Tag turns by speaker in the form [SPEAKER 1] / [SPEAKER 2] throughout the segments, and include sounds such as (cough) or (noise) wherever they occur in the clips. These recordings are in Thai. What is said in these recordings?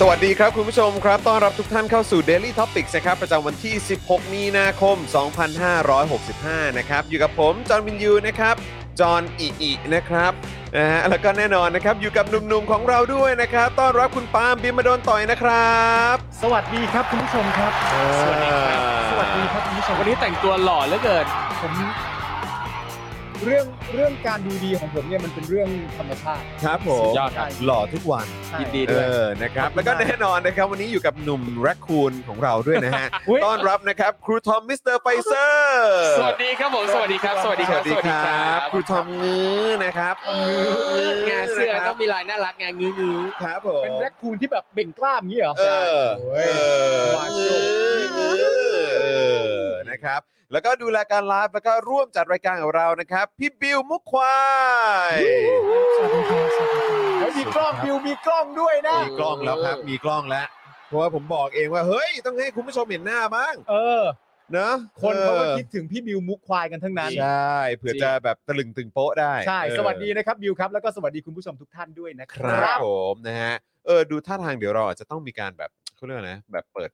[SPEAKER 1] สวัสดีครับ คุณผู้ชมครับ ต้อนรับทุกท่านเข้าสู่ Daily Topics นะครับ ประจำวันที่ 16 มีนาคม 2565 นะครับ อยู่กับผม จอห์นวินยูนะครับ จอห์นอิอินะครับนะฮะแล้วก็แน่นอนนะครับ อยู่กับหนุ่มๆของเราด้วยนะครับ ต้อนรับคุณปาล์มบิมมาโดนต่อยนะครับ
[SPEAKER 2] สวัสดีครับคุณผู้ชมครับ สวัสดีครับ สวัสดีครับคุณผู้ชม
[SPEAKER 3] วันนี้แต่งตัวหล่อเหลือเกิน
[SPEAKER 2] ผม เรื่องเรื่องการดูดีของผมเนี่ยมันเป็นเรื่องธรรมชาติ
[SPEAKER 1] ครับผ
[SPEAKER 3] สุ
[SPEAKER 1] ม
[SPEAKER 3] ดยอดครับ
[SPEAKER 1] หล่อทุกวัน
[SPEAKER 2] ใช่
[SPEAKER 3] ยินดี
[SPEAKER 1] เอ
[SPEAKER 3] ด้วย
[SPEAKER 1] อนะครับ แล้วก็แน่นอนนะครับ วันนี้อยู่กับหนุ่มแรคคูนของเราด้วยนะฮะ
[SPEAKER 2] อุ๊ย
[SPEAKER 1] ต้อนรับนะครับ ครูทอมมิสเตอร์ไฟเซอร์
[SPEAKER 3] สวัสดีครับผม สวัสดีครับ สวัสดี
[SPEAKER 1] ส
[SPEAKER 3] ครับ
[SPEAKER 1] วัสดีครับครูทอมงื้อนะครับ
[SPEAKER 3] งานเสื้อ
[SPEAKER 1] นะค
[SPEAKER 3] ต้
[SPEAKER 1] รั
[SPEAKER 3] อบ งมีลายน่ารักไงงื้อ
[SPEAKER 1] ครับผม
[SPEAKER 2] เป็นแรคคูนที่แบบเบ่งกล้ามอย่างนี้เหรอ
[SPEAKER 1] เออ
[SPEAKER 2] ใช่
[SPEAKER 1] เออ
[SPEAKER 2] วาโย
[SPEAKER 1] เออเออนะครับ แล้วก็ดูแลการไลฟ์แล้วก็ร่วมจัดรายการกับเรานะครับ พี่บิวมุกควาย
[SPEAKER 2] แล้วมีกล้องบิวมีกล้องด้วยนะ
[SPEAKER 1] มีกล้องแล้วครับ มีกล้องแล้วเพราะว่าผมบอกเองว่าเฮ้ยต้องให้คุณผู้ชมเห็นหน้าบ้าง
[SPEAKER 2] เออ
[SPEAKER 1] เนอะ
[SPEAKER 2] คนเขาก็
[SPEAKER 1] ออ
[SPEAKER 2] คิดถึงพี่บิวมุกควายกันทั้งนั้น
[SPEAKER 1] ใช่เผื่อจะแบบตะลึงตึงโป๊ะได้
[SPEAKER 2] ใช่
[SPEAKER 1] เออ
[SPEAKER 2] สวัสดีนะครับบิวครับ แล้วก็สวัสดีคุณผู้ชมทุกท่านด้วยนะค
[SPEAKER 1] ค
[SPEAKER 2] ร
[SPEAKER 1] รับั
[SPEAKER 2] บ
[SPEAKER 1] ผมนะฮะเออดูท่าทางเดี๋ยวเราอาจจะต้องมีการแบบเขาเรียกว่านะแบบเปิด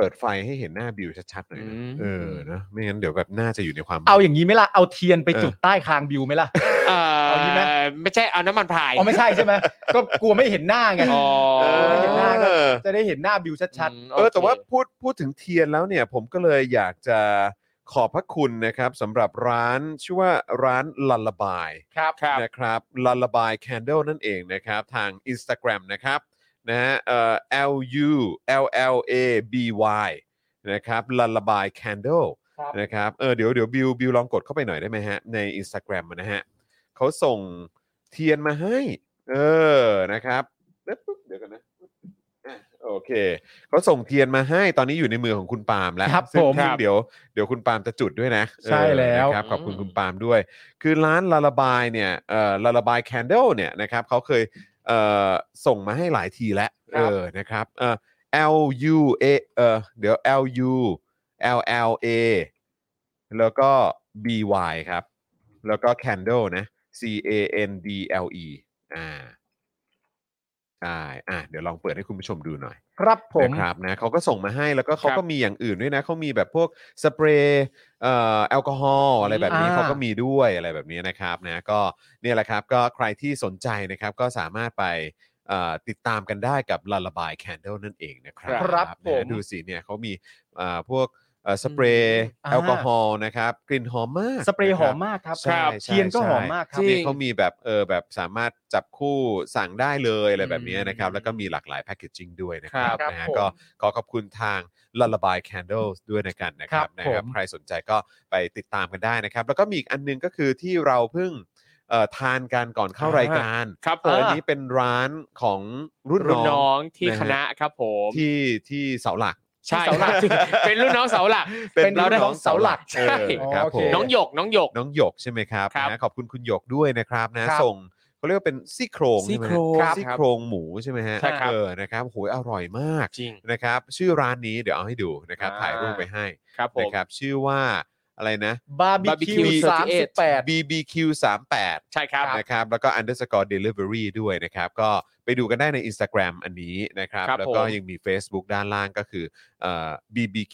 [SPEAKER 1] เปิดไฟให้เห็นหน้าบิวชัดๆหน่อยนะเออนะไม่งั้นเดี๋ยวแบบหน้าจะอยู่ในความ
[SPEAKER 2] เอาอย่างนี้ไหมล่ะ เอาเทียนไปจุดใต้คางบิวไหมล่ะ
[SPEAKER 3] เอ
[SPEAKER 2] เอางี้ไหม
[SPEAKER 3] อไม่ใช่เอาน้ำมันพราย
[SPEAKER 2] อ๋อไม่ใช่ใช่ไหมก็กลัวไม่เห็นหน้าไง
[SPEAKER 3] อ๋อ
[SPEAKER 1] เออ
[SPEAKER 2] เห็นหน้าก็
[SPEAKER 1] เออ
[SPEAKER 2] จะได้เห็นหน้าบิวชัด
[SPEAKER 3] ม
[SPEAKER 1] เออแต่ว่า
[SPEAKER 3] โค
[SPEAKER 1] พูดพูดถึงเทียนแล้วเนี่ย ผมก็เลยอยากจะขอบพระคุณนะครับสำหรับร้านชื่อว่าร้านลัลบาย
[SPEAKER 3] ครับครับ
[SPEAKER 1] นะครับลัลบายแคนเดลนั่นเองนะครับ ทาง Instagram นะครับนะฮะเอ่อ L U L L A B Y นะครับลัลบายแคนเดล
[SPEAKER 2] ๆ ครับ
[SPEAKER 1] นะครับ เออ เดี๋ยว เดี๋ยว บิว บิว ลองกดเข้าไปหน่อยได้ไหมฮะ ใน Instagram อะนะฮะ เขาส่งเทียนมาให้ เออ นะครับเดี๋ยวปุ๊บเดี๋ยวกันนะอ่ะโอเค เขาส่งเทียนมาให้ ตอนนี้อยู่ในมือของคุณปาล์มแล้ว
[SPEAKER 2] ครับ
[SPEAKER 1] ซึ่ง
[SPEAKER 2] ผม
[SPEAKER 1] ซึ่งเดี๋ยว เดี๋ยวคุณปาล์มจะจุดด้วยนะ
[SPEAKER 2] ใช่แล้ว
[SPEAKER 1] เออนะครับ ขอบคุณคุณปาล์มด้วย คือร้านลาลาบายเนี่ย เอ่อลาลาบายแคนเดลเนี่ยนะครับ เขาเคย เอ่อ ส่งมาให้หลายทีแล้ว
[SPEAKER 3] ค
[SPEAKER 1] เอ
[SPEAKER 3] รับ
[SPEAKER 1] อ นะครับ เอ่อ L U A เออเดี๋ยว L U L L A แล้วก็ B Y ครับ แล้วก็ Candle นะ C A N D L E อ่าใช่อ่ะเดี๋ยวลองเปิดให้คุณผู้ชมดูหน่อย
[SPEAKER 2] ครับผม
[SPEAKER 1] นะครับนะเขาก็ส่งมาให้แล้วก็เขา
[SPEAKER 3] ครั
[SPEAKER 1] ก็
[SPEAKER 3] บ
[SPEAKER 1] มีอย่างอื่นด้วยนะเขามีแบบพวกสเปรย์เอ่อแอลกอฮอล์อะไรแบบนี้
[SPEAKER 2] อ่า
[SPEAKER 1] เขาก็มีด้วยอะไรแบบนี้นะครับนะก็เนี่ยแหละครับ ก็ใครที่สนใจนะครับ ก็สามารถไปเอ่อติดตามกันได้กับลาลาบายแคนเดลนั่นเองนะครับ
[SPEAKER 2] ครับ
[SPEAKER 1] นะ
[SPEAKER 2] ผม
[SPEAKER 1] ดูสิเนี่ยเขามีเอ่อพวกเอ่อสเปรย์
[SPEAKER 2] อ่า
[SPEAKER 1] แอลกอฮอล์นะครับกลิ่นหอมมาก
[SPEAKER 2] สเปรย์หอ
[SPEAKER 1] นะ
[SPEAKER 2] ม
[SPEAKER 1] คบ
[SPEAKER 2] มากครับ
[SPEAKER 1] ใช่
[SPEAKER 2] เทียนก็หอมมากครับ
[SPEAKER 3] จริ
[SPEAKER 1] นี่
[SPEAKER 3] ง
[SPEAKER 1] เขามีแบบเออแบบสามารถจับคู่สั่งได้เลยอะไรแบบนี้นะครับ
[SPEAKER 3] อืม
[SPEAKER 1] แล้วก็มีหลากหลายแพคเกจจิ้งด้วยนะครับ
[SPEAKER 2] ครับ
[SPEAKER 1] นะฮะ
[SPEAKER 2] ผม
[SPEAKER 1] ก็ขอขอบคุณทางล u ล l บายแคนเดลด้วยนะกันนะครับ
[SPEAKER 2] ครับ
[SPEAKER 1] นะ
[SPEAKER 2] ผม
[SPEAKER 1] ครับ ใครสนใจก็ไปติดตามกันได้นะครับ แล้วก็มีอีกอันหนึงก็คือที่เราเพิ่งเอ่อทานกันก่อนเข้า
[SPEAKER 3] อ่าร
[SPEAKER 1] รายการ
[SPEAKER 3] ครับผ
[SPEAKER 1] เออ
[SPEAKER 3] ม
[SPEAKER 1] อันนี้เป็นร้านของรุ่น
[SPEAKER 3] รุ่น
[SPEAKER 1] น้
[SPEAKER 3] น้
[SPEAKER 1] อ
[SPEAKER 3] อง งที่
[SPEAKER 1] นะฮะ
[SPEAKER 3] คณะครับผม
[SPEAKER 1] ที่ที่เสาหลัก
[SPEAKER 3] ใช่
[SPEAKER 2] เสาหลัก
[SPEAKER 3] เป็นรุ่นน้องเสาหลัก
[SPEAKER 2] เป็นเราได้ของเสาหลัก
[SPEAKER 1] เออครับ
[SPEAKER 2] โอเค
[SPEAKER 1] ผม
[SPEAKER 3] น้องหยกน้องหยก
[SPEAKER 1] น้องหยกใช่ไหมครับ
[SPEAKER 3] ครับ
[SPEAKER 1] นะขอบคุณคุณหยกด้วยนะครับนะครับ ส่ง เขาเรียกว่าเป็นซี่โครงใช่ไหม
[SPEAKER 3] ซี่โครง
[SPEAKER 1] ครับซี่โครงหมูใช่ไหมฮะ
[SPEAKER 3] ใช่ครับ
[SPEAKER 1] เออนะครับโหยอร่อยมาก
[SPEAKER 3] จริง
[SPEAKER 1] นะครับ ชื่อร้านนี้เดี๋ยวเอาให้ดูนะครับ
[SPEAKER 3] อ่า
[SPEAKER 1] ถ่ายรูปไปให้
[SPEAKER 3] ครับผม
[SPEAKER 1] นะครับ ชื่อว่าอะไรนะ
[SPEAKER 2] บาร์บีคิ
[SPEAKER 3] barbecue
[SPEAKER 2] วสามสิบแปด
[SPEAKER 1] BBQ 38
[SPEAKER 3] ใช่ครับ
[SPEAKER 1] นะครับแล้วก็ underscore delivery ด้วยนะครับ ก็ไปดูกันได้ใน Instagram อันนี้นะครับ
[SPEAKER 3] ครับ
[SPEAKER 1] แล้วก็
[SPEAKER 3] ผม
[SPEAKER 1] ยังมี Facebook ด้านล่างก็คือเอ่อ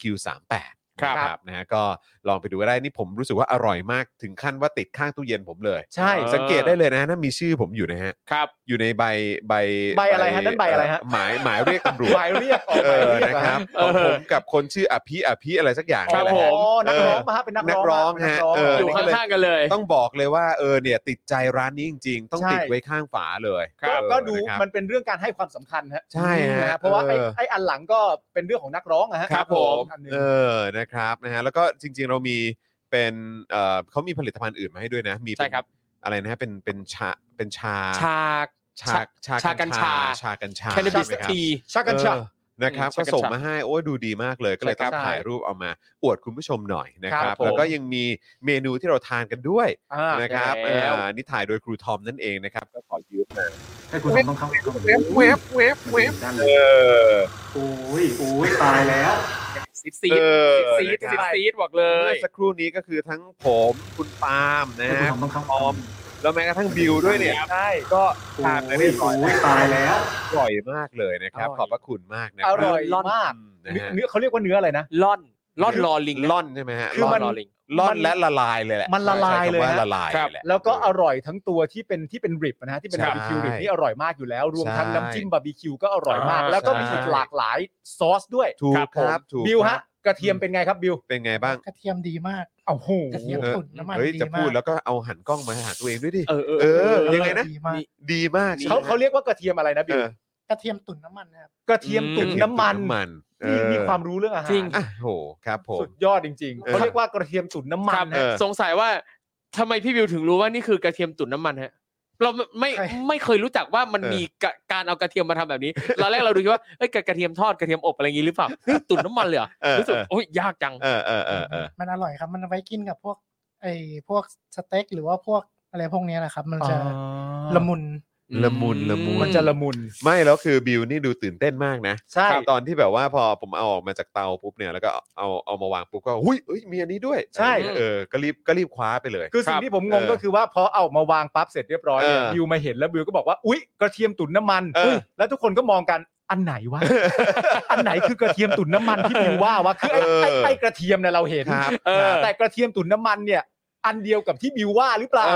[SPEAKER 1] bbq38
[SPEAKER 3] ครับ
[SPEAKER 1] นะนะฮะก็ลองไปดูก็ได้นี่ผมรู้สึกว่าอร่อยมากถึงขั้นว่าติดข้างตู้เย็นผมเลย
[SPEAKER 2] ใช่
[SPEAKER 3] เออ
[SPEAKER 1] สังเกตได้เลยนะนั่นมีชื่อผมอยู่นะฮะ
[SPEAKER 3] ครับ
[SPEAKER 1] อยู่ในใบใบ
[SPEAKER 2] ใบอะไรฮะนั่นใบอะไรฮะ
[SPEAKER 1] เหมายหมายเรียกตำรวจ
[SPEAKER 2] หมายเรียกออก
[SPEAKER 1] เอ
[SPEAKER 2] ห
[SPEAKER 1] อ
[SPEAKER 2] มายเรียก
[SPEAKER 1] นะ
[SPEAKER 2] เหอ
[SPEAKER 1] ครับข
[SPEAKER 3] เอ
[SPEAKER 1] อ
[SPEAKER 3] อ
[SPEAKER 1] งผมกับคนชื่ออภิอภิอะไรสักอย่าง
[SPEAKER 3] ครั
[SPEAKER 1] นี่
[SPEAKER 3] บ
[SPEAKER 1] แหละ
[SPEAKER 3] ผ
[SPEAKER 1] ฮะ
[SPEAKER 3] ม
[SPEAKER 2] อ๋อนักร้อง
[SPEAKER 1] เออ
[SPEAKER 2] มาฮะเป็นนั
[SPEAKER 1] นักร้อง
[SPEAKER 2] มานั
[SPEAKER 1] ฮะ
[SPEAKER 2] กร้อง
[SPEAKER 1] เอ
[SPEAKER 3] อยู่
[SPEAKER 2] มา
[SPEAKER 3] ข้างๆกันเลย
[SPEAKER 1] ต้องบอกเลยว่าเออเนี่ยติดใจร้านนี้จริง ๆ ต้อง
[SPEAKER 2] ใช่
[SPEAKER 1] ติดไว้ข้างฝาเลย
[SPEAKER 3] ครับ
[SPEAKER 1] เออ
[SPEAKER 2] ก็ดู
[SPEAKER 1] นะครับ
[SPEAKER 2] มันเป็นเรื่องการให้ความสำคัญฮะ
[SPEAKER 1] ใช่ฮะ
[SPEAKER 2] นะฮะเพราะว่าไอ้
[SPEAKER 1] เออ
[SPEAKER 2] ไอ้อันหลังก็เป็นเรื่องของนักร้องอะฮะ
[SPEAKER 3] ครับผม
[SPEAKER 2] อันหนึ่ง
[SPEAKER 1] เออ นะครับนะฮะแล้วก็จริงๆเรามีเป็นเอ่อเขามีผลิตภัณฑ์อื่นมาให้ด้วยนะ มีเป็น
[SPEAKER 3] ใช่ครับ
[SPEAKER 1] อะไรนะฮะเป็นเป็นชาเป็นชา
[SPEAKER 3] ชา
[SPEAKER 1] ชาชา
[SPEAKER 3] ชากัญชา
[SPEAKER 1] ชากัญชา
[SPEAKER 3] แคนาบิส
[SPEAKER 1] ใช่ไหมรับ
[SPEAKER 3] ที
[SPEAKER 2] ชากัญชา
[SPEAKER 1] เออนะครับ
[SPEAKER 3] อืม
[SPEAKER 1] ก็
[SPEAKER 3] ชากัญชา
[SPEAKER 1] ส่งมาให้โอ้ยดูดีมากเลยก็เลย
[SPEAKER 3] ใช่
[SPEAKER 1] ต้อ
[SPEAKER 3] ครั
[SPEAKER 1] ง
[SPEAKER 3] บ
[SPEAKER 1] ถ่ายรูปเอามา อวดคุณผู้ชมหน่อยนะค
[SPEAKER 3] ครั
[SPEAKER 1] รับบ
[SPEAKER 3] ผม
[SPEAKER 1] แล้วก็ยังมีเมนูที่เราทานกันด้วย
[SPEAKER 2] อ่า
[SPEAKER 1] นะครับ
[SPEAKER 3] แล้ว
[SPEAKER 1] เออนี่ถ่ายโดยครูทอมนั่นเองนะครับก็ขอยืมมา
[SPEAKER 4] ให้คุณทำต้องเข้าไปก่อน
[SPEAKER 2] เว็บเว็บเว็บเว็บ
[SPEAKER 4] ด้านเล
[SPEAKER 1] เอย อ
[SPEAKER 4] โอ้ยโอ้ยตายแล้ว
[SPEAKER 3] สิบซีด
[SPEAKER 1] เออ
[SPEAKER 3] สิบซีดสิบซีดบอกเล
[SPEAKER 1] เมื่
[SPEAKER 3] ย
[SPEAKER 1] อสักครู่นี้ก็คือทั้งผมคุณปาล์มนะ
[SPEAKER 4] ให้คุณทำ
[SPEAKER 1] ฮะ
[SPEAKER 4] ต้องเข้า
[SPEAKER 1] พร้อม แล้วแม้กระทั่งบิวด้วยเนี่ย
[SPEAKER 2] ใช่
[SPEAKER 1] ก็
[SPEAKER 4] โอ้
[SPEAKER 1] ทานไป
[SPEAKER 4] ย
[SPEAKER 1] เรียบร้อย
[SPEAKER 4] โอ้ยตายแล้ว
[SPEAKER 1] อร่อยมากเลยนะครับ
[SPEAKER 3] อร่อย
[SPEAKER 1] ขอบพระคุณมากนะค
[SPEAKER 2] อ
[SPEAKER 1] รับ
[SPEAKER 2] ร่อย
[SPEAKER 3] ร่อน
[SPEAKER 2] มาก
[SPEAKER 1] อืมนะฮะ
[SPEAKER 2] เนื้อเขาเรียกว่าเนื้ออะไรนะ
[SPEAKER 3] ล่อนล่อนลอลิง
[SPEAKER 1] ล่อนใช่ไหมฮะ
[SPEAKER 2] คือมัน
[SPEAKER 1] ล่
[SPEAKER 3] ล่ล
[SPEAKER 1] อน
[SPEAKER 3] ลิง
[SPEAKER 1] ล่อน
[SPEAKER 2] มัน
[SPEAKER 1] และละลายเลยแหละ
[SPEAKER 2] มันละลายเลย
[SPEAKER 1] ใช้คำว่า
[SPEAKER 2] ฮะ
[SPEAKER 1] ละลาย
[SPEAKER 3] ครับ
[SPEAKER 1] เยหะ
[SPEAKER 2] แล้วก็อร่อยทั้งตัวที่เป็นที่เป็นริบนะฮะที่เป็น
[SPEAKER 1] ใช่
[SPEAKER 2] บาร์บีคิวริบนี่อร่อยมากอยู่แล้ว รวมทั้ง
[SPEAKER 1] ใช่
[SPEAKER 2] น้ำจิ้มบาร์บีคิวก็อร่อยมาก
[SPEAKER 3] อ่า
[SPEAKER 2] แล้วก็มี
[SPEAKER 1] ใช่
[SPEAKER 2] หลากหลายซอสด้วย
[SPEAKER 1] ถูกครับ
[SPEAKER 2] ผม
[SPEAKER 1] ถูก
[SPEAKER 2] บิว
[SPEAKER 1] ครั
[SPEAKER 2] ฮะ กระเทียมเป็นไงครับบิว
[SPEAKER 1] เป็นไงบ้าง
[SPEAKER 5] กระเทียมดีมาก
[SPEAKER 2] โอ้โห
[SPEAKER 5] กระเทียม
[SPEAKER 1] เออ
[SPEAKER 5] ตุ๋นน้ำมัน
[SPEAKER 1] เฮ้ย
[SPEAKER 5] ดี
[SPEAKER 1] จะ
[SPEAKER 5] มา
[SPEAKER 1] พูด
[SPEAKER 5] ก
[SPEAKER 1] แล้วก็เอาหันกล้องมาหาตัวเองด้วยดิ
[SPEAKER 3] เออเออ
[SPEAKER 1] เออยังไงนะ
[SPEAKER 5] ดีมาก
[SPEAKER 3] นี่
[SPEAKER 1] ดีมาก
[SPEAKER 2] เขาเขาเรียกว่ากระเทียมอะไรนะบิ
[SPEAKER 1] เอ
[SPEAKER 2] ว
[SPEAKER 1] อก
[SPEAKER 5] ระเทียมตุ๋นน้ำมันนะครับ
[SPEAKER 2] กระเทียม
[SPEAKER 1] กระ
[SPEAKER 2] ตุ๋น
[SPEAKER 1] เทียม
[SPEAKER 2] น้ำมัน
[SPEAKER 1] ตุ๋มันเออ
[SPEAKER 2] นี่มีความรู้เรื่องอาหาร
[SPEAKER 3] จริง
[SPEAKER 1] อ่ะโหครับผม
[SPEAKER 2] สุดยอดจริงๆ
[SPEAKER 1] เออ
[SPEAKER 2] เขาเรียกว่ากระเทียมตุ๋นน้ำมั
[SPEAKER 3] ครั
[SPEAKER 2] น
[SPEAKER 3] บ
[SPEAKER 1] เอ
[SPEAKER 2] นะ
[SPEAKER 1] อ
[SPEAKER 3] สงสัยว่าทำไมพี่วิวถึงรู้ว่านี่คือกระเทียมตุ๋นน้ำมันฮะ เราไม่
[SPEAKER 2] ใช่
[SPEAKER 3] ไม่เคยรู้จักว่ามัน
[SPEAKER 1] เออ
[SPEAKER 3] มีกะการเอากระเทียมมาทำแบบนี้ ตอนแรกเราดูคิดว่าเอ้ยกระเทียมทอดกระเทียมอบอะไรอย่างงี้หรือเปล่าเฮ้ยตุ๋นน้ำมันเลยเหรอ
[SPEAKER 1] เออ
[SPEAKER 3] รู้สึก
[SPEAKER 1] เออ
[SPEAKER 3] โอ้ยยากจัง
[SPEAKER 1] เออเออเออเออ
[SPEAKER 5] มันอร่อยครับ มันเอาไว้กินกับพวกไอ้พวกสเต็กหรือว่าพวกอะไรพวกเนี้ยนะครับ มันจะละมุน
[SPEAKER 1] ละมุนละมุ
[SPEAKER 2] มันจะละมุน
[SPEAKER 1] ไม่แล้วคือบิวนี่ดูตื่นเต้นมากนะ
[SPEAKER 2] ใช่
[SPEAKER 1] ตอนที่แบบว่าพอผมเอาออกมาจากเตาปุ๊บเนี่ยแล้วก็เอาเอามาวางปุ๊บก็หุ้ยเอ้ยมีอันนี้ด้วย
[SPEAKER 2] ใช่
[SPEAKER 1] เออก็รีบก็รีบคว้าไปเลย
[SPEAKER 2] คือสิ่ง
[SPEAKER 3] ครับ
[SPEAKER 2] ที่ผมงง
[SPEAKER 1] เออ
[SPEAKER 2] ก็คือว่าพอเอามาวางปั๊บเสร็จเรียบร้อยเนี่ย
[SPEAKER 1] เออ
[SPEAKER 2] บิวมาเห็นแล้วบิวก็บอกว่าอุ๊ยกระเทียมตุ๋นน้ำมัน
[SPEAKER 1] เอออุ๊
[SPEAKER 2] ยแล้วทุกคนก็มองกันอันไหนวะ อันไหนคือกระเทียมตุ๋นน้ำมันที่บิวว่าวะคือไอ้ไอ้ไอ้กระเทียมเนี่ยเราเห็น
[SPEAKER 1] ครับ
[SPEAKER 3] เออ
[SPEAKER 2] แต่กระเทียมตุ๋นน้ำมันเนี่ย อันเดียวกับที่บิวว่าหรือเปล่า
[SPEAKER 3] เอ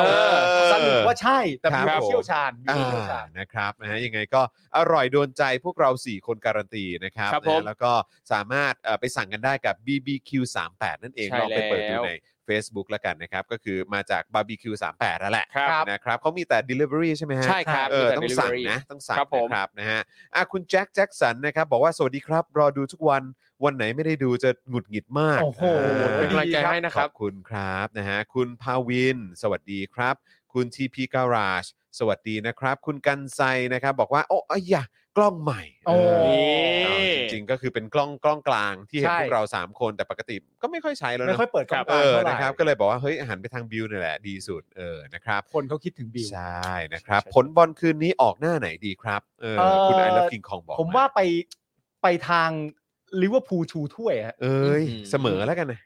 [SPEAKER 1] อ
[SPEAKER 2] สรุปว่าใช่แต่
[SPEAKER 1] ครับ
[SPEAKER 2] บิวไม่
[SPEAKER 1] ผม
[SPEAKER 2] เชี่ยวชาญ
[SPEAKER 1] อ่า
[SPEAKER 2] บิวไม่เชี่ยวชาญ
[SPEAKER 1] นะครับนะฮะยังไงก็อร่อยโดนใจพวกเรา 4 คนการันตีนะครับ
[SPEAKER 3] ครับ
[SPEAKER 1] นะ
[SPEAKER 3] ผม
[SPEAKER 1] ฮะแล้วก็สามารถเอ่อไปสั่งกันได้กับ BBQ38 นั่นเอง
[SPEAKER 3] ใช่
[SPEAKER 1] ลองไปเปิดดู
[SPEAKER 3] แล้ว
[SPEAKER 1] ใน Facebook แล้วกันนะครับ ก็คือมาจาก BBQ38 นั่นแหละ
[SPEAKER 3] ครับ
[SPEAKER 1] นะครับเขามีแต่ Delivery ใช่ไหมฮะ
[SPEAKER 3] ใช่ครับ
[SPEAKER 1] เออ
[SPEAKER 3] มีแต่
[SPEAKER 1] ต้องสั่ง
[SPEAKER 3] delivery
[SPEAKER 1] นะ ต้องสั่ง
[SPEAKER 3] ครับผม
[SPEAKER 1] นะครับนะฮะอ่ะคุณแจ็คแจ็คสันนะครับ บอกว่า สวัสดีครับ รอดูทุกวันวันไหนไม่ได้ดูจะหงุดหงิดมาก
[SPEAKER 2] โอ้โห
[SPEAKER 1] เออ
[SPEAKER 3] เป็นกำลังใจให้นะค
[SPEAKER 1] ข
[SPEAKER 3] รั
[SPEAKER 1] อบ บคุณครับนะฮะคุณภาวิน สวัสดีครับ คุณทีพีการาช สวัสดีนะครับ คุณกันไซนะครับ บอกว่า โอ้อยะกล้องใหม่
[SPEAKER 2] โอ้
[SPEAKER 1] เอ
[SPEAKER 3] นี่
[SPEAKER 1] เอาจริงๆ ก็คือเป็นกล้องกล้องกลางที่เห็น
[SPEAKER 2] ใช่
[SPEAKER 1] พวกเรา 3 คนแต่ปกติก็ไม่ค่อยใช้แล้ว
[SPEAKER 2] ไม่
[SPEAKER 1] นะ
[SPEAKER 2] ค่อยเปิดกล้อง
[SPEAKER 1] เออ
[SPEAKER 2] ตาเท่าไหร่
[SPEAKER 1] นะครับก็เลยบอกว่าเฮ้ยหันไปทางบิวนี่แหละดีสุดเออนะครับ
[SPEAKER 2] คนเขาคิดถึงบิว
[SPEAKER 1] ใช่นะครับ
[SPEAKER 3] ใช่
[SPEAKER 1] ผลบอลคืนนี้ออกหน้าไหนดีครับ เออ
[SPEAKER 2] เอ่อ
[SPEAKER 1] คุณไอรับกิงคองบอก
[SPEAKER 2] ผมว่าไปไปทางลิเวอร์พูลชูถ้วยฮะ
[SPEAKER 1] เอ้ย
[SPEAKER 3] อืม
[SPEAKER 1] เสมอแล้วกันนะ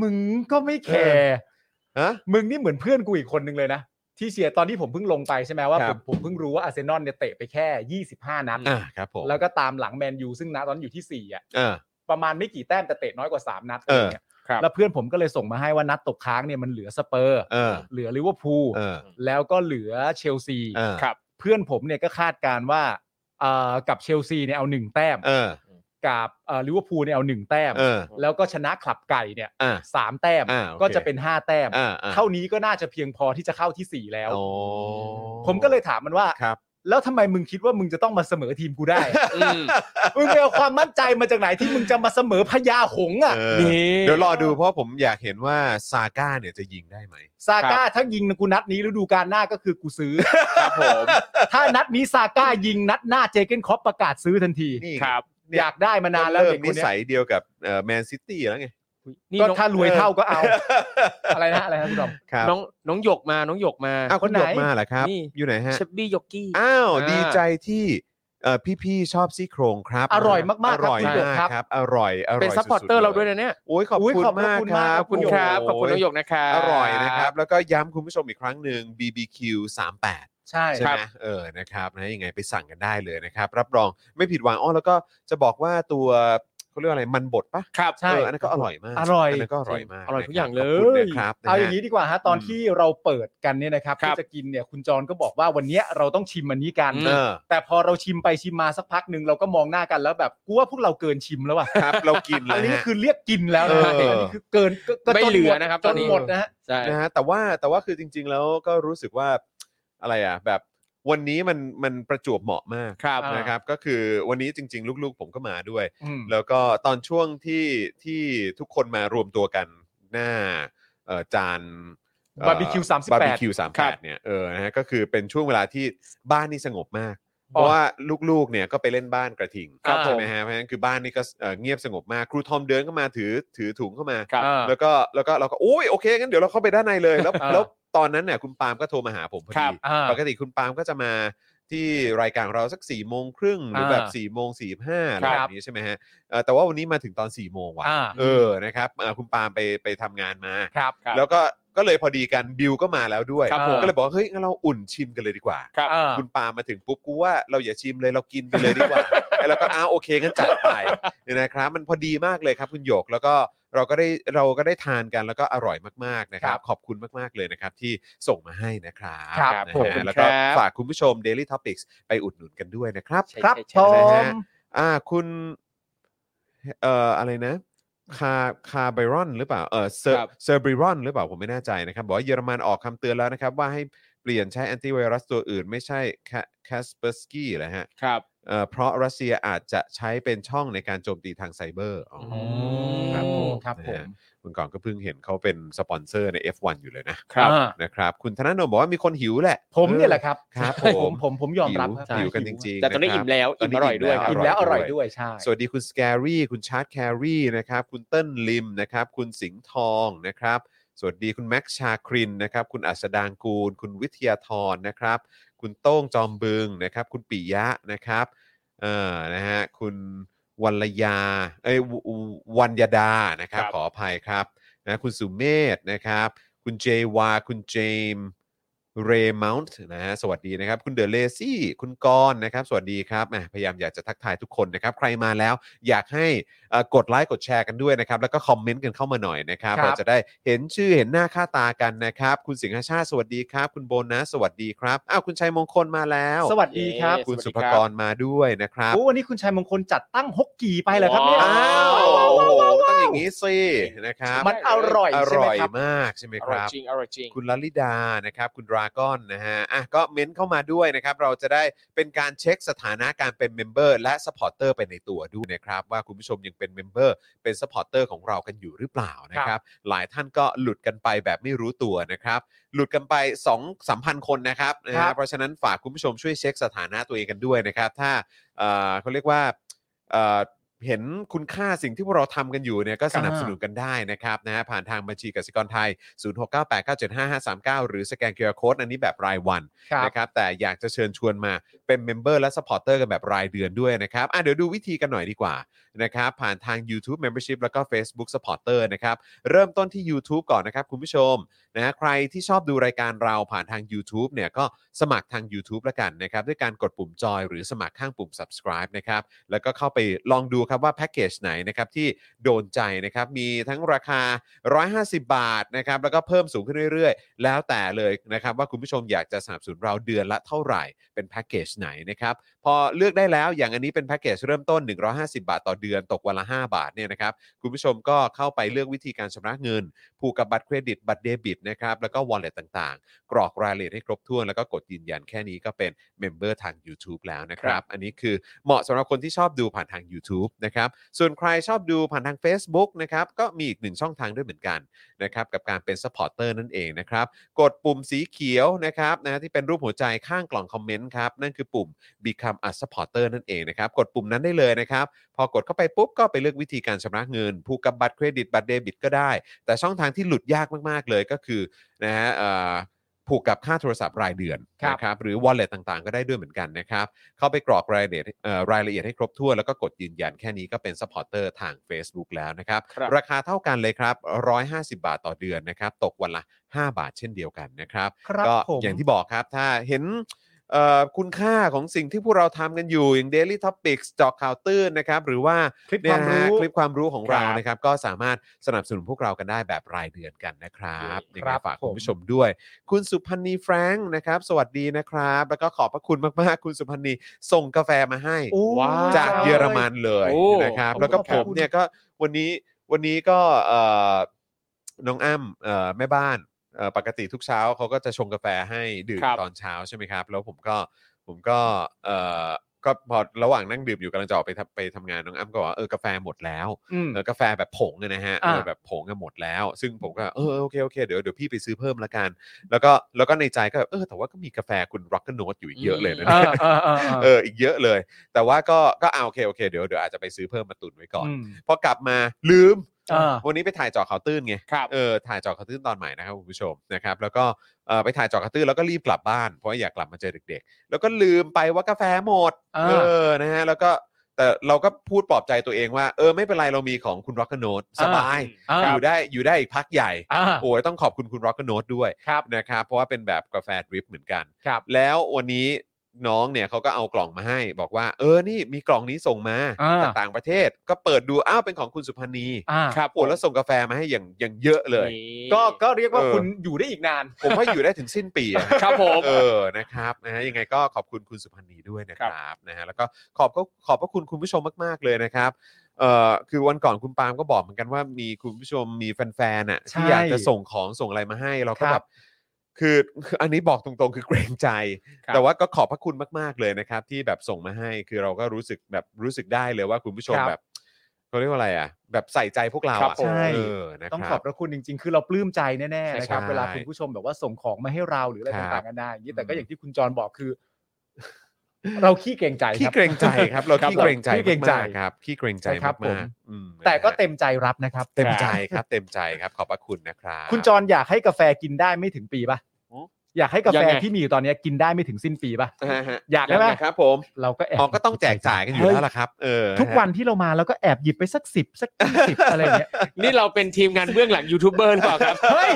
[SPEAKER 2] มึงก็ไม่แคร์
[SPEAKER 1] ฮะ
[SPEAKER 2] มึงนี่เหมือนเพื่อนกูอีกคนนึงเลยนะ ที่เชียร์ตอนที่ผมเพิ่งลงไปใช่ไหมว่า
[SPEAKER 1] ค
[SPEAKER 2] ผ
[SPEAKER 1] รับ
[SPEAKER 2] มผมเพิ่งรู้ว่าอาร์เซนอลเนี่ยเตะไปแค่ 25 นัด
[SPEAKER 1] อ่าครับผม
[SPEAKER 2] แล้วก็ตามหลังแมนยูซึ่งนะตอนนนอยู่ที่ 4 อ่ะ
[SPEAKER 1] เออ
[SPEAKER 2] ประมาณไม่กี่แต้มแต่เตะน้อยกว่า 3 นั
[SPEAKER 1] เออ
[SPEAKER 2] ดะไรงี้ย
[SPEAKER 3] ครับ
[SPEAKER 2] แล้วเพื่อนผมก็เลยส่งมาให้ว่านัดตกค้างเนี่ยมันเหลือสเปอร์
[SPEAKER 1] เออ
[SPEAKER 2] เหลือลิเวอร์พูล
[SPEAKER 1] เออ
[SPEAKER 2] แล้วก็เหลือเชลซี
[SPEAKER 1] เออ
[SPEAKER 3] ครับ
[SPEAKER 2] เพื่อนผมเนี่ยก็คาดการณ์ว่าเอ่อกับเชลซีเนี่ยเอาหนึ่งแต้ม
[SPEAKER 1] เออ
[SPEAKER 2] กับเอ่อลิเวอร์พูลเนี่ยเอาหนึ่งแต้ม
[SPEAKER 1] เออ
[SPEAKER 2] แล้วก็ชนะคลับไก่เนี่ย
[SPEAKER 1] อ่า
[SPEAKER 2] สามแต้ม
[SPEAKER 1] อ่าโอเค
[SPEAKER 2] ก็จะเป็นห้าแต้ม
[SPEAKER 1] อ่าอ่า
[SPEAKER 2] เท่านี้ก็น่าจะเพียงพอที่จะเข้าที่สี่แล้ว
[SPEAKER 1] โอ้
[SPEAKER 2] ผมก็เลยถามมันว่า
[SPEAKER 1] ครับ
[SPEAKER 2] แล้วทำไมมึงคิดว่ามึงจะต้องมาเสมอทีมกู
[SPEAKER 1] (laughs)
[SPEAKER 2] ได้
[SPEAKER 3] อืม
[SPEAKER 2] มึงไปเอาความมั่นใจมาจากไหนที่มึงจะมาเสมอพญาหงส์อ่ะ
[SPEAKER 1] เออเดี๋ยวรอดูเพราะผมอยากเห็นว่าซาก้าเนี่ยจะยิงได้ไหม
[SPEAKER 2] ซาก้าถ้ายิงกูนัดนี้ฤดูกาลหน้าก็คือกูซื้อ
[SPEAKER 3] ครับผม
[SPEAKER 2] ถ้านัดนี้ซาก้ายิงนัดหน้าเจเกนครอปประกาศซื้อทันที
[SPEAKER 1] นี่
[SPEAKER 3] ครับ
[SPEAKER 1] เนี่ย
[SPEAKER 2] อยากได้มานานแล้ว
[SPEAKER 1] เริ่
[SPEAKER 2] เด็ก
[SPEAKER 1] ม
[SPEAKER 2] ค
[SPEAKER 1] นิ
[SPEAKER 2] นเนี้
[SPEAKER 1] สั
[SPEAKER 2] ย
[SPEAKER 1] ยเดียวกับแมนซิตี้แล้วไง
[SPEAKER 3] อุ๊ยนี่
[SPEAKER 2] ก็
[SPEAKER 3] น้อง
[SPEAKER 2] ถ้ารวยเท่าก็เอา (laughs) อะไรนะอะไรนะพี่ดอม
[SPEAKER 1] ครับ
[SPEAKER 3] น้องน้องหยกมาน้องหยกมา
[SPEAKER 1] อ้าว
[SPEAKER 2] ค
[SPEAKER 1] คุ
[SPEAKER 2] น
[SPEAKER 1] ณ
[SPEAKER 2] ไหน
[SPEAKER 1] หยกมาเหรอครับ
[SPEAKER 3] นี่
[SPEAKER 1] อยู่ไหนฮะ
[SPEAKER 3] เชบบี้หยกกี้
[SPEAKER 1] อ้าว
[SPEAKER 3] อ่า
[SPEAKER 1] ดีใจที่เอ่อพี่ๆชอบซี่โครงครับ
[SPEAKER 2] อร่อยมากๆ
[SPEAKER 1] อร่อย
[SPEAKER 2] ครับคุณหยก
[SPEAKER 1] มาก
[SPEAKER 2] ครับ
[SPEAKER 1] ครับ อร่อยอร่อย
[SPEAKER 3] เป็นซัพพอร์ตเตอร์
[SPEAKER 1] สุๆ
[SPEAKER 3] เราด้วยนะเนี่ย
[SPEAKER 1] โอ้ยขอบ
[SPEAKER 2] อุ๊ย
[SPEAKER 1] คุณ
[SPEAKER 2] ขอบพระ
[SPEAKER 1] มาก
[SPEAKER 2] คุณ
[SPEAKER 1] ค
[SPEAKER 2] มาก
[SPEAKER 1] รั
[SPEAKER 2] ข
[SPEAKER 1] บ
[SPEAKER 2] อบ
[SPEAKER 3] ขอบคุณครับขอบคุณน้องหยกนะครับ
[SPEAKER 1] อร่อยนะครับ แล้วก็ย้ำคุณผู้ชมอีกครั้งหนึ่ง BBQ 38
[SPEAKER 2] ใช่
[SPEAKER 1] ใช่ไหมเออ นะครับนะยังไงไปสั่งกันได้เลยนะครับ รับรองไม่ผิดหวังอ้อแล้วก็จะบอกว่าตัวเขาเรียกว่าอะไรมันบดปะ
[SPEAKER 3] ครับ
[SPEAKER 2] ใช่
[SPEAKER 1] เอออันนั้นก็อร่อยมาก
[SPEAKER 2] อร่อย
[SPEAKER 1] อันนั้นก็อร่อยมาก
[SPEAKER 3] อร่อยทุกอย่าง
[SPEAKER 1] นะครับขบคุณ
[SPEAKER 3] เลย
[SPEAKER 1] นะครับ
[SPEAKER 2] เอาอย่างนี้
[SPEAKER 1] นี้
[SPEAKER 2] ดีกว่าฮะตอน
[SPEAKER 1] อืม
[SPEAKER 2] ที่เราเปิดกันเนี่ยนะครับ
[SPEAKER 3] ครั
[SPEAKER 2] ที่
[SPEAKER 3] บ
[SPEAKER 2] จะกินเนี่ยคุณจรก็บอกว่าวันเนี้ยเราต้องชิมอันนี้กัน
[SPEAKER 3] อืม
[SPEAKER 1] เออ
[SPEAKER 2] แต่พอเราชิมไปชิมมาสักพักหนึ่งเราก็มองหน้ากันแล้วแบบกูว่าพวกเราเกินชิมแล้วอ่ะ
[SPEAKER 1] ครับ เรากินแล้
[SPEAKER 2] อั
[SPEAKER 1] วน
[SPEAKER 2] นี้
[SPEAKER 1] ฮะ
[SPEAKER 2] คือเรียกกินแล้วนะฮะ
[SPEAKER 1] เอออั
[SPEAKER 2] อันนี้คือเกินก็ก็จน
[SPEAKER 3] ไม่เหลือ
[SPEAKER 2] ด
[SPEAKER 3] นะครับ
[SPEAKER 2] จ
[SPEAKER 3] ตอน
[SPEAKER 2] น
[SPEAKER 3] นี้
[SPEAKER 2] หมดนะฮะ
[SPEAKER 3] ใช่
[SPEAKER 1] นะฮะแต่ว่าแต่ว่าคือจริง ๆ แล้วก็รู้สึกว่าอะไรอ่ะ แบบวันนี้มันมันประจวบเหมาะมาก
[SPEAKER 3] ครับ
[SPEAKER 2] อ่า
[SPEAKER 1] นะครับ ก็คือวันนี้จริง ๆ ลูกๆ ผมก็มาด้วย
[SPEAKER 2] อืม
[SPEAKER 1] แล้วก็ตอนช่วงที่ที่ทุกคนมารวมตัวกันหน้าเอ่อจานเอ่อ
[SPEAKER 2] Barbecue 38
[SPEAKER 1] Barbecue
[SPEAKER 3] ครับ
[SPEAKER 1] 38เนี่ยเออนะฮะก็คือเป็นช่วงเวลาที่บ้านนี่สงบมาก เพ
[SPEAKER 2] อ๋อ
[SPEAKER 1] ราะว่าลูกๆเนี่ยก็ไปเล่นบ้านกระทิง
[SPEAKER 3] ครับ
[SPEAKER 1] ใช่
[SPEAKER 3] ผม
[SPEAKER 1] ไหมฮะเพราะฉะนั้นคือบ้านนี่ก็เอ่อเงียบสงบมากครูทอมเดินเข้ามาถือถือถุงเข้ามา
[SPEAKER 3] ครับ
[SPEAKER 2] อ่า
[SPEAKER 1] แล้วก็แล้วก็เราก็โอ้ยโอเคงั้นเดี๋ยวเราเข้าไปด้านในเลยแล้ว
[SPEAKER 2] อ่า
[SPEAKER 1] แล้วตอนนั้นเนี่ยคุณปาล์มก็โทรมาหาผมพอ
[SPEAKER 3] ครั
[SPEAKER 1] ดี
[SPEAKER 3] บ
[SPEAKER 2] อ่า
[SPEAKER 1] ปกติคุณปาล์มก็จะมาที่รายการเราสัก4ี่โมงครึ่งหรือแบบ
[SPEAKER 2] อ่า
[SPEAKER 1] 4ี่โมงสี่ห้าอะไร
[SPEAKER 2] ครับ
[SPEAKER 1] แบบนี้ใช่ไหมฮะเอ่อแต่ว่าวันนี้มาถึงตอน4ี่โมงว่ะ
[SPEAKER 2] อ่า
[SPEAKER 1] เออนะครับเอ่อคุณปาล์มไปไปทำงานมา
[SPEAKER 2] ครับ
[SPEAKER 3] ครับ
[SPEAKER 1] แล้วก็ก็เลยพอดีกันบิวก็มาแล้วด้วย
[SPEAKER 3] ครับผม
[SPEAKER 1] ก็เลยบอกว่าเฮ้ยงั้นเราอุ่นชิมกันเลยดีกว่า
[SPEAKER 3] ครับ
[SPEAKER 2] อ่า
[SPEAKER 1] คุณปามาถึงปุ๊บกูว่าเราอย่าชิมเลยเรากินไปเลยดีกว่า แล้วก็อ้าวโอเคงั้นจัดไปเนี่ยนะครับ มันพอดีมากเลยครับคุณหยกแล้วก็เราก็ได้เราก็ได้ทานกันแล้วก็อร่อยมากๆนะครับ ขอบคุณมากๆเลยนะครับที่ส่งมาให้นะครับ
[SPEAKER 2] ครับ
[SPEAKER 1] นะ
[SPEAKER 3] ผม
[SPEAKER 1] ฮะแล้วก็
[SPEAKER 3] ครับ
[SPEAKER 1] ฝากคุณผู้ชม Daily Topics ไปอุดหนุนกันด้วยนะครับ
[SPEAKER 3] ใช่
[SPEAKER 2] ครับ
[SPEAKER 3] ใช่
[SPEAKER 2] ผ
[SPEAKER 3] ใช่
[SPEAKER 1] นะ
[SPEAKER 2] ม
[SPEAKER 1] ฮะ อ่าคุณเอ่ออะไรนะคาคาไบรอนหรือเปล่าเออเซอร์
[SPEAKER 3] ครับ
[SPEAKER 1] เซอร์บริรอนหรือเปล่าผมไม่แน่ใจนะครับ บอกว่าเยอรมันออกคำเตือนแล้วนะครับ ว่าให้เปลี่ยนใช้แอนติไวรัสตัวอื่น ไม่ใช่แคสเปอร์สกี้แหละฮะ
[SPEAKER 3] ครับ
[SPEAKER 1] เอ่อเพราะรัสเซียอาจจะใช้เป็นช่องในการโจมตีทางไซเบอร์อ๋ออ
[SPEAKER 3] ม
[SPEAKER 1] ครับผม
[SPEAKER 2] ครับผ
[SPEAKER 1] นะ
[SPEAKER 2] ม
[SPEAKER 1] ฮะคุณก่อนก็เพิ่งเห็นเขาเป็นสปอนเซอร์ใน F1 อยู่เลยนะครับ
[SPEAKER 2] อ่า
[SPEAKER 1] นะครับ คุณธนาโนมบอกว่ามีคนหิวแหละ
[SPEAKER 2] ผมเนี่ยแหละครับ
[SPEAKER 1] ครับ
[SPEAKER 2] ผ
[SPEAKER 1] ผม ม
[SPEAKER 2] ผมผมยอมรับครับ
[SPEAKER 1] หิวกันจริงๆ
[SPEAKER 3] แต่ตอนนี้
[SPEAKER 1] ะค
[SPEAKER 3] อิ่
[SPEAKER 1] รับ
[SPEAKER 3] มแล้ว
[SPEAKER 1] ตอน
[SPEAKER 3] อิ่
[SPEAKER 1] นี้
[SPEAKER 3] มอร่อยด้วยครับ
[SPEAKER 2] อิ่มแล้วอร่อย
[SPEAKER 1] อร่อยด้
[SPEAKER 2] ด้
[SPEAKER 1] ว
[SPEAKER 2] วย ยใช่
[SPEAKER 1] สวัสดีคุณสแ a รี่คุณชาร์ตแครี่นะครับ คุณเติ้ลลิมนะครับ คุณสิงห์ทองนะครับ สวัสดีคุณแม็กซ์ชาครินนะครับ คุณอัศดางกูล คุณวิทยาธรนะครับ คุณโต้งจอมบึงนะครับ คุณปิยะนะครับเอ่อนะฮะคุณวัลยาเอ้ยววันยดานะครับ
[SPEAKER 3] ครับ
[SPEAKER 1] ขออภัยครับนะคุณสุเมธนะครับ คุณเจวา คุณเจมเรย์มอนต์นะฮะสวัสดีนะครับ คุณเดอะเลซี่คุณกรณ์นะครับ สวัสดีครับแหมพยายามอยากจะทักทายทุกคนนะครับ ใครมาแล้วอยากให้เอ่อกดไลค์กดแชร์กันด้วยนะครับ แล้วก็คอมเมนต์กันเข้ามาหน่อยนะครับ
[SPEAKER 2] ครับ
[SPEAKER 1] เราจะได้เห็นชื่อเห็นหน้าค่าตากันนะครับ คุณสิงหชาติสวัสดีครับ คุณโบนัสสวัสดีครับอ้าวคุณชัยมงคลมาแล้ว
[SPEAKER 2] สวัสดีครับ
[SPEAKER 1] คุณ
[SPEAKER 3] สวั
[SPEAKER 1] สุ
[SPEAKER 3] สดี
[SPEAKER 1] ภ
[SPEAKER 3] ครับ
[SPEAKER 1] กรมาด้วยนะครับ
[SPEAKER 2] โอ้วันนี้คุณชัยมงคลจัดตั้งฮกกีไปเหรอครับเนี่ย
[SPEAKER 1] อ้าว
[SPEAKER 2] ว้าวว้าว
[SPEAKER 1] โอ้
[SPEAKER 2] ว้าว
[SPEAKER 1] โหต้องอย่างนี้สินะครับ
[SPEAKER 2] มันอร่อย
[SPEAKER 1] อ
[SPEAKER 2] ใช่ไหม
[SPEAKER 1] ร่อย
[SPEAKER 2] ครับ
[SPEAKER 1] มากใช่ไหม
[SPEAKER 3] อ
[SPEAKER 1] ค
[SPEAKER 3] ร่อย
[SPEAKER 1] รับ
[SPEAKER 3] จริงอร่อยจริง
[SPEAKER 1] คุณลลิดานะครับคุณดราก้อนนะฮะอ่ะก็เม้นเข้ามาด้วยนะครับ เราจะได้เป็นการเช็คสถานะการเป็นเมมเบอร์และสปอร์เตอร์ไปในตัวด้วยนะครับ ว่าคุณผู้ชมยังเป็นเมมเบอร์เป็นสปอร์เตอร์ของเรากันอยู่หรือเปล่านะครับ หลายท่านก็หลุดกันไปแบบไม่รู้ตัวนะครับ หลุดกันไป2องสามพันคนนะครับนะ
[SPEAKER 2] ครั
[SPEAKER 1] ฮะ
[SPEAKER 2] บ
[SPEAKER 1] เพราะฉะนั้นฝากคุณผู้ชมช่วยเช็คสถานะตัวเองกันด้วยนะครับ ถ้าเอ่อเขาเรียกว่าเอ่อเห็นคุณค่าสิ่งที่พวกเราทำกันอยู่เนี่ยก็สนับสนุนกันได้นะครับนะฮะผ่านทางบัญชีกสิกรไทย 0698975539 หรือสแกน QR Code อันนี้แบบรายวัน
[SPEAKER 2] ครับ
[SPEAKER 1] นะครับแต่อยากจะเชิญชวนมาเป็นเมมเบอร์และสปอร์เตอร์กันแบบรายเดือนด้วยนะครับอ่ะเดี๋ยวดูวิธีกันหน่อยดีกว่านะครับผ่านทาง YouTube Membership แล้วก็ Facebook Supporter นะครับเริ่มต้นที่ YouTube ก่อนนะครับคุณผู้ชม นะฮะใครที่ชอบดูรายการเราผ่านทาง YouTube เนี่ยก็สมัครทาง YouTube ละกันนะครับ ด้วยการกดปุ่มจอยหรือสมัครข้างปุ่ม subscribe นะครับ แล้วก็เข้าไปลองดูครับว่าแพ็กเกจไหนนะครับที่โดนใจนะครับ มีทั้งราคา 150 บาทนะครับ แล้วก็เพิ่มสูงขึ้นเรื่อยๆ แล้วแต่เลยนะครับ ว่าคุณผู้ชมอยากจะสนับสนุนเราเดือนละเท่าไหร่เป็นแพ็กเกจไหนนะครับ พอเลือกได้แล้วอย่างอันนี้เป็นแพ็กเกจเริ่มต้น 150 บาทต่อเดือนตกวันละ 5 บาทเนี่ยนะครับคุณผู้ชมก็เข้าไปเลือกวิธีการชำระเงิน ผูกกับบัตรเครดิตบัตรเดบิต นะครับ แล้วก็ wallet ต่างๆ กรอกรายละเอียดให้ครบถ้วน แล้วก็กดยืนยันแค่นี้ก็เป็นเมมเบอร์ทาง YouTube แล้วนะครับ อันนี้คือเหมาะสำหรับคนที่ชอบดูผ่านทาง YouTube นะครับ ส่วนใครชอบดูผ่านทาง Facebook นะครับ ก็มีอีกหนึ่งช่องทางด้วยเหมือนกันนะครับ กับการเป็น supporter นั่นเองนะครับ กดปุ่มสีเขียวนะครับนะที่เป็นรูปหัวใจข้างกล่องคอมเมนต์ครับ นั่นคือปุ่ม Become a supporter นั่นเองนะครับ กดปุ่มนั้นได้เลยนะครับ พอกดเข้าไปปุ๊บก็ไปเลือกวิธีการชำระเงิน ผูกกับบัตรเครดิตบัตรเดบิตก็ได้ แต่ช่องทางที่หลุดยากมาก ๆ เลยก็คือนะฮะเอ่อผูกกับค่าโทรศัพท์รายเดือน
[SPEAKER 3] ครับ
[SPEAKER 1] นะครับหรือ wallet ต่างๆ ก็ได้ด้วยเหมือนกันนะครับ เข้าไปกรอกรายละเอียดเอ่อรายละเอียดให้ครบถ้วนแล้วก็กดยืนยันแค่นี้ก็เป็น s u p p อร์เตอร์ทาง Facebook แล้วนะครับ
[SPEAKER 3] ครับ
[SPEAKER 1] ราคาเท่ากันเลยครับ 150 บาทต่อเดือนนะครับ ตกวันละ 5 บาทเช่นเดียวกันนะครับ
[SPEAKER 2] ครับ
[SPEAKER 1] ก็
[SPEAKER 2] ผม
[SPEAKER 1] อย่างที่บอกครับถ้าเห็นเอ่อคุณค่าของสิ่งที่พวกเราทำกันอยู่อย่าง Daily Topics เจาะข่าวตื้นนะครับ หรือว่า
[SPEAKER 2] คลิป
[SPEAKER 1] เนี่ยว
[SPEAKER 2] คาม
[SPEAKER 1] นะฮะ
[SPEAKER 2] รู้
[SPEAKER 1] คลิปความรู้ของเรา
[SPEAKER 2] ครับ
[SPEAKER 1] นะครับ ก็สามารถสนับสนุนพวกเรากันได้แบบรายเดือนกันนะครับยัง
[SPEAKER 2] ค
[SPEAKER 1] ไง
[SPEAKER 2] รับ
[SPEAKER 1] ฝากคุณ
[SPEAKER 2] ผม
[SPEAKER 1] ผู้ชมด้วย คุณสุพันธ์นีแฟรงค์นะครับ สวัสดีนะครับ แล้วก็ขอบพระคุณมาก ๆ คุณสุพันธ์นีส่งกาแฟมาให้
[SPEAKER 2] โอ้
[SPEAKER 3] ว้าว
[SPEAKER 1] จากเยอรมันเลย
[SPEAKER 3] โอ้
[SPEAKER 1] นะครับแล้
[SPEAKER 3] ขอบคุณ
[SPEAKER 1] วก็
[SPEAKER 3] ค
[SPEAKER 1] ผ
[SPEAKER 3] รับ
[SPEAKER 1] มเนี่ยก็วันนี้วันนี้ก็เอ่อน้องอ้ำเอ่อแม่บ้านเอ่อปกติทุกเช้าเขาก็จะชงกาแฟให้ดื่ม
[SPEAKER 3] ครับ
[SPEAKER 1] ตอนเช้าใช่ไหมครับ แล้วผมก็ผมก็เอ่อก็พอระหว่างนั่งดื่มอยู่กำลังจะออกไปทำไปทำงานน้องอ้ำก็บอกว่าเออกาแฟหมดแล้วเออกาแฟแบบผงอะนะฮะเอ
[SPEAKER 3] อ่า
[SPEAKER 1] อแบบผงอะหมดแล้ว ซึ่งผมก็เออโอเคโอเคเดี๋ยวเดี๋ยวพี่ไปซื้อเพิ่มละกัน แล้วก็แล้วก็ในใจก็แบบเออแต่ว่าก็มีกาแฟคุณร็อกเกอร์โนตอยู่อีกเยอะเลยนะ
[SPEAKER 2] เอ
[SPEAKER 1] เนี่ย
[SPEAKER 2] อเออเออเออ
[SPEAKER 1] เอออีกเยอะเลย แต่ว่าก็ก็เอาโอเคโอเคเดี๋ยวเดี๋ยวอาจจะไปซื้อเพิ่มมาตุนไว้ก่อน
[SPEAKER 2] ม
[SPEAKER 1] พอกลับมาลืม
[SPEAKER 2] เออ
[SPEAKER 1] วันนี้ไปถ่ายเจอข่าวตื้นไง
[SPEAKER 3] ครับ
[SPEAKER 1] เออถ่ายเจอข่าวตื้นตอนใหม่นะครับคุณผู้ชมนะครับแล้วก็เออไปถ่ายเจอข่าวตื้นแล้วก็รีบกลับบ้านเพราะว่าอยากกลับมาเจอเด็กๆ แล้วก็ลืมไปว่ากาแฟหมด
[SPEAKER 2] อ่า
[SPEAKER 1] เออนะฮะแล้วก็แต่เราก็พูดปลอบใจตัวเองว่าเออไม่เป็นไรเรามีของคุณร็อกเกอร์โนตสบาย
[SPEAKER 2] เออ
[SPEAKER 1] อยู่ได้อยู่ได้อีกพักใหญ่
[SPEAKER 2] อ่า
[SPEAKER 1] โอ้ยต้องขอบคุณคุณร็อกเกอร์โนด้วย
[SPEAKER 2] ครับ
[SPEAKER 1] นะครับ เพราะว่าเป็นแบบกาแฟดริปเหมือนกัน
[SPEAKER 2] ครับ
[SPEAKER 1] แล้ววันนี้น้องเนี่ยเขาก็เอากล่องมาให้ บอกว่า เออนี่มีกล่องนี้ส่งมา
[SPEAKER 2] อ่า
[SPEAKER 1] จากต่างประเทศก็เปิดดูอ้าวเป็นของคุณสุพันธ์นี
[SPEAKER 2] อ่า
[SPEAKER 3] ครับ
[SPEAKER 1] โอ้แล้วส่งกาแฟมาให้อย่างอย่างเยอะเลย
[SPEAKER 3] นี่
[SPEAKER 2] ก็ก็เรียกว่า
[SPEAKER 1] เออ
[SPEAKER 2] คุณอยู่ได้อีกนาน
[SPEAKER 1] ผมว่าอยู่ได้ถึงสิ้นปีอะ
[SPEAKER 3] ครับผม
[SPEAKER 1] เออ นะครับ นะฮะ ยังไงก็ขอบคุณคุณสุพันธ์นีด้วยนะค
[SPEAKER 3] ครั
[SPEAKER 1] รั
[SPEAKER 3] บบ
[SPEAKER 1] นะฮะ แล้วก็ขอบก็ขอบพระคุณคุณผู้ชมมาก ๆ เลยนะครับ เอ่อ คือวันก่อนคุณปาล์มก็บอกเหมือนกันว่ามีคุณผู้ชมมีแฟนๆน่ะ
[SPEAKER 2] ใช่
[SPEAKER 1] ที่อยากจะส่งของส่งอะไรมาให้ เราก็
[SPEAKER 2] ครับ
[SPEAKER 1] แบบ คือคืออันนี้บอกตรงๆ คือเกรงใจ
[SPEAKER 3] ครับ
[SPEAKER 1] แต่ว่าก็ขอบพระคุณมาก ๆ เลยนะครับ ที่แบบส่งมาให้ คือเราก็รู้สึกแบบรู้สึกได้เลยว่าคุณผู้ชม
[SPEAKER 2] ครับ
[SPEAKER 1] แบบเขาเรียกว่าอะไรอ่ะ แบบใส่ใจพวกเรา
[SPEAKER 3] ครับ
[SPEAKER 1] อ่ะ
[SPEAKER 3] ผม
[SPEAKER 2] ใช่
[SPEAKER 1] เออนะครับ
[SPEAKER 2] ต้องขอบพระคุณจริง ๆ คือเราปลื้มใจแน่ๆนะครับ
[SPEAKER 1] ใช่
[SPEAKER 2] เวลาคุณผู้ชมแบบว่าส่งของมาให้เราหรืออะไร
[SPEAKER 1] ครับ
[SPEAKER 2] ต่างๆกันานาอย่างนี้แต่ก็อย่างที่คุณจรบอกคือ (laughs) เราขี้เกรงใจค
[SPEAKER 1] ขี้
[SPEAKER 2] รับ
[SPEAKER 1] เกรงใจครับ เรา
[SPEAKER 2] ครับ
[SPEAKER 1] ขี้เกรงใจ
[SPEAKER 2] ขี้เกรงใจ
[SPEAKER 1] มากๆครับขี้เกรงใจ
[SPEAKER 2] ใช่ครับผ
[SPEAKER 1] าม
[SPEAKER 2] ม
[SPEAKER 1] กๆอืม
[SPEAKER 2] แต่ก็
[SPEAKER 1] นะฮะ
[SPEAKER 2] เต็มใจรับนะครับ
[SPEAKER 1] เต็มใจครับเต็มใจครับขอบพระคุณนะครับ
[SPEAKER 2] คุณจรอยากให้กาแฟกินได้ไม่ถึงปีป่ะ
[SPEAKER 3] โอ้
[SPEAKER 2] อยากให้กาแฟ
[SPEAKER 3] ยังไง
[SPEAKER 2] ที่มีอยู่ตอนนี้กินได้ไม่ถึงสิ้นปีป่ะ
[SPEAKER 1] ฮะฮะ
[SPEAKER 2] อยากได้ไหม
[SPEAKER 1] งงครับผม
[SPEAKER 2] เราก็แอบ
[SPEAKER 1] อ๋อก็ต้องแจกจ่ายกันอยู่
[SPEAKER 2] เฮ้ย
[SPEAKER 1] แล้วล่ะครับ เออ
[SPEAKER 2] ทุกวันที่เรามาเราก็แอบหยิบไปสักสิบสักสิบอะไรอย่างเงี้ย
[SPEAKER 3] นี่เราเป็นทีมงานเบื้องหลังยูทูบเบอร์หรือเปล่าครับ
[SPEAKER 1] เฮ้ย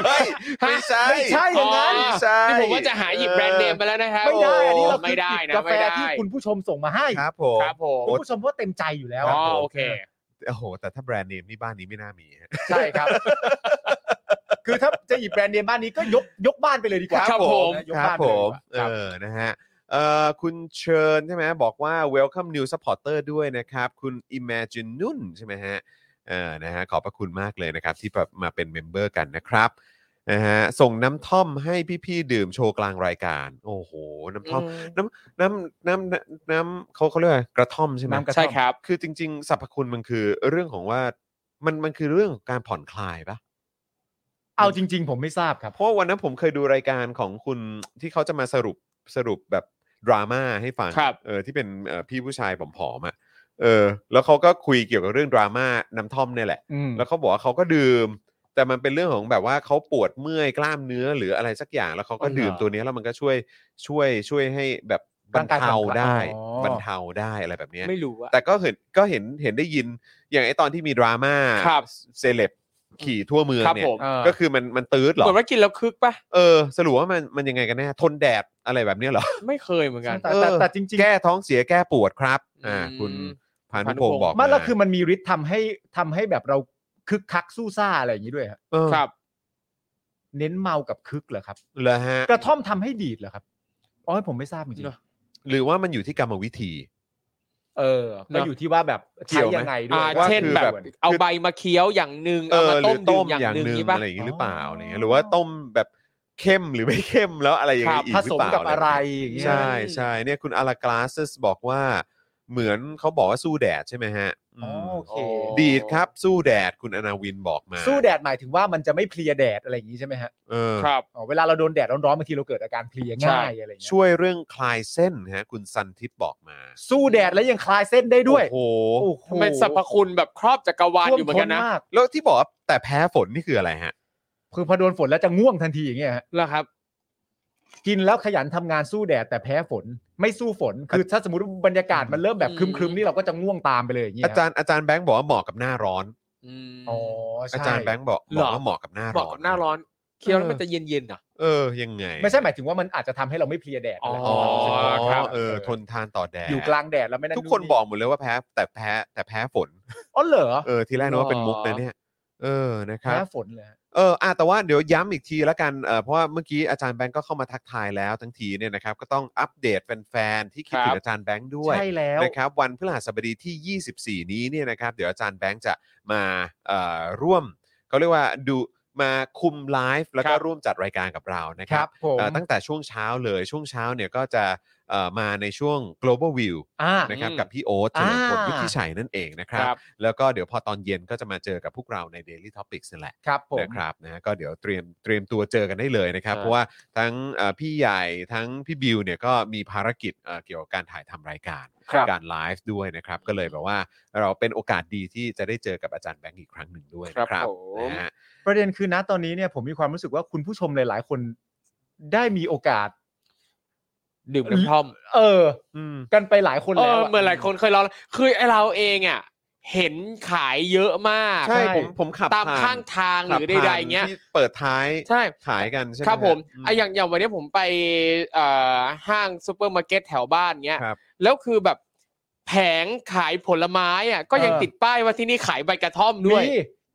[SPEAKER 1] ไม่ใช่
[SPEAKER 2] ไม่ใช่อย่างนั้น
[SPEAKER 1] ไม่ใช่
[SPEAKER 3] นี่ผมว่าจะหาหยิบแบรนด์เนมไปแล้วนะครับ
[SPEAKER 2] ไม่ได้อันนี้เรา
[SPEAKER 3] โไม่ได้นะ
[SPEAKER 2] กาแฟ
[SPEAKER 3] ไม่ได้
[SPEAKER 2] ที่คุณผู้ชมส่งมาให้
[SPEAKER 1] ครับผม
[SPEAKER 3] ครับผม
[SPEAKER 2] คุณผู้ชมก็เต็มใจอยู่แล้ว
[SPEAKER 3] อ๋อโอเค
[SPEAKER 1] โอ้โห แต่ถ้าแบรนด์เนมนี่บ้านนี้ไม่น่ามีฮะ
[SPEAKER 2] ใช่ครับ (laughs) คือถ้าจะหยิบแบรนด์เนมบ้านนี้ก็ยกยกบ้านไปเลยดีกว่า
[SPEAKER 3] ครับผม
[SPEAKER 2] นะยก
[SPEAKER 1] ครับ
[SPEAKER 2] บ้านไป
[SPEAKER 1] ผ
[SPEAKER 2] เลย
[SPEAKER 1] มเอ
[SPEAKER 2] ดีกว่าครับ
[SPEAKER 1] อ นะฮะ เอ่อ คุณเชิญใช่ไหมบอกว่า welcome new supporter ด้วยนะครับ คุณ imagine นุ่นใช่ไหมฮะ เออ นะฮะ ขอบพระคุณมากเลยนะครับ ที่แบบมาเป็นเมมเบอร์กันนะครับ นะฮะ ส่งน้ำท่อมให้พี่ๆ ดื่มโชว์กลางรายการ โอ้โห น้ำท่อม น้ำน้ำน้ำน้ำเขาเขาเรียกว่ากระท่อมใช่ไหม
[SPEAKER 2] น้ำกระท่อม
[SPEAKER 3] ใช่ครับ
[SPEAKER 1] คือจริง ๆ สรรพคุณมันคือเรื่องของว่า มัน มันคือเรื่องของการผ่อนคลายปะ
[SPEAKER 2] เอาจริง ๆ ผมไม่ทราบครับ
[SPEAKER 1] เพราะวันนั้นผมเคยดูรายการของคุณที่เขาจะมาสรุปสรุปแบบดราม่าให้ฟัง
[SPEAKER 3] ครับ
[SPEAKER 1] เออที่เป็นเอ่อพี่ผู้ชายผอมๆอ่ะเออ แล้วเขาก็คุยเกี่ยวกับเรื่องดราม่าน้ำท่อมเนี่ยแหละ
[SPEAKER 2] อืม
[SPEAKER 1] แล้วเขาบอกว่าเขาก็ดื่ม แต่มันเป็นเรื่องของแบบว่าเขาปวดเมื่อยกล้ามเนื้อหรืออะไรสักอย่างแล้วเขาก็
[SPEAKER 3] อ๋อเหรอ
[SPEAKER 1] ดื่มตัวเนี้ยแล้วมันก็ช่วยช่วยช่วยให้แบบบรร
[SPEAKER 2] ร่างกายผ่อน
[SPEAKER 1] เทา
[SPEAKER 2] คลาย
[SPEAKER 1] ได้
[SPEAKER 2] อ๋อ
[SPEAKER 1] บรรเทาได้อะไรแบบเนี้ย
[SPEAKER 3] ไม่รู้อะ
[SPEAKER 1] แต่ก็เห็นก็เห็นเห็นได้ยินอย่างไอตอนที่มีดราม่า
[SPEAKER 3] ครับ
[SPEAKER 1] เซเลบขี่ทั่วเมือง
[SPEAKER 3] ครับ
[SPEAKER 1] เนี่ย
[SPEAKER 3] ผม
[SPEAKER 2] เออ
[SPEAKER 1] ก็คือมันมันตืดเหรอ
[SPEAKER 3] เหมือนว่ากินแล้วคึกปะ
[SPEAKER 1] เออสรุปว่ามันมันยังไงกันแน่ทนแดดอะไรแบบเนี้ยเหรอ
[SPEAKER 3] ไม่เคยเหมือนกัน
[SPEAKER 2] แต่แต่
[SPEAKER 1] เออ
[SPEAKER 2] แต่จริง
[SPEAKER 1] แก้ท้องเสียแก้ปวดครับอ่า
[SPEAKER 3] อืม
[SPEAKER 1] คุณพา
[SPEAKER 3] พานุ
[SPEAKER 1] นุพ
[SPEAKER 3] พ
[SPEAKER 1] ง
[SPEAKER 3] งษ์
[SPEAKER 1] ศ์บอก
[SPEAKER 2] ๆมันแล้วคือมันมีฤทธิ์ทำให้ทำให้แบบเราคึกคักสู้ซ่าอะไรอย่างนี้ด้วยฮะ
[SPEAKER 1] เออ
[SPEAKER 3] ครับ
[SPEAKER 2] เน้นเมากับคึกเหรอครับ
[SPEAKER 1] เหรอฮะ
[SPEAKER 2] กระท่อมทำให้ดีดเหรอครับอ๋อผมไม่ทราบจริง
[SPEAKER 3] เนอะ
[SPEAKER 1] หรือว่ามันอยู่ที่กรรมวิธี
[SPEAKER 2] เออ
[SPEAKER 3] เน
[SPEAKER 2] ก็
[SPEAKER 3] อะ
[SPEAKER 2] อยู่ที่ว่าแบบ
[SPEAKER 1] เกี่
[SPEAKER 2] ใช้
[SPEAKER 1] ยวไหม
[SPEAKER 2] ยังไงด้ว
[SPEAKER 3] อ่าย
[SPEAKER 1] ว่า
[SPEAKER 3] เช่น
[SPEAKER 1] คือ
[SPEAKER 3] แบบ
[SPEAKER 1] แบบ
[SPEAKER 3] เอาใบมาเคี้ยวอย่างหนึ่ง
[SPEAKER 1] เออ
[SPEAKER 3] เอามา
[SPEAKER 1] หรื
[SPEAKER 3] ต้
[SPEAKER 1] อ
[SPEAKER 3] มดื่
[SPEAKER 1] ต้
[SPEAKER 3] ม
[SPEAKER 1] ม
[SPEAKER 3] อย่า
[SPEAKER 1] อง ย่าง
[SPEAKER 3] หนึ่ง
[SPEAKER 1] หนึ่ง
[SPEAKER 3] นี่ปะ
[SPEAKER 1] อะไรอย่างนี้หรือเปล่าอะไรเงี้ยหรือว่าต้มแบบเข้มหรือไม่เข้มแล้วอะไรอย่าง
[SPEAKER 2] ค
[SPEAKER 1] เงี้
[SPEAKER 2] รั
[SPEAKER 1] ย
[SPEAKER 2] บ
[SPEAKER 1] อีกห
[SPEAKER 2] ผ
[SPEAKER 1] รื
[SPEAKER 2] ส
[SPEAKER 1] อ
[SPEAKER 2] ม
[SPEAKER 1] เปล่า
[SPEAKER 2] กับอะไรอย่างเงี้ย
[SPEAKER 1] ใช่ใช่เนี่ยคุณอลากลาสบอกว่าเหมือนเขาบอกว่าสู้แดดใช่ไหมฮะอื
[SPEAKER 2] อ๋อ
[SPEAKER 1] ม
[SPEAKER 2] โอเค
[SPEAKER 3] อ
[SPEAKER 1] ดีดครับสู้แดดคุณอนาวินบอกมา
[SPEAKER 2] สู้แดดหมายถึงว่ามันจะไม่เพลียแดดอะไรอย่างนี้ใช่ไหมฮะ
[SPEAKER 1] เออ
[SPEAKER 3] ครับ
[SPEAKER 2] อ๋อเวลาเราโดนแดดร้อนๆบางทีเราเกิดอาการเพลียง่ายอะไรอย่างเงี้ย
[SPEAKER 1] ช่วยเรื่องคลายเส้นฮะคุณสันทิพย์บอกมา
[SPEAKER 2] สู้แดดแล้วยังคลายเส้นได้ด้วย
[SPEAKER 1] โอ้โห
[SPEAKER 2] โอ้โห
[SPEAKER 3] เป็นสรรพคุณแบบครอบจักรวาล
[SPEAKER 2] ท่ว
[SPEAKER 3] อยู่เหมือนกันนะ
[SPEAKER 2] ท้าก
[SPEAKER 1] แล้วที่บอกว่าแต่แพ้ฝนนี่คืออะไรฮะ
[SPEAKER 2] คือพอโดนฝนแล้วจะง่วงทันทีอย่างเงี้ยฮะ
[SPEAKER 3] แล้วครับ
[SPEAKER 2] กินแล้วขยันทำงานสู้แดดแต่แพ้ฝนไม่สู้ฝน คือถ้าสมมติว่าบรรยากาศมันเริ่มแบบ
[SPEAKER 3] อื
[SPEAKER 2] ค
[SPEAKER 3] ม
[SPEAKER 2] รึมๆนี่เราก็จะง่วงตามไปเลยอย่างเงี้ย
[SPEAKER 1] อาจารย์อาจารย์แบงค์บอกว่าเหมาะกับหน้าร้อน
[SPEAKER 3] อืม
[SPEAKER 2] อ๋อใช่
[SPEAKER 1] อาจารย์แบงค์บอก
[SPEAKER 3] เหร
[SPEAKER 1] บ
[SPEAKER 3] อ
[SPEAKER 1] อกว่าเหมาะกับหน้า
[SPEAKER 3] เห
[SPEAKER 1] ร้
[SPEAKER 3] มาะ
[SPEAKER 1] อน
[SPEAKER 3] กับหน้าร้อนเคี้ยวแล้วมันจะเย็นๆอ่ะ
[SPEAKER 1] เออยังไง
[SPEAKER 2] ไม่ใช่หมายถึงว่ามันอาจจะทำให้เราไม่เพลียแดดอะไร
[SPEAKER 1] อ๋อ
[SPEAKER 3] ครับ
[SPEAKER 1] เออทนทานต่อแดด
[SPEAKER 2] อยู่กลางแดดแล้วไม่นั่น
[SPEAKER 1] ทุกคนบอกหมดเลยว่าแพ้ แต่แพ้แต่แพ้ฝน
[SPEAKER 2] อ๋อเหรอ
[SPEAKER 1] เออทีแรกนึกว่าเป็นมุกนะเนี่ยเออนะครับ
[SPEAKER 2] แพ้ฝนเลย
[SPEAKER 1] เอออ่ะแต่ว่าเดี๋ยวย้ำอีกทีละกันเออเพราะว่าเมื่อกี้อาจารย์แบงค์ก็เข้ามาทักทายแล้วทั้งทีเนี่ยนะครับ ก็ต้องอัปเดตแฟนๆ ที่คิดถึ
[SPEAKER 3] ครั
[SPEAKER 1] ง
[SPEAKER 3] บ
[SPEAKER 1] อาจารย์แบงค์ด้วย
[SPEAKER 2] ใช่แล้ว
[SPEAKER 1] นะครับ วันพฤหัสบดีที่ 24 นี้เนี่ยนะครับ เดี๋ยวอาจารย์แบงค์จะมาเอ่อร่วมเขาเรียกว่าดูมาคุมไลฟ์แล้วก็ร่วมจัดรายการกับเรานะค
[SPEAKER 2] ค
[SPEAKER 1] รั
[SPEAKER 2] รั
[SPEAKER 1] บบ
[SPEAKER 2] ผม
[SPEAKER 1] เอ่อตั้งแต่ช่วงเช้าเลยช่วงเช้าเนี่ยก็จะเอ่อมาในช่วง global view
[SPEAKER 2] อ่า
[SPEAKER 1] นะครับ
[SPEAKER 3] อืม
[SPEAKER 1] กับพี่โอ๊ตเฉลิมพล
[SPEAKER 2] อ่า
[SPEAKER 1] วุฒิชัยนั่นเองนะค
[SPEAKER 3] ค
[SPEAKER 1] รั
[SPEAKER 3] รับ บ
[SPEAKER 1] แล้วก็เดี๋ยวพอตอนเย็นก็จะมาเจอกับพวกเราใน Daily Topics นั่นแหละ
[SPEAKER 2] ครับผม
[SPEAKER 1] นะครับนะก็เดี๋ยวเตรียมเตรียมตัวเจอกันได้เลยนะครับ
[SPEAKER 3] อ่า
[SPEAKER 1] เพราะว่าทั้งเอ่อพี่ใหญ่ทั้งพี่บิวเนี่ยก็มีภารกิจเอ่อเกี่ยวกับการถ่ายทำรายการ
[SPEAKER 3] ครับ
[SPEAKER 1] การไลฟ์ด้วยนะครับ ก็เลยแบบว่าเราเป็นโอกาสดีที่จะได้เจอกับอาจารย์แบงค์อีกครั้งหนึ่งด้วยนะค
[SPEAKER 3] ครั
[SPEAKER 1] รับบ
[SPEAKER 3] ผม
[SPEAKER 1] นะฮะ
[SPEAKER 2] ประเด็นคือนะตอนนี้เนี่ยผมมีความรู้สึกว่าคุณผู้ชมหลายๆ คนได้มีโอกาส
[SPEAKER 3] ดื่มน้ำท่อม
[SPEAKER 2] เออ
[SPEAKER 1] อืม
[SPEAKER 2] กันไปหลายคน
[SPEAKER 3] เอ
[SPEAKER 2] แล้ว
[SPEAKER 3] อ
[SPEAKER 2] อะ
[SPEAKER 3] เหมือนหลายคนเคยลองคือไอเราเองอ่ะเห็นขายเยอะมาก
[SPEAKER 1] ใช่
[SPEAKER 2] ใช่
[SPEAKER 1] ผมผมขับ
[SPEAKER 3] ตาม
[SPEAKER 1] ผ่น
[SPEAKER 3] ข้างทางหรือ
[SPEAKER 1] ขับ
[SPEAKER 3] ใด
[SPEAKER 1] ผ่าน
[SPEAKER 3] ๆเงี้ย
[SPEAKER 1] ที่เปิดท้าย
[SPEAKER 3] ใช่
[SPEAKER 1] ขายกันใช่ไหม
[SPEAKER 3] ครับผม
[SPEAKER 1] ฮะ
[SPEAKER 3] ไอะอย่างอย่างวันนี้ผมไปเอ่อห้างซูเปอร์มาร์เก็ตแถวบ้านเงี้ย
[SPEAKER 1] ครับ
[SPEAKER 3] แล้วคือแบบแผงขายผลไม้อ่ะก็ยัง
[SPEAKER 2] เออ
[SPEAKER 3] ติดป้ายว่าที่นี่ขายใบกระท่อม
[SPEAKER 2] มี
[SPEAKER 3] ด้วย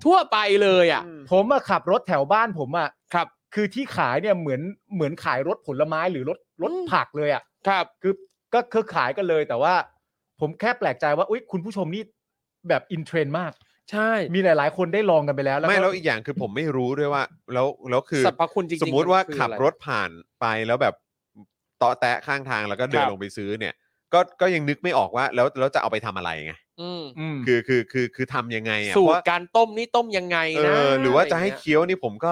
[SPEAKER 3] ทั่วไปเลยอ่ะ
[SPEAKER 1] อืม
[SPEAKER 2] ผมอะขับรถแถวบ้านผมอะ
[SPEAKER 3] ครับ
[SPEAKER 2] คือที่ขายเนี่ยเหมือนเหมือนขายรถผลไม้หรือรถรถ
[SPEAKER 3] อืม
[SPEAKER 2] ผักเลยอะ่ะ
[SPEAKER 3] ครับ
[SPEAKER 2] คือก็คือขายกันเลยแต่ว่า ผมแค่แปลกใจว่าอุ้ยคุณผู้ชมนี่แบบอินเทรนด์มาก
[SPEAKER 3] ใช่
[SPEAKER 2] มีหลาย ๆ คนได้ลองกันไปแล้วแล้วก็
[SPEAKER 1] ไม่แล้วอีกอย่างคือผมไม่รู้ด้วยว่า แล้วแล้วคือ
[SPEAKER 3] สรรพคุณจริงๆ
[SPEAKER 1] สมมุติว่าขับ
[SPEAKER 3] คืออะ
[SPEAKER 1] ร
[SPEAKER 3] ไ
[SPEAKER 1] ถผ่านไปแล้วแบบเตาะแตะข้างทางแล้วก็เดิน
[SPEAKER 3] ครับ
[SPEAKER 1] ลงไปซื้อเนี่ย ก็ก็ยังนึกไม่ออกว่า แล้วแล้วจะเอาไปทำอะไรไง
[SPEAKER 3] อืม
[SPEAKER 2] อืม
[SPEAKER 1] คือคือคือคือทำยังไงอ่ะ
[SPEAKER 3] สู
[SPEAKER 1] เพ
[SPEAKER 3] ตร
[SPEAKER 1] ราะ
[SPEAKER 3] การต้มนี่ต้มยังไง
[SPEAKER 1] เอ
[SPEAKER 3] นะ
[SPEAKER 1] อหรือว่าจะ
[SPEAKER 3] ไร
[SPEAKER 1] ให้
[SPEAKER 3] เงี้ย
[SPEAKER 1] เคี้ยวนี่ผมก็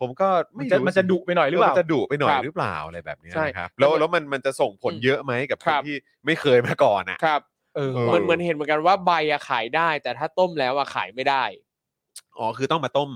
[SPEAKER 1] ผมก็
[SPEAKER 2] มั
[SPEAKER 1] ไม่
[SPEAKER 2] นจะ
[SPEAKER 1] รู้
[SPEAKER 2] มันจะดุไปหน่อยหรือเป
[SPEAKER 1] มั
[SPEAKER 2] ล่า
[SPEAKER 1] นจะดุไปหน่อย
[SPEAKER 3] ครับ
[SPEAKER 1] หรือเปล่าอะไรแบบเนี้ย
[SPEAKER 3] ใช่
[SPEAKER 1] นะครับแล้วแล้วมันมันจะส่งผล
[SPEAKER 3] อืม
[SPEAKER 1] เยอะไหมกับค
[SPEAKER 3] คน รับ
[SPEAKER 1] ที่ไม่เคยมาก่อนอ่ะ
[SPEAKER 3] ครับ
[SPEAKER 2] เออ
[SPEAKER 1] เอ
[SPEAKER 3] เหมือนเหมือนเห็นเหมือนกันว่าใบอะขายได้ แต่ถ้าต้มแล้วอะขายไม่ได้
[SPEAKER 1] อ๋อคือต้องมาต้ม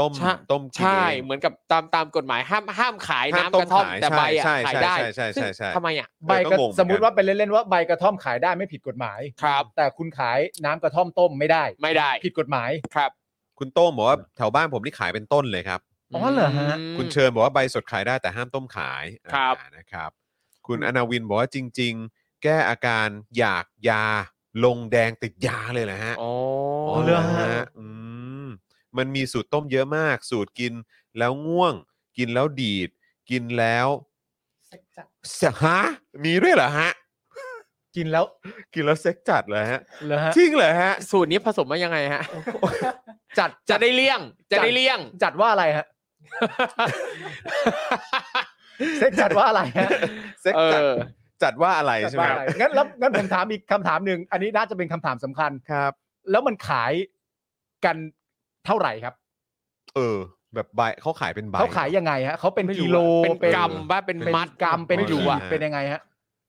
[SPEAKER 1] ต้ม
[SPEAKER 3] ใช่
[SPEAKER 1] ต้มกิน
[SPEAKER 3] ใช่
[SPEAKER 1] เอง
[SPEAKER 3] เหมือนกับตามตามกฎหมายห้ามห้ามขาย
[SPEAKER 1] ห้าม
[SPEAKER 3] น้ำกระท่อม
[SPEAKER 1] ต้มขาย
[SPEAKER 3] แต่ใบอะ
[SPEAKER 1] ใช่ใช่
[SPEAKER 3] ขายได้
[SPEAKER 1] ใช่ใช่ใช่ใช่
[SPEAKER 3] ซึ่งทำไมอะ
[SPEAKER 2] ใบกระ
[SPEAKER 1] ก็งงเหมือนกัน
[SPEAKER 2] สมมติว่าไปเล่น ๆ ว่าใบกระท่อมขายได้ไม่ผิดกฎหมาย
[SPEAKER 3] ครับ
[SPEAKER 2] แต่คุณขายน้ำกระท่อมต้มไม่ได้
[SPEAKER 3] ไม่ได้
[SPEAKER 2] ผิดกฎหมาย
[SPEAKER 3] ครับ
[SPEAKER 1] คุณโต้งบอกว่าแถวบ้านผมนี่ขายเป็นต้นเลยครับ
[SPEAKER 2] อ๋อเหรอฮะ
[SPEAKER 3] ม
[SPEAKER 1] คุณเชิญบอกว่าใบสดขายได้แต่ห้ามต้มขาย
[SPEAKER 3] ครับ
[SPEAKER 1] อ่านะครับ คุณอนาวินบอกว่าจริง ๆ แก้อาการอยากยาลงแดงติดยาเลยนะฮะ
[SPEAKER 3] อ๋อ
[SPEAKER 2] อเหรอฮะ
[SPEAKER 1] อืมมันมีสูตรต้มเยอะมาก สูตรกินแล้วง่วง กินแล้วดีด กินแล้ว
[SPEAKER 5] เซ็กจัด
[SPEAKER 1] เสยฮะมีด้วยเหรอฮะ
[SPEAKER 2] กินแล้ว
[SPEAKER 1] กินแล้วเซ็กจัดเลยฮะ
[SPEAKER 2] เหรอฮะ
[SPEAKER 1] จริงเหรอฮะ
[SPEAKER 3] สูตรนี้ผสมมายังไงฮะ
[SPEAKER 2] จัด
[SPEAKER 3] จะได้เลี่ยง จะได้เลี่ยง
[SPEAKER 2] จัดว่าอะไรฮะ (laughs) เซ็กจัดว่าอะไรฮะ
[SPEAKER 1] เซ็ก
[SPEAKER 3] เอ
[SPEAKER 1] จัด
[SPEAKER 3] อ
[SPEAKER 1] จัดว่าอะไรใช่ไหมค
[SPEAKER 2] บ้า
[SPEAKER 1] รับ
[SPEAKER 2] อะไรงั้นแล้วงั้นผมถามอีกคำถามหนึ่งอันนี้น่าจะเป็นคำถามสำคัญ
[SPEAKER 1] ครับ
[SPEAKER 2] แล้วมันขายกันเท่าไหร่ครับ
[SPEAKER 1] เออ แบบใบเขาขายเป็นใบ
[SPEAKER 2] เขาขายยังไงฮะเขาเป็น
[SPEAKER 3] ไม่รู้
[SPEAKER 2] กิโล
[SPEAKER 3] อะเป็นกรัม
[SPEAKER 1] เป็น
[SPEAKER 3] บ้าเป็น
[SPEAKER 2] เป็น
[SPEAKER 3] มัด
[SPEAKER 2] กรัมเป็น
[SPEAKER 3] ไม่
[SPEAKER 2] ขี
[SPEAKER 3] รู้
[SPEAKER 2] ด
[SPEAKER 3] อะ
[SPEAKER 1] ฮะ
[SPEAKER 2] เป็นยังไงฮะ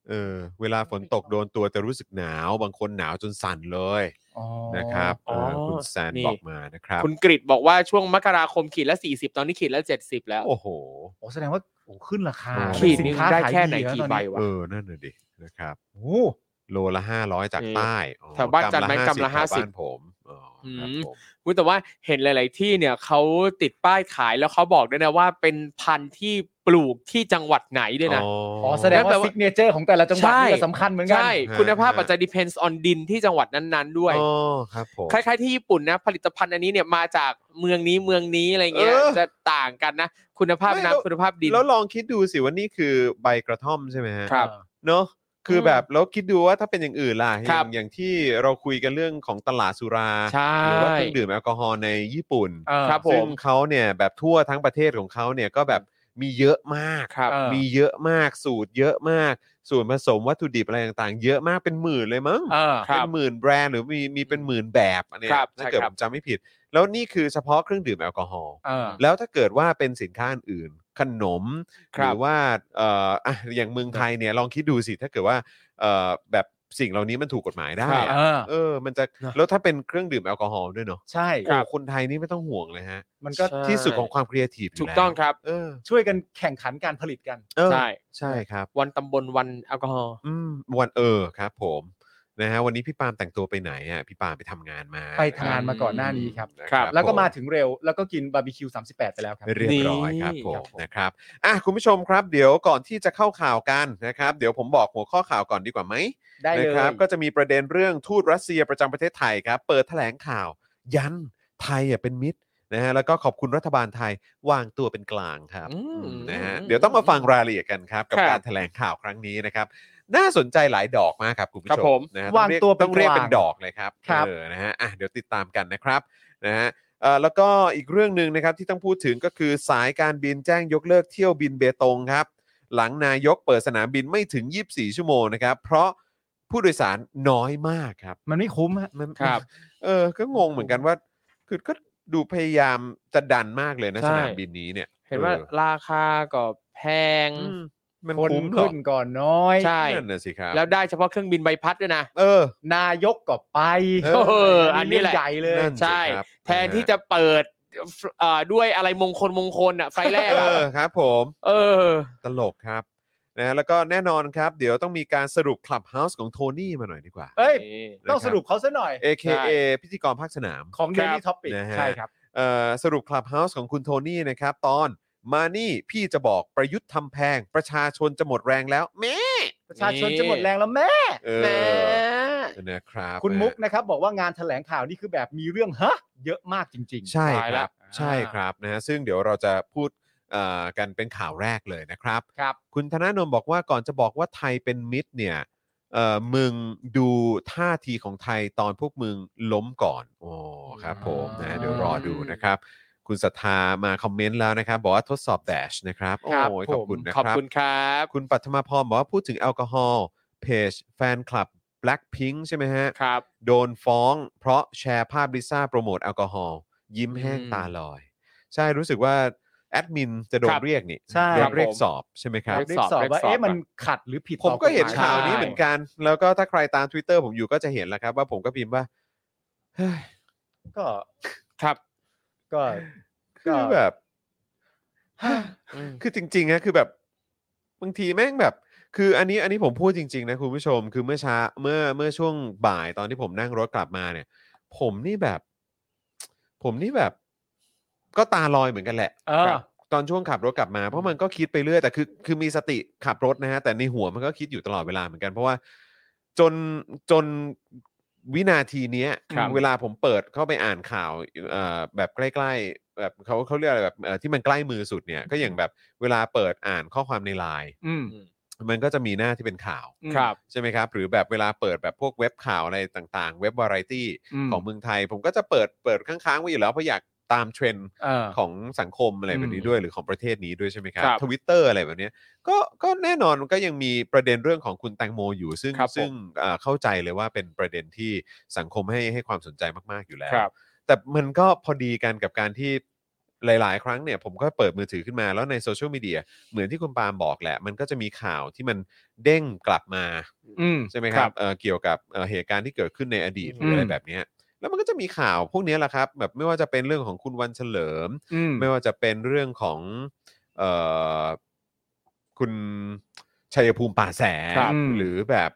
[SPEAKER 1] เออเวลาฝนตกโดนตัวจะรู้สึกหนาว บางคนหนาวจนสั่นเลย
[SPEAKER 2] อ๋อ
[SPEAKER 1] นะครับเอออ
[SPEAKER 3] อ
[SPEAKER 1] คุณแซน
[SPEAKER 3] นี่
[SPEAKER 1] บอกมานะครับ
[SPEAKER 3] คุณกริดบอกว่าช่วงมกราคมขีดละ 40 ตอนนี้ขีดละ 70 แล้ว
[SPEAKER 1] โอ้โห
[SPEAKER 2] โอ้แสดงว่าโอ้ขึ้นราคา
[SPEAKER 1] โอ้
[SPEAKER 3] ขีดนี้
[SPEAKER 2] สิค้า
[SPEAKER 3] ได้
[SPEAKER 2] ขาย
[SPEAKER 3] แค่ไหน
[SPEAKER 2] ดีล้ว
[SPEAKER 3] กี่
[SPEAKER 2] ตอ
[SPEAKER 3] ใบวะ
[SPEAKER 1] เออ นั่นน่ะดินะครับ
[SPEAKER 2] โอ้
[SPEAKER 1] โลละห้าร้อยจาก
[SPEAKER 3] นี่
[SPEAKER 1] ใต้อ๋อ
[SPEAKER 3] แถวบ้านจันทร์ไหมกรัมละ
[SPEAKER 1] แถวบ้น
[SPEAKER 3] ห้าสิบ
[SPEAKER 1] ผมอ๋ออ
[SPEAKER 3] ม
[SPEAKER 1] ครับผม
[SPEAKER 3] อุ๊ยแต่ว่าเห็นหลาย ๆ ที่เนี่ยเขาติดป้ายขายแล้วเขาบอกด้วยนะว่าเป็นพันธุ์ที่ปลูกที่จังหวัดไหนด้วยนะ
[SPEAKER 2] อ๋อแสดง
[SPEAKER 3] แปล
[SPEAKER 2] ว่า
[SPEAKER 3] ว่า
[SPEAKER 2] ซิกเนเจอร์ของแต่ละจังหวัด
[SPEAKER 3] ใช่
[SPEAKER 2] นี่ก็สำคัญเหมือนกัน
[SPEAKER 3] ใช่ คุณภาพอาจจะ depends on ดินที่จังหวัดนั้น ๆ ด้วย
[SPEAKER 1] อ๋อครับผม
[SPEAKER 3] คล้ายๆที่ญี่ปุ่นนะผลิตภัณฑ์อันนี้เนี่ยมาจากเมืองนี้เมืองนี้อะไรเงี้ย
[SPEAKER 1] เออ
[SPEAKER 3] จะต่างกันนะ คุณภาพ
[SPEAKER 1] ไม่แล้ว
[SPEAKER 3] น้ำคุณภาพดิน
[SPEAKER 1] แล้วลองคิดดูสิว่านี่คือใบกระท่อมใช่ไหมฮะ
[SPEAKER 3] ครับ
[SPEAKER 1] เนาะ คือแบบแล้วคิดดูว่าถ้าเป็นอย่างอื่นล่ะอ
[SPEAKER 3] ครั
[SPEAKER 1] ย่า
[SPEAKER 3] บ
[SPEAKER 1] งอย่างที่เราคุยกันเรื่องของตลาดสุรา
[SPEAKER 3] ใช่
[SPEAKER 1] หรือว่าเครื่องดื่มแอลกอฮอล์ในญี่ปุ่น
[SPEAKER 2] เออ
[SPEAKER 3] ครับผ
[SPEAKER 1] ซึ่ง
[SPEAKER 3] ม
[SPEAKER 1] เขาเนี่ยแบบทั่วทั้งประเทศของเขาเนี่ยก็แบบมีเยอะมาก
[SPEAKER 3] ครับ
[SPEAKER 2] เออ
[SPEAKER 1] มีเยอะมากสูตรเยอะมาก ส่วนผสมวัตถุดิบอะไรต่างๆ เยอะมากเป็นหมื่นเลยมั้ง
[SPEAKER 2] เออ
[SPEAKER 3] ครับ
[SPEAKER 1] เป็นหมื่นแบรนด์หรือมีมีเป็นหมื่นแบบอันเนี้ย
[SPEAKER 3] ครับ
[SPEAKER 1] ถ้าเกิด
[SPEAKER 3] ใช่ครั
[SPEAKER 1] ผ
[SPEAKER 3] บ
[SPEAKER 1] มจำไม่ผิด แล้วนี่คือเฉพาะเครื่องดื่มแอลกอฮอล์
[SPEAKER 2] เออ
[SPEAKER 1] แล้วถ้าเกิดว่าเป็นสินค้าอื่นขนม
[SPEAKER 3] ค
[SPEAKER 1] ห
[SPEAKER 3] รั
[SPEAKER 1] รื
[SPEAKER 3] บ
[SPEAKER 1] อว่าเอ่ออ่ะอย่างเมืองไทยเนี่ยลองคิดดูสิถ้าเกิดว่าเอ่อแบบสิ่งเหล่านี้มันถูกกฎหมายได้
[SPEAKER 3] ครับ
[SPEAKER 1] อะ
[SPEAKER 2] เออ
[SPEAKER 1] เออมันจะ
[SPEAKER 2] เนอะ
[SPEAKER 1] แล้วถ้าเป็นเครื่องดื่มแอลกอฮอล์ด้วยเนาะ
[SPEAKER 2] ใช่
[SPEAKER 1] โอ้คนไทยนี่ไม่ต้องห่วงเลยฮะ
[SPEAKER 2] มันก็
[SPEAKER 3] ใช่
[SPEAKER 1] ที่สุดของความครีเอทีฟ
[SPEAKER 3] ถูกต้องครับ
[SPEAKER 1] เออ
[SPEAKER 2] ช่วยกันแข่งขันการผลิตกัน
[SPEAKER 1] เออ
[SPEAKER 3] ใช่
[SPEAKER 1] ใช่ครับ
[SPEAKER 3] วันตำบลวันแอลกอฮอล์
[SPEAKER 1] อืมวันเออครับ ผมนะฮะวันนี้พี่ปาล์มแต่งตัวไปไหนอ่ะพี่ปาล์มไปทำงานมา
[SPEAKER 2] ไปทำงานมาก่อนหน้านี้ครับ
[SPEAKER 1] นะครับ
[SPEAKER 2] แล้วก็
[SPEAKER 1] ผ
[SPEAKER 2] มาถึงเร็วแล้วก็กินบาร์บีคิว38 ไปแล้วครับ
[SPEAKER 1] เรียบร้อย
[SPEAKER 3] นี่
[SPEAKER 1] ครับผม
[SPEAKER 2] ครับผม
[SPEAKER 1] นะครับอ่ะคุณผู้ชมครับ เดี๋ยวก่อนที่จะเข้าข่าวกันนะครับ เดี๋ยวผมบอกหัวข้อข่าวก่อนดีกว่าไหม
[SPEAKER 2] ได้เล
[SPEAKER 1] นะ
[SPEAKER 2] ย
[SPEAKER 1] ครับ ก็จะมีประเด็นเรื่องทูตรัสเซียประจำประเทศไทยครับ เปิดแถลงข่าว ยันไทยอ่ะเป็นมิตรนะฮะแล้วก็ขอบคุณรัฐบาลไทยวางตัวเป็นกลางครับ
[SPEAKER 3] อืม
[SPEAKER 1] อืมนะฮะเดี๋ยวต้องมาฟังรายละเอียดกันครับ กับ
[SPEAKER 3] ครับ
[SPEAKER 1] การแถลงข่าวครั้งนี้นะครับ น่าสนใจหลายดอกมากครับคุณผู้
[SPEAKER 3] ครับ
[SPEAKER 1] ช
[SPEAKER 3] ผม ม
[SPEAKER 1] นะฮะต้องเรียก
[SPEAKER 2] วางตัวเป็น
[SPEAKER 1] ต้องเรียก
[SPEAKER 2] กลาง
[SPEAKER 1] เป็นดอกเลยครับ
[SPEAKER 2] ครับ
[SPEAKER 1] เออนะฮะอ่ะเดี๋ยวติดตามกันนะครับนะฮะเอ่อแล้วก็อีกเรื่องหนึ่งนะครับที่ต้องพูดถึงก็คือสายการบินแจ้งยกเลิกเที่ยวบินเบตงครับ หลังนายกเปิดสนามบินไม่ถึง 24 ชั่วโมงนะครับ เพราะผู้โดยสารน้อยมากครับ
[SPEAKER 2] มันไม่คุ้มฮะ
[SPEAKER 1] มัน
[SPEAKER 3] ครับ
[SPEAKER 1] (laughs) เออก็งงเหมือนกันว่าคือก็ดูพยายามจะดันมากเลยนะ
[SPEAKER 3] ใช่
[SPEAKER 1] สนามบินนี้เนี่ย
[SPEAKER 3] เห็นว่า
[SPEAKER 1] ออ
[SPEAKER 3] ราคาก็แพง
[SPEAKER 1] อืมมัน
[SPEAKER 2] คน
[SPEAKER 1] คุ้มเหรอ
[SPEAKER 2] ขึ้นก่อนน้อย
[SPEAKER 3] ใช่
[SPEAKER 1] นั่นน่ะสิครับ
[SPEAKER 3] แล้วได้เฉพาะเครื่องบินใบพัดด้วยนะ
[SPEAKER 1] เออ
[SPEAKER 2] นายกก็ไป
[SPEAKER 1] เอ
[SPEAKER 3] เอออันนี้แหละ
[SPEAKER 2] เรื่องใหญ่เลย
[SPEAKER 1] นั่นสิ
[SPEAKER 3] ใช่
[SPEAKER 1] ครับ
[SPEAKER 3] แทนที่จะเปิดเอ่อด้วยอะไรมงคลมงคลอ่ะ ไฟแรก
[SPEAKER 1] เอ
[SPEAKER 3] อะ
[SPEAKER 1] อครับผม
[SPEAKER 3] เออ
[SPEAKER 1] ตลกครับนะแล้วก็แน่นอนครับ เดี๋ยวต้องมีการสรุป Clubhouse ของโทนี่มาหน่อยดีกว่า
[SPEAKER 2] เอ้ย
[SPEAKER 1] นะครับ
[SPEAKER 2] ต้องสรุปเขาซะหน่อย
[SPEAKER 1] AKA พิธีกรภาคสนาม
[SPEAKER 2] ของ
[SPEAKER 3] ครับ
[SPEAKER 2] Daily Topic
[SPEAKER 1] นะฮะ
[SPEAKER 2] ใช่ครับ
[SPEAKER 1] เอ่อสรุป Clubhouse ของคุณโทนี่นะครับ ตอนมานี่พี่จะบอกประยุทธ์ทำแพง ประชาชนจะหมดแรงแล้ว แม่
[SPEAKER 2] ประชาชนจะหมดแรงแล้วแม่
[SPEAKER 1] เอ
[SPEAKER 3] แหม
[SPEAKER 1] อนะครับ
[SPEAKER 2] คุณมุก
[SPEAKER 1] นะฮะ
[SPEAKER 2] นะครับ บอกว่างานแถลงข่าวนี่คือแบบมีเรื่องฮะเยอะมากจริง
[SPEAKER 1] ใช่
[SPEAKER 3] ตาย
[SPEAKER 1] ค
[SPEAKER 3] ละ
[SPEAKER 1] รับ ใช่ครับนะฮะซึ่งเดี๋ยวเราจะพูดเอ่อกันเป็นข่าวแรกเลยนะครับ
[SPEAKER 2] ครับ
[SPEAKER 1] คุณธนาโนมบอกว่าก่อนจะบอกว่าไทยเป็นมิตรเนี่ยเอ่อมึงดูท่าทีของไทยตอนพวกมึงล้มก่อน โอ้ครับผม
[SPEAKER 2] อื
[SPEAKER 1] นะ
[SPEAKER 2] ม
[SPEAKER 1] เดี๋ยวรอดูนะครับ คุณศรัทธามาคอมเมนต์แล้วนะครับ บอกว่าทดสอบแดชนะครับ โอ้
[SPEAKER 3] ครับ
[SPEAKER 1] ยขอบคุณนะ
[SPEAKER 3] ขอบ
[SPEAKER 1] ครับ
[SPEAKER 3] คุณครับ
[SPEAKER 1] คุณปัทมาพรบอกว่าพูดถึงแอลกอฮอล์เพจแฟนคลับ Blackpink ใช่ไหมฮะ
[SPEAKER 3] ครับ
[SPEAKER 1] โดนฟ้องเพราะแชร์ภาพลิซ่าโปรโมทแอลกอฮอล์ยิ้มแห้ง
[SPEAKER 3] อืม
[SPEAKER 1] ตาลอย ใช่รู้สึกว่าแอดมินจะโด
[SPEAKER 3] คน รับ
[SPEAKER 1] เรียกนี่
[SPEAKER 2] ใช่
[SPEAKER 1] โดนเรียก
[SPEAKER 3] ครับผม
[SPEAKER 1] สอบใช่ไหมครับ
[SPEAKER 2] เรียกสอบว่า
[SPEAKER 3] เรียกสอบ
[SPEAKER 2] เอ๊ะมันขัดหรือผิด
[SPEAKER 1] ผมก็
[SPEAKER 2] ฎย
[SPEAKER 1] เห็น
[SPEAKER 3] ใช่
[SPEAKER 1] ข่าวนี้เหมือนกัน แล้วก็ถ้าใครตาม Twitter ผมอยู่ก็จะเห็นแล้วครับ ว่าผมก็พิมพ์ว่าเฮ้ย
[SPEAKER 2] ก็
[SPEAKER 3] ครับ
[SPEAKER 2] ก็
[SPEAKER 1] คือแบบ
[SPEAKER 3] อืม
[SPEAKER 1] คือจริงๆนะคือแบบบางทีแม่งแบบ คืออันนี้อันนี้ผมพูดจริง ๆ นะคุณผู้ชม คือเมื่อเช้าเมื่อเมื่อช่วงบ่ายตอนที่ผมนั่งรถกลับมาเนี่ย ผมนี่แบบ ผมนี่แบบ ก็ตาลอยเหมือนกันแหละ
[SPEAKER 2] เออ
[SPEAKER 1] ตอนช่วงขับรถกลับมาเพราะมันก็คิดไปเรื่อยแต่คือคือมีสติขับรถนะฮะแต่ในหัวมันก็คิดอยู่ตลอดเวลาเหมือนกัน เพราะว่าจนจนวินาทีเนี้ย
[SPEAKER 3] ครับ
[SPEAKER 1] เวลาผมเปิดเข้าไปอ่านข่าวเอ่อแบบใกล้ๆแบบเขาเขาเรียกอะไรแบบเอ่อที่มันใกล้มือสุดเนี่ยก็อย่างแบบเวลาเปิดอ่านข้อความในไลน์
[SPEAKER 2] อืม
[SPEAKER 1] มันก็จะมีหน้าที่เป็นข่าว
[SPEAKER 2] อืม
[SPEAKER 3] ครับ
[SPEAKER 1] ใช่ไหมครับหรือแบบเวลาเปิดแบบพวกเว็บข่าวอะไรต่างๆ เว็บวาไรตี้
[SPEAKER 2] ม
[SPEAKER 1] ของเมืองไทย ผมก็จะเปิดเปิดค้างๆไว้อยู่แล้วเพราะอยากตามเทรนด์
[SPEAKER 2] เออ
[SPEAKER 1] ของสังคมอะไรแบบนี้
[SPEAKER 2] อืม
[SPEAKER 1] ด้วยหรือของประเทศนี้ด้วยใช่ไหมครับ
[SPEAKER 3] ครับ
[SPEAKER 1] ทวิตเตอร์อะไรแบบเนี้ยก็ก็แน่นอนมันก็ยังมีประเด็นเรื่องของคุณแตงโมอยู่ ซึ่งซึ่งเอ่อเข้าใจเลยว่าเป็นประเด็นที่สังคมให้ให้ความสนใจมาก ๆ อยู่แล้ว
[SPEAKER 3] ครับ
[SPEAKER 1] แต่มันก็พอดีกันกับการที่หลาย ๆ ครั้งเนี่ยผมก็เปิดมือถือขึ้นมาแล้วในโซเชียลมีเดียเหมือนที่คุณปาล์มบอกแหละ มันก็จะมีข่าวที่มันเด้งกลับมา
[SPEAKER 2] อืม
[SPEAKER 1] ใช่ไหมครั
[SPEAKER 3] ครับ บ
[SPEAKER 1] เอ่อเกี่ยวกับเอ่อเหตุการณ์ที่เกิดขึ้นในอดีตหรือ
[SPEAKER 2] ม
[SPEAKER 1] อะไรแบบเนี้ยแล้วมันก็จะมีข่าวพวกเนี้ยแหละครับ แบบไม่ว่าจะเป็นเรื่องของคุณวันเฉลิม
[SPEAKER 2] อืม
[SPEAKER 1] ไม่ว่าจะเป็นเรื่องของเออคุณชัยภูมิป่าแส
[SPEAKER 2] ครับอืม
[SPEAKER 1] หรือแบบ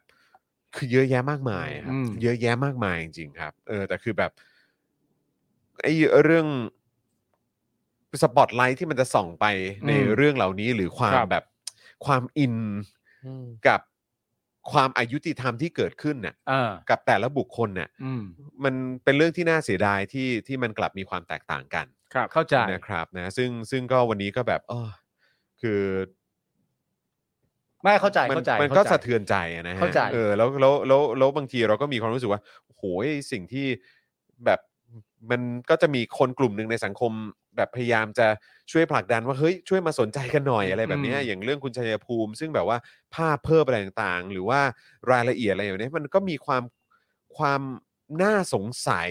[SPEAKER 1] คือเยอะแยะมากมายครับ
[SPEAKER 2] อืม
[SPEAKER 1] เยอะแยะมากมายจริงๆครับ เออแต่คือแบบไอ้เรื่องสปอตไลท์ที่มันจะส่องไปในเรื่องเหล่านี้ หรือความ
[SPEAKER 3] ครับ
[SPEAKER 1] แบบความอิน
[SPEAKER 3] อืม
[SPEAKER 1] กับความอายุติธรรมที่เกิดขึ้นน่ะ
[SPEAKER 2] เออ
[SPEAKER 1] กับแต่ละบุคคลน่ะ
[SPEAKER 2] อืม
[SPEAKER 1] มันเป็นเรื่องที่น่าเสียดายที่ที่มันกลับมีความแตกต่างกัน
[SPEAKER 2] เข้าใจ
[SPEAKER 1] นะครับนะซึ่งซึ่งก็วันนี้ก็แบบเออคือ
[SPEAKER 2] ไม่เข้าใจ
[SPEAKER 1] มัน
[SPEAKER 2] เข้าใจ
[SPEAKER 1] มันก็
[SPEAKER 2] เข้าใจ
[SPEAKER 1] สะเทือนใจอะนะฮะ
[SPEAKER 2] เข้าใจ
[SPEAKER 1] เออแล้วแล้วแล้วแล้วบางทีเราก็มีความรู้สึกว่าโหยสิ่งที่แบบมันก็จะมีคนกลุ่มหนึ่งในสังคม แบบพยายามจะช่วยผลักดันว่าเฮ้ยช่วยมาสนใจกันหน่อยอะไรแบบเนี้ยอย่างเรื่องคุณชัยภูมิ ซึ่งแบบว่าภาพเพิ่มอะไรต่างๆ หรือว่ารายละเอียดอะไรอย่างเนี้ยมันก็มีความความน่าสงสัย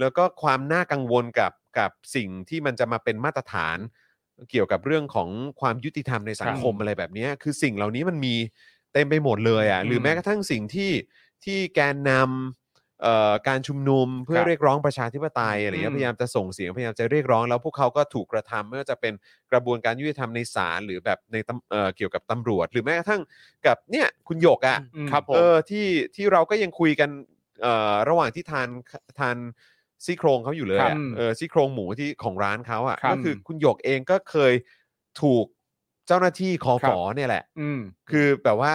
[SPEAKER 1] แล้วก็ความน่ากังวลกับกับสิ่งที่มันจะมาเป็นมาตรฐาน เกี่ยวกับเรื่องของความยุติธรรมในสังคมอะไรแบบเนี้ยคือสิ่งเหล่านี้มันมีเต็มไปหมดเลยอ่ะหรืออ
[SPEAKER 3] ม
[SPEAKER 1] แม้กระทั่งสิ่งที่ที่แกนนำเอ่อการชุมนุมเพื่อ
[SPEAKER 3] ครับ
[SPEAKER 1] เรียกร้องประชาธิปไตยอะไรเงี้ย
[SPEAKER 3] อืม
[SPEAKER 1] พยายามจะส่งเสียงพยายามจะเรียกร้อง แล้วพวกเขาก็ถูกกระทำไม่ว่าจะเป็นกระบวนการยุติธรรมในศาลหรือแบบในตำเอ่อเกี่ยวกับตำรวจ หรือแม้กระทั่งกับเนี่ยคุณหยกอ่ะ
[SPEAKER 2] อืม
[SPEAKER 3] ครับผม
[SPEAKER 1] เออที่ที่เราก็ยังคุยกันเอ่อระหว่างที่ทานทานซี่โครงเขาอยู่เลย
[SPEAKER 2] ครับ
[SPEAKER 1] อะเออซี่โครงหมูที่ของร้านเขาอ่ะ
[SPEAKER 2] ครับ
[SPEAKER 1] ก็คือคุณหยกเองก็เคยถูกเจ้าหน้าที่คอ
[SPEAKER 3] ครั
[SPEAKER 1] ฝ
[SPEAKER 3] บ
[SPEAKER 1] อเนี่ยแหละ
[SPEAKER 2] อืม
[SPEAKER 1] คือแบบว่า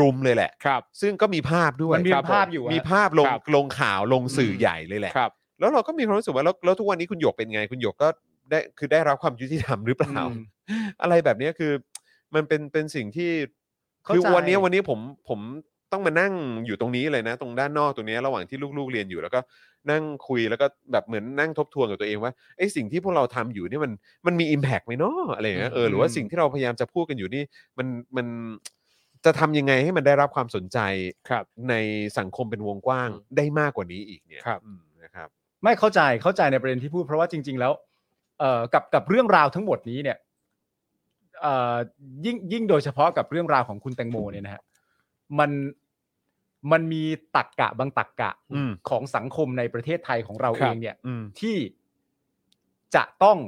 [SPEAKER 1] รุมเลยแหละ
[SPEAKER 3] ครับ
[SPEAKER 1] ซึ่งก็มีภาพด้วย
[SPEAKER 2] มันมี
[SPEAKER 1] ครับ
[SPEAKER 2] ภาพ
[SPEAKER 1] ผ
[SPEAKER 2] อยู่อะ
[SPEAKER 1] มีภาพลง
[SPEAKER 3] ครับ
[SPEAKER 1] ลงข่าวลงสื่อใหญ่เลยแหละ
[SPEAKER 3] ครับ
[SPEAKER 1] แล้วเราก็มีความรู้สึกว่าแล้วแล้วทุกวันนี้คุณหยกเป็นไง คุณหยกก็ได้คือได้รับความยุติธรรมหรือเปล่า
[SPEAKER 2] อืม
[SPEAKER 1] (laughs) อะไรแบบเนี้ยคือมันเป็นเป็นสิ่งที่
[SPEAKER 2] เข้า
[SPEAKER 1] คือ
[SPEAKER 2] ใจ
[SPEAKER 1] วันเนี้ยวันนี้ผมผมต้องมานั่งอยู่ตรงนี้เลยนะ ตรงด้านนอกตรงเนี้ยระหว่างที่ลูกๆเรียนอยู่ แล้วก็นั่งคุยแล้วก็แบบเหมือนนั่งทบทวนกับตัวเองว่าไอ้สิ่งที่พวกเราทำอยู่เนี่ยมันมันมี impact ไหมเนาะอะไรอย่างเงี้ยเออหรือว่าสิ่งที่เราพยายามจะพูดกันอยู่นี่มันมันจะทำยังไงให้มันได้รับความสนใจ
[SPEAKER 3] ครับ
[SPEAKER 1] ในสังคมเป็นวงกว้าง
[SPEAKER 3] อืม
[SPEAKER 1] ได้มากกว่านี้อีกเนี่ย
[SPEAKER 3] ครับ
[SPEAKER 1] อืมนะครับ
[SPEAKER 2] ไม่เข้าใจเข้าใจในประเด็นที่พูดเพราะว่าจริง ๆ แล้วเอ่อกับกับเรื่องราวทั้งหมดนี้เนี่ยเอ่อยิ่งยิ่งโดยเฉพาะกับเรื่องราวของคุณแตงโมเนี่ยนะฮะมันมันมีตักกะบางตักกะ
[SPEAKER 1] อืม
[SPEAKER 2] ของสังคมในประเทศไทยของเรา
[SPEAKER 3] ครั
[SPEAKER 2] เอบ งเนี่ย
[SPEAKER 1] อืม
[SPEAKER 2] ที่จะต้อง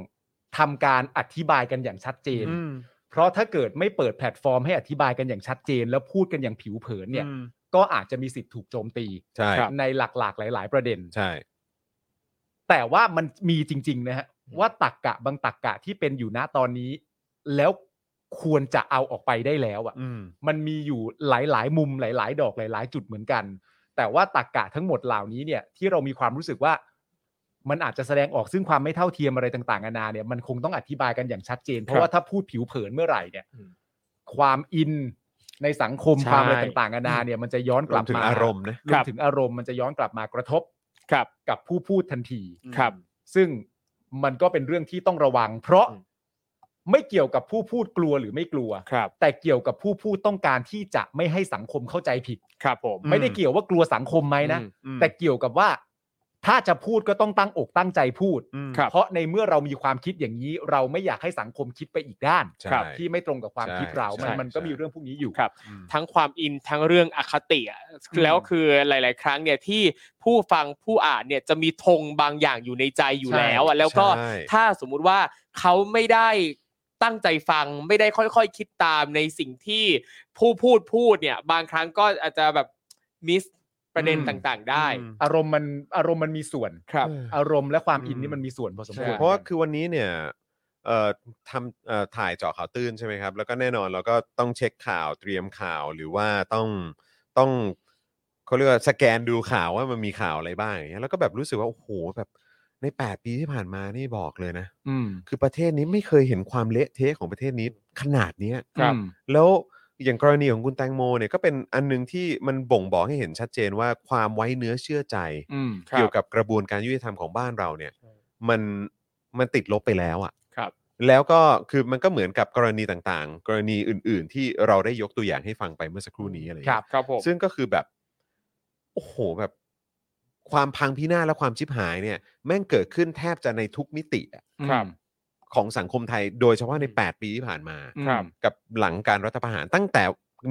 [SPEAKER 2] ทำการอธิบายกันอย่างชัดเจน เพราะถ้าเกิดไม่เปิดแพลตฟอร์มให้อธิบายกันอย่างชัดเจน แล้วพูดกันอย่างผิวเผินเนี่ย
[SPEAKER 1] อืม
[SPEAKER 2] ก็อาจจะมีสิทธิ์ถูกโจมตี
[SPEAKER 1] ใช่
[SPEAKER 3] ครับ
[SPEAKER 2] ในหลาก ๆ หลาย ๆ ประเด็น
[SPEAKER 1] ใช่
[SPEAKER 2] แต่ว่ามันมีจริง ๆ นะฮะ ว่าตักกะบางตักกะที่เป็นอยู่ณตอนนี้ แล้วควรจะเอาออกไปได้แล้วอะ่ะ
[SPEAKER 1] อืม
[SPEAKER 2] มันมีอยู่หลาย ๆ มุมหลาย ๆ ดอกหลาย ๆ จุดเหมือนกัน แต่ว่าตักกะทั้งหมดเหล่านี้เนี่ย ที่เรามีความรู้สึกว่า มันอาจจะแสดงออกซึ่งความไม่เท่าเทียมอะไรต่างๆนานาเนี่ยมันคงต้องอธิบายกันอย่างชัดเจน เพราะว่าถ้าพูดผิวเผินเมื่อไหร่เนี่ย
[SPEAKER 3] อืม
[SPEAKER 2] ความอินในสังคม
[SPEAKER 3] ใช่
[SPEAKER 2] ความอะไรต่างๆนานาเนี่ย มันจะย้อนก
[SPEAKER 1] รว
[SPEAKER 2] ลับ
[SPEAKER 1] มถึง
[SPEAKER 2] มา
[SPEAKER 1] อารมณ์นะ
[SPEAKER 2] รวมถึงอารมณ์มันจะย้อนกลับมากระทบ
[SPEAKER 3] ครับ
[SPEAKER 2] กับผู้พูดทันที
[SPEAKER 3] ครับ
[SPEAKER 2] ซึ่งมันก็เป็นเรื่องที่ต้องระวัง เพราะ
[SPEAKER 3] อืม
[SPEAKER 2] ไม่เกี่ยวกับผู้พูดกลัวหรือไม่กลัว
[SPEAKER 3] ครับ
[SPEAKER 2] แต่เกี่ยวกับผู้พูดต้องการที่จะไม่ให้สังคมเข้าใจผิด
[SPEAKER 3] ครับผม
[SPEAKER 1] อืม
[SPEAKER 2] ไม่ได้เกี่ยวว่ากลัวสังคมไหมนะ
[SPEAKER 3] อื
[SPEAKER 2] แต่เกี่ยวกับว่า ถ้าจะพูดก็ต้องตั้งอกตั้งใจพูด
[SPEAKER 1] อืม
[SPEAKER 3] ครับ
[SPEAKER 2] เพราะในเมื่อเรามีความคิดอย่างนี้ เราไม่อยากให้สังคมคิดไปอีกด้าน
[SPEAKER 1] ใช่
[SPEAKER 2] ที่ไม่ตรงกับความ
[SPEAKER 1] ใช่
[SPEAKER 2] คิดเรา มัน
[SPEAKER 1] ใช่
[SPEAKER 2] มันก็
[SPEAKER 1] ใช่
[SPEAKER 2] มีเรื่องพวกนี้อยู่
[SPEAKER 3] ครับ
[SPEAKER 1] อืม
[SPEAKER 3] ทั้งความอินทั้งเรื่องอคติอะแล้วคือหลาย ๆ ครั้งเนี่ยที่ผู้ฟังผู้อ่านเนี่ยจะมีธงบางอย่างอยู่ในใจอยู่
[SPEAKER 2] ใช่
[SPEAKER 3] แล้วอะแล้วก็
[SPEAKER 1] ใช่
[SPEAKER 3] ถ้าสมมุติว่าเขาไม่ได้ตั้งใจฟังไม่ได้ค่อย ๆ คิดตามในสิ่งที่ผู้พูดพูดเนี่ย บางครั้งก็อาจจะแบบมิสประเด็น
[SPEAKER 2] อืม
[SPEAKER 3] ต่าง ๆ ได้
[SPEAKER 1] อืม
[SPEAKER 2] อารมณ์มันอารมณ์มันมีส่วน
[SPEAKER 3] ครับ
[SPEAKER 2] อารมณ์และความอิน
[SPEAKER 1] อื
[SPEAKER 2] นี่
[SPEAKER 1] ม
[SPEAKER 2] มันมีส่วนพอสม
[SPEAKER 3] ใช่
[SPEAKER 2] ควร
[SPEAKER 1] เพราะว่าคือวันนี้เนี่ยเอ่อทำเอ่อถ่ายเจาะข่าวตื้นใช่ไหมครับ แล้วก็แน่นอนเราก็ต้องเช็คข่าวเตรียมข่าวหรือว่าต้องต้องเขาเรียกว่าสแกนดูข่าวว่ามันมีข่าวอะไรบ้างอย่างเงี้ยแล้วก็แบบรู้สึกว่าโอ้โหแบบใน 8 ปีที่ผ่านมานี่บอกเลยนะ
[SPEAKER 2] อืม
[SPEAKER 1] คือประเทศนี้ไม่เคยเห็นความเละเทะของประเทศนี้ขนาดเนี้ย
[SPEAKER 3] ครับ
[SPEAKER 2] อืม
[SPEAKER 1] แล้วอย่างกรณีของคุณแตงโมเนี่ยก็เป็นอันหนึงที่มันบ่งบอกให้เห็นชัดเจนว่าความไว้เนื้อเชื่อใจ
[SPEAKER 2] อืม
[SPEAKER 3] ครับ
[SPEAKER 1] เกี่ยวกับกระบวนการยุติธรรมของบ้านเราเนี่ยมันมันติดลบไปแล้วอะ่ะ
[SPEAKER 3] ครับ
[SPEAKER 1] แล้วก็คือมันก็เหมือนกับกรณีต่างๆ กรณีอื่น ๆ ที่เราได้ยกตัวอย่างให้ฟังไปเมื่อสักครู่นี้อะไรอย่าง
[SPEAKER 3] ค
[SPEAKER 1] เงี้ย
[SPEAKER 3] รับครับผม
[SPEAKER 1] ซึ่งก็คือแบบโอ้โหแบบความพังพินาศและความชิบหายเนี่ย แม่งเกิดขึ้นแทบจะในทุกมิติอะ
[SPEAKER 3] ครับ
[SPEAKER 1] ของสังคมไทย โดยเฉพาะใน 8 ปีที่ผ่านมา
[SPEAKER 2] อืม
[SPEAKER 3] ครับ
[SPEAKER 1] กับหลังการรัฐประหารตั้งแต่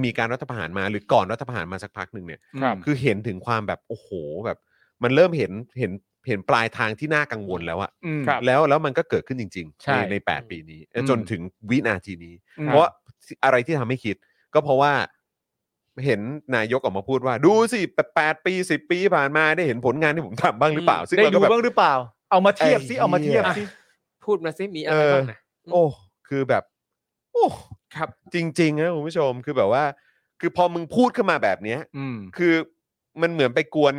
[SPEAKER 1] มีการรัฐประหารมาหรือก่อนรัฐประหารมาสักพักหนึ่งเนี่ย
[SPEAKER 3] ครับ
[SPEAKER 1] คือเห็นถึงความแบบโอ้โหแบบ มันเริ่มเห็นเห็นเห็นปลายทางที่น่ากังวลแล้วอะ
[SPEAKER 2] อืม
[SPEAKER 3] ครับ
[SPEAKER 1] แล้วแล้วมันก็เกิดขึ้นจริง
[SPEAKER 2] ใช่
[SPEAKER 1] ๆในในแปดปีนี้เอ่ออ
[SPEAKER 2] ม
[SPEAKER 1] จนถึงวินาทีนี้
[SPEAKER 2] อืม
[SPEAKER 1] เพราะอะไรที่ทำให้คิด ก็เพราะว่าเห็นนายกออกมาพูดว่า ดูสิแปดปีสิบปีที่ผ่านมาได้เห็นผลงานที่ผมทำบ้างหรือเปล่า ซึ่ง
[SPEAKER 2] ได้
[SPEAKER 1] เรา
[SPEAKER 2] ดู
[SPEAKER 1] ก็แบบ
[SPEAKER 2] บ้างหรือเปล่า เอามาเทียบ
[SPEAKER 1] ไอ้
[SPEAKER 2] สิ เอามาเทียบ
[SPEAKER 1] เหี้ย
[SPEAKER 2] สิ
[SPEAKER 3] พูดมาซิมีอะ
[SPEAKER 1] เอ
[SPEAKER 3] ไร
[SPEAKER 1] อ
[SPEAKER 3] บ้างนะ
[SPEAKER 1] โอ้คือแบบ โอ้
[SPEAKER 3] ครับ
[SPEAKER 1] จริงๆนะคุณผู้ชมคือแบบว่า คือพอมึงพูดขึ้นมาแบบเนี้ย
[SPEAKER 2] อืม
[SPEAKER 1] คือมันเหมือนไปกวน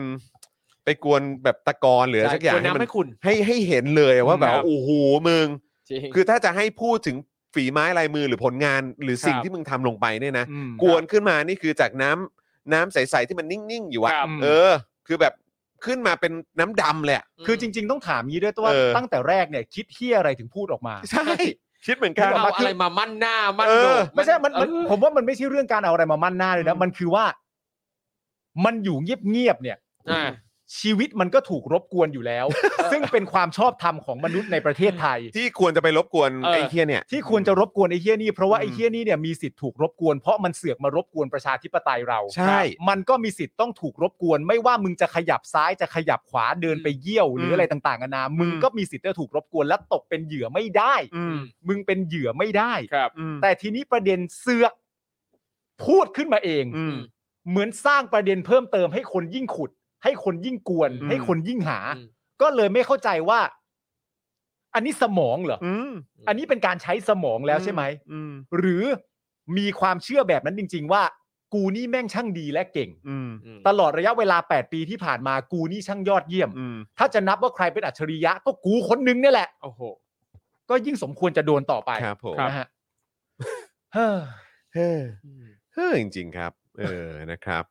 [SPEAKER 1] ไปกวนแบบตะกอนหรือสักอย่าง
[SPEAKER 3] ควร
[SPEAKER 1] ให้มัน
[SPEAKER 3] น้ำให้คุณ
[SPEAKER 1] ให้ให้เห็นเลยว่าแบบ
[SPEAKER 3] ครับ
[SPEAKER 1] ว่าโอ้โหมึง
[SPEAKER 3] จริง
[SPEAKER 1] คือถ้าจะให้พูดถึง ฝีไม้ลายมือหรือผลงาน หรือสิ่ง
[SPEAKER 3] ครับ
[SPEAKER 1] ที่มึงทำลงไปเนี่ยนะ
[SPEAKER 2] อืม
[SPEAKER 1] กวนขึ้นมานี่คือจากน้ำน้ำใสๆที่มันนิ่ง ๆ อยู่อะ
[SPEAKER 3] ครับ
[SPEAKER 1] เออ คือแบบขึ้นมาเป็นน้ำดำเลยอะ
[SPEAKER 2] คือจริง ๆ ต้องถามงี้ด้วยตัวว่า
[SPEAKER 1] เออ
[SPEAKER 2] ตั้งแต่แรกเนี่ยคิดเฮียอะไรถึงพูดออกมา
[SPEAKER 1] ใช่ คิดเหมือนกัน
[SPEAKER 3] เอาอะไรมามั่นหน้ามั่น
[SPEAKER 1] เออ
[SPEAKER 3] โหนก
[SPEAKER 2] ไม่ใช่มันมัน
[SPEAKER 3] เออ
[SPEAKER 2] ผมว่ามันไม่ใช่เรื่องการเอาอะไรมามั่นหน้าเลยนะ
[SPEAKER 3] อืม
[SPEAKER 2] มันคือว่า มันอยู่เงียบๆเนี่ย
[SPEAKER 3] อ่า
[SPEAKER 2] ชีวิตมันก็ถูกรบกวนอยู่แล้ว ซึ่งเป็นความชอบธรรมของมนุษย์ในประเทศไทย
[SPEAKER 1] ที่ควรจะไปรบกวน
[SPEAKER 3] เออ
[SPEAKER 1] ไอ้เคียเนี่ย
[SPEAKER 2] ที่ควรจะรบกวนไอ้เฮี้ยนี่เพราะว่า
[SPEAKER 1] อืม
[SPEAKER 2] ไอ้เฮี้ยนี่เนี่ยมีสิทธิ์ถูกรบกวนเพราะมันเสือกมารบกวนประชาธิปไตยเรา
[SPEAKER 1] ใช่
[SPEAKER 2] ครับมันก็มีสิทธิ์ต้องถูกรบกวน ไม่ว่ามึงจะขยับซ้ายจะขยับขวาเดินไปเยี่ยวหรืออะไรต่างๆนานามึงก็มีสิทธิ์จะถูกรบกวนและตกเป็นเหยื่อไม่ได้
[SPEAKER 1] อืม
[SPEAKER 2] มึงเป็นเหยื่อไม่ได้
[SPEAKER 3] ครับ
[SPEAKER 2] แต่ทีนี้ประเด็นเสือกพูดขึ้นมาเอง
[SPEAKER 1] อืม
[SPEAKER 2] เหมือนสร้างประเด็นเพิ่มเติมให้คนยิ่งขุด ให้คนยิ่งกวน
[SPEAKER 1] อืม
[SPEAKER 2] ให้คนยิ่งหา
[SPEAKER 3] อืม
[SPEAKER 2] ก็เลยไม่เข้าใจว่า อันนี้สมองเหรออ
[SPEAKER 1] อืม
[SPEAKER 2] อันนี้เป็นการใช้สมองแล้วใช่ไหม
[SPEAKER 1] อืม
[SPEAKER 2] หรือมีความเชื่อแบบนั้นจริง ๆ ว่า กูนี่แม่งช่างดีและเก่ง
[SPEAKER 1] อืม
[SPEAKER 3] อืม
[SPEAKER 2] ตลอดระยะเวลา 8 ปีที่ผ่านมากูนี่ช่างยอดเยี่ยม
[SPEAKER 1] อืม
[SPEAKER 2] ถ้าจะนับว่าใครเป็นอัจฉริยะ ก็กูคนนึงเนี่ยแหละ
[SPEAKER 3] โอ้โห
[SPEAKER 2] ก็ยิ่งสมควรจะโดนต่อไป
[SPEAKER 1] ครับผม
[SPEAKER 3] ครับ
[SPEAKER 2] นะฮะเฮ้อ
[SPEAKER 1] เฮ้อเฮ้อจริง ๆ ครับ เออนะครับ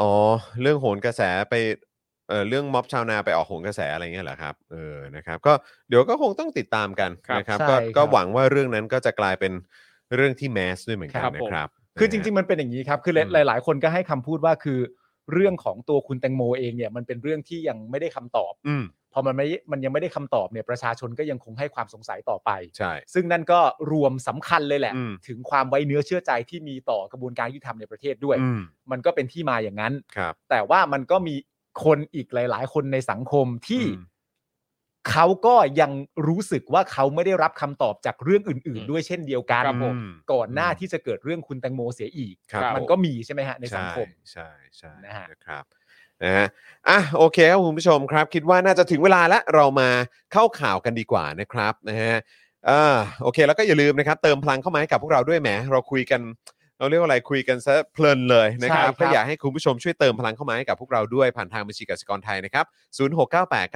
[SPEAKER 1] อ๋อ เรื่องโหนกระแสไปเออเรื่องม็อบชาวนาไปออกโหนกระแสอะไรเงี้ยเหรอครับเออนะครับ ก็เดี๋ยวก็คงต้องติดตามกัน
[SPEAKER 3] ครับ
[SPEAKER 1] นะครับ
[SPEAKER 2] ใช่
[SPEAKER 1] ก็
[SPEAKER 2] ครับ
[SPEAKER 1] ก็หวังว่าเรื่องนั้นก็จะกลายเป็นเรื่องที่แมสด้วยเหมือนกัน
[SPEAKER 3] ครับ
[SPEAKER 1] นะ
[SPEAKER 3] ผม
[SPEAKER 1] ครับ
[SPEAKER 2] คือจริง ๆ มันเป็นอย่างนี้ครับ คือหลาย
[SPEAKER 1] อืม
[SPEAKER 2] หลาย ๆ คนก็ให้คำพูดว่าคือ เรื่องของตัวคุณแตงโมเองเนี่ย มันเป็นเรื่องที่ยังไม่ได้คำตอบ
[SPEAKER 1] อืม
[SPEAKER 2] พอมันไม่ มันยังไม่ได้คำตอบเนี่ยประชาชนก็ยังคงให้ความสงสัยต่อไป
[SPEAKER 1] ใช่
[SPEAKER 2] ซึ่งนั่นก็รวมสำคัญเลยแหละ
[SPEAKER 1] อืม
[SPEAKER 2] ถึงความไว้เนื้อเชื่อใจที่มีต่อกระบวนการยุติธรรมในประเทศด้วย
[SPEAKER 1] อืม
[SPEAKER 2] มันก็เป็นที่มาอย่างนั้น
[SPEAKER 1] ครับ
[SPEAKER 2] แต่ว่ามันก็มีคนอีกหลาย ๆ คนในสังคมที่
[SPEAKER 1] อืม
[SPEAKER 2] เขาก็ยังรู้สึกว่าเขาไม่ได้รับคำตอบจากเรื่องอื่น ๆ ด้วยเช่นเดียวกัน
[SPEAKER 3] ครับผม
[SPEAKER 1] อืม
[SPEAKER 2] ก่อนหน้าที่จะเกิดเรื่องคุณแตงโมเสียอีก
[SPEAKER 1] ครับ
[SPEAKER 2] มันก็มีใช่ไหมฮะในสังคม
[SPEAKER 1] ใช่ใช่
[SPEAKER 2] นะฮะ
[SPEAKER 1] นะครับนะฮะอ่ะโอเคครับคุณผู้ชมครับ คิดว่าน่าจะถึงเวลาแล้วเรามาเข้าข่าวกันดีกว่านะครับนะฮะอ่าโอเคแล้วก็อย่าลืมนะครับ เติมพลังเข้ามาให้กับพวกเราด้วยแหมเราคุยกัน เราเรียกว่าอะไรคุยกันซะเพลินเลยนะครับ
[SPEAKER 2] ใช่ครับ
[SPEAKER 1] ก็อยากให้คุณผู้ชมช่วยเติมพลังเข้ามาให้กับพวกเราด้วยผ่านทางบัญชีกสิกรไทยนะครั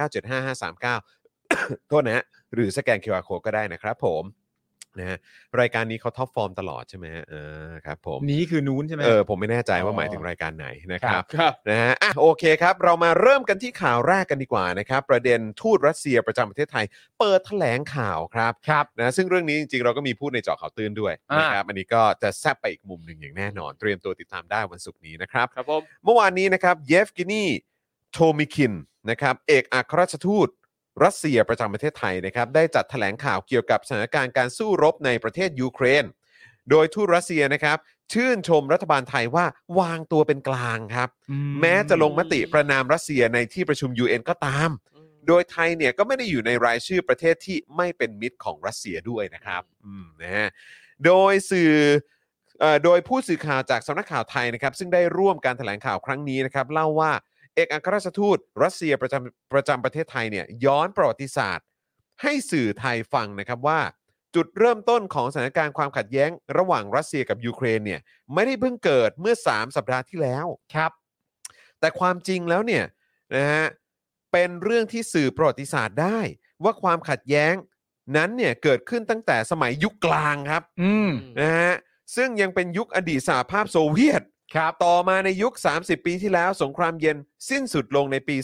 [SPEAKER 1] บ 0698975539 โทษนะฮะหรือสแกน QR Code ก็ได้นะครับ ผมนะฮะรายการนี้เขาท็อปฟอร์มตลอดใช่ไหมฮะเออครับผม
[SPEAKER 2] นี้คือนู้นใช่ไหม
[SPEAKER 1] เออผมไม่แน่ใจว่า
[SPEAKER 2] อ๋อ
[SPEAKER 1] หมายถึงรายการไหนนะครับ
[SPEAKER 3] ครับ
[SPEAKER 1] นะฮะอ่ะโอเคครับ เรามาเริ่มกันที่ข่าวแรกกันดีกว่านะครับ ประเด็นทูตรัสเซียประจำประเทศไทย เปิดแถลงข่าวครับ
[SPEAKER 2] ครับ
[SPEAKER 1] นะซึ่งเรื่องนี้จริงๆ เราก็มีพูดในเจาะข่าวตื้นด้วย
[SPEAKER 2] อ่าน
[SPEAKER 1] นะครับอันนี้ก็จะแซบไปอีกมุมหนึ่งอย่างแน่นอน เตรียมตัวติดตามได้วันศุกร์นี้นะครับ
[SPEAKER 3] ครับผม
[SPEAKER 1] เมื่อวานนี้นะครับเยฟกินีโทมิคินนะครับเอกอัครราชทูตรัสเซียประจำประเทศไทยนะครับได้จัดแถลงข่าวเกี่ยวกับสถานการณ์การสู้รบในประเทศยูเครน โดยทูตรัสเซียนะครับ ชื่นชมรัฐบาลไทยว่าวางตัวเป็นกลางครับ
[SPEAKER 2] อื
[SPEAKER 1] แม้จะลงมติประนามรัสเซียในที่ประชุม UN ก็ตาม โดยไทยเนี่ยก็ไม่ได้อยู่ในรายชื่อประเทศที่ไม่เป็นมิตรของรัสเซียด้วยนะครับอืมนะฮะโดยสื่อเอ่อโดยผู้สื่อข่าวจากสำนักข่าวไทยนะครับ ซึ่งได้ร่วมการแถลงข่าวครั้งนี้นะครับ เล่าว่าเอกอัครราชทูตรัสเซียประจำประจำประเทศไทยเนี่ยย้อนประวัติศาสตร์ ให้สื่อไทยฟังนะครับว่า จุดเริ่มต้นของสถานการณ์ความขัดแย้ง ระหว่างรัสเซียกับยูเครนเนี่ยไม่ได้เพิ่งเกิดเมื่อ 3 สัปดาห์ที่แล้ว
[SPEAKER 2] ครับ
[SPEAKER 1] แต่ความจริงแล้วเนี่ยนะฮะเป็นเรื่องที่สื่อประวัติศาสตร์ได้ ว่าความขัดแย้งนั้นเนี่ยเกิดขึ้นตั้งแต่สมัยยุคกลางครับ
[SPEAKER 2] อืม
[SPEAKER 1] นะฮะซึ่งยังเป็นยุคอดีตสหภาพโซเวียต
[SPEAKER 2] ครับ
[SPEAKER 1] ต่อมาในยุค 30 ปีที่แล้วสงครามเย็นสิ้นสุดลงในปี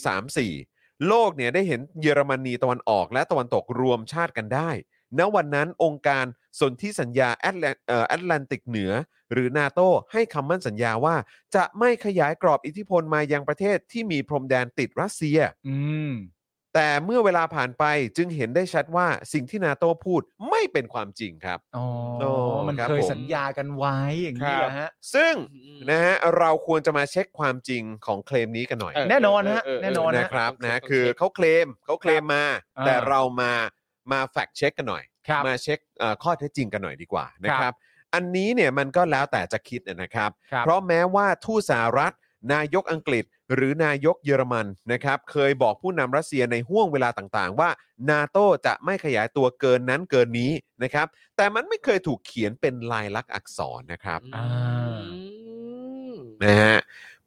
[SPEAKER 1] 34 โลกเนี่ยได้เห็นเยอรมนีตะวันออกและตะวันตกรวมชาติกันได้ ณวันนั้นองค์การสนธิสัญญาแอตแลนเอ่อแอตแลนติกเหนือ หรือนาโตให้คำมั่นสัญญาว่า จะไม่ขยายกรอบอิทธิพลมายังประเทศที่มีพรมแดนติดรัสเซีย
[SPEAKER 2] อืม
[SPEAKER 1] แต่เมื่อเวลาผ่านไปจึงเห็นได้ชัดว่าสิ่งที่นาโตพูดไม่เป็นความจริงครับ
[SPEAKER 2] อ๋อ
[SPEAKER 1] โอ้
[SPEAKER 2] มัน
[SPEAKER 1] ครับ
[SPEAKER 2] เคย
[SPEAKER 1] ผม
[SPEAKER 2] สัญญากันไว้อย่างนี้เหรอฮะ
[SPEAKER 1] ซึ่ง
[SPEAKER 3] นะ
[SPEAKER 1] นะฮะเราควรจะมาเช็คความจริงของเคลมนี้กันหน่อย
[SPEAKER 3] เออ
[SPEAKER 2] แน่นอนฮะ
[SPEAKER 3] เออเออ
[SPEAKER 2] แน่นอน
[SPEAKER 1] นะ
[SPEAKER 2] ฮะ
[SPEAKER 1] ครับ
[SPEAKER 3] ต้องเช็ค
[SPEAKER 1] นะ
[SPEAKER 3] ต้อง
[SPEAKER 1] คือ
[SPEAKER 3] เช็ค
[SPEAKER 1] เขาเคลมเขาเคลมมา
[SPEAKER 2] อ่า
[SPEAKER 1] แต่เรามามาแฟกเช็คกันหน่อย
[SPEAKER 2] ครับ
[SPEAKER 1] มาเช็คเอ่อข้อเท็จจริงกันหน่อยดีกว่านะค
[SPEAKER 2] ครั
[SPEAKER 1] รับ
[SPEAKER 2] บ
[SPEAKER 1] อันนี้เนี่ยมันก็แล้วแต่จะคิดนะครับ
[SPEAKER 2] ครับ
[SPEAKER 1] เพราะแม้ว่าทูตสหรัฐ นายกอังกฤษ หรือนายกเยอรมันนะครับ เคยบอกผู้นำรัสเซียในห่วงเวลาต่างๆ ว่านาโตจะไม่ขยายตัวเกินนั้นเกินนี้นะครับ แต่มันไม่เคยถูกเขียนเป็นลายลักษณ์อักษรนะครับ
[SPEAKER 2] อ่า
[SPEAKER 1] นะฮะ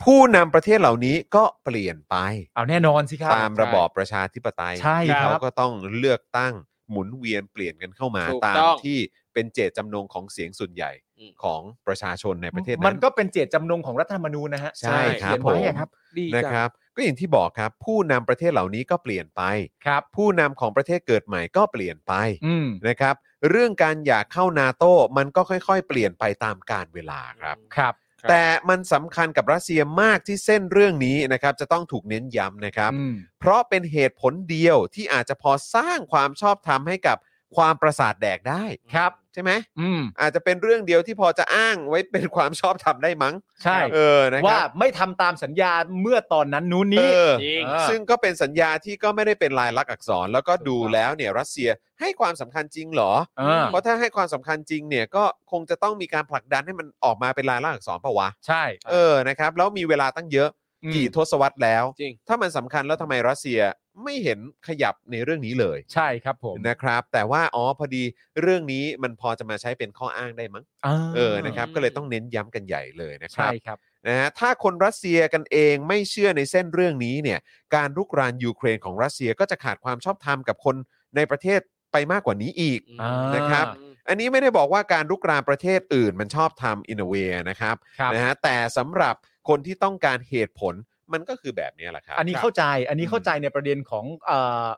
[SPEAKER 1] ผู้นำประเทศเหล่านี้ก็เปลี่ยนไป
[SPEAKER 2] เอาแน่นอนสิครับ
[SPEAKER 1] ตามระบอบประชาธิปไตย
[SPEAKER 2] ใช่ครับ
[SPEAKER 1] เขาก็ต้องเลือกตั้ง หมุนเวียนเปลี่ยนกันเข้ามา
[SPEAKER 3] ถูก
[SPEAKER 1] ตาม
[SPEAKER 3] ต้อง
[SPEAKER 1] ที่เป็นเจตจำนงของเสียงส่วนใหญ่
[SPEAKER 3] อืม
[SPEAKER 1] ของประชาชนในประเทศนั้น
[SPEAKER 2] มันก็เป็นเจตจำนงของรัฐธรรมนูญนะฮะ
[SPEAKER 1] ใช่ครับ
[SPEAKER 2] เขียนไว้
[SPEAKER 1] ผม
[SPEAKER 2] อะครับ
[SPEAKER 3] ดี
[SPEAKER 1] นะ
[SPEAKER 3] จัง
[SPEAKER 1] ครับก็อย่างที่บอกครับผู้นำประเทศเหล่านี้ก็เปลี่ยนไป
[SPEAKER 2] ครับ
[SPEAKER 1] ผู้นำของประเทศเกิดใหม่ก็เปลี่ยนไป
[SPEAKER 2] อืม
[SPEAKER 1] นะครับ เรื่องการอยากเข้านาโตมันก็ค่อยๆ เปลี่ยนไปตามกาลเวลาครับ
[SPEAKER 2] ครับ
[SPEAKER 3] ครับ
[SPEAKER 1] แต่มันสำคัญกับรัสเซียมากที่เส้นเรื่องนี้นะครับจะต้องถูกเน้นย้ำนะครับ
[SPEAKER 2] อืม
[SPEAKER 1] เพราะเป็นเหตุผลเดียวที่อาจจะพอสร้างความชอบธรรมให้กับความประสาทแดกได้
[SPEAKER 2] ครับ
[SPEAKER 1] ใช่ไหม
[SPEAKER 2] อืม
[SPEAKER 1] อาจจะเป็นเรื่องเดียวที่พอจะอ้างไว้เป็นความชอบธรรมได้มั้ง
[SPEAKER 2] ใช่
[SPEAKER 1] เออนะครับ
[SPEAKER 2] ว่าไม่ทำตามสัญญาเมื่อตอนนั้นนู้นนี้
[SPEAKER 1] เออ
[SPEAKER 3] จริง
[SPEAKER 2] เออ
[SPEAKER 1] ซึ่งก็เป็นสัญญาที่ก็ไม่ได้เป็นลายลักษณ์อักษร แล้วก็ดูแล้วเนี่ยรัสเซียให้ความสำคัญจริงเหรอ
[SPEAKER 2] เออ
[SPEAKER 1] เพราะถ้าให้ความสำคัญจริงเนี่ยก็คงจะต้องมีการผลักดันให้มันออกมาเป็นลายลักษณ์อักษรปะวะ
[SPEAKER 2] ใช่
[SPEAKER 1] เออนะครับแล้วมีเวลาตั้งเยอะ
[SPEAKER 2] ม
[SPEAKER 1] กี่ทศวรรษแล้ว
[SPEAKER 3] จริง
[SPEAKER 1] ถ้ามันสำคัญแล้วทำไมรัสเซียไม่เห็นขยับในเรื่องนี้เลย
[SPEAKER 2] ใช่ครับผม
[SPEAKER 1] นะครับ แต่ว่าอ๋อพอดีเรื่องนี้มันพอจะมาใช้เป็นข้ออ้างได้มั้ง
[SPEAKER 2] า
[SPEAKER 1] เออนะครับก็เลยต้องเน้นย้ำกันใหญ่เลยนะครั
[SPEAKER 2] ใช่
[SPEAKER 1] บ
[SPEAKER 2] ครับ
[SPEAKER 1] นะฮะถ้าคนรัสเซียกันเองไม่เชื่อในเส้นเรื่องนี้เนี่ยการรุกรานยูเครนของรัสเซียก็จะขาดความชอบธรรมกับคนในประเทศไปมากกว่านี้อีก
[SPEAKER 3] อืม
[SPEAKER 2] อ่า
[SPEAKER 1] นะครับ อันนี้ไม่ได้บอกว่าการรุกรานประเทศอื่นมันชอบทำอินเวนะครับ
[SPEAKER 2] ครับ
[SPEAKER 1] นะฮะแต่สำหรับคนที่ต้องการเหตุผลมันก็คือแบบนี้แหละครับ
[SPEAKER 2] อันนี้เข้าใจ อันนี้เข้าใจในประเด็นของเอ่อ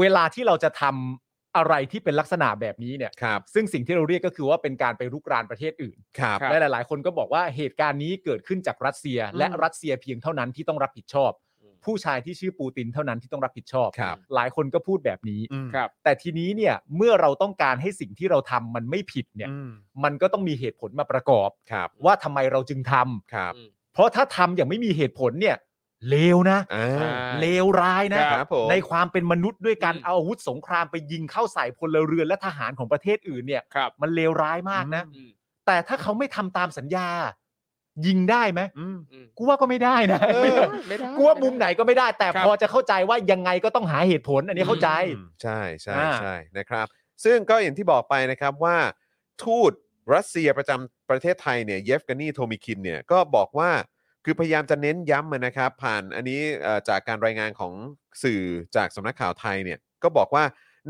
[SPEAKER 2] เวลาที่เราจะทำอะไรที่เป็นลักษณะแบบนี้เนี่ย
[SPEAKER 1] ครับ
[SPEAKER 2] ซึ่งสิ่งที่เราเรียกก็คือว่าเป็นการไปรุกรานประเทศอื่น
[SPEAKER 1] ครับ
[SPEAKER 2] และหลาย ๆ คนก็บอกว่าเหตุการณ์นี้เกิดขึ้นจากรัสเซีย และรัสเซียเพียงเท่านั้นที่ต้องรับผิดชอบ ผู้ชายที่ชื่อปูตินเท่านั้นที่ต้องรับผิดชอบ
[SPEAKER 1] ครับ
[SPEAKER 2] หลายคนก็พูดแบบนี้
[SPEAKER 1] อืม
[SPEAKER 3] ครับ
[SPEAKER 2] แต่ทีนี้เนี่ยเมื่อเราต้องการให้สิ่งที่เราทำมันไม่ผิดเนี่ย
[SPEAKER 1] อืม
[SPEAKER 2] มันก็ต้องมีเหตุผลมาประกอบ
[SPEAKER 1] ครับ
[SPEAKER 2] ว่าทำไมเราจึงทำ
[SPEAKER 1] ครับ
[SPEAKER 3] อืม
[SPEAKER 2] เพราะถ้าทำอย่างไม่มีเหตุผลเนี่ยเลวนะ
[SPEAKER 1] อ่า
[SPEAKER 2] เลวร้ายนะครับ
[SPEAKER 1] ผม
[SPEAKER 2] ในความเป็นมนุษย์ด้วยการ
[SPEAKER 3] อืม
[SPEAKER 2] เอาอาวุธสงครามไปยิงเข้าใส่พลเรือนและทหารของประเทศอื่นเนี่ย
[SPEAKER 3] ครับ
[SPEAKER 2] มันเลวร้ายมากนะ
[SPEAKER 3] อืม
[SPEAKER 2] แต่ถ้าเขาไม่ทำตามสัญญา ยิงได้ไหม
[SPEAKER 1] อืม
[SPEAKER 3] อืม
[SPEAKER 2] กูว่าก็ไม่ได้นะ
[SPEAKER 1] เออ
[SPEAKER 3] ไม่ได้
[SPEAKER 2] (laughs) กูว่ามุมไหนก็ไม่ได้ แต่
[SPEAKER 3] ครับ
[SPEAKER 2] พอจะเข้าใจว่ายังไงก็ต้องหาเหตุผล อันนี้เข้าใจ
[SPEAKER 1] อืมใช่ใช่
[SPEAKER 2] อ่า
[SPEAKER 1] ใช่นะครับ ซึ่งก็อย่างที่บอกไปนะครับว่า ทูตรัสเซียประจำประเทศไทยเนี่ยเยฟกานีโทมิคินเนี่ยก็บอกว่าคือพยายามจะเน้นย้ำอะนะครับ ผ่านอันนี้เอ่อจากการรายงานของสื่อจากสำนักข่าวไทยเนี่ยก็บอกว่า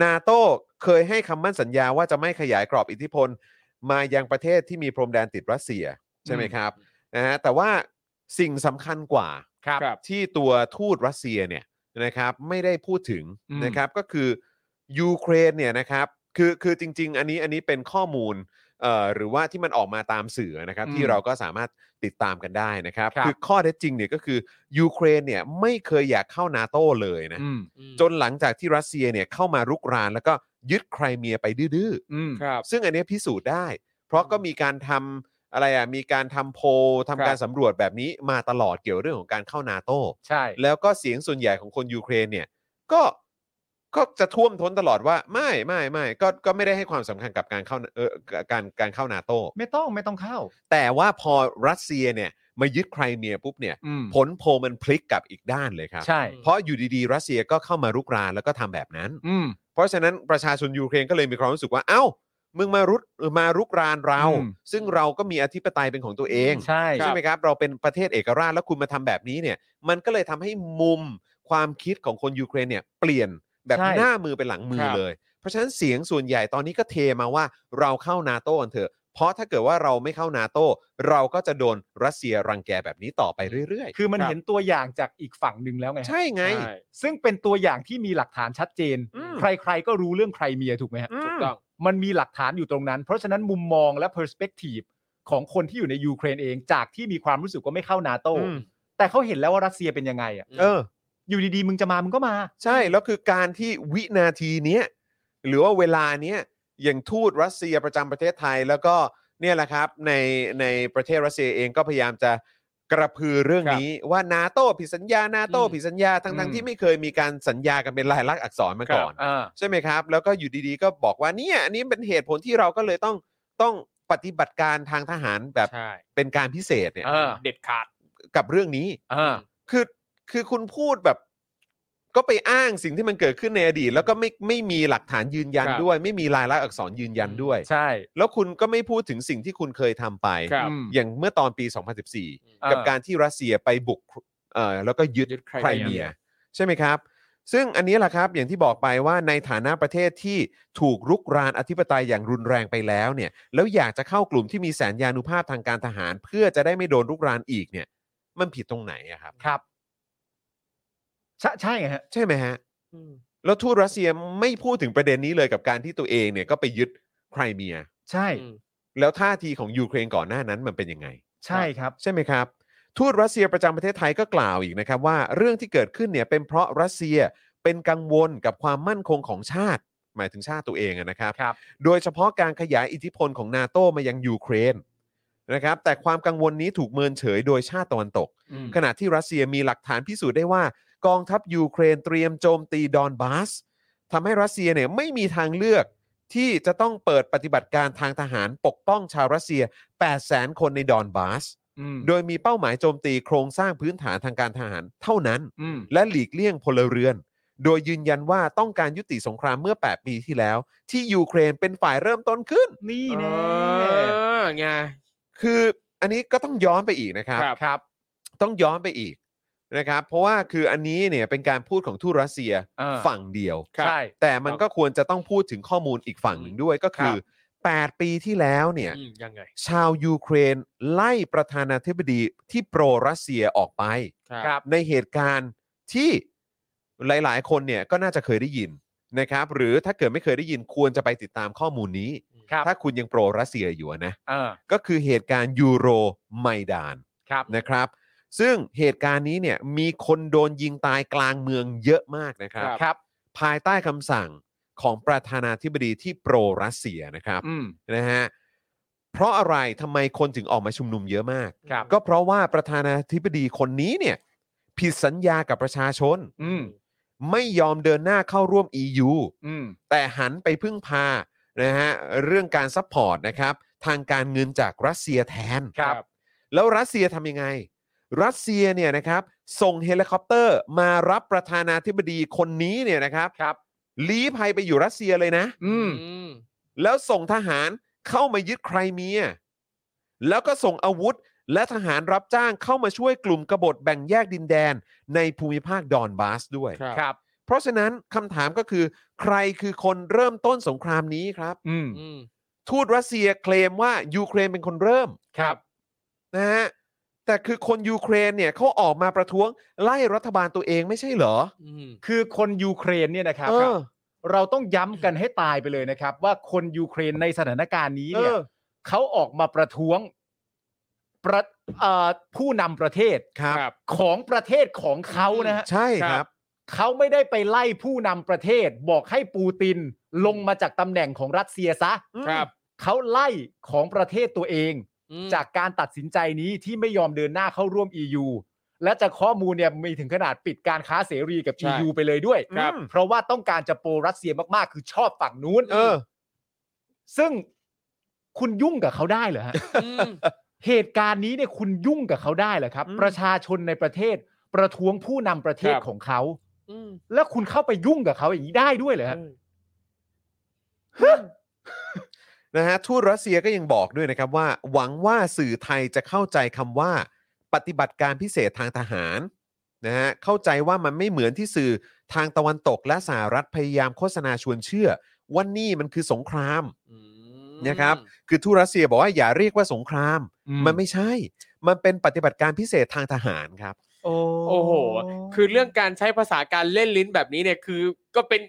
[SPEAKER 1] นาโต้เคยให้คำมั่นสัญญาว่าจะไม่ขยายกรอบอิทธิพล มายังประเทศที่มีพรมแดนติดรัสเซียใช่ไหมครับนะฮะแต่ว่าสิ่งสำคัญกว่า
[SPEAKER 2] ครับ
[SPEAKER 3] ครับ
[SPEAKER 1] ที่ตัวทูตรัสเซียเนี่ยนะครับไม่ได้พูดถึง
[SPEAKER 2] อืม
[SPEAKER 1] นะครับก็คือยูเครนเนี่ยนะครับคือคือจริง ๆ อันนี้อันนี้เป็นข้อมูลเอ่อหรือว่าที่มันออกมาตามสื่อนะครับ
[SPEAKER 2] อืม
[SPEAKER 1] ที่เราก็สามารถติดตามกันได้นะครับ
[SPEAKER 2] ครับ
[SPEAKER 1] อข้อเท็จจริงเนี่ยก็คือยูเครนเนี่ยไม่เคยอยากเข้านาโตเลยนะ
[SPEAKER 2] อืม
[SPEAKER 3] อืม
[SPEAKER 1] จนหลังจากที่รัสเซียเนี่ยเข้ามารุกรานแล้วก็ยึดไครเมียไปดื้อๆ
[SPEAKER 2] อืม
[SPEAKER 3] ครับ
[SPEAKER 1] ซึ่งอันเนี้ยพิสูจน์ได้ เพราะก็มีการทำอะไรอ่ะมีการทำโพลทำ
[SPEAKER 3] ครับ
[SPEAKER 1] การสำรวจแบบนี้มาตลอดเกี่ยวเรื่องของการเข้านาโต
[SPEAKER 2] ใช่
[SPEAKER 1] แล้วก็เสียงส่วนใหญ่ของคนยูเครนเนี่ยก็ก็จะท่วมท้นตลอดว่าไม่ไม่ไม่ก็ก็ไม่ได้ให้ความสำคัญกับการเข้าเออการการเข้านาโต
[SPEAKER 2] ไม่ต้องไม่ต้องเข้า
[SPEAKER 1] แต่ว่าพอรัสเซียเนี่ยมายึดไครเมียปุ๊บเนี่ย
[SPEAKER 2] อืม
[SPEAKER 1] ผลโพลมันพลิกกลับอีกด้านเลยครับ
[SPEAKER 2] ใช่
[SPEAKER 1] เพราะอยู่ดีๆ รัสเซียก็เข้ามารุกรานแล้วก็ทำแบบนั้น
[SPEAKER 2] อืม
[SPEAKER 1] เพราะฉะนั้นประชาชนยูเครนก็เลยมีความรู้สึกว่า เอ้า มึงมารุกมารุกรานเรา
[SPEAKER 2] อืม
[SPEAKER 1] ซึ่งเราก็มีอธิปไตยเป็นของตัวเอง
[SPEAKER 2] ใช่
[SPEAKER 1] ใช่ไหมครับ เราเป็นประเทศเอกราชแล้วคุณมาทำแบบนี้เนี่ย มันก็เลยทำให้มุมความคิดของคนยูเครนเนี่ยเปลี่ยนแบบ
[SPEAKER 2] ใช่
[SPEAKER 1] หน้ามือเป็นหลังมือ
[SPEAKER 3] ครับ
[SPEAKER 1] เลย เพราะฉะนั้นเสียงส่วนใหญ่ตอนนี้ก็เทมาว่าเราเข้านาโต้กันเถอะ เพราะถ้าเกิดว่าเราไม่เข้านาโต้เราก็จะโดนรัสเซียรังแกแบบนี้ต่อไปเรื่อย
[SPEAKER 2] คือมัน
[SPEAKER 3] ครับ
[SPEAKER 2] เห็นตัวอย่างจากอีกฝั่งหนึ่งแล้วไง
[SPEAKER 1] ๆ
[SPEAKER 2] ฮะ
[SPEAKER 1] ใช่ไง
[SPEAKER 3] ใช่
[SPEAKER 2] ซึ่งเป็นตัวอย่างที่มีหลักฐานชัดเจน
[SPEAKER 1] อืม
[SPEAKER 2] ใคร ๆ ก็รู้เรื่องใครเมียถูกไหมฮะ
[SPEAKER 3] ถูกต้อง
[SPEAKER 2] มันมีหลักฐานอยู่ตรงนั้น เพราะฉะนั้นมุมมองและ perspective ของคนที่อยู่ในยูเครนเองจากที่มีความรู้สึกว่าไม่เข้านาโต
[SPEAKER 1] อืม
[SPEAKER 2] แต่เขาเห็นแล้วว่ารัสเซียเป็นยังไงอ่ะ
[SPEAKER 1] เออ
[SPEAKER 2] อยู่ดีๆ มึงจะมามึงก็มา
[SPEAKER 1] ใช่ แล้วคือการที่วินาทีเนี้ยหรือว่าเวลาเนี้ยอย่างทูตรัสเซียประจำประเทศไทย แล้วก็เนี่ยแหละครับในในประเทศรัสเซียเองก็พยายามจะกระพือเรื่องนี้ว่านาโต้ผิดสัญญานาโต้
[SPEAKER 3] อืม
[SPEAKER 1] ผิดสัญญาทั้งทั้ง
[SPEAKER 2] อืม
[SPEAKER 1] ที่ไม่เคยมีการสัญญากันเป็นลายลักษณ์อักษรมาก่อน
[SPEAKER 2] อ่า
[SPEAKER 1] ใช่ไหมครับ แล้วก็อยู่ดีๆ ก็บอกว่าเนี่ยอันนี้เป็นเหตุผลที่เราก็เลยต้องต้องปฏิบัติการทางทหารแบบ
[SPEAKER 3] ใช่
[SPEAKER 1] เป็นการพิเศษเนี่ย
[SPEAKER 2] เออ
[SPEAKER 3] เด็ดขาด
[SPEAKER 1] กับเรื่องนี้
[SPEAKER 2] อ่า
[SPEAKER 1] คือคือคุณพูดแบบก็ไปอ้างสิ่งที่มันเกิดขึ้นในอดีต แล้วก็ไม่ไม่มีหลักฐานยืนยัน
[SPEAKER 3] ครับ
[SPEAKER 1] ด้วย ไม่มีลายลักษณ์อักษรยืนยันด้วย
[SPEAKER 2] ใช่
[SPEAKER 1] แล้วคุณก็ไม่พูดถึงสิ่งที่คุณเคยทำไป
[SPEAKER 3] ครับ
[SPEAKER 2] อืม
[SPEAKER 1] อย่างเมื่อตอนปี
[SPEAKER 3] อืม
[SPEAKER 1] 2014 กับการที่รัสเซียไปบุกเอ่อแล้วก็ยึด
[SPEAKER 3] ยึดไครเมีย
[SPEAKER 1] ไครเมีย ใช่ไหมครับ ซึ่งอันนี้แหละครับอย่างที่บอกไปว่าในฐานะประเทศที่ถูกรุกรานอธิปไตยอย่างรุนแรงไปแล้วเนี่ยแล้วอยากจะเข้ากลุ่มที่มีแสนยานุภาพทางการทหาร เพื่อจะได้ไม่โดนรุกรานอีกเนี่ย มันผิดตรงไหนอะครับ
[SPEAKER 2] ครับ ใช่ใช่ไงฮะ
[SPEAKER 1] ใช่ไหมฮะ
[SPEAKER 3] อืม
[SPEAKER 1] แล้วทูตรัสเซียไม่พูดถึงประเด็นนี้เลยกับการที่ตัวเองเนี่ยก็ไปยึดไครเมีย
[SPEAKER 2] ใช่
[SPEAKER 3] อืม
[SPEAKER 1] แล้วท่าทีของยูเครนก่อนหน้านั้นมันเป็นยังไง
[SPEAKER 2] ใช่ครับ
[SPEAKER 1] ใช่ไหมครับ ทูตรัสเซียประจำประเทศไทยก็กล่าวอีกนะครับว่าเรื่องที่เกิดขึ้นเนี่ยเป็นเพราะรัสเซียเป็นกังวลกับความมั่นคงของชาติ หมายถึงชาติตัวเองอะนะครับ
[SPEAKER 2] ครับ
[SPEAKER 1] โดยเฉพาะการขยายอิทธิพลของนาโตมายังยูเครนนะครับแต่ความกังวลนี้ถูกเมินเฉยโดยชาติตะวันตก
[SPEAKER 2] อืม
[SPEAKER 1] ขณะที่รัสเซียมีหลักฐานพิสูจน์ได้ว่า กองทัพยูเครนเตรียมโจมตีดอนบาสทำให้รัสเซียเนี่ยไม่มีทางเลือกที่จะต้องเปิดปฏิบัติการทางทหารปกป้องชาวรัสเซีย 800,000 คนในดอนบาส
[SPEAKER 2] อืม
[SPEAKER 1] โดยมีเป้าหมายโจมตีโครงสร้างพื้นฐานทางการทหารเท่านั้น
[SPEAKER 2] อืม
[SPEAKER 1] และหลีกเลี่ยงพลเรือน โดยยืนยันว่าต้องการยุติสงครามเมื่อ 8 ปีที่แล้ว ที่ยูเครนเป็นฝ่ายเริ่มต้นขึ้น
[SPEAKER 2] นี่แน่
[SPEAKER 3] เออไง
[SPEAKER 1] คืออันนี้ก็ต้องย้อนไปอีกนะครับ
[SPEAKER 3] ครับ
[SPEAKER 2] ครับ
[SPEAKER 1] ต้องย้อนไปอีกนะครับ เพราะว่าคืออันนี้เนี่ยเป็นการพูดของทูตรัสเซีย
[SPEAKER 2] เออ
[SPEAKER 1] ฝั่งเดียว
[SPEAKER 2] ใช่
[SPEAKER 1] แต่มันก็ควรจะต้องพูดถึงข้อมูลอีกฝั่งหนึ่งด้วยก็คือ 8 ปีที่แล้วเนี่ย
[SPEAKER 3] อืมยังไง
[SPEAKER 1] ชาวยูเครนไล่ประธานาธิบดีที่โปรรัสเซียออกไป
[SPEAKER 2] ครับ
[SPEAKER 1] ในเหตุการณ์ที่หลายๆ คนเนี่ยก็น่าจะเคยได้ยินนะครับ หรือถ้าเกิดไม่เคยได้ยินควรจะไปติดตามข้อมูลนี้
[SPEAKER 2] ครับ
[SPEAKER 1] ถ้าคุณยังโปรรัสเซียอยู่อะนะ
[SPEAKER 2] เออ
[SPEAKER 1] ก็คือเหตุการณ์ยูโรไมดาน
[SPEAKER 2] ครับ
[SPEAKER 1] นะครับ ซึ่งเหตุการณ์นี้เนี่ยมีคนโดนยิงตายกลางเมืองเยอะมากนะครับ
[SPEAKER 2] ครับ
[SPEAKER 1] ภายใต้คำสั่งของประธานาธิบดีที่โปรรัสเซียนะครับ
[SPEAKER 2] อืม
[SPEAKER 1] นะฮะเพราะอะไรทำไมคนถึงออกมาชุมนุมเยอะมาก
[SPEAKER 2] ครับ
[SPEAKER 1] ก็เพราะว่าประธานาธิบดีคนนี้เนี่ยผิดสัญญากับประชาชน
[SPEAKER 2] อืม
[SPEAKER 1] ไม่ยอมเดินหน้าเข้าร่วม EU
[SPEAKER 2] อืม
[SPEAKER 1] แต่หันไปพึ่งพานะฮะเรื่องการซัพพอร์ตนะครับ ทางการเงินจากรัสเซียแทน
[SPEAKER 2] ครับ
[SPEAKER 1] แล้วรัสเซียทำยังไง รัสเซียเนี่ยนะครับ ส่งเฮลิคอปเตอร์มารับประธานาธิบดีคนนี้เนี่ยนะครับ
[SPEAKER 2] ครับ
[SPEAKER 1] ลี้ภัยไปอยู่รัสเซียเลยนะ
[SPEAKER 2] อืม
[SPEAKER 1] แล้วส่งทหารเข้ามายึดไครเมีย แล้วก็ส่งอาวุธและทหารรับจ้างเข้ามาช่วยกลุ่มกบฏแบ่งแยกดินแดนในภูมิภาคดอนบาสด้วย
[SPEAKER 3] ครับ
[SPEAKER 2] ครับ
[SPEAKER 1] เพราะฉะนั้นคำถามก็คือ ใครคือคนเริ่มต้นสงครามนี้ครับ
[SPEAKER 2] อืม
[SPEAKER 3] อืม
[SPEAKER 1] ทูตรัสเซียเคลมว่ายูเครนเป็นคนเริ่ม
[SPEAKER 2] ครับ
[SPEAKER 1] นะฮะแต่คือคนยูเครนเนี่ยเขาออกมาประท้วงไล่รัฐบาลตัวเองไม่ใช่เหรอ
[SPEAKER 3] อืม
[SPEAKER 2] คือคนยูเครนเนี่ยนะครับ
[SPEAKER 1] เออ
[SPEAKER 2] เราต้องย้ำกันให้ตายไปเลยนะครับ ว่าคนยูเครนในสถานการณ์นี้
[SPEAKER 1] เอ
[SPEAKER 2] เนี่ย
[SPEAKER 1] อ
[SPEAKER 2] เขาออกมาประท้วงประเอ่อผู้นำประเทศ
[SPEAKER 1] ครับ
[SPEAKER 3] ครับ
[SPEAKER 2] ของประเทศของเขานะฮะ
[SPEAKER 1] ใช่ครับ
[SPEAKER 2] เขาไม่ได้ไปไล่ผู้นำประเทศ บอกให้ปูตินลงมาจากตำแหน่งของรัสเซียซะ
[SPEAKER 3] ครับ
[SPEAKER 2] เขาไล่ของประเทศตัวเอง
[SPEAKER 3] อืม
[SPEAKER 2] จากการตัดสินใจนี้ที่ไม่ยอมเดินหน้าเข้าร่วม EU และจากข้อมูลเนี่ยมีถึงขนาดปิดการค้าเสรีกับ
[SPEAKER 3] ใช่
[SPEAKER 2] EU ไปเลยด้วย
[SPEAKER 1] ครับ
[SPEAKER 2] เพราะว่าต้องการจะโปรรัสเซียมากๆ คือชอบฝั่งนู้น
[SPEAKER 1] เออ
[SPEAKER 2] ซึ่งคุณยุ่งกับเขาได้
[SPEAKER 3] (laughs)
[SPEAKER 2] เหรอฮะ
[SPEAKER 3] อืม
[SPEAKER 2] เหตุการณ์นี้เนี่ยคุณยุ่งกับเขาได้เหรอครับ
[SPEAKER 1] อืม
[SPEAKER 2] ประชาชนในประเทศประท้วงผู้นำประเทศ
[SPEAKER 3] ครับ
[SPEAKER 2] ของเขา
[SPEAKER 3] อืม
[SPEAKER 2] แล้วคุณเข้าไปยุ่งกับเขาอย่างนี้ได้ด้วยเหรอฮะ
[SPEAKER 1] นะฮะทูตรัสเซียก็ยังบอกด้วยนะครับว่า หวังว่าสื่อไทยจะเข้าใจคำว่า ปฏิบัติการพิเศษทางทหารนะฮะเข้าใจว่ามันไม่เหมือนที่สื่อทางตะวันตกและสหรัฐพยายามโฆษณาชวนเชื่อว่านี่มันคือสงคราม
[SPEAKER 3] อืม
[SPEAKER 1] นะครับ คือทูตรัสเซียบอกว่าอย่าเรียกว่าสงคราม มันไม่ใช่ มันเป็นปฏิบัติการพิเศษทางทหารครับ
[SPEAKER 2] โอ้
[SPEAKER 3] โอ้โห คือเรื่องการใช้ภาษาการเล่นลิ้นแบบนี้เนี่ยคือก็เป็น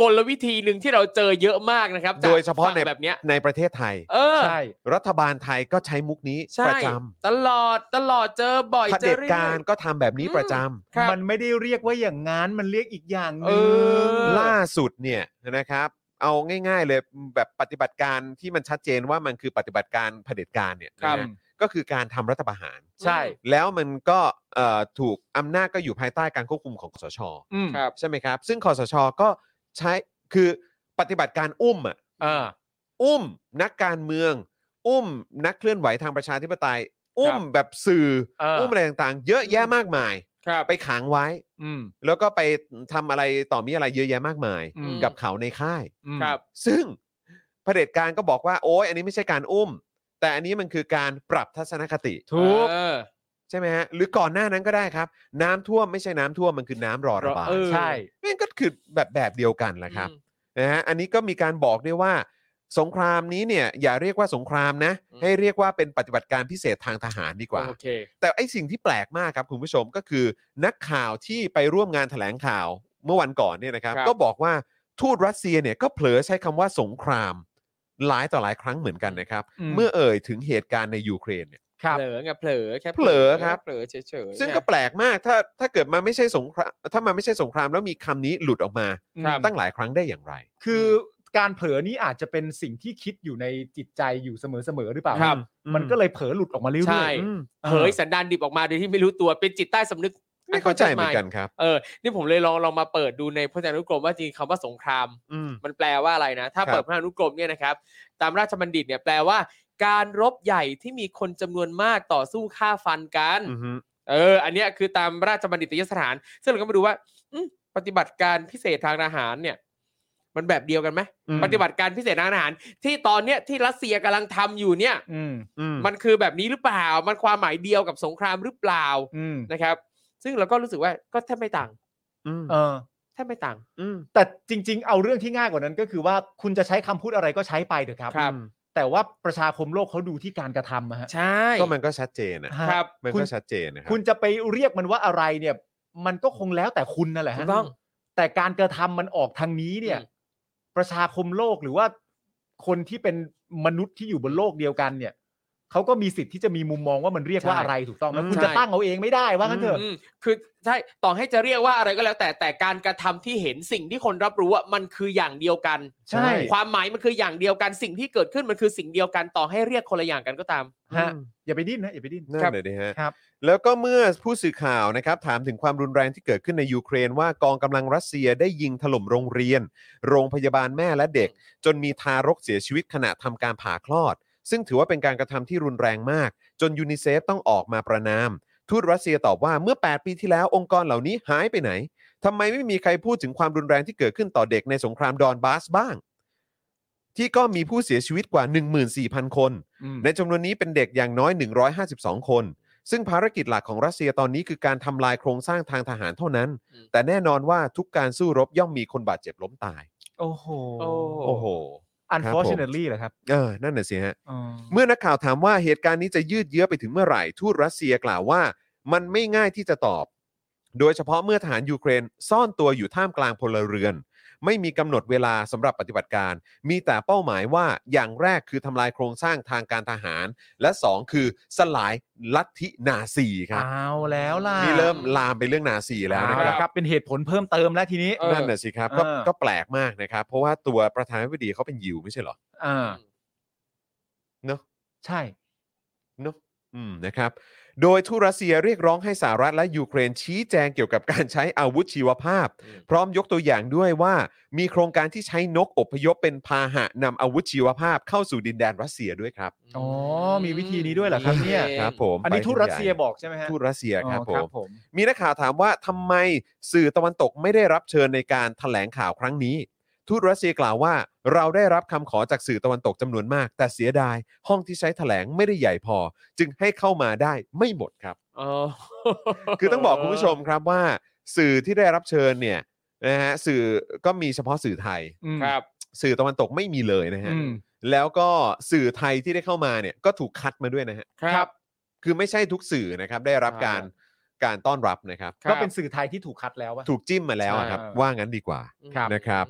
[SPEAKER 3] กลวิธีหนึ่งที่เราเจอเยอะมากนะครับจก
[SPEAKER 1] โดยเฉพาะใน
[SPEAKER 3] ฝั่งแบบเนี้ย
[SPEAKER 1] ในประเทศไทย
[SPEAKER 3] เออ
[SPEAKER 2] ใช่
[SPEAKER 1] รัฐบาลไทยก็ใช้มุกนี้
[SPEAKER 3] ใช่
[SPEAKER 1] ประจ
[SPEAKER 3] ตลอดตลอดเจอบ่อย
[SPEAKER 1] ำเผ
[SPEAKER 3] เจ
[SPEAKER 1] ด็
[SPEAKER 3] อ
[SPEAKER 1] จ
[SPEAKER 3] เรื่อย
[SPEAKER 1] การก็ทำแบบนี้ประจำ
[SPEAKER 3] ครับ
[SPEAKER 2] มันไม่ได้เรียกว่าอย่างนั้นมันเรียกอีกอย่างห
[SPEAKER 3] เอ
[SPEAKER 2] นึง
[SPEAKER 3] อ
[SPEAKER 1] ล่าสุดเนี่ยนะครับ เอาง่าย ๆ เลยแบบปฏิบัติการที่มันชัดเจนว่ามันคือปฏิบัติการเผด็จการเนี่ย
[SPEAKER 3] ครับ
[SPEAKER 1] นะฮะก็คือการทำรัฐประหาร
[SPEAKER 2] ใช่
[SPEAKER 1] แล้วมันก็เอ่อถูกอำนาจก็อยู่ภายใต้การควบคุมของคสช
[SPEAKER 2] อืม
[SPEAKER 3] ครับ
[SPEAKER 1] ใช่ไหมครับ ซึ่งคสชก็ใช้คือปฏิบัติการอุ้มอ่ะ
[SPEAKER 2] เออ
[SPEAKER 1] อุ้มนักการเมือง อุ้มนักเคลื่อนไหวทางประชาธิปไตย อุ้มแบบสื่อ
[SPEAKER 2] เอออุ้
[SPEAKER 1] อุ้มอะไรต่างๆ เยอะแยะมากมาย
[SPEAKER 3] ครับ
[SPEAKER 1] ไปขังไว้
[SPEAKER 2] อืม
[SPEAKER 1] แล้วก็ไปทำอะไรต่อมีอะไรเยอะแยะมากมาย
[SPEAKER 2] อืม
[SPEAKER 1] กับเขาในค่าย
[SPEAKER 2] อืม
[SPEAKER 3] ครับ
[SPEAKER 1] ซึ่งเผด็จการก็บอกว่าโอ้ยอันนี้ไม่ใช่การอุ้ม แต่อันนี้มันคือการปรับทัศนคติ
[SPEAKER 2] ถูก
[SPEAKER 3] เออ
[SPEAKER 1] ใช่ไหมฮะหรือก่อนหน้านั้นก็ได้ครับ น้ำท่วมไม่ใช่น้ำท่วมมันคือน้ำรอระบาย
[SPEAKER 3] เออ
[SPEAKER 2] ใช่
[SPEAKER 1] แม่งก็คือแบบแบบเดียวกันแหละครับ นะฮะอันนี้ก็มีการบอกด้วยว่า สงครามนี้เนี่ยอย่าเรียกว่าสงครามนะ
[SPEAKER 3] อืม
[SPEAKER 1] ให้เรียกว่าเป็นปฏิบัติการพิเศษทางทหารดีกว่า
[SPEAKER 3] โอเค
[SPEAKER 1] แต่ไอสิ่งที่แปลกมากครับคุณผู้ชมก็คือ นักข่าวที่ไปร่วมงานแถลงข่าวเมื่อวันก่อนเนี่ยนะครับ
[SPEAKER 3] ครับ
[SPEAKER 1] ก็บอกว่าทูตรัสเซียเนี่ยก็เผลอใช้คำว่าสงครามหลายต่อหลายครั้งเหมือนกันนะครับ
[SPEAKER 2] อืม
[SPEAKER 1] เมื่อเอ่ยถึงเหตุการณ์ในยูเครนเนี่ย
[SPEAKER 2] ครับ
[SPEAKER 3] เผลอไงเผลอแค่
[SPEAKER 1] เผลอครับ
[SPEAKER 3] เผลอเฉยๆ
[SPEAKER 1] ซึ่งก็
[SPEAKER 3] เนี่ย
[SPEAKER 1] แปลกมากถ้าถ้าเกิดมันไม่ใช่สงครามถ้ามันไม่ใช่สงครามแล้วมีคำนี้หลุดออกมา
[SPEAKER 3] ครับ
[SPEAKER 1] ตั้งหลายครั้งได้อย่างไร
[SPEAKER 2] คือการเผลอนี้อาจจะเป็นสิ่งที่คิดอยู่ในจิตใจอยู่เสมอๆหรือเปล่า
[SPEAKER 3] ครับ
[SPEAKER 2] มันก็เลยเผลอหลุดออกมาเรื่
[SPEAKER 3] ใช่
[SPEAKER 2] อย
[SPEAKER 1] อืม
[SPEAKER 2] ๆ
[SPEAKER 3] เผยสันดานดิบออกมาโดยที่ไม่รู้ตัวเป็นจิตใต้สำนึก
[SPEAKER 1] ไม่เข้าใจเหมือนกันครับ
[SPEAKER 3] เออนี่ผมเลยลองลองมาเปิดดูในพจนานุกรมว่าจริงคำว่าสงคราม
[SPEAKER 1] อืม
[SPEAKER 3] มันแปลว่าอะไรนะ ถ้า
[SPEAKER 1] ครับ
[SPEAKER 3] เปิดพจนานุกรมเนี่ยนะครับ ตามราชบัณฑิตเนี่ยแปลว่า การรบใหญ่ที่มีคนจำนวนมากต่อสู้ฆ่าฟันกัน
[SPEAKER 1] อือฮึ
[SPEAKER 3] เออ อันเนี้ยคือตามราชบัณฑิตยสถาน ซึ่งเราก็มาดูว่าอืมปฏิบัติการพิเศษทางทหารเนี่ย มันแบบเดียวกันไหม
[SPEAKER 1] อืม
[SPEAKER 3] ปฏิบัติการพิเศษทางทหาร ที่ตอนเนี้ยที่รัสเซียกำลังทำอยู่เนี่ย
[SPEAKER 2] อืม
[SPEAKER 1] อืม
[SPEAKER 3] มันคือแบบนี้หรือเปล่า มันความหมายเดียวกับสงครามหรือเปล่า
[SPEAKER 2] อืม
[SPEAKER 3] นะครับ ซึ่งเราก็รู้สึกว่าก็แทบไม่ต่าง
[SPEAKER 1] อืม
[SPEAKER 2] เออ
[SPEAKER 3] แทบไม่ต่าง
[SPEAKER 1] อืม
[SPEAKER 2] แต่จริง ๆ เอาเรื่องที่ง่ายกว่านั้นก็คือว่าคุณจะใช้คำพูดอะไรก็ใช้ไปเถอะครับ
[SPEAKER 3] ครับ
[SPEAKER 2] แต่ว่าประชาคมโลกเขาดูที่การกระทำอะฮะ
[SPEAKER 3] ใช่
[SPEAKER 1] ก็มันก็ชัดเจนนะครับ
[SPEAKER 3] ครับ
[SPEAKER 1] มัน
[SPEAKER 2] คุณ
[SPEAKER 1] ก็ชัดเจนนะครั
[SPEAKER 2] คุณจะไปเรียกมันว่าอะไรเนี่ย มันก็คงแล้วแต่คุณนั่นแหละฮะ
[SPEAKER 3] ถูกต้อง
[SPEAKER 2] แต่การกระทำมันออกทางนี้เนี่ย
[SPEAKER 3] อืม
[SPEAKER 2] ประชาคมโลกหรือว่าคนที่เป็นมนุษย์ที่อยู่บนโลกเดียวกันเนี่ยเขาก็มีสิทธิ์ที่จะมีมุมมองว่ามันเรียกว่าอะไรถูกต้องไหมคุณจะตั้งเอาเองไม่ได้ว่างั้นเถอะ
[SPEAKER 3] อืมคือใช่ต่อให้จะเรียกว่าอะไรก็แล้ว แต่แต่การกระทำที่เห็นสิ่งที่คนรับรู้อะมันคืออย่างเดียวกัน
[SPEAKER 2] ใช่
[SPEAKER 3] ความหมายมันคืออย่างเดียวกันสิ่งที่เกิดขึ้นมันคือสิ่งเดียวกันต่อให้เรียกคนละอย่างกันก็ตาม
[SPEAKER 2] ฮะอย่าไปดิ้นนะอย่าไปดิ้น
[SPEAKER 1] นั่นเลยดิฮะ
[SPEAKER 2] ครับ
[SPEAKER 1] แล้วก็เมื่อผู้สื่อข่าวนะครับ ถามถึงความรุนแรงที่เกิดขึ้นในยูเครนว่ากองกำลังรัสเซียได้ยิงถล่มโรงเรียน โรงพยาบาลแม่และเด็ก จนมีทารกเสียชีวิตขณะทำการผ่าคลอด ซึ่งถือว่าเป็นการกระทำที่รุนแรงมาก จนยูนิเซฟต้องออกมาประนาม ทูตรัสเซียตอบว่าเมื่อ 8 ปีที่แล้วองค์กรเหล่านี้หายไปไหนทำไมไม่มีใครพูดถึงความรุนแรงที่เกิดขึ้นต่อเด็กในสงครามดอนบาสบ้าง ที่ก็มีผู้เสียชีวิตกว่า 14,000 คน
[SPEAKER 2] อืม
[SPEAKER 1] ในจำนวนนี้เป็นเด็กอย่างน้อย 152 คน ซึ่งภารกิจหลักของรัสเซียตอนนี้คือการทำลายโครงสร้างทางทหารเท่านั้น
[SPEAKER 3] อืม
[SPEAKER 1] แต่แน่นอนว่าทุกการสู้รบย่อมมีคนบาดเจ็บล้มตาย
[SPEAKER 2] โอ้โห
[SPEAKER 3] โอ้
[SPEAKER 1] โอ้โห
[SPEAKER 2] unfortunately เหรอครับ
[SPEAKER 1] เออนั่นน่ะสิฮะ
[SPEAKER 2] อ๋อ
[SPEAKER 1] เมื่อนักข่าวถามว่าเหตุการณ์นี้จะยืดเยื้อไปถึงเมื่อไหร่ ทูตรัสเซียกล่าวว่า มันไม่ง่ายที่จะตอบ โดยเฉพาะเมื่อทหารยูเครนซ่อนตัวอยู่ท่ามกลางพลเรือน ไม่มีกำหนดเวลาสำหรับปฏิบัติการ มีแต่เป้าหมายว่าอย่างแรกคือทำลายโครงสร้างทางการทหาร และ 2 คือสลายลัทธินาซีครับ
[SPEAKER 2] เอาแล้วล่ะ
[SPEAKER 1] นี่เริ่มลามไปเรื่องนาซีแล้วนะ
[SPEAKER 2] เอา
[SPEAKER 1] ครั
[SPEAKER 2] ละ
[SPEAKER 1] บ
[SPEAKER 2] ครับ เป็นเหตุผลเพิ่มเติมแล้วทีนี้
[SPEAKER 3] เออ
[SPEAKER 1] นั่นน่ะสิครับก็
[SPEAKER 2] เออ
[SPEAKER 1] ก็แปลกมากนะครับ เพราะว่าตัวประธานาธิบดีเขาเป็นยิวไม่ใช่เหรอ
[SPEAKER 2] อ่า
[SPEAKER 1] เนอะ
[SPEAKER 2] ใช่
[SPEAKER 1] เนอะอืมนะครับ โดยทูตรัสเซียเรียกร้องให้สหรัฐและยูเครนชี้แจงเกี่ยวกับการใช้อาวุธชีวภาพ
[SPEAKER 3] อืม
[SPEAKER 1] พร้อมยกตัวอย่างด้วยว่ามีโครงการที่ใช้นกอพยพเป็นพาหะนำอาวุธชีวภาพเข้าสู่ดินแดนรัสเซียด้วยครับ
[SPEAKER 2] อ๋อมีวิธีนี้ด้วยเหรอครับเนี่ย
[SPEAKER 1] ครับผม
[SPEAKER 2] อันนี้
[SPEAKER 1] ไป
[SPEAKER 2] ทูตรัสเซียบอกใช่ไหมฮะ
[SPEAKER 1] ทูตรัสเซียครับผ
[SPEAKER 2] อ๋อ
[SPEAKER 1] ม มีนักข่าวถามว่าทำไมสื่อตะวันตกไม่ได้รับเชิญในการถแถลงข่าวครั้งนี้ ทูตรัสเซียกล่าวว่า เราได้รับคำขอจากสื่อตะวันตกจำนวนมาก แต่เสียดาย ห้องที่ใช้ถแถลงไม่ได้ใหญ่พอ จึงให้เข้ามาได้ไม่หมดครับ
[SPEAKER 3] อ๋อ
[SPEAKER 1] คือต้องบอกคุณผู้ชมครับว่า สื่อที่ได้รับเชิญเนี่ยนะฮะสื่อก็มีเฉพาะสื่อไทย
[SPEAKER 2] อืม
[SPEAKER 3] ครับ
[SPEAKER 1] สื่อตะวันตกไม่มีเลยนะฮะ
[SPEAKER 2] อืม
[SPEAKER 1] แล้วก็สื่อไทยที่ได้เข้ามาเนี่ยก็ถูกคัดมาด้วยนะฮะ
[SPEAKER 3] ครับ
[SPEAKER 1] คือไม่ใช่ทุกสื่อนะครับได้รับการการต้อนรับนะครับ
[SPEAKER 3] ครับ
[SPEAKER 2] ก็เป็นสื่อไทยที่ถูกคัดแล้ววะ
[SPEAKER 1] ถูกจิ้มมาแล้วอะครับ
[SPEAKER 2] ใช่
[SPEAKER 1] ว่างั้นดีกว่า
[SPEAKER 2] ครับ
[SPEAKER 1] นะครับ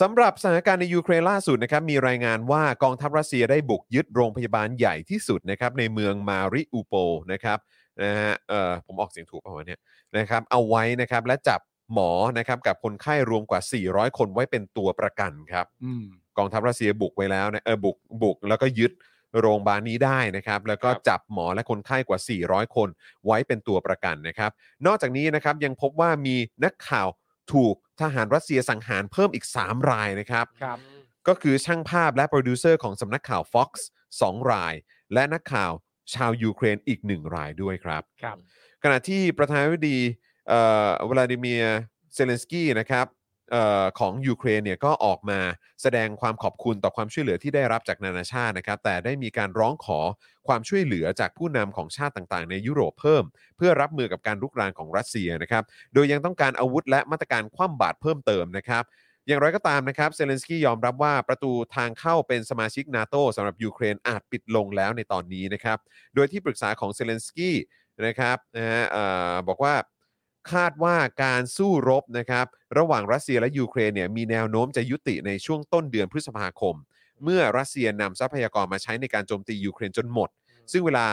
[SPEAKER 1] สำหรับสถานการณ์ในยูเครนล่าสุดนะครับมีรายงานว่ากองทัพรัสเซียได้บุกยึดโรงพยาบาลใหญ่ที่สุดนะครับในเมืองมาริอูโปลนะครับนะฮะเอ่อผมออกเสียงถูกเปล่าวะเนี่ยนะครับเอาไว้นะครับและจับหมอนะครับกับคนไข้รวมกว่า 400 คนไว้เป็นตัวประกันครับ
[SPEAKER 2] อืม
[SPEAKER 1] กองทัพรัสเซียบุกไว้แล้วนะเออบุกบุกแล้วก็ยึดโรงพยาบาลนี้ได้นะครับแล้วก็
[SPEAKER 3] ครับ
[SPEAKER 1] จับหมอและคนไข้กว่า 400 คนไว้เป็นตัวประกันนะครับ นอกจากนี้นะครับยังพบว่ามีนักข่าวถูกทหารรัสเซียสังหารเพิ่มอีก 3 รายนะครับ
[SPEAKER 2] ครับ
[SPEAKER 1] ก็คือช่างภาพและโปรดิวเซอร์ของสำนักข่าว Fox 2 ราย และนักข่าวชาวยูเครนอีก 1 รายด้วยครับ
[SPEAKER 2] ครับ
[SPEAKER 1] ขณะที่ประธานาธิบดีเอ่อวลาดิเมียร์เซเลนสกี้นะครับ เอ่อของยูเครนเนี่ยก็ออกมาแสดงความขอบคุณต่อความช่วยเหลือที่ได้รับจากนานาชาตินะครับ แต่ได้มีการร้องขอความช่วยเหลือจากผู้นำของชาติต่างๆ ในยุโรปเพิ่ม เพื่อรับมือกับการรุกรานของรัสเซียนะครับ โดยยังต้องการอาวุธและมาตรการคว่ำบาตรเพิ่มเติมนะครับ อย่างไรก็ตามนะครับเซเลนสกี้ยอมรับว่าประตูทางเข้าเป็นสมาชิกนาโตสำหรับยูเครนอาจปิดลงแล้วในตอนนี้นะครับ โดยที่ปรึกษาของเซเลนสกี้นะครับนะฮะเอ่อบอกว่าคาดว่าการสู้รบนะครับระหว่างรัสเซียและยูเครนเนี่ยมีแนวโน้มจะยุติในช่วงต้นเดือนพฤษภาคม เมื่อรัสเซียนำทรัพยากรมาใช้ในการโจมตียูเครนจนหมด ซึ่งเวลา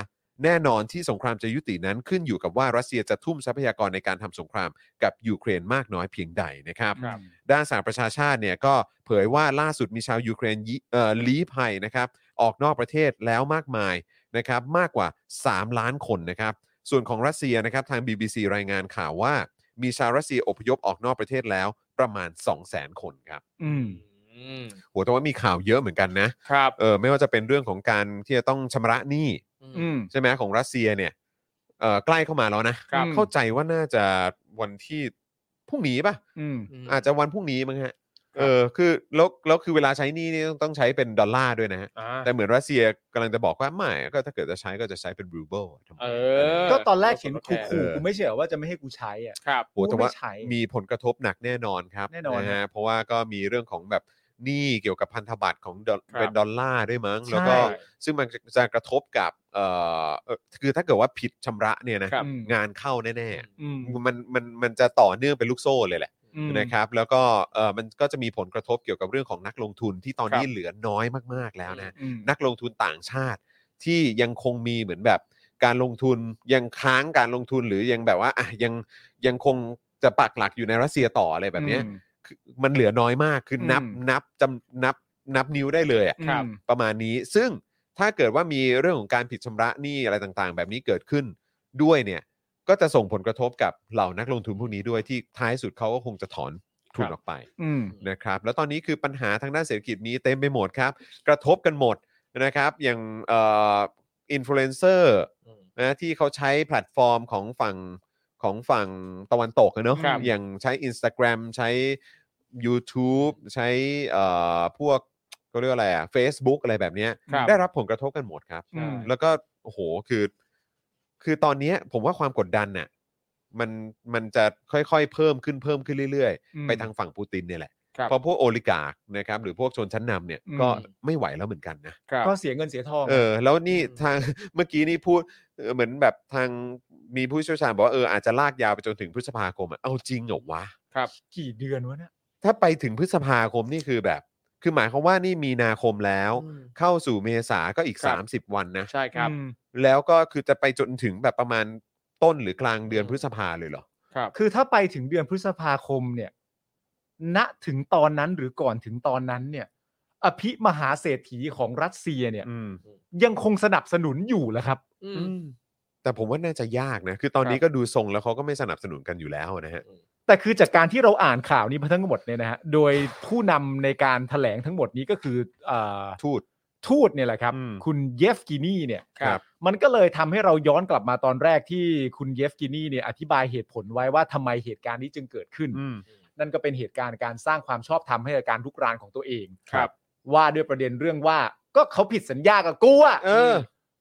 [SPEAKER 1] แน่นอนที่สงครามจะยุตินั้นขึ้นอยู่กับว่ารัสเซียจะทุ่มทรัพยากรในการทำสงครามกับยูเครนมากน้อยเพียงใดนะครับ
[SPEAKER 2] ครับ
[SPEAKER 1] ด้านสหประชาชาติเนี่ยก็เผยว่าล่าสุดมีชาวยูเครนยิเอ่อลี้ภัยนะครับออกนอกประเทศแล้วมากมายนะครับมากกว่า 3 ล้านคนนะครับ ส่วนของรัสเซียนะครับทาง BBC รายงานข่าวว่า มีชาวรัสเซียอพยพออกนอกประเทศแล้วประมาณ 2 0 0 0 0 0 คนครับ
[SPEAKER 2] อืม
[SPEAKER 3] อืม
[SPEAKER 1] โหแต่ว่ามีข่าวเยอะเหมือนกันนะครับเออไม่ว่าจะเป็นเรื่องของการที่จะต้องชำระหนี้
[SPEAKER 2] อืม
[SPEAKER 1] ใช่ไหมของรัสเซียเนี่ยเออใกล้เข้ามาแล้วนะครับ เข้าใจว่าน่าจะวันที่พรุ่งนี้ป่ะ
[SPEAKER 2] อืม
[SPEAKER 3] อืม
[SPEAKER 1] อาจจะวันพรุ่งนี้มั้งฮะ เออ คือแล้วแล้วคือเวลาใช้หนี่นี่ต้องต้องใช้เป็นดอลลาร์ด้วยนะฮะ
[SPEAKER 3] อ่า
[SPEAKER 1] แต่เหมือนรัสเซียกำลังจะบอกว่าไม่ ก็ถ้าเกิดจะใช้ก็จะใช้เป็นรูเบิลทำไม
[SPEAKER 3] เออ
[SPEAKER 2] ก็ตอนแรกเห็น
[SPEAKER 3] เออ
[SPEAKER 2] ขู่ๆกูไม่เชื่อว่าจะไม่ให้กูใช้อ่ะ
[SPEAKER 3] ครับ
[SPEAKER 1] โอ้แต่ว่า
[SPEAKER 2] ไม่ใช้
[SPEAKER 1] มีผลกระทบหนักแน่นอนครับ
[SPEAKER 2] แน่นอน
[SPEAKER 1] ฮะ เพราะว่าก็มีเรื่องของแบบหนี้เกี่ยวกับพันธบัตรของดอล
[SPEAKER 3] ครับ
[SPEAKER 1] เป็นดอลลาร์ด้วยมั้ง
[SPEAKER 2] ใช่
[SPEAKER 1] แล้วก็ซึ่งมันจะจะกระทบกับเอ่อเอ่อคือถ้าเกิดว่าผิดชำระเนี่ยนะครับ
[SPEAKER 2] อืม
[SPEAKER 1] งานเข้าแน่
[SPEAKER 2] อืม
[SPEAKER 1] ๆ มันมันมันจะต่อเนื่องเป็นลูกโซ่เลยแหละ
[SPEAKER 2] อืม
[SPEAKER 1] นะครับแล้วก็เออมันก็จะมีผลกระทบเกี่ยวกับเรื่องของนักลงทุนที่ตอนนี้
[SPEAKER 3] ครับ
[SPEAKER 1] เหลือน้อยมากๆแล้วนะ
[SPEAKER 2] อืม
[SPEAKER 1] นักลงทุนต่างชาติที่ยังคงมีเหมือนแบบการลงทุนยังค้างการลงทุนหรือยังแบบว่าอ่ะยังยังคงจะปักหลักอยู่ในรัสเซียต่ออะไรแบบเนี้ยคือมันเหลือน้อยมากคือนับ
[SPEAKER 2] อืม
[SPEAKER 1] นับจำนับนับนิ้วได้เลยอะ
[SPEAKER 2] อืม
[SPEAKER 3] ครับ
[SPEAKER 1] ประมาณนี้ซึ่งถ้าเกิดว่ามีเรื่องของการผิดชำระหนี้อะไรต่างๆ แบบนี้เกิดขึ้นด้วยเนี่ยก็จะส่งผลกระทบกับเหล่านักลงทุนพวกนี้ด้วยที่ท้ายสุดเขาก็คงจะถอนทุน
[SPEAKER 3] ครับ
[SPEAKER 1] ออกไป
[SPEAKER 2] อืม
[SPEAKER 1] นะครับแล้วตอนนี้คือปัญหาทางด้านเศรษฐกิจมีเต็มไปหมดครับ กระทบกันหมดนะครับ อย่างเอ่ออินฟลูเอนเซอร์นะที่เขาใช้แพลตฟอร์มของฝั่งของฝั่งตะวันตกอะเนอะ
[SPEAKER 3] ครับ
[SPEAKER 1] อย่างใช้ Instagram ใช้ YouTube ใช้เอ่อพวกเขาเรียกว่าอะไรอะ Facebook อะไรแบบเนี้ย
[SPEAKER 3] ครับ
[SPEAKER 1] ได้รับผลกระทบกันหมดครับ
[SPEAKER 2] อืม
[SPEAKER 1] แล้วก็โอ้โหคือ คือตอนเนี้ยผมว่าความกดดันน่ะมันมันจะค่อยๆ เพิ่มขึ้นเพิ่มขึ้นเรื่อย
[SPEAKER 2] อื
[SPEAKER 1] ๆ
[SPEAKER 2] ม
[SPEAKER 1] ไปทางฝั่งปูตินเนี่ยแหละ
[SPEAKER 3] ครับ
[SPEAKER 1] เพราะพวกโอลิการ์คนะครับหรือพวกชนชั้นนำเนี่ย
[SPEAKER 2] อืม
[SPEAKER 1] ก็ไม่ไหวแล้วเหมือนกันนะครับ
[SPEAKER 2] ก็เสียเงินเสียทอง
[SPEAKER 1] เออแล้วนี่
[SPEAKER 3] อืม
[SPEAKER 1] ทาง (laughs) เมื่อกี้นี่พูดเออเหมือนแบบทางมีผู้เชี่ยวชาญบอกว่าเอออาจจะลากยาวไปจนถึงพฤษภาคมอ่ะเอาจริงเหรอวะ
[SPEAKER 3] ครับ
[SPEAKER 2] กี่เดือนวะเนี่ย
[SPEAKER 1] ถ้าไปถึงพฤษภาคมนี่คือแบบ คือหมายความว่านี่มีนาคมแล้ว
[SPEAKER 3] อืม
[SPEAKER 1] เข้าสู่เมษาก็อีก
[SPEAKER 3] ครับ
[SPEAKER 1] 30 วันนะ
[SPEAKER 3] ใช่ครับ
[SPEAKER 2] อืม
[SPEAKER 1] แล้วก็คือจะไปจนถึงแบบประมาณต้นหรือกลางเดือนพฤษภาเลยเหรอ
[SPEAKER 3] ครับ
[SPEAKER 2] คือถ้าไปถึงเดือนพฤษภาคมเนี่ย ณถึงตอนนั้นหรือก่อนถึงตอนนั้นเนี่ย อภิมหาเศรษฐีของรัสเซียเนี่ย
[SPEAKER 1] อืม
[SPEAKER 2] ยังคงสนับสนุนอยู่เหรอครับ
[SPEAKER 3] อืม
[SPEAKER 1] แต่ผมว่าน่าจะยากนะ คือตอนนี้
[SPEAKER 3] ครับ
[SPEAKER 1] ก็ดูทรงแล้วเขาก็ไม่สนับสนุนกันอยู่แล้วนะฮะ
[SPEAKER 2] แต่คือจากการที่เราอ่านข่าวนี้มาทั้งหมดเนี่ยนะฮะโดยผู้นำในการแถลงทั้งหมดนี้ก็คือเอ่อ
[SPEAKER 1] ทูต
[SPEAKER 2] ทูตเนี่ยแหละครับ
[SPEAKER 1] อืม
[SPEAKER 2] คุณเยฟกินี่เนี่ย
[SPEAKER 1] ครับ
[SPEAKER 2] มันก็เลยทำให้เราย้อนกลับมาตอนแรกที่คุณเยฟกินี่เนี่ยอธิบายเหตุผลไว้ว่าทำไมเหตุการณ์นี้จึงเกิดขึ้น
[SPEAKER 1] อืม
[SPEAKER 2] นั่นก็เป็นเหตุการณ์การสร้างความชอบธรรมให้กับการลุกรานของตัวเอง
[SPEAKER 3] ครับ
[SPEAKER 2] ว่าด้วยประเด็นเรื่องว่าก็เขาผิดสัญญากับกูอะ
[SPEAKER 1] เออ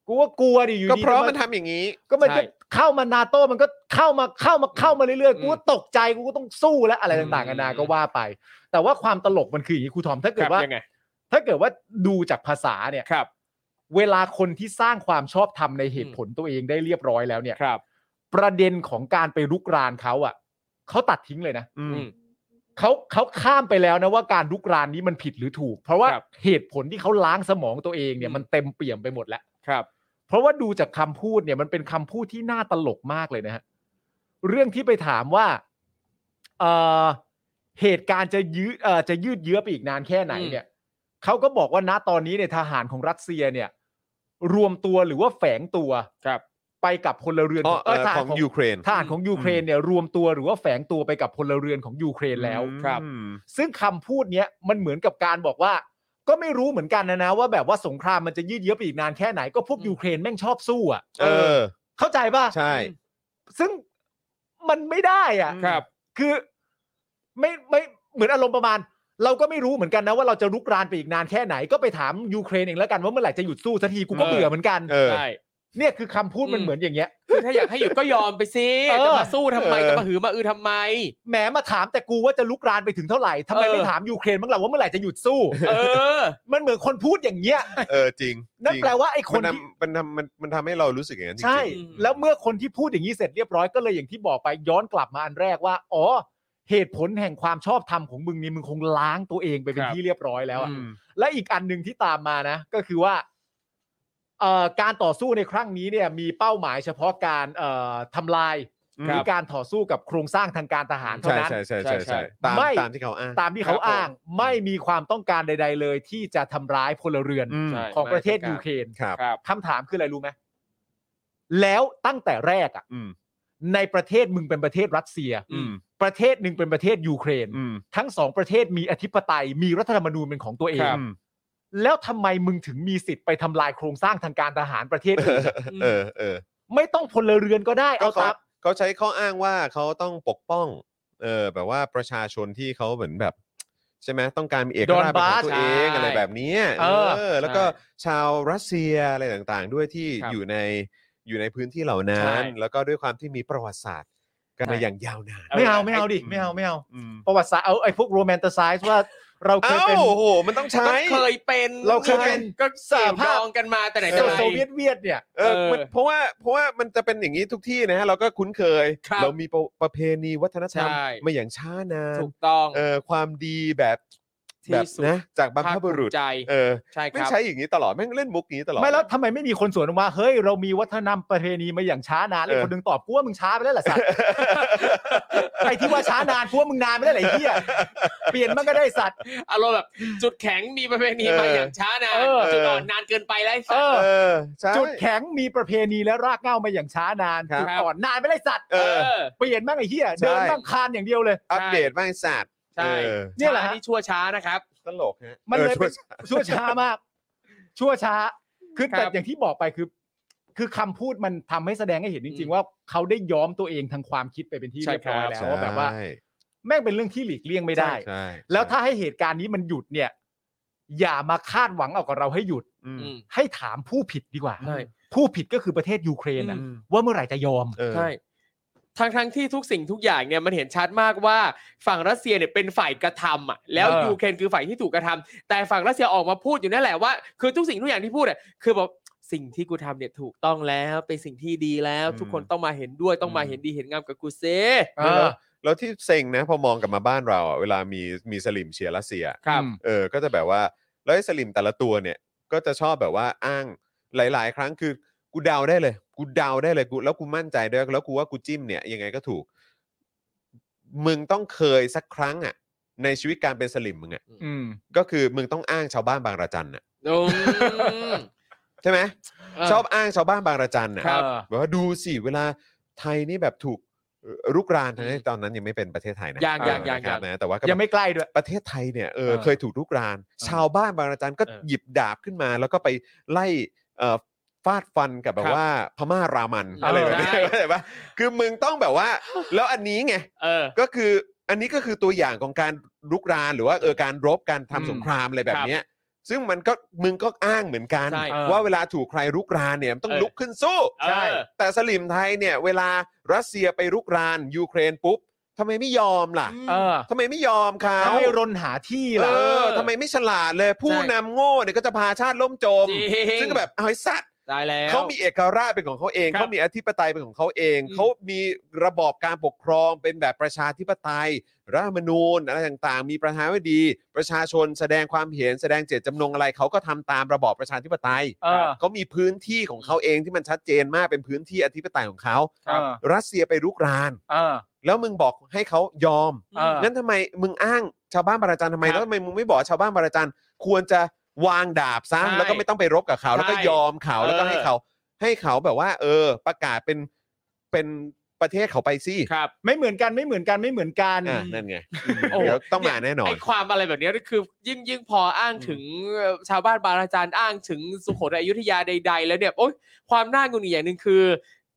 [SPEAKER 2] กูก็กลัวดิอยู่
[SPEAKER 1] ก็
[SPEAKER 2] ดี
[SPEAKER 1] เพราะ
[SPEAKER 2] ก็
[SPEAKER 1] มันทำอย่างนี้
[SPEAKER 2] ก็มัน
[SPEAKER 3] ใช่
[SPEAKER 2] จะเข้ามานาโต้มันก็เข้ามาเข้ามาเข้ามาเรื่อย
[SPEAKER 3] อื
[SPEAKER 2] ๆ
[SPEAKER 3] ม
[SPEAKER 2] กูก็ตกใจกูก็ต้องสู้และอะไร
[SPEAKER 3] อืม
[SPEAKER 2] ต่างๆกันานาก็ว่าไป แต่ว่าความตลกมันคืออย่างนี้ครูทอมถ้า
[SPEAKER 3] ค
[SPEAKER 2] เกิ
[SPEAKER 3] รั
[SPEAKER 2] ด
[SPEAKER 3] บ
[SPEAKER 2] ว่า
[SPEAKER 3] ยังไง
[SPEAKER 2] ถ้าเกิดว่าดูจากภาษาเนี่ย
[SPEAKER 3] ครับ
[SPEAKER 2] เวลาคนที่สร้างความชอบธรรมในเหตุผลตัวเองได้เรียบร้อยแล้วเนี่ย
[SPEAKER 3] ครับ
[SPEAKER 2] ประเด็นของการไปรุกรานเขาอะเขาตัดทิ้งเลยนะ
[SPEAKER 1] อืม
[SPEAKER 3] อืม
[SPEAKER 2] เขาเขาข้ามไปแล้วนะว่าการลุกรานนี้มันผิดหรือถูก เพราะว่า
[SPEAKER 3] ครับ
[SPEAKER 2] เหตุผลที่เขาล้างสมองตัวเองเนี่
[SPEAKER 3] อื
[SPEAKER 2] ย
[SPEAKER 3] ม
[SPEAKER 2] มันเต็มเปี่ยมไปหมดแล้ว
[SPEAKER 3] ครับ
[SPEAKER 2] เพราะว่าดูจากคำพูดเนี่ยมันเป็นคำพูดที่น่าตลกมากเลยนะฮะเรื่องที่ไปถามว่าเอ่อเหตุการณ์จะยืดเอ่อจะยืดเยื้อไปอีกนานแค่ไหนเนี่ยเขาก็บอกว่าณตอนนี้เนี่ยทหารของรัสเซียเนี่ย รวมตัวหรือว่าแฝงตัว
[SPEAKER 3] ครับ
[SPEAKER 2] ไปกับพลเรือน
[SPEAKER 1] อ๋อเออ
[SPEAKER 2] ทหาร
[SPEAKER 1] ของยูเครน
[SPEAKER 2] ทหารของยูเครนเนี่ยรวมตัวหรือว่าแฝงตัวไปกับพลเรือนของยูเครนแล้ว
[SPEAKER 3] ครับ
[SPEAKER 1] อืม
[SPEAKER 2] ซึ่งคำพูดเนี้ยมันเหมือนกับการบอกว่า ก็ไม่รู้เหมือนกันนะนะ ว่าแบบว่าสงครามมันจะยืดเยื้อไปอีกนานแค่ไหนก็พวก
[SPEAKER 3] อืม
[SPEAKER 2] ยูเครนแม่งชอบสู้อ่ะ
[SPEAKER 1] เออ
[SPEAKER 2] เข้าใจป่ะ
[SPEAKER 1] ใช่
[SPEAKER 2] ซึ่งมันไม่ได้อ่ะ
[SPEAKER 1] อืม
[SPEAKER 3] ครับ
[SPEAKER 2] คือไม่ไม่ เหมือนอารมณ์ประมาณ เราก็ไม่รู้เหมือนกันนะว่าเราจะลุกรานไปอีกนานแค่ไหนก็ไปถามยูเครนเองแล้วกันว่าเมื่อไหร่จะหยุดสู้สักทีกูก็
[SPEAKER 3] เออ
[SPEAKER 2] เบื่อเหมือนกัน
[SPEAKER 1] เออ
[SPEAKER 3] ใช่
[SPEAKER 2] เนี่ยคือคำพูดมันเหมือนอย่างเงี้ย
[SPEAKER 3] คือถ้าอยากให้หยุดก็ยอมไปสิ
[SPEAKER 2] เออ
[SPEAKER 3] จะมาสู้ทำไม
[SPEAKER 1] เออ
[SPEAKER 3] จะมาหือมาอือทำไม
[SPEAKER 2] แหมมาถามแต่กูว่าจะลุกรานไปถึงเท่าไหร่ทำไม
[SPEAKER 3] เออ
[SPEAKER 2] ไม่ถามยูเครนบ้างล่ะว่าเมื่อไหร่จะหยุดสู้
[SPEAKER 3] เออ
[SPEAKER 2] มันเหมือนคนพูดอย่างเงี้ย
[SPEAKER 1] เออจริง
[SPEAKER 2] นั่น
[SPEAKER 1] จริง
[SPEAKER 2] แปลว่าไอ้ค
[SPEAKER 1] มัน น
[SPEAKER 2] ที่
[SPEAKER 1] ทำมันทำมันมันทำให้เรารู้สึกอย่างนั้นจริงๆ
[SPEAKER 2] ใช่
[SPEAKER 3] อืม
[SPEAKER 2] แล้วเมื่อคนที่พูดอย่างนี้เสร็จเรียบร้อยก็เลยอย่างที่บอกไปย้อนกลับมาอันแรกว่า อ๋อ เหตุผลแห่งความชอบธรรมของมึงนี่มึงคงล้างตัวเองไปเป็น
[SPEAKER 3] ครับ
[SPEAKER 2] ที่เรียบร้อยแล้วอะ
[SPEAKER 3] อืม
[SPEAKER 2] และอีกอันหนึ่งที่ตามมานะ ก็คือว่าเอ่อการต่อสู้ในครั้งนี้เนี่ยมีเป้าหมายเฉพาะการเอ่อทำลายหรือการต่อสู้กับโครงสร้างทางการทหารเท่า
[SPEAKER 1] ใช่
[SPEAKER 2] นั้น
[SPEAKER 1] ใช่ใช่ใช่ใช่ตาม
[SPEAKER 2] ไม่
[SPEAKER 1] ตามที่เขาอ้าง
[SPEAKER 2] ตามที่เขาอ้างไม่มีความต้องการใด ๆ เลยที่จะทำร้ายพลเรือน
[SPEAKER 1] อืม
[SPEAKER 3] ใช่
[SPEAKER 2] ของประเทศ
[SPEAKER 3] ไม่ต้
[SPEAKER 2] ยู
[SPEAKER 3] องการ
[SPEAKER 2] เครน
[SPEAKER 1] ครับ
[SPEAKER 3] ครับ
[SPEAKER 2] คำถามคืออะไรรู้ไหมแล้วตั้งแต่แรกอะ
[SPEAKER 1] อืม
[SPEAKER 2] ในประเทศมึงเป็นประเทศรัสเซีย
[SPEAKER 1] อืม
[SPEAKER 2] ประเทศหนึ่งเป็นประเทศยูเครน
[SPEAKER 1] อืม
[SPEAKER 2] ทั้งสองประเทศมีอธิปไตย มีรัฐธรรมนูญเป็นของตัวเอง
[SPEAKER 3] ครับ
[SPEAKER 1] อืม
[SPEAKER 2] แล้วทำไมมึงถึงมีสิทธิ์ไปทำลายโครงสร้างทางการทหารประเทศอื่
[SPEAKER 1] (laughs)
[SPEAKER 2] น
[SPEAKER 1] เออเออ
[SPEAKER 2] ไม่ต้องพลเรือนก็ได้
[SPEAKER 1] ก็
[SPEAKER 2] เอา
[SPEAKER 1] เขา
[SPEAKER 2] ตาม
[SPEAKER 1] เขาใช้ข้ออ้างว่าเขาต้องปกป้อง เออแบบว่าประชาชนที่เขาเหมือนแบบ ใช่ไหมต้องการมีเอกราชเป็นของตัวเองอะไรแบบนี้แล้วก็ชาวรัสเซียอะไรต่างๆ ด้วยที่อยู่ในอยู่ในพื้นที่เหล่านั้น แล้วก็ด้วยความที่มีประวัติศาสตร์กันมาอย่างยาวนาน
[SPEAKER 2] ไม่เอาไม่เอาดิไม่เอาไม่เอา
[SPEAKER 1] อืม
[SPEAKER 2] ประวัติศาสตร์เอาไอ้พวกโรแมนติไซส์ว่าเราเคย
[SPEAKER 1] เอ้า
[SPEAKER 2] เป็น
[SPEAKER 1] โอ้โห มันต้องใช้
[SPEAKER 3] ก็เคยเป็น
[SPEAKER 1] เราเคยเป็น
[SPEAKER 3] ก็
[SPEAKER 2] ส
[SPEAKER 3] เสี่
[SPEAKER 2] ห
[SPEAKER 3] ยว
[SPEAKER 2] ภาพ
[SPEAKER 3] ดองกันมาแต่ไหนแต่ไร
[SPEAKER 2] โซเวียตเวียดเนี่ย
[SPEAKER 1] เออ
[SPEAKER 3] เออ
[SPEAKER 1] มันเพราะว่าเพราะว่ามันจะเป็นอย่างนี้ทุกที่นะฮะเราก็คุ้นเคย
[SPEAKER 3] ครับ
[SPEAKER 1] เรามีประประเพณีวัฒนธรรม
[SPEAKER 3] ใช่
[SPEAKER 1] มาอย่างช้านาน
[SPEAKER 3] ถูกต้อง
[SPEAKER 1] เออความดีแบบ
[SPEAKER 3] ที่
[SPEAKER 1] แบบ
[SPEAKER 3] สุด
[SPEAKER 1] นะจากบรรพบุรุษ
[SPEAKER 3] ภาคภูมิใจ
[SPEAKER 1] เออ
[SPEAKER 3] ใช่ค
[SPEAKER 1] ไม่
[SPEAKER 3] รับ
[SPEAKER 1] ใช้อย่างนี้ตลอดแม่งเล่นมุกอย่างนี้ตลอด
[SPEAKER 2] ไม่แล้วทำไมไม่มีคนสวนออกมาเฮ้ยเรามีวัฒนธรรมประเพณีมาอย่างช้านานแล้ว
[SPEAKER 1] เออ
[SPEAKER 2] คนหนึงตอบกูว่ามึงช้าไปแล้วล่ะสัตว์ ไอ้ที่ว่าช้านานกูว่ามึงนานไปแล้วไหนเหี้ยเปลี่ยนมันก็ได้สัตว์
[SPEAKER 3] อารมณ์แบบจุดแข็งมีประเพณีมา
[SPEAKER 1] เออ
[SPEAKER 3] อย่างช้านาน
[SPEAKER 2] เออ
[SPEAKER 3] จุดอ่อนนานเกินไปไร้สัต
[SPEAKER 1] เอ
[SPEAKER 3] ว์
[SPEAKER 1] อใช่
[SPEAKER 2] จุดแข็งมีประเพณีและรากเหง้ามาอย่างช้านาน
[SPEAKER 1] ครับ
[SPEAKER 2] จุดอ่อนนานไม่ได้สัตว์
[SPEAKER 1] เออ
[SPEAKER 2] เปลี่ยนบ้างไอ้เหี้ย
[SPEAKER 1] ใช่
[SPEAKER 2] เดินบ้างคานอย่างเดียวเลย
[SPEAKER 1] อัปเดตบ้างไอ้สัตว์
[SPEAKER 3] ใช่
[SPEAKER 1] เออ
[SPEAKER 2] เนี่ยแหละฮะ
[SPEAKER 3] ช้าที่ชั่วช้านะครับ
[SPEAKER 1] ตลกฮะ
[SPEAKER 2] มัน
[SPEAKER 1] ออ
[SPEAKER 2] เลยเป็น
[SPEAKER 1] ช่ว
[SPEAKER 2] ชั่วช้ามาก ชั่วช้าคือ
[SPEAKER 3] ครับ
[SPEAKER 2] แต่อย่างที่บอกไปคือ คือคำพูดมันทำให้แสดงให้เห็นจริง
[SPEAKER 3] อืม
[SPEAKER 2] ๆ ว่าเขาได้ย้อมตัวเองทางความคิดไปเป็นที่เรียบร้อย
[SPEAKER 3] ใช่
[SPEAKER 2] แล้
[SPEAKER 3] ครั
[SPEAKER 2] ว
[SPEAKER 3] บ
[SPEAKER 2] ว่าแบบว่า
[SPEAKER 1] ใช่
[SPEAKER 2] แม่งเป็นเรื่องที่หลีกเลี่ยงไม่ได้
[SPEAKER 1] ใช่
[SPEAKER 2] แล้วถ้าให้เหตุการณ์นี้มันหยุดเนี่ย อย่ามาคาดหวังเอากับเราให้หยุด
[SPEAKER 1] อืม
[SPEAKER 3] อืม
[SPEAKER 2] ให้ถามผู้ผิดดีกว่า
[SPEAKER 3] ใช่
[SPEAKER 2] ผู้ผิดก็คือประเทศยูเครนนะ
[SPEAKER 1] อืม
[SPEAKER 2] ว่าเมื่อไหร่จะยอม
[SPEAKER 1] เออ
[SPEAKER 3] ใช่ทั้งทั้งที่ทุกสิ่งทุกอย่างเนี่ยมันเห็นชัดมากว่าฝั่งรัสเซียเนี่ยเป็นฝ่ายกระทำอ่ะแล้ว
[SPEAKER 2] เออ
[SPEAKER 3] ยูเครนคือฝ่ายที่ถูกกระทำแต่ฝั่งรัสเซียออกมาพูดอยู่นั่นแหละว่าคือทุกสิ่งทุกอย่างที่พูดอ่ะคือบอกสิ่งที่กูทำเนี่ยถูกต้องแล้วเป็นสิ่งที่ดีแล้ว
[SPEAKER 1] อืม
[SPEAKER 3] ทุกคนต้องมาเห็นด้วยต้องมา
[SPEAKER 1] อืม
[SPEAKER 3] เห็นดีเห็นงามกับกูเซ
[SPEAKER 2] เอ
[SPEAKER 1] แล้ว
[SPEAKER 2] อ
[SPEAKER 1] แล้วที่เซ็งนะพอมองกลับมาบ้านเราอ่ะเวลามีมีสลิมเชียร์รัสเซีย
[SPEAKER 3] ครับ
[SPEAKER 1] เออ ก็จะแบบว่าแล้วไอ้สลิมแต่ละตัวเนี่ย ก็จะชอบแบบว่าอ้างหลาย ๆ ครั้งคือกูเดาได้เลย กูเดาได้เลยกูแล้วกูมั่นใจด้วยแล้วกูว่ากูจิ้มเนี่ยยังไงก็ถูก มึงต้องเคยสักครั้งอ่ะ ในชีวิตการเป็นสลิมมึงอ่ะ
[SPEAKER 2] อืม
[SPEAKER 1] ก็คือมึงต้องอ้างชาวบ้านบางระจันน่ะ
[SPEAKER 3] อืม
[SPEAKER 1] ใช่ไหม
[SPEAKER 3] เ
[SPEAKER 1] ชอบอ้างชาวบ้านบางระจันน่ะ
[SPEAKER 3] ครับ
[SPEAKER 1] แบบว่าดูสิเวลาไทยนี่แบบถูกเอ่อรุกรานทั้งที่ตอนนั้นยังไม่เป็นประเทศไทยนะ
[SPEAKER 3] ยังยัง
[SPEAKER 1] เออ
[SPEAKER 3] ยัง
[SPEAKER 1] นะครับ
[SPEAKER 3] ยัง
[SPEAKER 1] นะแต่ว่าก็
[SPEAKER 2] ยังไม่ใกล้ด้วย
[SPEAKER 1] ประเทศไทยเนี่ยเออ
[SPEAKER 2] เออ
[SPEAKER 1] เคยถูกลุกราน ชาวบ้านบางระจันก็
[SPEAKER 3] เออ
[SPEAKER 1] หยิบดาบขึ้นมา แล้วก็ไปไล่เอ่อฟาดฟันกับแบ
[SPEAKER 3] ครับ บ
[SPEAKER 1] ว่าพม่ารามัน
[SPEAKER 3] เอออ
[SPEAKER 1] อะไรแบบนี้
[SPEAKER 3] ใช่
[SPEAKER 1] เข้าใจปะคือมึงต้องแบบว่า แล้วอันนี้ไง
[SPEAKER 3] เออ
[SPEAKER 1] ก็คืออันนี้ก็คือตัวอย่างของการลุกรานหรือว่าเออการรบการทำ
[SPEAKER 2] อืม
[SPEAKER 1] สงครามอะไรแบบเนี้ยซึ่งมันก็มึงก็อ้างเหมือนกัน
[SPEAKER 3] ใช่
[SPEAKER 1] ว่าเวลาถูกใครลุกรานเนี่ยมันต้อง
[SPEAKER 3] เออ
[SPEAKER 1] ลุกขึ้นสู้
[SPEAKER 3] เออ
[SPEAKER 2] ใช่
[SPEAKER 1] แต่สลิมไทยเนี่ยเวลารัสเซียไปลุกรานยูเครนปุ๊บทำไมไม่ยอมล่ะ
[SPEAKER 2] เออ
[SPEAKER 1] ทำไมไม่ยอมเขา
[SPEAKER 2] ทำให้รนหาที่
[SPEAKER 1] เอ
[SPEAKER 2] ล่ะ
[SPEAKER 1] อทำไมไม่ฉลาดเลยผู้
[SPEAKER 3] ใช่
[SPEAKER 1] นำโง่เนี่ยก็จะพาชาติล่มจม
[SPEAKER 3] จริ
[SPEAKER 1] ซึ่งก็แบบเอาไอ้สัตว์
[SPEAKER 3] ได้แล้ว
[SPEAKER 1] เขามีเอกราชเป็นของเขาเอง
[SPEAKER 3] ครับ
[SPEAKER 1] เขามีอธิปไตยเป็นของเขาเอง
[SPEAKER 3] อืม
[SPEAKER 1] เขามีระบอบการปกครองเป็นแบบประชาธิปไตย รัฐธรรมนูญอะไรต่างๆ มีประธานาธิบดี ประชาชนแสดงความเห็นแสดงเจตจำนงอะไรเขาก็ทำตามระบอบประชาธิปไตย
[SPEAKER 2] เออ
[SPEAKER 1] เขามีพื้นที่ของเขาเองที่มันชัดเจนมากเป็นพื้นที่อธิปไตยของเขา
[SPEAKER 3] ครับ
[SPEAKER 1] รัสเซียไปรุกราน
[SPEAKER 2] เออ
[SPEAKER 1] แล้วมึงบอกให้เขายอม
[SPEAKER 2] เออ
[SPEAKER 1] งั้นทำไมมึงอ้างชาวบ้านบาราจันทำไม
[SPEAKER 3] ครับ
[SPEAKER 1] แล้วทำไมมึงไม่บอกชาวบ้านบาราจันควรจะวางดาบซะ
[SPEAKER 3] ใช่
[SPEAKER 1] แล้วก็ไม่ต้องไปรบกับเขา
[SPEAKER 3] ใช่
[SPEAKER 1] แล้วก็ยอมเขา
[SPEAKER 3] เออ
[SPEAKER 1] แล้วก็ให้เขาให้เขาแบบว่า เออ ประกาศเป็นเป็นประเทศเขาไปสิ
[SPEAKER 3] ครับ
[SPEAKER 2] ไม่เหมือนกันไม่เหมือนกันไม่เหมือนกัน
[SPEAKER 1] อ่ะนั่นไง
[SPEAKER 3] โอ้โห
[SPEAKER 1] เดี๋ยวต้องมาแน่นอน
[SPEAKER 3] ไอความอะไรแบบเนี้ยนี่คือยิ่งยิ่งพออ้างถึงเอ่อชาวบ้านบางอาจารย์อ้างถึงสุโขทัยอยุธยาใด ๆ แล้วเนี่ยโอ๊ยความน่าหงุนงงอย่างหนึ่งคือ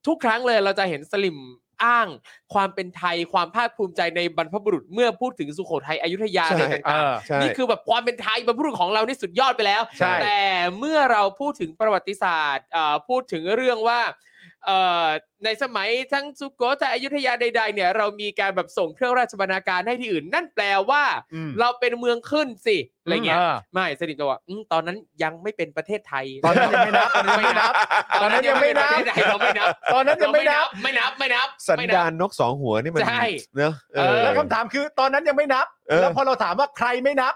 [SPEAKER 3] ทุกครั้งเลยเราจะเห็นสลิม อ้างความเป็นไทยความภาคภูมิใจในบรรพบุรุษเมื่อพูดถึงสุโขทัยอยุธยา
[SPEAKER 1] ใช่
[SPEAKER 3] อะไรต่างๆ
[SPEAKER 2] เออ
[SPEAKER 1] ใช่
[SPEAKER 3] นี่คือแบบความเป็นไทยบรรพบุรุษของเรานี่สุดยอดไปแล้ว
[SPEAKER 2] ใช่
[SPEAKER 3] แต่เมื่อเราพูดถึงประวัติศาสตร์เอ่อพูดถึงเรื่องว่าเอ่อในสมัยทั้งสุโขทัยอยุธยาใด ๆ เนี่ย เรามีการแบบส่งเครื่องราชบรรณาการให้ที่อื่น นั่นแปลว่า
[SPEAKER 2] อืม
[SPEAKER 3] เราเป็นเมืองขึ้นสิอะไรเงี้ย
[SPEAKER 2] ออ
[SPEAKER 3] ไม่สนิทกับว่าอืมตอนนั้นยังไม่เป็นประเทศไทย
[SPEAKER 2] ตอนนั้นยังไม่นับตอนนั้นยังไม่นับ ตอนนั้นยังไม่นับ
[SPEAKER 3] ตอประเทศไทยเราไม่นับ
[SPEAKER 2] ตอนนั้นยังไม่นับ
[SPEAKER 3] ไม่นับไม่นับ
[SPEAKER 1] สัน
[SPEAKER 3] ไม่นับ
[SPEAKER 1] ดานนกสองหัวนี่มัน
[SPEAKER 3] ใช่
[SPEAKER 1] เนอะเออ
[SPEAKER 2] แล้วคำถามคือตอนนั้นยังไม่นับ
[SPEAKER 1] เออ
[SPEAKER 2] แล้วพอเราถามว่าใครไม่นับ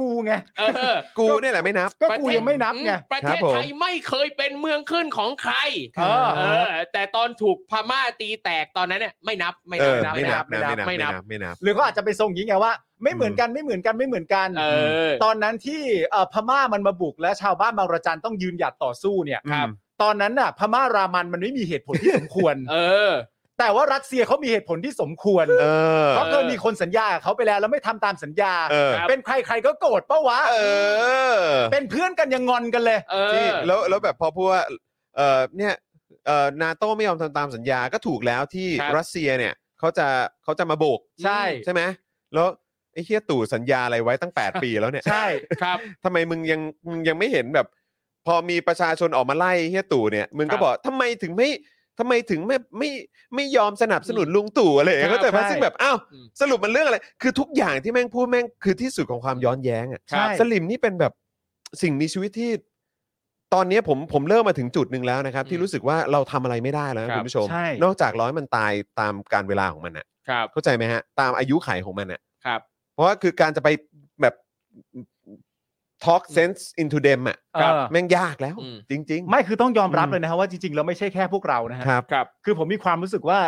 [SPEAKER 2] กูไง
[SPEAKER 3] เออ
[SPEAKER 1] กูเนี่ยแหละไม่นับ
[SPEAKER 2] ก็กูยังไม่นับไง
[SPEAKER 3] ประ
[SPEAKER 1] ครั
[SPEAKER 3] เท
[SPEAKER 1] บ
[SPEAKER 3] ศ
[SPEAKER 1] ผม
[SPEAKER 3] ไทยไม่เคยเป็นเมืองขึ้นของใคร
[SPEAKER 2] เออ
[SPEAKER 3] เออ แต่ตอนถูกพม่าตีแตกตอนนั้นเนี่ยไม่นับไม่
[SPEAKER 1] เอ
[SPEAKER 3] นั
[SPEAKER 1] อบ ไม่นับ
[SPEAKER 3] ไม่
[SPEAKER 1] นะ
[SPEAKER 3] นั
[SPEAKER 1] ไม่
[SPEAKER 3] บ
[SPEAKER 1] นับไม่
[SPEAKER 3] ไม่นั
[SPEAKER 1] นั
[SPEAKER 3] บ
[SPEAKER 1] บไม่นับ
[SPEAKER 2] หรือเขาอาจจะไปทรงอย่างนี้ไงว่า ไม่เหมือนกันไม่เหมือนกันไม่เหมือนกัน
[SPEAKER 3] เออ
[SPEAKER 2] ตอนนั้นที่เอ่อพม่ามันมาบุกและชาวบ้านบางระจันต้องยืนหยัดต่อสู้เนี่ย
[SPEAKER 1] ครับ
[SPEAKER 2] ตอนนั้นน่ะ พม่ารามันมันไม่มีเหตุผลที่สมคว
[SPEAKER 1] (laughs)
[SPEAKER 2] ร
[SPEAKER 3] เออ
[SPEAKER 2] แต่ว่ารัสเซียเขามีเหตุผลที่สมควร
[SPEAKER 1] เออ
[SPEAKER 2] เพราะเคยมีคนสัญญากับเขาไปแล้วแล้วไม่ทำตามสัญญา
[SPEAKER 1] เออ
[SPEAKER 3] ครับ
[SPEAKER 2] เป็นใครใครก็โกรธปะวะ
[SPEAKER 1] เออ
[SPEAKER 2] เป็นเพื่อนกันยังงอนกันเลย
[SPEAKER 3] เอ
[SPEAKER 1] ที่
[SPEAKER 3] อ
[SPEAKER 1] แล้วแล้วแบบพอพูดว่าเออเนี่ยเออนาโต้ไม่ยอมทำตามสัญญาก็ถูกแล้วที่
[SPEAKER 3] ครับ
[SPEAKER 1] รัสเซียเนี่ยเขาจะเขาจะมาบุก
[SPEAKER 2] ใช่
[SPEAKER 1] ใช่ไหมแล้วไอ้เฮียตู่สัญญาอะไรไว้ตั้ง 8 ปีแล้วเนี่ย
[SPEAKER 2] ใช่
[SPEAKER 3] ครับ
[SPEAKER 1] ทำไมมึงยังมึงยังไม่เห็นแบบ พอมีประชาชนออกมาไล่เฮียตู่เนี่ยมึงก็
[SPEAKER 3] ครับ
[SPEAKER 1] บอกทำไมถึงไม่ทำไมถึงไม่ไม่ไม่ยอมสนับสนุนลุงตู่อะไรอย่างเงี้ย
[SPEAKER 3] ครั
[SPEAKER 1] เข้า
[SPEAKER 3] บ
[SPEAKER 1] ใจปะ
[SPEAKER 2] ใช่
[SPEAKER 1] ซึ่งแบบอ้าว
[SPEAKER 3] อืม
[SPEAKER 1] สรุปมันเรื่องอะไร คือทุกอย่างที่แม่งพูดแม่งคือที่สุดของความย้อนแย้งอะ
[SPEAKER 2] ใช่
[SPEAKER 1] สลิมนี่เป็นแบบสิ่งมีชีวิตที่ ตอนนี้ผมผมเริ่มมาถึงจุดหนึ่งแล้วนะครับ
[SPEAKER 3] อืม
[SPEAKER 1] ที่รู้สึกว่าเราทำอะไรไม่ได้แล้วนะครับ คุณผู้ชม
[SPEAKER 2] ใช่
[SPEAKER 1] นอกจากร้อยมันตายตามการเวลาของมันน่ะ
[SPEAKER 3] ครับ
[SPEAKER 1] เข้าใจไหมฮะ ตามอายุไขของมันน่ะ
[SPEAKER 3] ครับ
[SPEAKER 1] เพราะว่าคือการจะไปแบบ talk sense into them อ่ะ
[SPEAKER 2] ครับ
[SPEAKER 1] แม่งยากแล้ว
[SPEAKER 3] อืม
[SPEAKER 1] จริง
[SPEAKER 2] ไม่คือต้องยอมรับ
[SPEAKER 1] อืม
[SPEAKER 2] เลยนะครับว่าจริงๆแล้วไม่ใช่แค่พวกเรานะฮะ
[SPEAKER 1] ๆ ครับ
[SPEAKER 3] ครับ
[SPEAKER 2] คือผมมีความรู้สึกว่า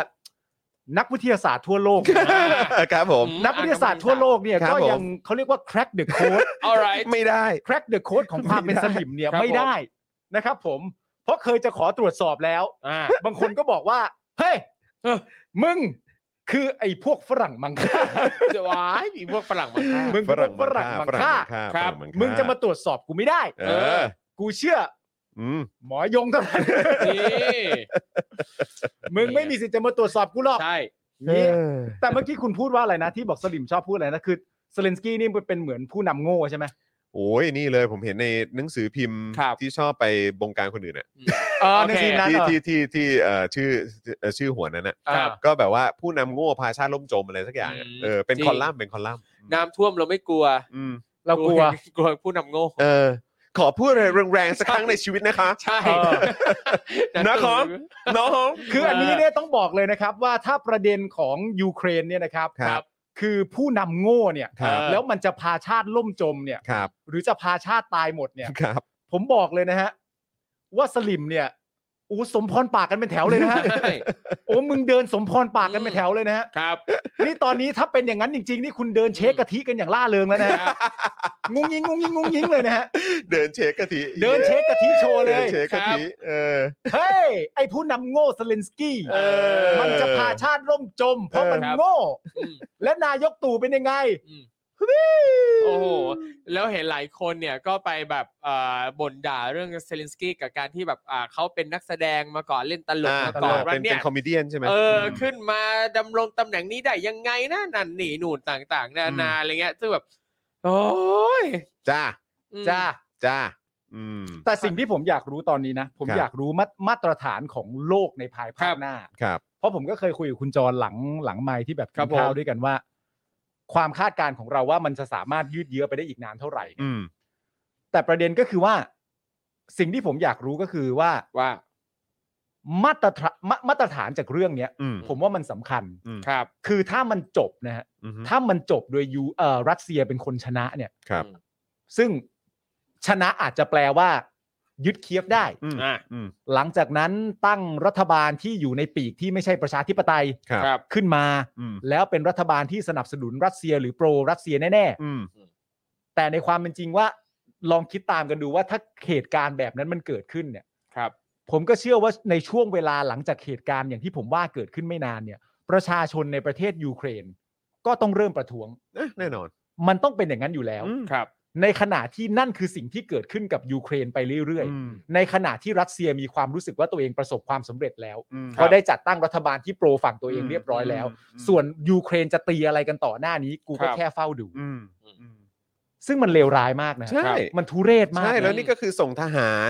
[SPEAKER 2] นักวิทยาศาสตร์ทั่วโลก
[SPEAKER 1] (laughs) (laughs) ครับผม
[SPEAKER 2] นักวิทยาศาสตร์ทั่วโลกเนี่ย
[SPEAKER 1] ครับ
[SPEAKER 2] ก็ยั
[SPEAKER 1] ผ
[SPEAKER 2] ง
[SPEAKER 1] ม
[SPEAKER 2] เขาเรียกว่า crack the code
[SPEAKER 3] alright
[SPEAKER 1] ไม่ได้
[SPEAKER 2] crack the code ของความเป็นสลิมเนี่ย
[SPEAKER 3] ครับ
[SPEAKER 2] ไม่ได้นะครับผม เพราะเคยจะขอตรวจสอบแล้ว
[SPEAKER 3] อ่า
[SPEAKER 2] บางคนก็บอกว่า เฮ้ย
[SPEAKER 3] เออ
[SPEAKER 2] มึง คือไอ้พวกฝรั่งมังค่า
[SPEAKER 3] จะวายมีพวกฝรั่งมาฆ่า
[SPEAKER 2] มึงคือพวกฝรั่งมังค่า
[SPEAKER 1] ฝ
[SPEAKER 3] ครั
[SPEAKER 1] รั่
[SPEAKER 3] บ
[SPEAKER 1] งง
[SPEAKER 2] มึงจะมาตรวจสอบกูไม่ได้
[SPEAKER 1] เออ
[SPEAKER 2] กูเชื่อ
[SPEAKER 1] อืม
[SPEAKER 2] หมอยงเท่านั้น
[SPEAKER 3] นี่
[SPEAKER 2] มึงไม่มีสิทธิ์จะมาตรวจสอบกูหรอก
[SPEAKER 3] ใช่
[SPEAKER 2] นี่ แต่เมื่อกี้คุณพูดว่าอะไรนะ ที่บอกสลิมชอบพูดอะไรนะ คือเซเลนสกี้นี่เป็นเหมือนผู้นำโง่ใช่ไหม
[SPEAKER 1] โอ้ยนี่เลยผมเห็นในหนังสือพิมพ์
[SPEAKER 3] ครับ
[SPEAKER 1] ที่ชอบไปบงการคนอื่นอ่ะ
[SPEAKER 2] เออ
[SPEAKER 3] โอ
[SPEAKER 2] ใน
[SPEAKER 3] เค
[SPEAKER 2] ทีมนั้น
[SPEAKER 1] ที่
[SPEAKER 2] เหรอ
[SPEAKER 1] ที่ที่ที่เอ่อชื่อเอ่อชื่อหัวนั้นอ่ะ
[SPEAKER 3] ครับ
[SPEAKER 1] ก็แบบว่าผู้นำโง่พาชาติล่มจมอะไรสักอย่างอะ
[SPEAKER 3] อืม
[SPEAKER 1] เออเป็น
[SPEAKER 3] จริง
[SPEAKER 1] คอลัมน์เป็นคอลัมน์
[SPEAKER 3] น้ำท่วมเราไม่กลัว
[SPEAKER 1] อืม
[SPEAKER 2] เรากลัว
[SPEAKER 3] กลัวผู้นำโง่
[SPEAKER 1] เออ ขอพูดอะไรแรงๆสักครั้งในชีวิตนะคะ
[SPEAKER 3] ใช่
[SPEAKER 2] เออ
[SPEAKER 1] นะครับ น้อง
[SPEAKER 2] คืออันนี้เนี่ยต้องบอกเลยนะครับว่าถ้าประเด็นของยูเครนเนี่ยนะครับ
[SPEAKER 1] ครับ
[SPEAKER 2] คือผู้นำโง่เนี่ย
[SPEAKER 1] ครับ
[SPEAKER 2] แล้วมันจะพาชาติล่มจมเนี่ย
[SPEAKER 1] ครับ
[SPEAKER 2] หรือจะพาชาติตายหมดเนี่ย
[SPEAKER 1] ครับ
[SPEAKER 2] ผมบอกเลยนะฮะ ว่าสลิมเนี่ยอู้สมพรปากกันเป็นแถวเลยนะฮะ
[SPEAKER 3] (laughs) ใช่
[SPEAKER 2] โอ้มึงเดินสมพรปากกันเป็นแถวเลยนะฮะ
[SPEAKER 3] ครับ
[SPEAKER 2] นี่ตอนนี้ถ้าเป็นอย่างนั้นจริง ๆ นี่คุณเดินเช็คกะทิกันอย่างล่าเริงแล้วนะฮะงุ้งยิงงุ้งยิงงุ้งยิงเลยนะฮะ
[SPEAKER 1] เดินเช็คกะทิ
[SPEAKER 2] เดินเช็คกะทิโชว์เล
[SPEAKER 1] เดิน
[SPEAKER 2] ย
[SPEAKER 1] เช็คกะทิเออ
[SPEAKER 2] เฮ้ย ไอผู้นำโง่เซเลนสกี้
[SPEAKER 3] เออ
[SPEAKER 2] มันจะพาชาติร่มจม เพราะมัน
[SPEAKER 3] ครับ
[SPEAKER 2] โง่
[SPEAKER 3] อืม
[SPEAKER 2] และนายกตู่เป็นยังไง
[SPEAKER 3] อืม โอ้โห แล้วเห็นหลายคนเนี่ยก็ไปแบบเอ่อบ่นด่าเรื่องเซเลนสกี้กับการที่แบบอ่าเขาเป็นนักแสดงมาก่อนเล่นตลก
[SPEAKER 1] อ่า
[SPEAKER 3] มาก่อนว่า
[SPEAKER 1] เป็น
[SPEAKER 3] เนี่
[SPEAKER 1] เป็น
[SPEAKER 3] ย
[SPEAKER 1] คอมเมดี้ใช่ไหม
[SPEAKER 3] เออขึ้นมาดำรงตำแหน่งนี้ได้ยังไงนะนั่นนี่นู่นต่างๆ นานาอะไรเงี้ยซึ่งแบบโอ้ย
[SPEAKER 1] จ้า
[SPEAKER 3] อืม
[SPEAKER 2] จ้า
[SPEAKER 1] จ้าอืม
[SPEAKER 2] แต่สิ่งที่ผมอยากรู้ตอนนี้นะ ผม
[SPEAKER 1] ครับ
[SPEAKER 2] อยากรู้มามาตรฐานของโลกในภาย
[SPEAKER 3] ครั
[SPEAKER 2] ภาค
[SPEAKER 3] บ
[SPEAKER 2] หน้า
[SPEAKER 1] ครับ
[SPEAKER 2] เพราะผมก็เคยคุยกับคุณจรหลังหลังไม้ที่แบบ
[SPEAKER 3] ค
[SPEAKER 2] กิ
[SPEAKER 3] รับ
[SPEAKER 2] นข้าว
[SPEAKER 3] ผม
[SPEAKER 2] ด้วยกันว่า ความคาดการณ์ของเราว่ามันจะสามารถยืดเยื้อไปได้อีกนานเท่าไหร่
[SPEAKER 1] อืม
[SPEAKER 2] แต่ประเด็นก็คือว่า สิ่งที่ผมอยากรู้ก็คือว่า
[SPEAKER 3] ว่า
[SPEAKER 2] มาตรฐานมามาตรฐานจากเรื่องเนี้ย
[SPEAKER 1] อืม
[SPEAKER 2] ผมว่ามันสำคัญ
[SPEAKER 1] อืม
[SPEAKER 3] ครับ
[SPEAKER 2] คือถ้ามันจบนะฮะ
[SPEAKER 1] อืม
[SPEAKER 2] ถ้ามันจบโดยยูเอ่อรัสเซียเป็นคนชนะเนี่ย
[SPEAKER 1] ครับ
[SPEAKER 2] ซึ่งชนะอาจจะแปลว่า ยึดเคียฟได้
[SPEAKER 1] อืม
[SPEAKER 3] อ่ะ
[SPEAKER 1] อืม
[SPEAKER 2] หลังจากนั้นตั้งรัฐบาลที่อยู่ในปีกที่ไม่ใช่ประชาธิปไตย
[SPEAKER 1] ครับ
[SPEAKER 3] ครับ
[SPEAKER 2] ขึ้นมา
[SPEAKER 1] อืม
[SPEAKER 2] แล้วเป็นรัฐบาลที่สนับสนุนรัสเซียหรือโปรรัสเซียแน่
[SPEAKER 1] อืม
[SPEAKER 2] ๆ แต่ในความเป็นจริงว่า ลองคิดตามกันดูว่าถ้าเหตุการณ์แบบนั้นมันเกิดขึ้นเนี่ย
[SPEAKER 3] ครับ
[SPEAKER 2] ผมก็เชื่อว่าในช่วงเวลาหลังจากเหตุการณ์อย่างที่ผมว่าเกิดขึ้นไม่นานเนี่ย ประชาชนในประเทศยูเครน ก็ต้องเริ่มประท้วง
[SPEAKER 1] อ่ะแน่นอน
[SPEAKER 2] มันต้องเป็นอย่างนั้นอยู่แล้ว
[SPEAKER 1] อืม
[SPEAKER 3] ครับ
[SPEAKER 2] ในขณะที่นั่นคือสิ่งที่เกิดขึ้นกับยูเครนไปเรื่อย
[SPEAKER 6] อืม
[SPEAKER 2] ๆ ในขณะที่รัสเซียมีความรู้สึกว่าตัวเองประสบความสำเร็จแล้ว
[SPEAKER 6] อืม
[SPEAKER 2] ก็ได้จัดตั้งรัฐบาลที่โปรฝั่งตัวเอง
[SPEAKER 6] อืม
[SPEAKER 2] เรียบร้อยแล้ว
[SPEAKER 6] อืมอืม
[SPEAKER 2] ส่วนยูเครนจะตีอะไรกันต่อหน้านี้ กู
[SPEAKER 3] ครั
[SPEAKER 2] ก็
[SPEAKER 3] บ
[SPEAKER 2] แค่เฝ้าดู
[SPEAKER 6] อืมอืม
[SPEAKER 2] ซึ่งมันเลวร้ายมากนะ
[SPEAKER 1] ใช่
[SPEAKER 2] มันทุเรศมาก
[SPEAKER 1] ใช่
[SPEAKER 2] นะ
[SPEAKER 1] แล้วนี่ก็คือส่งทหาร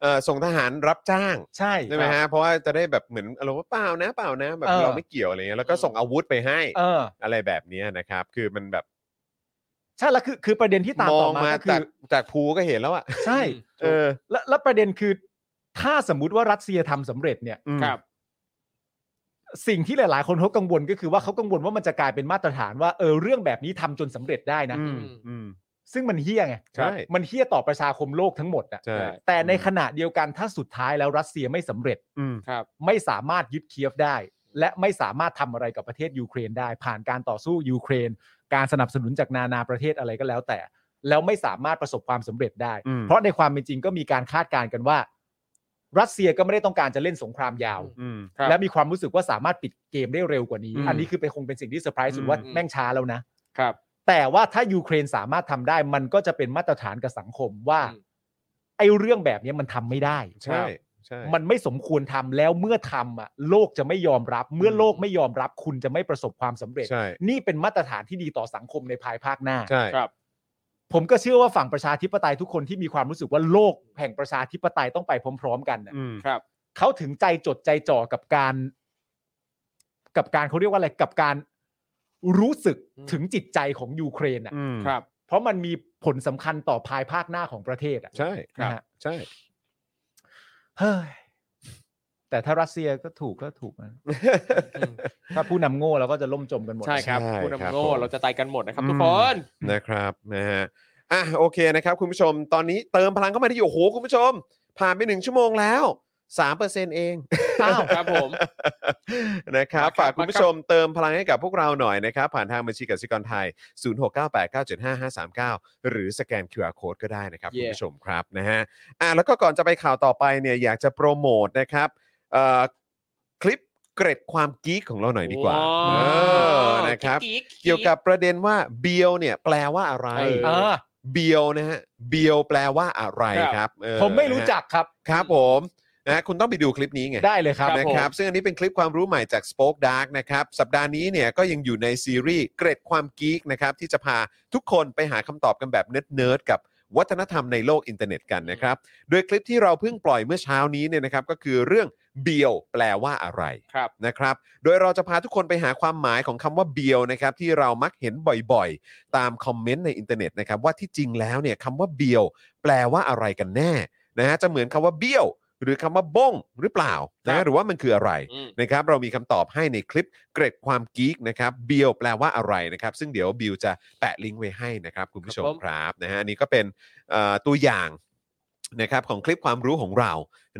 [SPEAKER 1] เอ่อส่งทหารรับจ้าง
[SPEAKER 2] ใช่
[SPEAKER 1] ใช่ไหมฮะเพราะว่าจะได้แบบเหมือนอารมณ์ว่าเปล่านะเปล่านะแบบ
[SPEAKER 2] เออ
[SPEAKER 1] เราไม่เกี่ยวอะไรเงี้ยแล้วก็ส่งอาวุธไปให้
[SPEAKER 2] เออ
[SPEAKER 1] อะไรแบบเนี้ยนะครับ คือมันแบบ
[SPEAKER 2] ใช่แล้วคือคือประเด็นที่ตาม
[SPEAKER 1] มอ
[SPEAKER 2] ต่
[SPEAKER 1] ง
[SPEAKER 2] อ
[SPEAKER 1] มา
[SPEAKER 2] มาก็คื
[SPEAKER 1] จาก
[SPEAKER 2] อ
[SPEAKER 1] จากภูก็เห็นแล้วอ่ะ
[SPEAKER 2] ใช่
[SPEAKER 1] เออ
[SPEAKER 2] และและประเด็นคือ ถ้าสมมุติว่ารัสเซียทำสำเร็จเนี่ย
[SPEAKER 3] ครับ
[SPEAKER 2] สิ่งที่หลาย ๆ คนเขากังวลก็คือว่าเขากังวลว่ามันจะกลายเป็นมาตรฐานว่าเออเรื่องแบบนี้ทำจนสำเร็จได้นะ
[SPEAKER 6] อืมอืม
[SPEAKER 2] ซึ่งมันเฮี้ยไง
[SPEAKER 1] ใช่
[SPEAKER 2] มันเฮี้ยต่อประชาคมโลกทั้งหมดอ่ะ
[SPEAKER 1] ใช่
[SPEAKER 2] แต่ในขณะเดียวกันถ้าสุดท้ายแล้วรัสเซียไม่สำเร็จ
[SPEAKER 6] อืม
[SPEAKER 3] ครับ
[SPEAKER 2] ไม่สามารถยึดเคียฟได้ และไม่สามารถทำอะไรกับประเทศยูเครนได้ ผ่านการต่อสู้ยูเครน การสนับสนุนจากนานาประเทศอะไรก็แล้วแต่ แล้วไม่สามารถประสบความสำเร็จได้
[SPEAKER 6] อืม
[SPEAKER 2] เพราะในความเป็นจริงก็มีการคาดการณ์กันว่า รัสเซียก็ไม่ได้ต้องการจะเล่นสงครามยาว
[SPEAKER 6] อืม
[SPEAKER 3] ครับ
[SPEAKER 2] และมีความรู้สึกว่าสามารถปิดเกมได้เร็วกว่านี้
[SPEAKER 6] อืม
[SPEAKER 2] อันนี้คือเป็นคงเป็นสิ่งที่เซอร์ไพรส์สุดว่า
[SPEAKER 3] อืม
[SPEAKER 2] แม่งช้าแล้วนะ
[SPEAKER 3] ครับ
[SPEAKER 2] แต่ว่าถ้ายูเครนสามารถทำได้ มันก็จะเป็นมาตรฐานกับสังคมว่า
[SPEAKER 3] อืม
[SPEAKER 2] ไอ้เรื่องแบบนี้มันทำไม่ได้
[SPEAKER 1] ใช่ใช่
[SPEAKER 2] มันไม่สมควรทำแล้วเมื่อทำอ่ะโลกจะไม่ยอมรับ เมื่อโลกไม่ยอมรับ คุณจะไม่ประสบความสำเร็จ
[SPEAKER 1] ใช่
[SPEAKER 2] นี่เป็นมาตรฐานที่ดีต่อสังคมในภายภาคหน้า
[SPEAKER 1] ใช่
[SPEAKER 3] ครับ
[SPEAKER 2] ผมก็เชื่อว่าฝั่งประชาธิปไตยทุกคนที่มีความรู้สึกว่าโลกแห่งประชาธิปไตยต้องไปพร้อม ๆ กันน่ะ
[SPEAKER 6] อืม
[SPEAKER 3] ครับ
[SPEAKER 2] เขาถึงใจจดใจจ่อกับการ กับการเขาเรียกว่าอะไรกับการรู้สึก
[SPEAKER 3] อืม
[SPEAKER 2] ถึงจิตใจของยูเครนอ่ะ
[SPEAKER 6] อืม
[SPEAKER 3] ครับ
[SPEAKER 2] เพราะมันมีผลสำคัญต่อภายภาคหน้าของประเทศอ่ะ
[SPEAKER 1] ใช่
[SPEAKER 2] นะฮะ
[SPEAKER 1] ใช่
[SPEAKER 2] เฮ้ยแต่ถ้ารัสเซียก็ถูกก็ถูกนะ ถ้าผู้นำโง่เราก็จะล่มจมกันหมด
[SPEAKER 3] ใช่ครับ
[SPEAKER 1] ใช่
[SPEAKER 3] ผู้
[SPEAKER 1] ครั
[SPEAKER 3] นำ
[SPEAKER 1] บ
[SPEAKER 3] โง่
[SPEAKER 1] ผม
[SPEAKER 3] เราจะตายกันหมดนะครับ ทุก
[SPEAKER 6] อืม
[SPEAKER 3] คน
[SPEAKER 1] นะครับนะฮะอ่ะโอเคนะครับ คุณผู้ชมตอนนี้เติมพลังเข้ามาที่โอ้โหคุณผู้ชม ผ่านไปหนึ่งชั่วโมงแล้ว3%เอง (laughs)
[SPEAKER 2] อ้าว
[SPEAKER 3] ครับผม
[SPEAKER 1] นะครับ
[SPEAKER 3] มาครับ
[SPEAKER 1] ฝากคุณผู้ชมเติมพลังให้กับพวกเราหน่อยนะครับ ผ่านทางบัญชีกสิกรไทย 0698975539 หรือสแกน QR Code ก็ได้นะครับ
[SPEAKER 3] Yeah
[SPEAKER 1] คุณผู้ชมครับนะฮะอ่ะแล้วก็ก่อนจะไปข่าวต่อไปเนี่ยอยากจะโปรโมทนะครับเอ่อคลิปเกร็ดความกี๊กของเราหน่อยดีกว่า
[SPEAKER 3] โอ้
[SPEAKER 1] เออนะครับ
[SPEAKER 3] กิ๊ๆ
[SPEAKER 1] เกี่ยวกับประเด็นว่าเบียวเนี่ยแปลว่าอะไร
[SPEAKER 3] เออ
[SPEAKER 2] เออ
[SPEAKER 1] เบียวนะฮะเบียวแปลว่าอะไรครับเออ
[SPEAKER 2] ผมไม่รู้จักครับ
[SPEAKER 1] ครับผมนะฮะคุณต้องไปดูคลิปนี้ไง
[SPEAKER 2] ได้เลยครับ
[SPEAKER 3] ผม
[SPEAKER 1] นะครับ ซึ่งอันนี้เป็นคลิปความรู้ใหม่จาก Spoke Dark นะครับ สัปดาห์นี้เนี่ยก็ยังอยู่ในซีรีส์เกร็ดความกี๊กนะครับ ที่จะพาทุกคนไปหาคำตอบกันแบบเนิร์ดๆกับวัฒนธรรมในโลกอินเทอร์เน็ตกันนะครับ โดยคลิปที่เราเพิ่งปล่อยเมื่อเช้านี้เนี่ยนะครับ ก็คือเรื่องเบียวแปลว่าอะไร
[SPEAKER 3] ครับ
[SPEAKER 1] นะครับ โดยเราจะพาทุกคนไปหาความหมายของคำว่าเบียวนะครับที่เรามักเห็นบ่อยๆ ตามคอมเมนต์ในอินเทอร์เน็ตนะครับว่าที่จริงแล้วเนี่ยคำว่าเบียว แปลว่าอะไรกันแน่นะฮะจะเหมือนคำว่าเบี้ยว หรือคำว่าบ้งหรือเปล่านะ
[SPEAKER 3] ครั
[SPEAKER 1] ฮะ
[SPEAKER 3] บ
[SPEAKER 1] หรือว่ามันคืออะไร
[SPEAKER 3] อืม
[SPEAKER 1] (laughs) นะครับเรามีคำตอบให้ในคลิปเกร็ดความกีกนะครับเบียวแปลว่าอะไรนะครับ ซึ่งเดี๋ยวบิวจะแปะลิงก์ไว้ให้นะครับคุณผู้ชม
[SPEAKER 3] ครับผม
[SPEAKER 1] ครับนะฮะอันนี้ก็เป็นเอ่อตัวอย่างนะครับของคลิปความรู้ของเรา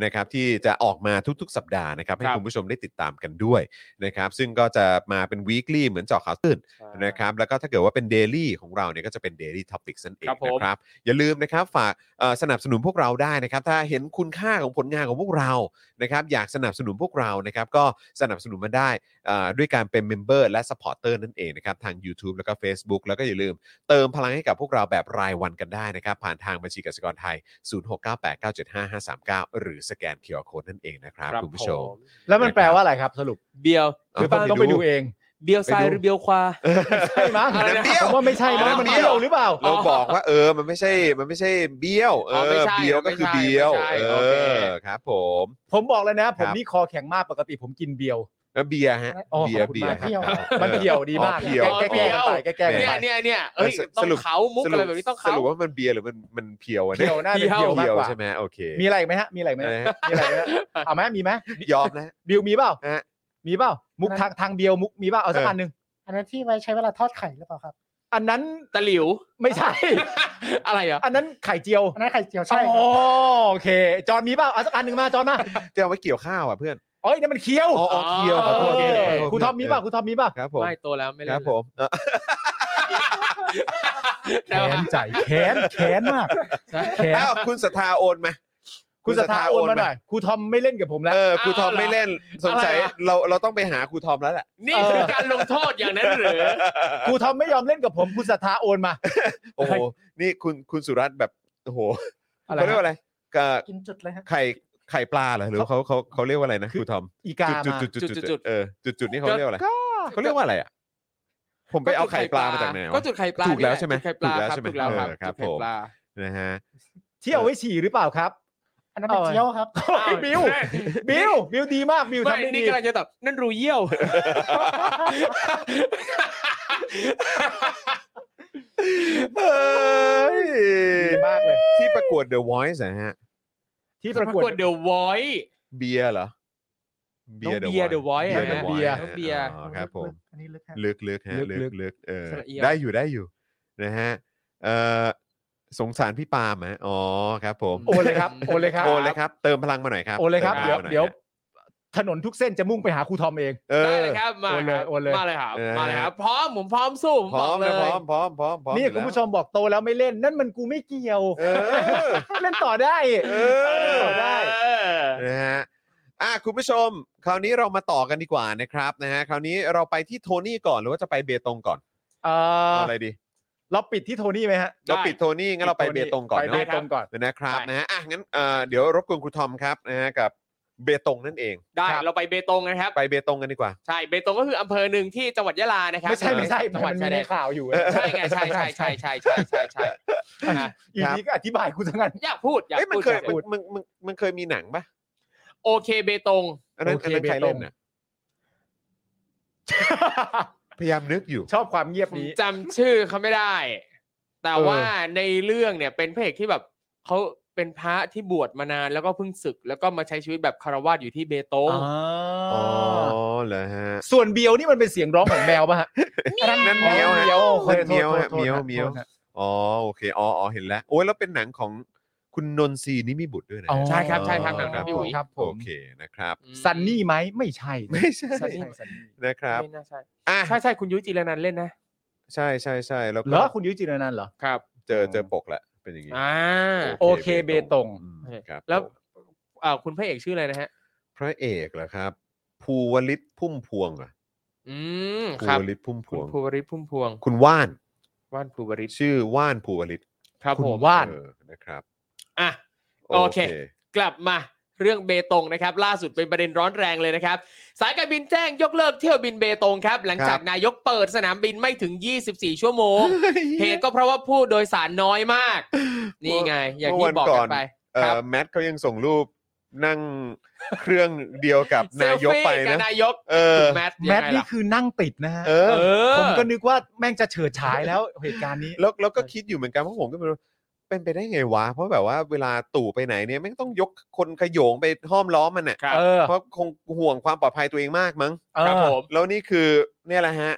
[SPEAKER 1] นะครับที่จะออกมาทุกๆ สัปดาห์นะครับให้
[SPEAKER 3] ครับ
[SPEAKER 1] คุณผู้ชมได้ติดตามกันด้วยนะครับซึ่งก็จะมาเป็น weekly เหมือนเจาะข่าวตื่น นะครับแล้วก็ถ้าเกิดว่าเป็น Daily ของเราเนี่ยก็จะเป็น Daily Topics นั่นเอง
[SPEAKER 3] ครับผม
[SPEAKER 1] นะครับ อย่าลืมนะครับฝากเอ่อสนับสนุนพวกเราได้นะครับ ถ้าเห็นคุณค่าของผลงานของพวกเรานะครับอยากสนับสนุนพวกเรานะครับก็สนับสนุนมาได้เอ่อด้วยการเป็นเมมเบอร์และสปอร์เตอร์นั่นเองนะครับทาง YouTube แล้วก็ Facebook แล้วก็อย่าลืมเติมพลังให้กับพวกเราแบบรายวันกันได้นะครับ ผ่านทางบัญชีกสิกรไทย 0698975539 หรือสแกน QR Code นั่นเองนะครับ
[SPEAKER 3] รับ
[SPEAKER 1] คุณผู้ชม
[SPEAKER 3] ผ
[SPEAKER 2] แล้วมันแปลว่าอะไรครับสรุป
[SPEAKER 3] เบียว
[SPEAKER 2] คือต้องต้องไปดูเอง
[SPEAKER 3] เบียวซ้ายหรือเบียวขวา
[SPEAKER 2] ใช่มั้ง
[SPEAKER 3] อะไรนะ
[SPEAKER 2] ผมว่าไม่ใช่มั้งมันเบี้ยวหรือเปล่า
[SPEAKER 1] เราบอกว่าเออ มันไม่ใช่ มันไม่ใช่เบี้ยว เอ
[SPEAKER 3] อ๋อไม่
[SPEAKER 1] อ
[SPEAKER 3] ใช่
[SPEAKER 1] เบี้ยวก็คือเบี้ยว
[SPEAKER 3] ไม่
[SPEAKER 1] เอ
[SPEAKER 3] ใช่โอเค
[SPEAKER 1] อ ครับผม
[SPEAKER 2] ผมบอกเลยนะ ผม
[SPEAKER 1] ครับ
[SPEAKER 2] นี่คอแข็งมากปกติผมกินเบียว
[SPEAKER 1] แล้วเบียร์ฮะ
[SPEAKER 2] อ๋อ
[SPEAKER 1] เบียร์
[SPEAKER 2] ขอบคุณ
[SPEAKER 1] เบียร์
[SPEAKER 2] มาก
[SPEAKER 1] ฮะ
[SPEAKER 5] เบี้ยว
[SPEAKER 2] มันเพียวดีมา
[SPEAKER 1] อ๋
[SPEAKER 2] ก
[SPEAKER 1] อเพียว
[SPEAKER 2] แก้แก้กันไปแก้แก้กันไป
[SPEAKER 3] เนี่ยเนี่ยเนี่ยเอ้ย
[SPEAKER 1] ส
[SPEAKER 3] ต้อ
[SPEAKER 1] ส
[SPEAKER 3] ง
[SPEAKER 1] รุป
[SPEAKER 3] เขามุกอะไรแบบนี้ต้อง
[SPEAKER 1] ส
[SPEAKER 3] เขา
[SPEAKER 1] รุปว่ามันเบียร์หรือมันมันเพียวอะ
[SPEAKER 2] เพี
[SPEAKER 1] เนี่ย ยว
[SPEAKER 2] น่าจะ
[SPEAKER 3] เพี
[SPEAKER 2] เพี
[SPEAKER 3] ย
[SPEAKER 2] ยว วมาก
[SPEAKER 1] เพียว
[SPEAKER 2] กว่า
[SPEAKER 1] ใช่ไหมโอเค
[SPEAKER 2] มีอะไรอีกไหมฮะมีอะไรอีกไหม
[SPEAKER 1] อะไร
[SPEAKER 2] ฮะ
[SPEAKER 1] ฮะ
[SPEAKER 2] มีอะไรอีกไหมฮะเอาไหมมีไหม
[SPEAKER 1] ยอมแล้ว
[SPEAKER 2] บิวมีเปล่า
[SPEAKER 1] ฮะ
[SPEAKER 2] มีเปล่ามุกทางทางเบียวมุกมีเปล่าเอาสัก
[SPEAKER 1] เอออั
[SPEAKER 2] อันหนึ่ง
[SPEAKER 5] อันนั้นที่ไว้ใช้เวลาทอดไข่หรือเปล่าครับ
[SPEAKER 2] อันนั้น
[SPEAKER 3] ตะหลิว
[SPEAKER 2] ไม่ใช่ (laughs)
[SPEAKER 3] อะไรอ่ะ
[SPEAKER 2] อันนั้นไข่เจียว
[SPEAKER 5] อันนั้นไข่เจียวใช่
[SPEAKER 2] ใช่
[SPEAKER 5] ครับ
[SPEAKER 2] โอเค จอนมีเปล่าเอาสักอันหนึ่งมาจอนมา
[SPEAKER 1] จะเอาไว้เกี่ยวข้าวอ่ะเพื่อน
[SPEAKER 2] เอ้ยนั่นมันเคี้ยว
[SPEAKER 1] อ๋ออ๋อเคี้ยวขอโทษ
[SPEAKER 2] โอเค
[SPEAKER 1] ขโทษ
[SPEAKER 2] คุณทอมมีเปล่าคุณทอมมีเปล่า
[SPEAKER 1] ครับผม
[SPEAKER 3] ไม่โตแล้วไม่
[SPEAKER 1] ค
[SPEAKER 3] เล่
[SPEAKER 1] รั
[SPEAKER 3] น
[SPEAKER 1] บผมเออ
[SPEAKER 3] แล้ว
[SPEAKER 2] (laughs) แขนใจแขนแขนมาก
[SPEAKER 3] ใช่
[SPEAKER 2] แขน
[SPEAKER 1] อ้าวคุณศรัทธาโอนมา
[SPEAKER 2] คุณสถาโอนมาหน่อยครูทอมไม่เล่นกับผมแล้ว
[SPEAKER 1] เออครูทอมไม่เล่นสงสัย
[SPEAKER 3] อะไรอะ
[SPEAKER 1] เราเราต้องไปหาครูทอมแล้วแหละ
[SPEAKER 3] นี่คือการลงโทษอย่างนั้นหรือ
[SPEAKER 2] ครูทอมไม่ยอมเล่นกับผมคุณศรัทธาโอนมา
[SPEAKER 1] โอ้โหนี่คุณคุณสุรัตน์แบบโอ้โห
[SPEAKER 2] อะไร
[SPEAKER 1] เขาเรียกว่าอะไรกะ
[SPEAKER 5] กินจุดเลยฮะ
[SPEAKER 1] ไข่ไข่ปลาเหรอหรือเขาเขาเขาเรียกว่าอะไรนะค
[SPEAKER 2] คือ
[SPEAKER 1] รูทอม
[SPEAKER 2] อีกา
[SPEAKER 1] จุด
[SPEAKER 2] มา
[SPEAKER 1] จุดจุดจุด
[SPEAKER 3] จุ
[SPEAKER 1] จุด
[SPEAKER 3] ด
[SPEAKER 1] เออจุดจุดนี่เขาเรียกว่าอะไรเขาเรียกว่าอะไรอ่ะผมไปเอาไข่ปลามาจากไหนวะ
[SPEAKER 3] ก็จุดไข่ปลา
[SPEAKER 1] ถูกแล้วใช่ไหม
[SPEAKER 3] จุดไข่ปลา
[SPEAKER 1] ถูกแล้ว
[SPEAKER 3] ครับ
[SPEAKER 1] ใช่ไหม
[SPEAKER 3] ถูกแล้วครับ
[SPEAKER 1] เออครับ
[SPEAKER 3] จุดไข่
[SPEAKER 1] ผม
[SPEAKER 3] ปลา
[SPEAKER 1] นะฮะ
[SPEAKER 2] เที่ยวไว้ฉี่หรือเปล่าครับ
[SPEAKER 5] อันนั้นเป็น
[SPEAKER 2] เอา
[SPEAKER 5] เจียวครับ
[SPEAKER 2] โอ้ยบิวบิวบิวดีมากบิว
[SPEAKER 3] ไม่
[SPEAKER 2] ทำได้
[SPEAKER 3] นี่
[SPEAKER 2] ดี
[SPEAKER 3] กำลังจะตอบนั่นรูเยี่ยว
[SPEAKER 1] เอ้ย
[SPEAKER 2] ดีมากเลย
[SPEAKER 1] ที่ประกวด The Voice นะฮะ
[SPEAKER 2] ที่
[SPEAKER 3] ป
[SPEAKER 2] ประ ระ
[SPEAKER 3] ก
[SPEAKER 2] ก
[SPEAKER 3] ว
[SPEAKER 2] ว
[SPEAKER 3] ด
[SPEAKER 2] ด
[SPEAKER 3] เดอะวอยซ์
[SPEAKER 1] เบียร์เหรอ เบียร์
[SPEAKER 3] น้องเบียร์ The Voice
[SPEAKER 1] เบียร์ The
[SPEAKER 2] นะ
[SPEAKER 1] Voice
[SPEAKER 3] น้องเบียร์
[SPEAKER 1] อ๋อครับผม
[SPEAKER 5] อันนี้ลึกฮะ
[SPEAKER 1] ลึกๆฮะ
[SPEAKER 2] ลึกๆ
[SPEAKER 1] ลึกๆเออ
[SPEAKER 3] สระเอีย
[SPEAKER 1] ได้อยู่ได้อยู่นะฮะเออสงสารพี่ปาล์มฮะอ๋อครับผม
[SPEAKER 2] โอนเลยครับโอนเลยครับ
[SPEAKER 1] โอนเลยครับ เติมพลังมาหน่อยครับ
[SPEAKER 2] โอนเลยครับ
[SPEAKER 1] ติ
[SPEAKER 2] เดี๋ย
[SPEAKER 1] ม
[SPEAKER 2] ว
[SPEAKER 1] พงมาหน่อ
[SPEAKER 2] เดี๋ยวถนนทุกเส้นจะมุ่งไปหาครูทอมเอง
[SPEAKER 1] เอ
[SPEAKER 3] ได้
[SPEAKER 1] อ
[SPEAKER 3] เลยครับมา
[SPEAKER 2] โอนเลย
[SPEAKER 3] ครับ
[SPEAKER 2] โอนเลย
[SPEAKER 3] มาเลยครับ
[SPEAKER 1] เออ
[SPEAKER 3] มาเลยครับ พร้อมผมพร้อมสู้ผม
[SPEAKER 1] พ
[SPEAKER 3] บ
[SPEAKER 1] ร้
[SPEAKER 3] อ
[SPEAKER 1] อก ม
[SPEAKER 3] เล
[SPEAKER 1] นะพร้
[SPEAKER 3] ย
[SPEAKER 1] อมพร้อมพร้อมพร้อม
[SPEAKER 2] นี่
[SPEAKER 1] อยู่
[SPEAKER 2] คุ
[SPEAKER 1] แล้
[SPEAKER 2] ณ
[SPEAKER 1] ว
[SPEAKER 2] ผู้ชมบอกโตแล้วไม่เล่น นั่นมันกูไม่เกี่ยว
[SPEAKER 1] เออ
[SPEAKER 2] เล่นต่อได้
[SPEAKER 3] เออ
[SPEAKER 2] ได้
[SPEAKER 1] นะฮะอ่ะคุณผู้ชม คราวนี้เรามาต่อกันดีกว่านะครับนะฮะคราวนี้เราไปที่โทนี่ก่อนหรือว่าจะไปเบตงก่อน
[SPEAKER 2] เออ
[SPEAKER 1] เอาอะไรดี
[SPEAKER 2] เราปิดที่โทนี่ไหมฮะ
[SPEAKER 1] เราปิดโทนี่งั้นเราไปเบตงก่อน
[SPEAKER 2] ไป
[SPEAKER 1] เน
[SPEAKER 2] เบ
[SPEAKER 1] อะ
[SPEAKER 2] ตงก่อน
[SPEAKER 1] นะครับ
[SPEAKER 3] ไป
[SPEAKER 1] นะฮะอ่ะงั้นเอ่อเดี๋ยวรบกวนครูทอมครับนะฮะกับเบตงนั่นเอง
[SPEAKER 3] ได้
[SPEAKER 2] ครับ
[SPEAKER 3] เราไปเบตงนะครับ
[SPEAKER 1] ไปเบตงกันดีกว่า
[SPEAKER 3] ใช่เบตงก็คืออำเภอหนึ่งที่จังหวัดยะลานะครับ
[SPEAKER 2] ไม่ใช่ไม่ใช่
[SPEAKER 3] จังหวัด
[SPEAKER 2] มัน
[SPEAKER 3] ชายแด
[SPEAKER 2] มี
[SPEAKER 3] น
[SPEAKER 2] ข่าวอยู่
[SPEAKER 3] ใช่ไงใช่ใช่ใช่ใช่ใช่ใช่ใช่อ่ะ
[SPEAKER 2] อยู่นี้ก็อธิบายกูทั้งนั้น (laughs)
[SPEAKER 3] อยากพูดอยาก
[SPEAKER 1] เอ้ยมัน
[SPEAKER 3] พูด
[SPEAKER 1] เคย
[SPEAKER 3] อยากพูด
[SPEAKER 1] มันมันมันมันเคยมีหนังปะ
[SPEAKER 3] โอเคเบตง
[SPEAKER 1] อันนั้น
[SPEAKER 2] โอเค
[SPEAKER 1] อันนั้นใคร
[SPEAKER 2] เบตง
[SPEAKER 1] เล่นน่ะพยายามนึกอยู่
[SPEAKER 2] ชอบความเงียบนี้
[SPEAKER 3] จำชื่อเขาไม่ได้ แต่
[SPEAKER 2] เออ
[SPEAKER 3] ว่าในเรื่องเนี่ยเป็นพระเอกที่แบบเขาเป็นพระที่บวชมานานแล้วก็เพิ่งศึก แล้วก็มาใช้ชีวิตแบบคารวาสอยู่ที่เบตง
[SPEAKER 1] อ๋อเหรอฮะ
[SPEAKER 2] ส่วนเบียวนี่มันเป็นเสียงร้องของแมวป่ะฮะ
[SPEAKER 1] อันนั้นนั่นเมียวฮะ
[SPEAKER 2] เมียว
[SPEAKER 1] นั่นเมียวฮะ
[SPEAKER 2] โทษโทษโทษ
[SPEAKER 1] เมียว
[SPEAKER 2] โทษ
[SPEAKER 1] เมียว
[SPEAKER 2] โทษฮะ
[SPEAKER 1] อ๋อโอเคอ๋ออ๋อเห็นแล้ว โอ้ยแล้วเป็นหนังของคุณนนทรีนิมิบุตรด้วยนะ
[SPEAKER 2] อ๋อ
[SPEAKER 3] ใช่ครับใช่ครับหนัง
[SPEAKER 1] ค
[SPEAKER 3] ครั
[SPEAKER 1] รั
[SPEAKER 3] บบ พี่อุ๋ย
[SPEAKER 2] ครับผม
[SPEAKER 1] โอเคนะครับ
[SPEAKER 3] อืม
[SPEAKER 2] ซันนี่ไหมไม่ใช่
[SPEAKER 1] ไม่ใช่
[SPEAKER 3] ซันนี่
[SPEAKER 2] ซันนี่
[SPEAKER 1] นะครับ
[SPEAKER 3] ไม่น่าใช่
[SPEAKER 1] อ่ะ
[SPEAKER 3] ใช่ใช่คุณยุ้ยจีรนันท์เล่นนะ
[SPEAKER 1] ใช่ใช่ใช่แล้ว
[SPEAKER 2] เหร
[SPEAKER 1] ก็
[SPEAKER 2] อคุณยุ้ยจิรนันท์เหรอ
[SPEAKER 3] ครับ
[SPEAKER 1] เจอเจอปกแล้วเป็นอย่างนี้
[SPEAKER 3] อ่า
[SPEAKER 2] โอเคเบตง
[SPEAKER 1] อืมครับ
[SPEAKER 3] แล้ว
[SPEAKER 1] ผม
[SPEAKER 3] เอ่อคุณพระเอกชื่ออะไรนะฮะ
[SPEAKER 1] พระเอกเหรอครับ ภูวลิตพุ่มพวงเหรอ่ะ
[SPEAKER 3] อืม
[SPEAKER 1] ภู
[SPEAKER 3] ครับ
[SPEAKER 1] วลิตพุ่มพ
[SPEAKER 3] คุณ
[SPEAKER 1] วง
[SPEAKER 3] ภูวริศพุ่มพวง
[SPEAKER 1] คุณว่าน
[SPEAKER 3] ว่านภูวริศ
[SPEAKER 1] ชื่อว่านภูวลิต
[SPEAKER 3] ครับผม
[SPEAKER 2] ว่าน
[SPEAKER 1] เออนะครับ
[SPEAKER 3] อ่ะ โอเค กลับมาเรื่องเบตงนะครับ ล่าสุดเป็นประเด็นร้อนแรงเลยนะครับ สายการบินแจ้งยกเลิกเที่ยวบินเบตงครับ หลังจากนายกเปิดสนามบินไม่ถึง 24 ชั่วโมง เหตุก็เพราะว่าผู้โดยสารน้อยมาก นี่ไง อย่างที่บอกกันไป
[SPEAKER 1] เอ
[SPEAKER 3] ครับ
[SPEAKER 1] อแมทเขายังส่งรูปนั่งเครื่องเดียวกับนายกไป
[SPEAKER 3] เซลฟี่กั
[SPEAKER 1] นะ
[SPEAKER 3] บนายก
[SPEAKER 1] เออ
[SPEAKER 3] คุณแมท
[SPEAKER 2] แม
[SPEAKER 3] ยัง
[SPEAKER 2] ท
[SPEAKER 3] ไง
[SPEAKER 2] นี่
[SPEAKER 3] ล่ะ
[SPEAKER 2] คือนั่งติดนะฮะ
[SPEAKER 1] เออ
[SPEAKER 3] เออ
[SPEAKER 2] ผมก็นึกว่าแม่งจะเฉิดฉายแล้ว (laughs) เหตุการณ์นี้
[SPEAKER 1] แล้วแล้วก็คิดอยู่เหมือนกันเพราะผมก็ไม่รู้เป็นไปได้ไงวะ เพราะแบบว่าเวลาตู่ไปไหนเนี่ยไม่งต้องยกคนขโยงไปห้อมล้อมมันน่ะ
[SPEAKER 3] ครับ
[SPEAKER 2] เออ
[SPEAKER 1] เพราะคงห่วงความปลอดภัยตัวเองมากมั้ง
[SPEAKER 2] เออ
[SPEAKER 3] ครับผม
[SPEAKER 1] แล้วนี่คือเนี่ยแหละฮะ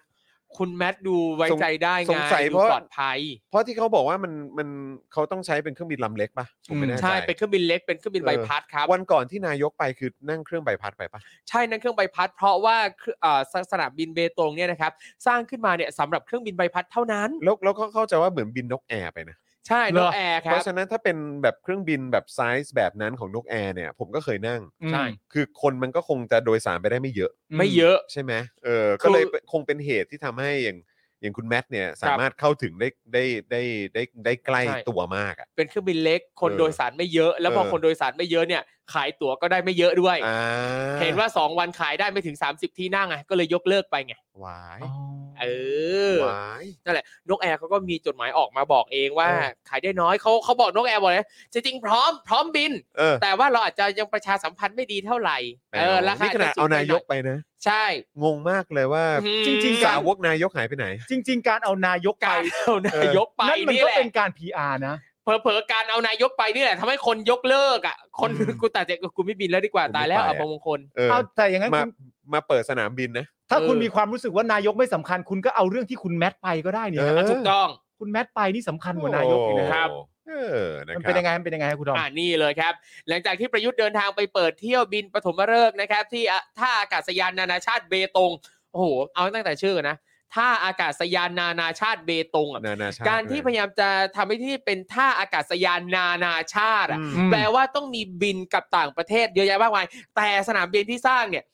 [SPEAKER 3] คุณแมทดูไว้ใจได้ไง
[SPEAKER 1] สงสัย
[SPEAKER 3] ดู
[SPEAKER 1] เพราะ
[SPEAKER 3] ปลอดภัย
[SPEAKER 1] เพราะที่เขาบอกว่ามันมันเขาต้องใช้เป็นเครื่องบินลำเล็กปะผมไม่แน่ใจ
[SPEAKER 3] ใช่เป็นเครื่องบินเล็กเป็นเครื่องบิน
[SPEAKER 1] เออ
[SPEAKER 3] ใบพัดครับ
[SPEAKER 1] วันก่อนที่นายกไปคือนั่งเครื่องใบพัดไปปะ
[SPEAKER 3] ใช่นั่นเครื่องใบพัด เพราะว่าเครื่องเอ่อสสนามบินเบตงเนี่ยนะครับ สร้างขึ้นมาเนี่ยสำหรับเครื่องบินใบพัดเท่านั้น
[SPEAKER 1] แล้วแล้วก็เข้าใจว่าเหมือนบินนกแอร์ไปนะ
[SPEAKER 3] ใช่
[SPEAKER 2] เห
[SPEAKER 3] น
[SPEAKER 2] รอ
[SPEAKER 3] กแอร์ค
[SPEAKER 1] เพ
[SPEAKER 3] รับ
[SPEAKER 1] ราะฉะนั้นถ้าเป็นแบบเครื่องบินแบบไซส์แบบนั้นของนกแอร์เนี่ย ผมก็เคยนั่ง
[SPEAKER 2] อืม
[SPEAKER 3] ใช่
[SPEAKER 1] คือคนมันก็คงจะโดยสารไปได้ไม่เยอะ
[SPEAKER 3] ไม่เยอะ
[SPEAKER 1] ใช่ไหมเออ
[SPEAKER 3] คือ
[SPEAKER 1] ก็เลยเป็นคงเป็นเหตุที่ทำให้อย่างอย่างคุณแมทเนี่ยสามารถเข้าถึงได้ได้ได้ได้ได้ใกล้
[SPEAKER 3] ใช่
[SPEAKER 1] ตัวมากอ่ะ
[SPEAKER 3] เป็นเครื่องบินเล็ก คน
[SPEAKER 1] เออ
[SPEAKER 3] โดยสารไม่เยอะ แล้วพอ
[SPEAKER 1] เออ
[SPEAKER 3] คนโดยสารไม่เยอะเนี่ย ขายตั๋วก็ได้ไม่เยอะด้วย
[SPEAKER 1] อ่า
[SPEAKER 3] เห็นว่า 2 วันขายได้ไม่ถึง 30 ที่นั่งไงก็เลยยกเลิกไปไง
[SPEAKER 1] หวาย
[SPEAKER 2] อ๋อ
[SPEAKER 3] เออ
[SPEAKER 1] หวาย
[SPEAKER 3] นกแอร์เขาก็มีจดหมายออกมาบอกเองว่า
[SPEAKER 2] เออ
[SPEAKER 3] ขายได้น้อยเขาเขาบอกนกแอร์บอกเลยจริงๆพร้อมพร้อมบิน
[SPEAKER 1] เออ
[SPEAKER 3] แต่ว่าเราอาจจะยังประชาสัมพันธ์ไม่ดีเท่าไหร่ เออราคา
[SPEAKER 1] นี่ขนาด
[SPEAKER 3] จะสู
[SPEAKER 1] เอา
[SPEAKER 3] งไปห
[SPEAKER 1] นายกไปนะ
[SPEAKER 3] ใช่
[SPEAKER 1] งงมากเลยว่า
[SPEAKER 2] จริงๆ
[SPEAKER 1] สาวกนายกหายไปไหน
[SPEAKER 2] จริง ๆ การเอานายกไป
[SPEAKER 3] การเอานายกไป
[SPEAKER 2] นั่นมัน
[SPEAKER 3] นี่
[SPEAKER 2] ก็
[SPEAKER 3] แหละ
[SPEAKER 2] เป็นการ PR นะ
[SPEAKER 3] เผลอๆการเอานายกไปนี่แหละทำให้คนยกเลิกอ่ะคน
[SPEAKER 2] อืม
[SPEAKER 3] กูตัดใจกูไม่บินแล้วดีกว่า
[SPEAKER 1] กูไม่
[SPEAKER 3] ตายแล้ว
[SPEAKER 1] ไป
[SPEAKER 3] อั
[SPEAKER 1] อะ
[SPEAKER 3] ปมงคล
[SPEAKER 1] เออ
[SPEAKER 2] เอาแต่อย่างนั้น
[SPEAKER 1] มา
[SPEAKER 2] คุณ
[SPEAKER 1] มาเปิดสนามบินนะ
[SPEAKER 2] ถ้า
[SPEAKER 3] เออ
[SPEAKER 2] คุณมีความรู้สึกว่านายกไม่สำคัญ คุณก็เอาเรื่องที่คุณแมทไปก็ได้นี่
[SPEAKER 1] เอ
[SPEAKER 2] ฮะ
[SPEAKER 1] อ
[SPEAKER 3] ถูกต้อง
[SPEAKER 2] คุณแมทไปนี่สำคัญกว่านายกอีกนะ
[SPEAKER 3] ค
[SPEAKER 2] ฮะ
[SPEAKER 3] รับ
[SPEAKER 1] เออนะ
[SPEAKER 2] มัน
[SPEAKER 1] ค
[SPEAKER 2] เป็น
[SPEAKER 1] รับ
[SPEAKER 2] ยังไงมันเป็นยังไงครับคุณทอม
[SPEAKER 3] อ่านี่เลยครับ หลังจากที่ประยุทธ์เดินทางไปเปิดเที่ยวบินปฐมฤกษ์นะครับ ที่อ่ะท่าอากาศยานนานาชาติเบตงโอ้โหเอาตั้งแต่ชื่อก่อนนะ ท่าอากาศยานนานาชาติเบตงอะ
[SPEAKER 1] นานาชาติ
[SPEAKER 3] การที่พยายามจะทำให้ที่เป็นท่าอากาศยานนานาชาติอะ
[SPEAKER 2] อืม
[SPEAKER 3] แปลว่าต้องมีบินกับต่างประเทศเยอะแยะมากมายแต่สนามบินที่สร้างเนี่ย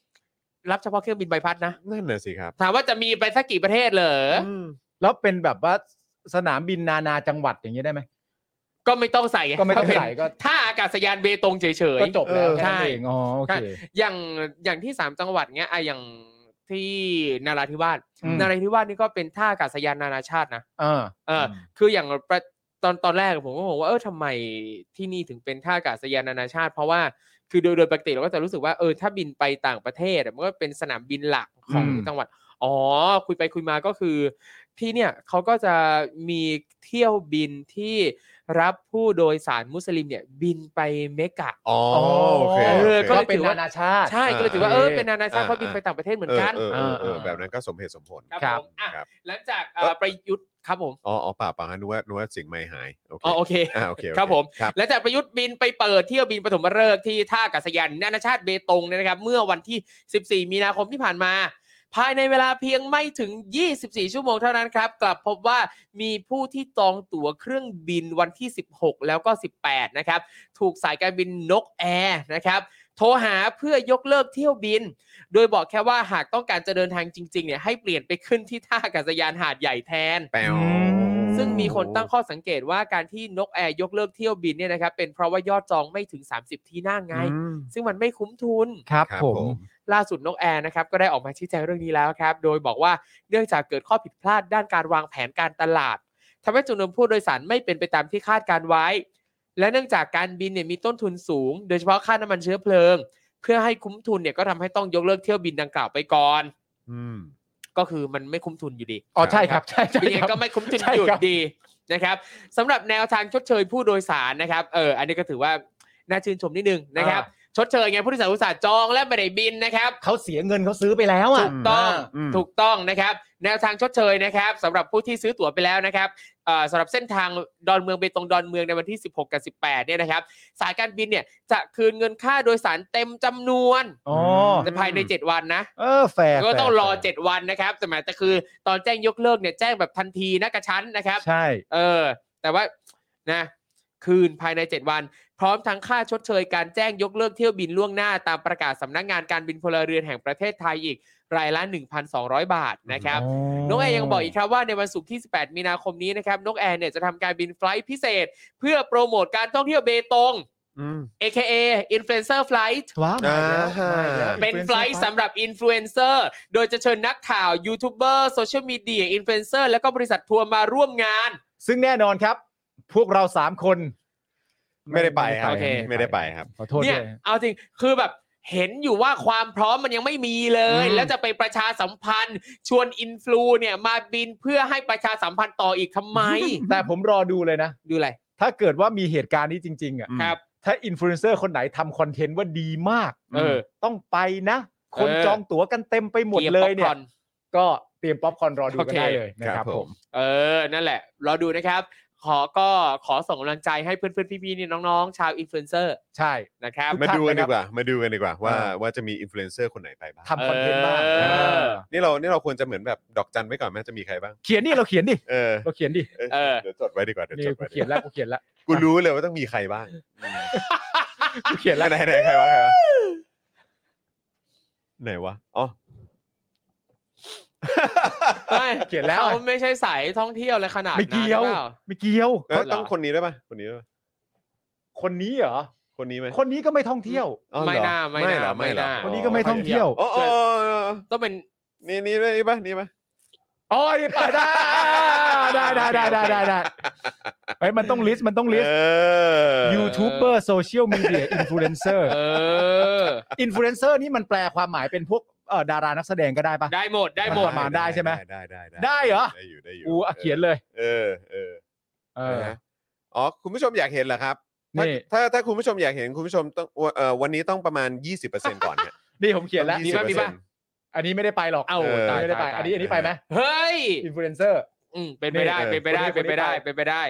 [SPEAKER 3] รับเฉพาะเครื่องบินใบพัดนะ
[SPEAKER 1] นั่นน่ะสิครับ
[SPEAKER 3] ถามว่าจะมีไปสักกี่ประเทศเหรออ
[SPEAKER 1] อืม
[SPEAKER 2] แล้วเป็นแบบว่าสนามบินนานาจังหวัดอย่างนี้ยได้ไหม
[SPEAKER 3] ก็ไม่ต้องใส่ง
[SPEAKER 2] ก็ไม่ต้อง
[SPEAKER 3] เป็น
[SPEAKER 2] ใส่ก็
[SPEAKER 3] ท่าอากาศยานเบตงเฉยๆ
[SPEAKER 2] ก็จบแล้ว
[SPEAKER 3] เออ
[SPEAKER 2] แค่นั้น
[SPEAKER 3] ใช่
[SPEAKER 2] เองอ๋อโอเค
[SPEAKER 3] อย่างอย่างที่สามจังหวัดเงี้ยอะอย่างที่นาราธิวาส
[SPEAKER 2] อืม
[SPEAKER 3] นาราธิวาสนี่ก็เป็นท่าอากาศยานนานาชาตินะ
[SPEAKER 2] เออ
[SPEAKER 3] เอออคืออย่างประตอนตอนแรกผมก็บอกว่าเออทำไมที่นี่ถึงเป็นท่าอากาศยานนานาชาติ เพราะว่าคือโดยโดยปกติเราก็จะรู้สึกว่าเออถ้าบินไปต่างประเทศอะมันก็เป็นสนามบินหลักของ
[SPEAKER 2] อืม
[SPEAKER 3] จังหวัดอ๋อคุยไปคุยมาก็คือที่เนี่ยเขาก็จะมีเที่ยวบินที่รับผู้โดยสารมุสลิมเนี่ยบินไปเมกะ
[SPEAKER 1] อ๋อโอเค
[SPEAKER 3] เออก็
[SPEAKER 1] โอ
[SPEAKER 3] เล
[SPEAKER 1] เค
[SPEAKER 3] ย
[SPEAKER 2] เป็นนานาชาติ
[SPEAKER 3] ใช่ก็เลยถือว่า
[SPEAKER 1] อ่า
[SPEAKER 3] เออเป็นนานาชาติ
[SPEAKER 1] อ่า
[SPEAKER 3] เพราะบินไปต่างประเทศเหมือนกัน
[SPEAKER 1] เออเออเออ
[SPEAKER 2] อ่า
[SPEAKER 1] แบบนั้นก็สมเหตุสมผล
[SPEAKER 3] ครับ
[SPEAKER 2] ครับ
[SPEAKER 3] ผมอ่ะ
[SPEAKER 1] ครับ
[SPEAKER 3] หลังจากเอ่อประยุทธ์ครับผม
[SPEAKER 1] อ๋ออ๋อเปล่าเปล่าฮะนึกว่านึกว่าเสิ่งไม่หายโอเค
[SPEAKER 3] อ๋อโอเค
[SPEAKER 1] อ่าโอเคโอเ
[SPEAKER 3] ครับผม
[SPEAKER 1] ครับ
[SPEAKER 3] หลังจากประยุทธ์บินไปเปิดเที่ยวบินปฐมฤกษ์ที่ท่าอากาศยานนานาชาติเบตงเนี่ยนะครับ เมื่อวันที่ 14 มีนาคมที่ผ่านมา ภายในเวลาเพียงไม่ถึง 24 ชั่วโมงเท่านั้นครับ กลับพบว่ามีผู้ที่จองตั๋วเครื่องบินวันที่ 16 แล้วก็ 18 นะครับ ถูกสายการบินนกแอร์นะครับ โทรหาเพื่อยกเลิกเที่ยวบิน โดยบอกแค่ว่าหากต้องการจะเดินทางจริงๆเนี่ยให้เปลี่ยนไปขึ้นที่ท่าอากาศยานหาดใหญ่แทน
[SPEAKER 1] แปลว
[SPEAKER 2] อืม
[SPEAKER 3] ซึ่งมีคนตั้งข้อสังเกตว่าการที่นกแอร์ยกเลิกเที่ยวบินเนี่ยนะครับเป็นเพราะว่ายอดจองไม่ถึง 30 ที่นั่งไง
[SPEAKER 1] อืม
[SPEAKER 3] ซึ่งมันไม่คุ้มทุน
[SPEAKER 2] ครับ
[SPEAKER 1] ครับ
[SPEAKER 2] ผ
[SPEAKER 1] ผม ม
[SPEAKER 3] ล่าสุดนกแอร์นะครับก็ได้ออกมาชี้แจงเรื่องนี้แล้วครับ โดยบอกว่าเนื่องจากเกิดข้อผิดพลาดด้านการวางแผนการตลาดทำให้จำนวนผู้โดยสารไม่เป็นไปตามที่คาดการไว้ และเนื่องจากการบินเนี่ยมีต้นทุนสูง โดยเฉพาะค่าน้ำมันเชื้อเพลิง เพื่อให้คุ้มทุนเนี่ยก็ทำให้ต้องยกเลิกเที่ยวบินดังกล่าวไปก่อน
[SPEAKER 1] อืม
[SPEAKER 3] ก็คือมันไม่คุ้มทุนอยู่ดี
[SPEAKER 2] อ๋อใช่ครับ (laughs) ใช่ใช่
[SPEAKER 3] ยังไง
[SPEAKER 2] ครับ
[SPEAKER 3] ก็ไม่คุ้มจน
[SPEAKER 2] ใช่
[SPEAKER 3] หยุด
[SPEAKER 2] ครับ
[SPEAKER 3] ดีนะครับสำหรับแนวทางชดเชยผู้โดยสารนะครับเอออันนี้ก็ถือว่าน่าชื่นชมนิดนึงนะครับ ชดเชยไงผู้โดยสารอุตส่าห์จองและไม่ได้บินนะครับ
[SPEAKER 2] เขาเสียเงินเขาซื้อไปแล้วอ่ะ
[SPEAKER 3] ถูกต้อง
[SPEAKER 1] อืม
[SPEAKER 3] ถูกต้องนะครับ แนวทางชดเชยนะครับสำหรับผู้ที่ซื้อตั๋วไปแล้วนะครับเอ่อสำหรับเส้นทางดอนเมืองเบตงดอนเมืองในวันที่ 16 กับ 18เนี่ยนะครับ สายการบินเนี่ยจะคืนเงินค่าโดยสารเต็มจำนวน
[SPEAKER 2] อ๋อ
[SPEAKER 3] แต่ภายใน 7 วันนะ
[SPEAKER 2] เออแฟร์
[SPEAKER 3] ก็ต้องรอ
[SPEAKER 2] แฟ
[SPEAKER 3] 7 วันนะครับแต่หมายแต่คือตอนแจ้งยกเลิกเนี่ยแจ้งแบบทันทีนะกระชั้นนะครับ
[SPEAKER 2] ใช่
[SPEAKER 3] เออ แต่ว่านะ คืนภายใน 7 วัน พร้อมทั้งค่าชดเชยการแจ้งยกเลิกเที่ยวบินล่วงหน้าตามประกาศสำนักงานการบินพลเรือนแห่งประเทศไทยอีก รายละ 1,200 บาทนะครับ นกแอร์ยังบอกอีกครับว่าในวันศุกร์ที่ 18 มีนาคมนี้นะครับ นกแอร์เนี่ยจะทำการบินไฟลท์พิเศษ เพื่อโปรโมทการท่องเที่ยวเบตง
[SPEAKER 1] อืม
[SPEAKER 3] AKA Influencer Flight
[SPEAKER 2] ว้าวมาแล้ว
[SPEAKER 1] อ่าม
[SPEAKER 2] าแล้ว
[SPEAKER 3] เป็นไฟลท์สำหรับอินฟลูเอนเซอร์ โดยจะเชิญนักข่าวยูทูบเบอร์โซเชียลมีเดียอินฟลูเอนเซอร์แล้วก็บริษัททัวร์มาร่วมงาน
[SPEAKER 2] ซึ่งแน่นอนครับ พวกเราสามคน
[SPEAKER 1] ไม่ได้ไปครับ
[SPEAKER 3] โอเค
[SPEAKER 1] ไม่ได้ไปครับ
[SPEAKER 2] ขอโทษ
[SPEAKER 3] เนี่ย
[SPEAKER 2] ด้วย
[SPEAKER 3] เอาจริงคือแบบเห็นอยู่ว่าความพร้อมมันยังไม่มีเลย
[SPEAKER 2] อืม
[SPEAKER 3] แล้วจะไปประชาสัมพันธ์ ชวนอินฟลูเนี่ยมาบินเพื่อให้ประชาสัมพันธ์ต่ออีกทำไม
[SPEAKER 2] แต่ผมรอดูเลยนะ
[SPEAKER 3] ดูอะไร
[SPEAKER 2] ถ้าเกิดว่ามีเหตุการณ์นี้จริง ๆ อ่ะ
[SPEAKER 3] ครับ
[SPEAKER 2] ถ้าอินฟลูเอนเซอร์คนไหนทำคอนเทนต์ว่าดีมาก
[SPEAKER 3] เออ
[SPEAKER 2] ต้องไปนะ คน
[SPEAKER 3] เออ
[SPEAKER 2] จองตั๋วกันเต็มไปหมดเลยเนี่ย
[SPEAKER 3] ตรีมป๊อปคอร์
[SPEAKER 2] ก็เตรียมป๊อปคอร์นรอดูกัน
[SPEAKER 3] โอเค
[SPEAKER 2] ได้เลยนะค
[SPEAKER 1] ครั
[SPEAKER 2] รับบ
[SPEAKER 1] ผม
[SPEAKER 2] ผม
[SPEAKER 3] เออ นั่นแหละ รอดูนะครับ ขอก็ขอส่งกำลังใจให้เพื่อนๆ พี่ๆนี่น้องๆ ชาวอินฟลูเอนเซอร์
[SPEAKER 2] ใช่
[SPEAKER 3] นะครับ
[SPEAKER 2] ทุ
[SPEAKER 1] มาดูกัน
[SPEAKER 2] ทุ
[SPEAKER 1] ดี
[SPEAKER 2] ก
[SPEAKER 1] ก
[SPEAKER 2] ท่า
[SPEAKER 1] ว่า
[SPEAKER 2] นนะครับ
[SPEAKER 1] มาดูกันดีกว่าว่า
[SPEAKER 2] เออ
[SPEAKER 1] ว่าจะมีอินฟลูเอนเซอร์คนไหนไปบ้าง
[SPEAKER 2] ทำคอนเทนต์บ้าง
[SPEAKER 3] เออ
[SPEAKER 2] เออ
[SPEAKER 1] นี่เรานี่เราควรจะเหมือนแบบดอกจันไว้ก่อนไหมจะมีใครบ้าง
[SPEAKER 2] เขียนนี่เราเขียนดิ
[SPEAKER 1] เออ
[SPEAKER 2] เราเขียนดิ
[SPEAKER 3] เออ
[SPEAKER 1] เดี๋ยวจดไว้ดีกว่าเดี๋ยว
[SPEAKER 2] นี่
[SPEAKER 1] จด
[SPEAKER 2] กู
[SPEAKER 1] ไว้ดี
[SPEAKER 2] เขี (laughs) ยนแล้วกูเขียนแล้ว
[SPEAKER 1] กูรู้เลยว่าต้องมีใครบ้าง
[SPEAKER 2] กูเขียน
[SPEAKER 1] ไหน
[SPEAKER 2] แล้ว
[SPEAKER 1] ไหนไหนใครวะใครวะไหนวะอ๋อ
[SPEAKER 3] ไม่
[SPEAKER 2] เขียนแล้วอะ
[SPEAKER 3] เขาไม่ใช่สายท่องเที่ยวอะไรขนาดนั้น
[SPEAKER 2] ไม่เกี่ยว
[SPEAKER 3] หรือปล่า
[SPEAKER 2] ไม่เกี่ยว
[SPEAKER 1] เอ้ย
[SPEAKER 3] เหรอ
[SPEAKER 1] ต้องคนนี้ด้วยป่ะคนนี้ด้วยปะ
[SPEAKER 2] คนนี้เหรอ
[SPEAKER 1] คนนี้ไหม
[SPEAKER 2] คนนี้ก็ไม่ท่องเที่ยว
[SPEAKER 1] อ๋อเหรอ
[SPEAKER 3] ไม่น่าไม่น่า
[SPEAKER 1] เหรอไม่เหรอ
[SPEAKER 3] ไม่น่า
[SPEAKER 2] คนนี้ก็ไม่ท่องเที่ยว
[SPEAKER 1] โอ้โอ้โอ้โอ้
[SPEAKER 3] ต้องเป็น
[SPEAKER 1] นี่นี่ด้วยนี่ป่ะนี่ป่ะ
[SPEAKER 2] อ๋อนี่เปิดได้ได้ได้ได้ได้ได้ได้เฮ้ยมันต้องลิสต์มันต้องลิสต์
[SPEAKER 1] เออ
[SPEAKER 2] ยูทูบเบอร์โซเชียลมีเดียอินฟลูเอนเซอร์
[SPEAKER 3] เออ
[SPEAKER 2] อินฟลูเอนเซอร์นี่มันแปลความหมายเป็นพวกเอ่อดารานักแสดงก็ได้ปะ
[SPEAKER 3] ได้หมดได้หมด
[SPEAKER 2] ประมาณได้ใช่ไหม
[SPEAKER 1] ได้ได้
[SPEAKER 2] ได้เหรอ
[SPEAKER 1] ได้อยู่ได้อยู่
[SPEAKER 2] อูอ่ะเขียนเลย
[SPEAKER 1] เออเออ
[SPEAKER 2] เอ
[SPEAKER 1] เอ
[SPEAKER 2] อ
[SPEAKER 1] อนะอ๋อคุณผู้ชมอยากเห็นเหรอครับถ้า
[SPEAKER 2] นี่
[SPEAKER 1] ถ้าถ้าคุณผู้ชมอยากเห็นคุณผู้ชมต้องเอ่อวันนี้ต้องประมาณ 20%ก่อนฮะ
[SPEAKER 2] นี่ (laughs) ผมเขียนแล้ว
[SPEAKER 1] ต้อง
[SPEAKER 3] มีปะมีปะ
[SPEAKER 1] 20%
[SPEAKER 2] อันนี้ไม่ได้ไปหรอก
[SPEAKER 3] เอา
[SPEAKER 1] เออ
[SPEAKER 3] ตาย
[SPEAKER 2] ไม่ได้ไป
[SPEAKER 3] ตาย
[SPEAKER 2] อันนี้อันนี้ไปไหม
[SPEAKER 3] เฮ้ย
[SPEAKER 2] อินฟลูเอนเซอร์
[SPEAKER 3] อืมเป็นไปได้
[SPEAKER 2] นี่
[SPEAKER 3] เป็นไปได้
[SPEAKER 2] เออ
[SPEAKER 3] เป็นไปได้เป็นไปได้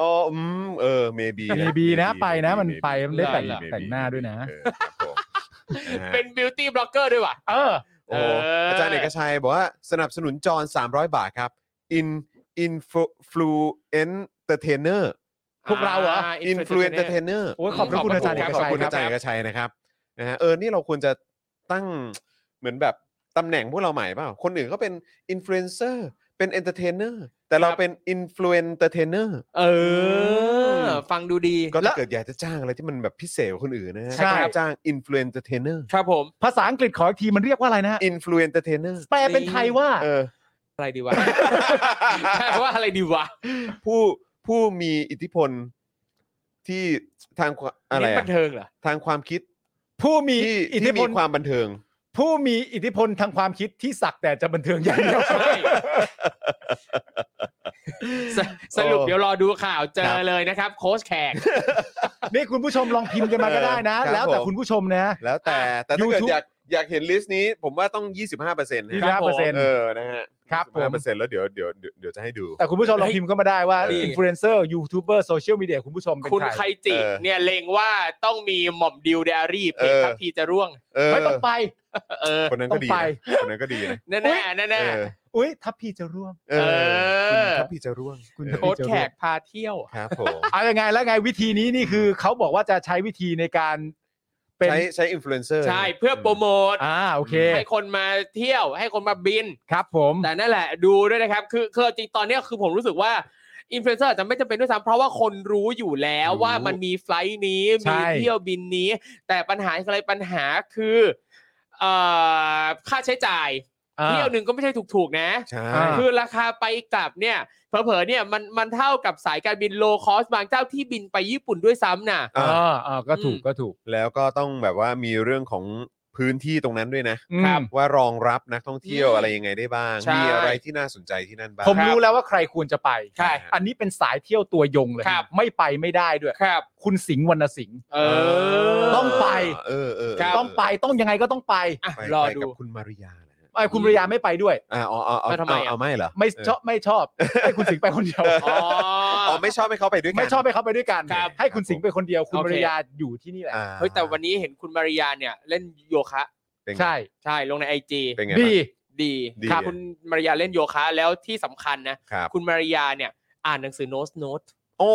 [SPEAKER 1] อ๋ออืมเออ maybe
[SPEAKER 2] เมบีนะไปนะ มันไปมันได้แต่ง
[SPEAKER 3] เหรอ
[SPEAKER 2] แต่งหน้าด้วยนะ
[SPEAKER 1] เออครับผมนะฮะ
[SPEAKER 3] เป็นบิวตี้บล็อกเกอร์ด้วยว่ะ
[SPEAKER 2] เออ
[SPEAKER 1] โอ้โห
[SPEAKER 3] เอออ
[SPEAKER 1] อาจารย์ เอกชัยบอกว่าสนับสนุนจอน300 บาทครับ in influentertainer
[SPEAKER 2] พวกเราเหรอ
[SPEAKER 1] influentertainer
[SPEAKER 2] โอ้ยขอบพระคุณอาจารย์เอ
[SPEAKER 1] ค
[SPEAKER 2] ก
[SPEAKER 1] ขอบ
[SPEAKER 2] ชัย
[SPEAKER 1] คุณ
[SPEAKER 2] ค
[SPEAKER 1] อาจารย์
[SPEAKER 2] รั
[SPEAKER 1] เอบ กชัยนะครับนะฮะเออ นี่เราควรจะตั้งเหมือนแบบตำแหน่งพวกเราใหม่เปล่า คนอื่นเขาเป็นอินฟลูเอนเซอร์เป็นเอนเตอร์เทนเนอร์แต่เราเป็นอินฟลูเอนเตอร์เทนเนอร์
[SPEAKER 3] เออ ฟังดูดี
[SPEAKER 1] ก็ถ้าเกิดอยากจะจ้างอะไรที่มันแบบพิเศษกว่าคนอื่นนะฮะ
[SPEAKER 3] ใช่ครับ
[SPEAKER 1] จ้างอินฟลูเอนเตอร์เทนเนอร์
[SPEAKER 3] ครับผม
[SPEAKER 2] ภาษาอังกฤษขออีกทีมันเรียกว่าอะไรนะฮะ
[SPEAKER 1] อินฟลูเอนเตอร์เทนเนอร์
[SPEAKER 2] แปลเป็นไทยว่า
[SPEAKER 1] เออ
[SPEAKER 3] อะไรดีวะ ใช่ว่าอะไรดีวะ
[SPEAKER 1] ผู้ผู้มีอิทธิพลที่ทางความอะไร
[SPEAKER 3] นี่
[SPEAKER 1] อะ
[SPEAKER 3] บันเทิงเหรอ
[SPEAKER 1] ทางความคิด
[SPEAKER 2] ผู้มี
[SPEAKER 1] ที่
[SPEAKER 2] อิทธิ
[SPEAKER 1] ที่
[SPEAKER 2] พ
[SPEAKER 1] มี
[SPEAKER 2] ล
[SPEAKER 1] ความบันเทิง
[SPEAKER 2] ผู้มีอิทธิพลทางความคิดที่สักแต่จะบันเทิงอย่าง
[SPEAKER 3] (laughs)
[SPEAKER 2] เดียว
[SPEAKER 3] ใช่สสรุปเดี๋ยวรอดูข่าวเจ
[SPEAKER 1] ครั
[SPEAKER 3] อบ เลยนะครับ โค้ชแขก
[SPEAKER 2] นี่คุณผู้ชมลองพิมพ์กันมาก็ได้นะ
[SPEAKER 1] เออครับ
[SPEAKER 2] แล้วแต่
[SPEAKER 1] ผม
[SPEAKER 2] คุณผู้ชมนะ
[SPEAKER 1] แล้วแต่
[SPEAKER 3] อ่ะ
[SPEAKER 1] แต่ถ้าเกิด
[SPEAKER 2] YouTube
[SPEAKER 1] อยากอยากเห็นลิสต์นี้ ผมว่าต้อง 25เปอร์เซ็นต์
[SPEAKER 2] ยี่สิบห้าเปอร์เซ็นต์
[SPEAKER 1] เออนะฮะ
[SPEAKER 2] ครับผม
[SPEAKER 1] เปอร์เซ็นต์แล้วเดี๋ยวเดี๋ยวเดี๋ยวเดี๋ยวจะให้ดู
[SPEAKER 2] แต่คุณผู้ชมลองพิมพ์ก็มาได้ว่า
[SPEAKER 1] เออ
[SPEAKER 2] อินฟลูเอนเซอร์ยูทูบเบอร์โซเชียลมีเดียคุณผู้ชมเป็น
[SPEAKER 3] คุณ
[SPEAKER 2] ใค
[SPEAKER 3] ไค
[SPEAKER 2] ร
[SPEAKER 3] จิ
[SPEAKER 1] เออ
[SPEAKER 3] เนี่ยเลงว่าต้องมีหม่อมดิวเดอารี่เพลง
[SPEAKER 1] เออ
[SPEAKER 3] ทัพพีจะร่วง
[SPEAKER 1] เออ
[SPEAKER 2] ไม่ต้องไป
[SPEAKER 3] เออ
[SPEAKER 1] คนนั้นก็ดี
[SPEAKER 2] ต้องไป
[SPEAKER 1] นะคนนั้นก็ดีนะ
[SPEAKER 3] แน่ๆแน่
[SPEAKER 1] เออ
[SPEAKER 2] อุ้ยทัพพีจะร่วม
[SPEAKER 1] เอ
[SPEAKER 3] ๆเอ
[SPEAKER 1] อ
[SPEAKER 3] อ
[SPEAKER 1] ครับพี่จะร่วง
[SPEAKER 2] คุณ
[SPEAKER 1] เออ
[SPEAKER 2] จะ
[SPEAKER 3] โค้ชแขกพาเที่ยว
[SPEAKER 1] ครับผม
[SPEAKER 2] เอายังไงแล้วไงวิธีนี้นี่คือเขาบอกว่าจะใช้วิธีในการเป็น
[SPEAKER 1] ใช้ใช้อินฟลูเอนเซอร์
[SPEAKER 3] ใช่เพื่อโปรโมท
[SPEAKER 2] อ่าโอเค
[SPEAKER 3] ให้คนมาเที่ยวให้คนมาบิน
[SPEAKER 2] ครับผม
[SPEAKER 3] แต่นั่นแหละดูด้วยนะครับ คือคือจริงตอนเนี้ยคือผมรู้สึกว่าอินฟลูเอนเซอร์อาจจะไม่จำเป็นด้วยซ้ำเพราะว่าคนรู้อยู่แล้วว่ามันมีไฟลท์นี้ มีเที่ยวบินนี้ แต่ปัญหาคืออะไรปัญหาคือเอ่อค่าใช้จ่าย
[SPEAKER 2] อ่า
[SPEAKER 3] เที่ยวหนึ่งก็ไม่ใช่ถูกๆนะ
[SPEAKER 1] ใช่
[SPEAKER 2] อ่า
[SPEAKER 3] คือราคาไปกลับเนี่ยเผลอๆเนี่ยมันมันเท่ากับสายการบินโลคอสบางเจ้าที่บินไปญี่ปุ่นด้วยซ้ำน่ะ
[SPEAKER 1] อ่ะ
[SPEAKER 2] อ่าอ่าก็ถูก
[SPEAKER 3] อืม
[SPEAKER 2] ก็ถูก
[SPEAKER 1] แล้วก็ต้องแบบว่ามีเรื่องของพื้นที่ตรงนั้นด้วยนะ
[SPEAKER 2] อืม
[SPEAKER 3] ครับ
[SPEAKER 1] ว่ารองรับนักท่องเที่ยว
[SPEAKER 3] อืม
[SPEAKER 1] อะไรยังไงได้บ้าง
[SPEAKER 3] ใช่
[SPEAKER 1] มีอะไรที่น่าสนใจที่นั่นบ้าง
[SPEAKER 2] ผมรู้แล้วว่าใครควรจะไป
[SPEAKER 3] ใช่
[SPEAKER 2] อันนี้เป็นสายเที่ยวตัวยงเลย
[SPEAKER 3] ครับ
[SPEAKER 2] ไม่ไปไม่ได้ด้วย
[SPEAKER 3] ครับ
[SPEAKER 2] คุณสิงห์วรรณสิงห์
[SPEAKER 3] เออ
[SPEAKER 2] ต้องไป
[SPEAKER 1] เออเออ
[SPEAKER 3] ครับ
[SPEAKER 2] ต้องไปต้องยังไงก็ต้องไป
[SPEAKER 3] อ่ะ
[SPEAKER 1] ไป
[SPEAKER 3] รอ
[SPEAKER 1] ไป
[SPEAKER 3] ดู
[SPEAKER 1] กับคุณมาริยานะฮะ
[SPEAKER 2] ไอ้คุณปริยาไม่ไปด้วย
[SPEAKER 1] อ่าอ๋ออ๋อเอา
[SPEAKER 3] แล้วทำไม
[SPEAKER 1] เอา
[SPEAKER 3] อ่ะ
[SPEAKER 1] เอาไม่เหรอ
[SPEAKER 2] ไม่
[SPEAKER 1] เออ
[SPEAKER 2] ชอบไม่ชอบให้คุณสิงห์ไปคนเดียว
[SPEAKER 3] อ๋อ
[SPEAKER 1] อ๋อไม่ชอบให้เขาไปด้วยกัน
[SPEAKER 2] ไม่ชอบให้เขาไปด้วยกัน
[SPEAKER 3] ครับ
[SPEAKER 2] ให้คุณสิงห์ไปคนเดียวคุณ
[SPEAKER 3] โอเค
[SPEAKER 2] ปริยาอยู่ที่นี่แหละ
[SPEAKER 1] อ่า
[SPEAKER 3] เฮ้ยแต่วันนี้เห็นคุณมาริยาเนี่ยเล่นโยคะ
[SPEAKER 1] เป็นไง
[SPEAKER 2] ใช่
[SPEAKER 3] ใช่ลงในไอจี
[SPEAKER 1] เป็นไง
[SPEAKER 2] ดี
[SPEAKER 1] บ้าง
[SPEAKER 3] ดี
[SPEAKER 1] ดี
[SPEAKER 3] ครับคุณมาริยาเล่นโยคะแล้วที่สำคัญนะ
[SPEAKER 1] ครับ
[SPEAKER 3] คุณมาริยาเนี่ยอ่านหนังสือโน้ตโน้ต
[SPEAKER 1] โอ้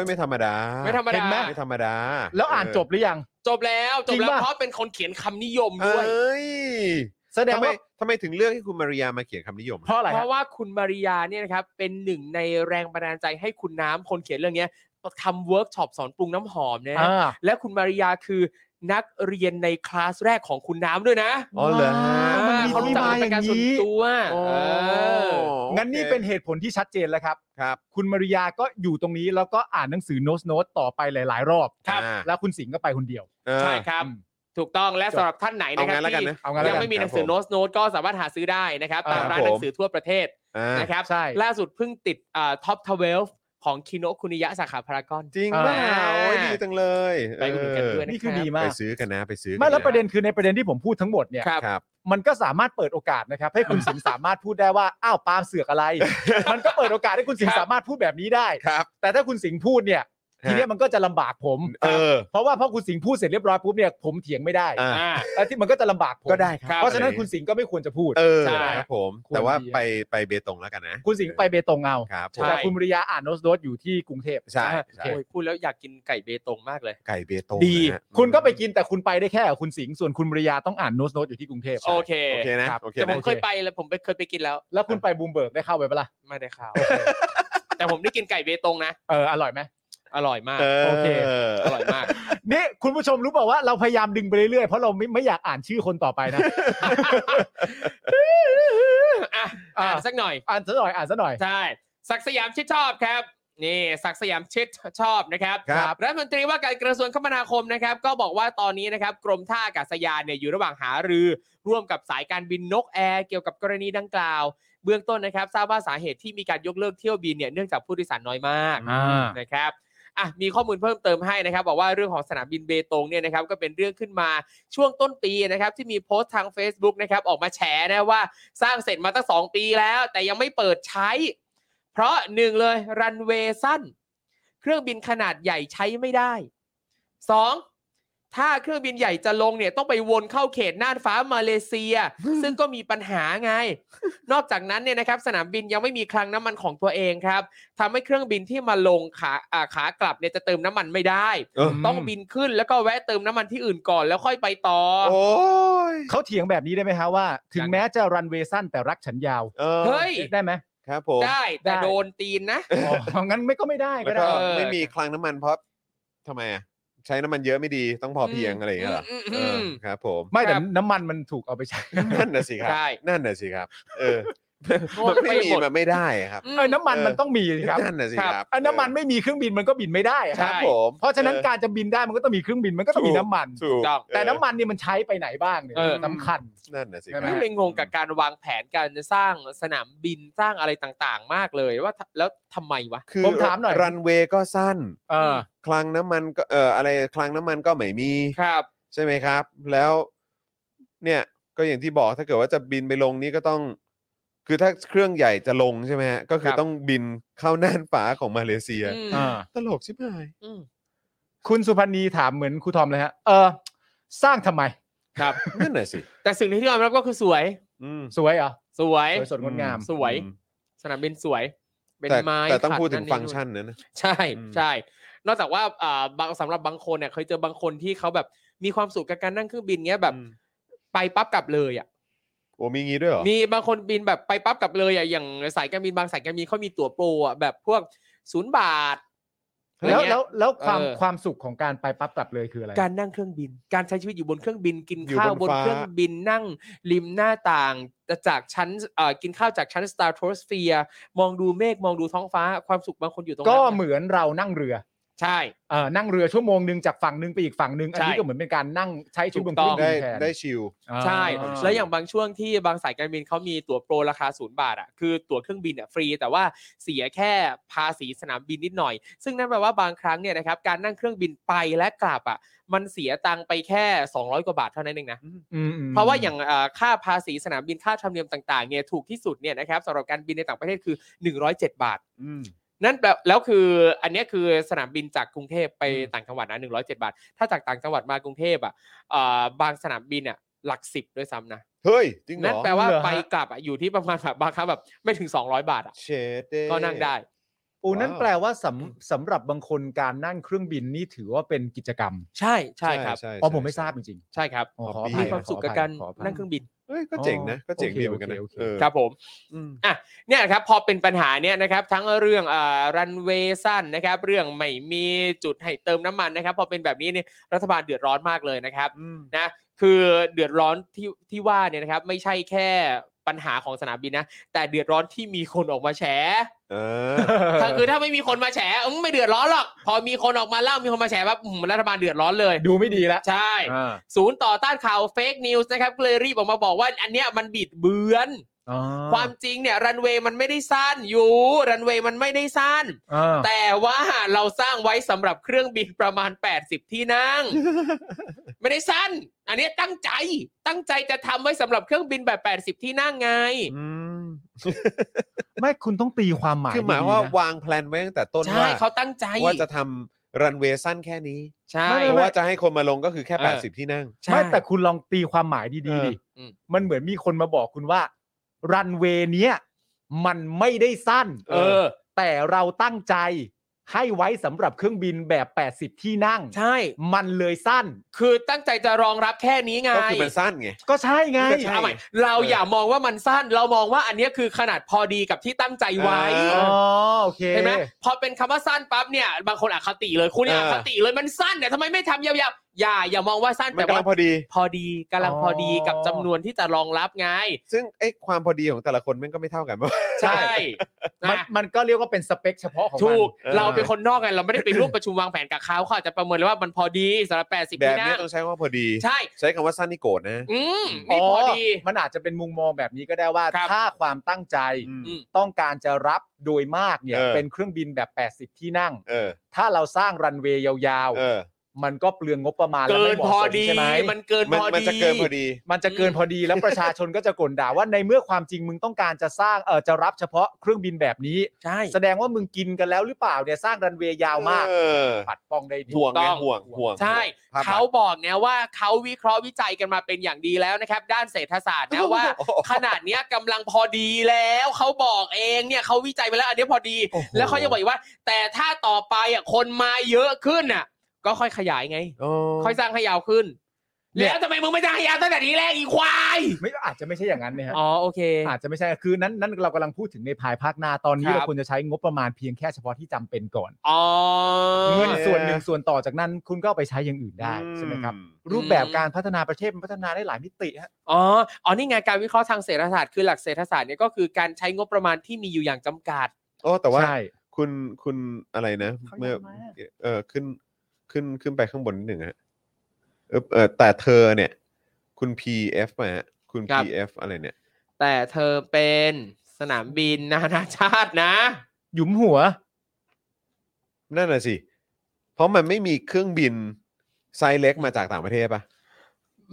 [SPEAKER 1] ยไม่ธรรมดา
[SPEAKER 3] ไม่ธรรม
[SPEAKER 2] เห็
[SPEAKER 3] ดาน
[SPEAKER 2] ไหม
[SPEAKER 1] ไม่ธรรมดา
[SPEAKER 2] แล้วอ่านจบหรือยัง
[SPEAKER 3] จบแล้วจบ
[SPEAKER 2] จริ
[SPEAKER 3] แล้
[SPEAKER 2] ง
[SPEAKER 3] ว
[SPEAKER 2] ป่ะ
[SPEAKER 3] เพราะเป็นคนเขียนคำนิยม
[SPEAKER 1] เอ
[SPEAKER 3] ด้วย
[SPEAKER 1] ้ย
[SPEAKER 2] แสดง
[SPEAKER 1] ทำไม
[SPEAKER 2] ว่า
[SPEAKER 1] ทำไมถึงเลือกให้คุณมาริยามาเขียนคำนิยม
[SPEAKER 2] เพราะอะไร
[SPEAKER 3] เพ
[SPEAKER 2] ฮะ
[SPEAKER 3] ราะว่าคุณมาริยาเนี่ยนะครับเป็นหนึ่งในแรงบันดาลใจให้คุณน้ำคนเขียนเรื่องเนี้ยทำเวิร์กช็อปสอนปรุงน้ำหอมนะฮะ
[SPEAKER 2] อ่า
[SPEAKER 3] และคุณมาริยาคือนักเรียนในคลาสแรกของคุณน้ำด้วยนะ
[SPEAKER 1] อ๋อเหรอฮะ
[SPEAKER 2] ว้าวมันมี
[SPEAKER 3] เขารู้จัก
[SPEAKER 2] ที่มา
[SPEAKER 3] เป็นการ
[SPEAKER 2] อย่างนี้
[SPEAKER 3] ส่วนตัว
[SPEAKER 1] อ๋อ
[SPEAKER 3] เออ
[SPEAKER 2] งั้นนี่เป็นเหตุผลที่ชัดเจนแล้วครับ
[SPEAKER 1] ครับ
[SPEAKER 2] คุณมาริยาก็อยู่ตรงนี้แล้วก็อ่านหนังสือโน้ตโน้ตต่อไปหลาย ๆ รอบ
[SPEAKER 3] ครับ
[SPEAKER 1] อ่า
[SPEAKER 2] แล้วคุณสิงห์ก็ไปคนเดียว
[SPEAKER 1] เออ
[SPEAKER 3] ใช่ครับ
[SPEAKER 2] อืม
[SPEAKER 3] ถูกต้องและ
[SPEAKER 2] จบ
[SPEAKER 3] สำหรับท่านไหน
[SPEAKER 1] เอา
[SPEAKER 3] นะครั
[SPEAKER 1] งั้น
[SPEAKER 3] บ
[SPEAKER 1] แล้วกัน
[SPEAKER 3] ที่
[SPEAKER 1] นะ
[SPEAKER 2] เอางั้นแล้
[SPEAKER 3] ยั
[SPEAKER 2] ว
[SPEAKER 3] ง
[SPEAKER 2] กัน
[SPEAKER 3] ไม่มีหนัง
[SPEAKER 1] ครับ
[SPEAKER 3] สือ
[SPEAKER 1] ผม
[SPEAKER 3] โน้ตโน้ตก็สามารถหาซื้อได้นะครับตาม
[SPEAKER 1] ครับ
[SPEAKER 3] ร้านหนั
[SPEAKER 1] ผม
[SPEAKER 3] งสือทั่วประเทศ
[SPEAKER 1] อ่า
[SPEAKER 3] นะครับ
[SPEAKER 2] ใช่
[SPEAKER 3] ล่าสุดเพิ่งติดท็อปทเวลของคิโนคุนิยะสาขาพารากอน
[SPEAKER 1] จริงเปล่า
[SPEAKER 3] อ่า
[SPEAKER 1] โอ้ยดีจังเลย
[SPEAKER 3] ไปอุดหนุนกันด้วย
[SPEAKER 2] นี่คือดี
[SPEAKER 1] เออ
[SPEAKER 2] มา
[SPEAKER 1] ไป
[SPEAKER 2] ก
[SPEAKER 1] ซื้อกันนะไปซื้อกั
[SPEAKER 2] ไม่แล้วประเด็นคือในประเด็นที่ผมพูดทั้งหมดเนี่ย
[SPEAKER 3] ครับ
[SPEAKER 1] ครับ
[SPEAKER 2] มันก็สามารถเปิดโอกาสนะครับ ให้คุณสิงห์สามารถพูดได้ว่าอ้าวปาล์มเสือก
[SPEAKER 1] (laughs)
[SPEAKER 2] อะไร มันก็เปิดโอกาสให้คุณสิงห์สามารถพูดแบบนี้ได้
[SPEAKER 1] ครับ
[SPEAKER 2] แต่ถ้าคุณสิงห์พูดเนี่ย ทีเนี้ยมันก็จะลำบากผม
[SPEAKER 1] เออ
[SPEAKER 2] เพราะว่าพอคุณสิงห์พูดเสร็จเรียบร้อยปุ๊บเนี่ยผมเถียงไม่ได้
[SPEAKER 1] อ่า
[SPEAKER 3] อ่า
[SPEAKER 2] แล้วที่มันก็จะลำบากผม
[SPEAKER 1] ก็ได้ครับ
[SPEAKER 2] เพราะฉะนั้นคุณสิงห์ก็ไม่ควรจะพูด
[SPEAKER 1] เออ
[SPEAKER 3] ใช่
[SPEAKER 1] ครับผม
[SPEAKER 2] ควร
[SPEAKER 1] แต่ว่า
[SPEAKER 2] ดี
[SPEAKER 1] ไปไปเบตงแล้วกันนะ
[SPEAKER 2] คุณสิงห์ไปเบตงเอา
[SPEAKER 1] ครับผม
[SPEAKER 3] ใช่
[SPEAKER 2] แต่คุณบริยาอ่านโนสโดสอยู่ที่กรุงเทพ
[SPEAKER 1] ใช่
[SPEAKER 2] อ่า
[SPEAKER 1] ใช่
[SPEAKER 2] โอเค
[SPEAKER 3] โอ้ยพูดแล้วอยากกินไก่เบตงมากเลย
[SPEAKER 1] ไก่เบตง
[SPEAKER 3] ดี
[SPEAKER 1] นะฮะ
[SPEAKER 2] คุณก็ไปกินแต่คุณไปได้แค่กับคุณสิงห์ส่วนคุณบริยาต้องอ่านโนสโดสอยู่ที่กรุงเทพ
[SPEAKER 3] โอเค
[SPEAKER 1] โอเคนะ
[SPEAKER 2] ครับ
[SPEAKER 1] โอเค
[SPEAKER 3] แต่ผ
[SPEAKER 1] นะ
[SPEAKER 3] มเคยไปแล้วผมไปเคยไปกินแล้ว
[SPEAKER 2] แล้วคุณไปบูมเบิร์กได้เข้าไปปะล่ะ
[SPEAKER 3] ไม่ได้ข้าว แต่ผมได้กินไก่เบตงนะ
[SPEAKER 2] เอออร่อยไหม
[SPEAKER 3] อร่อยมาก
[SPEAKER 2] โอเค
[SPEAKER 3] อร่อยมาก
[SPEAKER 2] นี่คุณผู้ชมรู้เปล่าว่าเราพยายามดึงไปเรื่อยๆเพราะเราไม่ไม่อยากอ่านชื่อคนต่อไปนะ
[SPEAKER 3] อ่ะ
[SPEAKER 2] อ่ะ
[SPEAKER 3] อ่านสักหน่อย
[SPEAKER 2] อ่านซะหน่อยอ่านซะหน่อย
[SPEAKER 3] ใช่ ศักดิ์สยามชิดชอบครับ นี่ ศักดิ์สยามชิดชอบนะครับ
[SPEAKER 1] ครับ
[SPEAKER 3] รัฐมนตรีว่าการกระทรวงคมนาคมนะครับ ก็บอกว่าตอนนี้นะครับ กรมท่าอากาศยานเนี่ยอยู่ระหว่างหารือ ร่วมกับสายการบินนกแอร์เกี่ยวกับกรณีดังกล่าว เบื้องต้นนะครับ ทราบว่าสาเหตุที่มีการยกเลิกเที่ยวบินเนี่ยเนื่องจากผู้โดยสารน้อยมาก
[SPEAKER 2] อ่าน
[SPEAKER 3] นะครับอ่ะมีข้อมูลเพิ่มเติมให้นะครับ บอกว่าเรื่องของสนามบินเบตงเนี่ยนะครับก็เป็นเรื่องขึ้นมาช่วงต้นปีนะครับ ที่มีโพสต์ทาง Facebook นะครับออกมาแฉนะว่าสร้างเสร็จมาตั้ง 2 ปีแล้ว แต่ยังไม่เปิดใช้ เพราะหนึ่งเลยรันเวย์สั้น เครื่องบินขนาดใหญ่ใช้ไม่ได้สอง ถ้าเครื่องบินใหญ่จะลงเนี่ยต้องไปวนเข้าเขตน่านฟ้ามาเลเซีย ซึ่งก็มีปัญหาไง นอกจากนั้นเนี่ยนะครับสนามบินยังไม่มีคลังน้ำมันของตัวเองครับทำให้เครื่องบินที่มาลงขาอ่าขากลับเนี่ยจะเติมน้ำมันไม่ได้
[SPEAKER 1] เออ
[SPEAKER 3] ต้องบินขึ้นแล้วก็แวะเติมน้ำมันที่อื่นก่อนแล้วค่อยไปต่อ
[SPEAKER 1] โอ้ย
[SPEAKER 2] เขาเถียงแบบนี้ได้ไหมฮะว่า ถึงแม้จะรันเวย์สั้นแต่รักฉันยาว
[SPEAKER 1] ออ
[SPEAKER 3] เฮ้ย
[SPEAKER 2] ได้ไหม
[SPEAKER 1] ครับผม
[SPEAKER 3] ได้แต่
[SPEAKER 2] ได้
[SPEAKER 3] โดนตีนนะ
[SPEAKER 2] อ๋องั้นไม่ก็ไม่ได้
[SPEAKER 1] แล้
[SPEAKER 2] ก็
[SPEAKER 1] วก็
[SPEAKER 2] ได้
[SPEAKER 1] ไม่มีคลังน้ำมันเพราะทำไมอ่ะใช้น้ำมันเยอะไม่ดีต้องพอเพียงอะไรอย่างเงี้ยเหรอ
[SPEAKER 3] อืม
[SPEAKER 1] เอ
[SPEAKER 3] อืม
[SPEAKER 1] อ
[SPEAKER 3] อืม
[SPEAKER 1] ครับผม
[SPEAKER 2] ไม่แต่
[SPEAKER 3] ครับ
[SPEAKER 2] น้ำมันมันถูกเอาไปใช้
[SPEAKER 1] นั่นน่ะสิครั
[SPEAKER 3] ได้
[SPEAKER 1] นั่นน่ะสิครับ เออ
[SPEAKER 3] โง่
[SPEAKER 1] มันไม่มี
[SPEAKER 3] ไปหมด
[SPEAKER 1] มันไม่ได้ครับ
[SPEAKER 3] อืม
[SPEAKER 2] เออน้ำมัน
[SPEAKER 1] เออ
[SPEAKER 2] มันต้องมีสิครับ
[SPEAKER 1] นั่นน่ะสิครับ
[SPEAKER 2] เออน้ำมันไม่มีเครื่องบินมันก็บินไม่ได้อะ
[SPEAKER 1] ค
[SPEAKER 2] ค
[SPEAKER 1] รั
[SPEAKER 2] รั
[SPEAKER 1] บบ
[SPEAKER 3] ใช่
[SPEAKER 1] ผม
[SPEAKER 2] เพราะฉะนั้น
[SPEAKER 1] ออ
[SPEAKER 2] การจะบินได้มันก็ต้องมีเครื่องบินมันก็ต้องมี
[SPEAKER 1] ถูก
[SPEAKER 2] น้ำมัน
[SPEAKER 1] ถูก
[SPEAKER 3] ถูกต้อง
[SPEAKER 2] แต่
[SPEAKER 1] เออ
[SPEAKER 2] น้ำมันเนี่ยมันใช้ไปไหนบ้างเนี่ย
[SPEAKER 3] เออ
[SPEAKER 2] สำคัญ
[SPEAKER 1] นั่นน่ะสิค
[SPEAKER 2] ใช่
[SPEAKER 1] รับ
[SPEAKER 2] ไหม
[SPEAKER 3] ไม่เลยงงกับการวางแผนการจะสร้างสนามบินสร้างอะไรต่างๆ มากเลยว่าทแล้วทำไมวะ
[SPEAKER 1] คือ
[SPEAKER 2] ผมถามหน่อย
[SPEAKER 1] รันเวย์ก็สั้น
[SPEAKER 2] เออ
[SPEAKER 1] คลังน้ำมันก็เอออะไรคลังน้ำมันก็ไม่มี
[SPEAKER 3] ครับ
[SPEAKER 1] ใช่ไหมครับ แล้ว เนี่ยก็อย่างที่บอกถ้าเกิดว่าจะบินไปลงนี่ก็ต้อง คือถ้าเครื่องใหญ่จะลงใช่ไหมฮะก็คือ
[SPEAKER 3] ครับ
[SPEAKER 1] ต้องบินเข้าน่านฟ้าของมาเลเซีย
[SPEAKER 3] อืม
[SPEAKER 2] เออ
[SPEAKER 1] ตลกใช่ไหาย
[SPEAKER 3] ม
[SPEAKER 2] คุณสุพันธ์นีถามเหมือนครูทอมเลยฮะเออสร้างทำไม
[SPEAKER 3] ครับ
[SPEAKER 1] นั่นน่ะสิ
[SPEAKER 3] แต่สิ่งที่ยอมรับก็คือสวย
[SPEAKER 1] อืม
[SPEAKER 2] สวยเหรอ
[SPEAKER 3] สวย
[SPEAKER 2] สวยสดงดงาม
[SPEAKER 3] สวย
[SPEAKER 1] อืม
[SPEAKER 3] สนามบินสวย เป็น
[SPEAKER 1] แต่
[SPEAKER 3] ไม้
[SPEAKER 1] แต่ต้อง
[SPEAKER 3] ขั
[SPEAKER 1] พูดถึง
[SPEAKER 3] นั่น
[SPEAKER 1] ฟังก์ชันนะนะ
[SPEAKER 3] ใช่
[SPEAKER 1] อืม
[SPEAKER 3] ใช่ นอกจากว่าอ่าบางสำหรับบางคนเนี่ยเคยเจอบางคนที่เขาแบบมีความสุขกับการนั่งเครื่องบินเงี้ยแบบ
[SPEAKER 1] อืม
[SPEAKER 3] ไปปั๊บกลับเลยอ่ะ
[SPEAKER 1] โอ้มีงี้ด้วยเหรอ
[SPEAKER 3] มีบางคนบินแบบไปปั๊บกลับเลยอ่ะอย่างสายการบินบางสายการบินเขามีตั๋วโปรอ่ะแบบพวกศูนย์บาท
[SPEAKER 2] แล้วแล้วแล้วความ
[SPEAKER 3] เออ
[SPEAKER 2] ความสุขของการไปปั๊บกลับเลยคืออะไร
[SPEAKER 3] การนั่งเครื่องบิน การใช้ชีวิตอยู่บนเครื่องบิน กิน
[SPEAKER 1] อยู่
[SPEAKER 3] ข้าว
[SPEAKER 1] บบ น
[SPEAKER 3] น
[SPEAKER 1] ฟ้า
[SPEAKER 3] เครื่องบินนั่งริมหน้าต่างจากชั้นเอ่อกินข้าวจากชั้น Star t o s p h e r e มองดูเมฆมองดูท้องฟ้าความสุขบางคนอยู่ตรงนั้น
[SPEAKER 2] ก็
[SPEAKER 3] น่ะ
[SPEAKER 2] เหมือนเรานั่งเรือ
[SPEAKER 3] ใช่
[SPEAKER 2] เออนั่งเรือชั่วโมงหนึ่งจากฝั่งหนึ่งไปอีกฝั่งหนึ่งอันนี้
[SPEAKER 3] ใช่
[SPEAKER 2] ก็เหมือนเป็นการนั่งใช้ชีวิตบน
[SPEAKER 3] ถู
[SPEAKER 2] เครื่
[SPEAKER 3] ก
[SPEAKER 2] อ
[SPEAKER 3] ต้อง
[SPEAKER 2] บิ
[SPEAKER 3] ง
[SPEAKER 1] ได้
[SPEAKER 2] นแทน
[SPEAKER 1] ได้ชิล
[SPEAKER 2] อ่า
[SPEAKER 3] ใช่
[SPEAKER 1] อ่า
[SPEAKER 3] แล้วอย่างบางช่วงที่บางสายการบินเขามีตั๋วโปรราคาศูนย์บาทอ่ะคือตั๋วเครื่องบินอ่ะฟรี แต่ว่าเสียแค่ภาษีสนามบินนิดหน่อย ซึ่งนั่นแปลว่าบางครั้งเนี่ยนะครับการนั่งเครื่องบินไปและกลับอ่ะมันเสียตังค์ไปแค่ 200 กว่าบาทเท่านั้นเองนะ
[SPEAKER 2] อืมม
[SPEAKER 3] เพราะว่าอย่างเอ่อค่าภาษีสนามบินค่าธรรมเนียมต่างๆเนี่ยถูกที่สุดเนี่ยนะครับสำหรับการบินในต่างประเทศคือ 107 บาท
[SPEAKER 1] อืม
[SPEAKER 3] นั่นแปลแล้วคืออันเนี้ยคือสนามบินจากกรุงเทพไปต่างจังหวัดนะ107 บาท ถ้าจากต่างจังหวัดมากรุงเทพอ่ะเอ่อบางสนามบินอ่ะหลักสิบด้วยซ้ำนะ
[SPEAKER 1] เฮ้ย จริงเหร
[SPEAKER 3] นั่น
[SPEAKER 1] อ
[SPEAKER 3] แปลว่าไปกลับอ่ะอยู่ที่ประมาณแบบบางครั้งแบบไม่ถึง 200 บาทอ่ะ
[SPEAKER 1] เชดเด้
[SPEAKER 3] ก็นั่งได้
[SPEAKER 2] อูนั่นแปลว่าสำสำหรับบางคนการนั่งเครื่องบินนี่ถือว่าเป็นกิจกรรม
[SPEAKER 3] ใช่ใช่ครับ
[SPEAKER 1] ใช่
[SPEAKER 2] อ๋อผมไม่
[SPEAKER 1] ใช่
[SPEAKER 2] ทราบจริง
[SPEAKER 3] ใช่ครับ
[SPEAKER 2] ๆอ๋อขอ
[SPEAKER 1] ปี
[SPEAKER 2] อภั
[SPEAKER 3] มี
[SPEAKER 2] ย
[SPEAKER 3] ความสุขกับ
[SPEAKER 2] อ
[SPEAKER 3] การ
[SPEAKER 2] อภัย
[SPEAKER 3] นั่งเครื่องบิน
[SPEAKER 1] เฮ้ยก็เจ๋งนะ ก็เจ๋ง
[SPEAKER 2] โอเค
[SPEAKER 1] ดีเหมือนกันนะ
[SPEAKER 2] โอเคโอเค
[SPEAKER 1] เออ
[SPEAKER 3] ครับผม
[SPEAKER 1] อืม
[SPEAKER 3] อ่ะเนี่ยนะครับพอเป็นปัญหาเนี่ยนะครับทั้งเรื่องรันเวย์สั้นนะครับ เรื่องไม่มีจุดให้เติมน้ำมันนะครับ พอเป็นแบบนี้เนี่ยรัฐบาลเดือดร้อนมากเลยนะครับนะคือเดือดร้อนที่ที่ว่าเนี่ยนะครับ ไม่ใช่แค่ปัญหาของสนามบินนะ แต่เดือดร้อนที่มีคนออกมาแฉ
[SPEAKER 1] เออ
[SPEAKER 3] ถ้าคือถ้าไม่มีคนมาแฉอืมไม่เดือดร้อนหรอกพอมีคนออกมาเล่ามีคนมาแฉปั๊บอืมรัฐบาลเดื (laughs) อดร้อนเลย
[SPEAKER 2] ดูไม่ดีละ
[SPEAKER 3] ใช่
[SPEAKER 2] อ่า
[SPEAKER 3] ศูนย์ต่อต้านข่าวเฟกนิวส์นะครับก็เลยรีบออกมาบอกว่าอันเนี้ยมันบิดเบือน
[SPEAKER 2] อ๋อ
[SPEAKER 3] ความจริงเนี่ยรันเวย์มันไม่ได้สั้นอยู่รันเวย์มันไม่ได้สั้น
[SPEAKER 2] อ่า
[SPEAKER 3] แต่ว่าเราสร้างไว้สำหรับเครื่องบินประมาณ 80 ที่นั่ง ไม่ได้สั้น อันเนี้ยตั้งใจตั้งใจจะทำไว้สำหรับเครื่องบินแบบ 80 ที่นั่งไง
[SPEAKER 1] อืม
[SPEAKER 2] ไม่คุณต้องตีความหมาย
[SPEAKER 1] คือหมาย
[SPEAKER 2] ดีๆ
[SPEAKER 1] ว่า
[SPEAKER 2] นะ
[SPEAKER 1] วางแพลนไว้ตั้งแต่ต้น
[SPEAKER 3] ใช่
[SPEAKER 1] ว่า
[SPEAKER 3] เขาตั้งใจ
[SPEAKER 1] ว่าจะทำรันเวย์สั้นแค่นี้
[SPEAKER 3] ใช่
[SPEAKER 2] ไม่
[SPEAKER 1] เพ
[SPEAKER 2] ไม่
[SPEAKER 1] ราะ
[SPEAKER 2] ไม่
[SPEAKER 1] ว่าจะให้คนมาลงก็คือแค่
[SPEAKER 3] เออ
[SPEAKER 1] 80 ที่นั่ง
[SPEAKER 3] ใช่
[SPEAKER 2] ไม่แต่คุณลองตีความหมายดี
[SPEAKER 1] เออ
[SPEAKER 2] ๆดิ
[SPEAKER 3] อืม
[SPEAKER 2] มันเหมือนมีคนมาบอกคุณว่า รันเวย์เนี้ยมันไม่ได้สั้น
[SPEAKER 3] เออ
[SPEAKER 2] แต่เราตั้งใจให้ไว้สำหรับเครื่องบินแบบ 80 ที่นั่ง
[SPEAKER 3] ใช่
[SPEAKER 2] มันเลยสั้น
[SPEAKER 3] คือตั้งใจจะรองรับแค่นี้ไง
[SPEAKER 1] ก็คือมันสั้นไง
[SPEAKER 2] ก็ใช่ไง
[SPEAKER 1] ก็ใช่
[SPEAKER 3] เอาใหม่เราอย่ามองว่ามันสั้น เรามองว่าอันเนี้ยคือขนาดพอดีกับที่ตั้งใจไว้
[SPEAKER 1] เ
[SPEAKER 2] อ๋อโอเค
[SPEAKER 3] เห็นไหมพอเป็นคำว่าสั้นปั๊บเนี่ยบางคนอคติเลยคุณเนี่ย
[SPEAKER 1] เอ
[SPEAKER 3] อ
[SPEAKER 1] อ
[SPEAKER 3] คติเลยมันสั้นเนี่ยทำไมไม่ทำยาวๆอย่าอย่ามองว่าสั้น
[SPEAKER 1] มัน
[SPEAKER 3] แต่
[SPEAKER 1] กำ
[SPEAKER 3] ว่า
[SPEAKER 1] ลังพอดี
[SPEAKER 3] พอดีกำลังพอดีกับจำนวนที่จะรองรับไง
[SPEAKER 1] ซึ่งไอ้ความพอดีของแต่ละคนมันก็ไม่เท่ากันป่ะ
[SPEAKER 2] ใช่
[SPEAKER 3] ใช่
[SPEAKER 2] มัน
[SPEAKER 3] นะ
[SPEAKER 2] มันก็เรียกว่าเป็นสเปคเฉพาะของมัน
[SPEAKER 3] ถูก
[SPEAKER 1] เออ
[SPEAKER 3] เราเป็นคนนอกไงเราไม่ได้ไปร่วมประชุมวางแผนกับเขาเขาอาจจะประเมินเลยว่ามันพอดีสำหรับแปดสิบ
[SPEAKER 1] แบ
[SPEAKER 3] ที่
[SPEAKER 1] บนี้
[SPEAKER 3] นั่ง
[SPEAKER 1] ต้องใช้คำว่าพอดี
[SPEAKER 3] ใช่
[SPEAKER 1] ใช้คำว่าสั้นนี่โกรธนะ
[SPEAKER 3] อืมนี่พอดี
[SPEAKER 2] มันอาจจะเป็นมุมมองแบบนี้ก็ได้ว่า
[SPEAKER 3] ครับ
[SPEAKER 2] ถ้าความตั้งใจ
[SPEAKER 1] อืม
[SPEAKER 2] ต้องการจะรับโดยมากเนี่ย
[SPEAKER 1] เออ
[SPEAKER 2] เป็นเครื่องบินแบบ 80 ที่นั่ง
[SPEAKER 1] เออ
[SPEAKER 2] ถ้าเราสร้างรันเวย์ยาว
[SPEAKER 1] เออ
[SPEAKER 2] มันก็เปลืองงบประมาณและ
[SPEAKER 3] เกิน
[SPEAKER 2] ไม่เห
[SPEAKER 3] พ
[SPEAKER 2] มาะ
[SPEAKER 3] อ
[SPEAKER 2] สม
[SPEAKER 3] ดี
[SPEAKER 2] ใช่ไหม
[SPEAKER 3] มันเกิน
[SPEAKER 1] มัน
[SPEAKER 3] พอ
[SPEAKER 1] มัน
[SPEAKER 3] ดี
[SPEAKER 1] จะเกินพอดี
[SPEAKER 2] มันจะเกินพอดีแล้วประชาชนก็จะก่นด่าว่าในเมื่อความจริงมึงต้องการจะสร้างเออจะรับเฉพาะเครื่องบินแบบนี้
[SPEAKER 3] ใช่
[SPEAKER 2] แสดงว่ามึงกินกันแล้วหรือเปล่าเนี่ยสร้างรันเวย์ยาวมาก
[SPEAKER 1] เออ
[SPEAKER 2] ปัดป้องได้ดี
[SPEAKER 1] ห่วง
[SPEAKER 3] ถู
[SPEAKER 1] ไง
[SPEAKER 3] กต้อง
[SPEAKER 1] ห่วงห่วง
[SPEAKER 3] ใช่
[SPEAKER 1] ภพลักษณ์
[SPEAKER 3] เขาบอกนะว่าเขาวิเคราะห์วิจัยกันมาเป็นอย่างดีแล้วนะครับ ด้านเศรษฐศาสตร์นะว่า
[SPEAKER 1] โอ้โห
[SPEAKER 3] ขนาดเนี้ยกำลังพอดีแล้วเขาบอกเองเนี่ยเขาวิจัยไปแล้วอันเนี้ยพอดี
[SPEAKER 1] โอ้โห
[SPEAKER 3] แล้วเขายังบอกอีกว่า แต่ถ้าต่อไปอ่ะคนมาเยอะขึ้นอ่ะ ก็ค่อยขยายไง
[SPEAKER 1] โอ้
[SPEAKER 3] ค่อยสร้างให้ยาวขึ้น
[SPEAKER 2] เนี่ย
[SPEAKER 3] แล้วทำไมมึงไม่สร้างให้ยาวตั้งแต่ทีแรกอีควาย
[SPEAKER 2] ไม่อาจจะไม่ใช่อย่างนั้นเนี่ยฮะ
[SPEAKER 3] อ๋อโอเค
[SPEAKER 2] อาจจะไม่ใช่คือนั้นนั้นเรากำลังพูดถึงในภายภาคหน้าตอนนี้
[SPEAKER 3] ครับ
[SPEAKER 2] เราควรจะใช้งบประมาณเพียงแค่เฉพาะที่จำเป็นก่อน
[SPEAKER 3] อ๋อ
[SPEAKER 2] เงินส่วนหนึ่งส่วนต่อจากนั้นคุณก็เอาไปใช้อย่างอื่นได้ใช่ไหมครับ
[SPEAKER 1] อื
[SPEAKER 2] รูปแบบการพัฒนาประเทศมันพัฒนาได้หลายมิติฮะ
[SPEAKER 3] อ๋อ อ๋อ นี่ไงการวิเคราะห์ทางเศรษฐศาสตร์คือหลักเศรษฐศาสตร์เนี่ยก็คือการใช้งบประมาณที่มีอยู่อย่างจำกัด
[SPEAKER 1] โอ้แต่ว่า
[SPEAKER 2] ใช่
[SPEAKER 1] คุณคุณอะไรนะ
[SPEAKER 5] เขา
[SPEAKER 1] เมื่อ
[SPEAKER 5] ย้ายมา
[SPEAKER 1] เออขึ้นขึ้นขึ้นไปข้างบนนิดหนึ่งฮะเออเออแต่เธอเนี่ย คุณ PF มาฮะคุณ
[SPEAKER 3] ครับ
[SPEAKER 1] PF อะไรเนี่ย
[SPEAKER 3] แต่เธอเป็นสนามบินนานาชาตินะ
[SPEAKER 2] หยุมหัว
[SPEAKER 1] นั่นน่ะสิ เพราะมันไม่มีเครื่องบินไซส์เล็กมาจากต่างประเทศปะ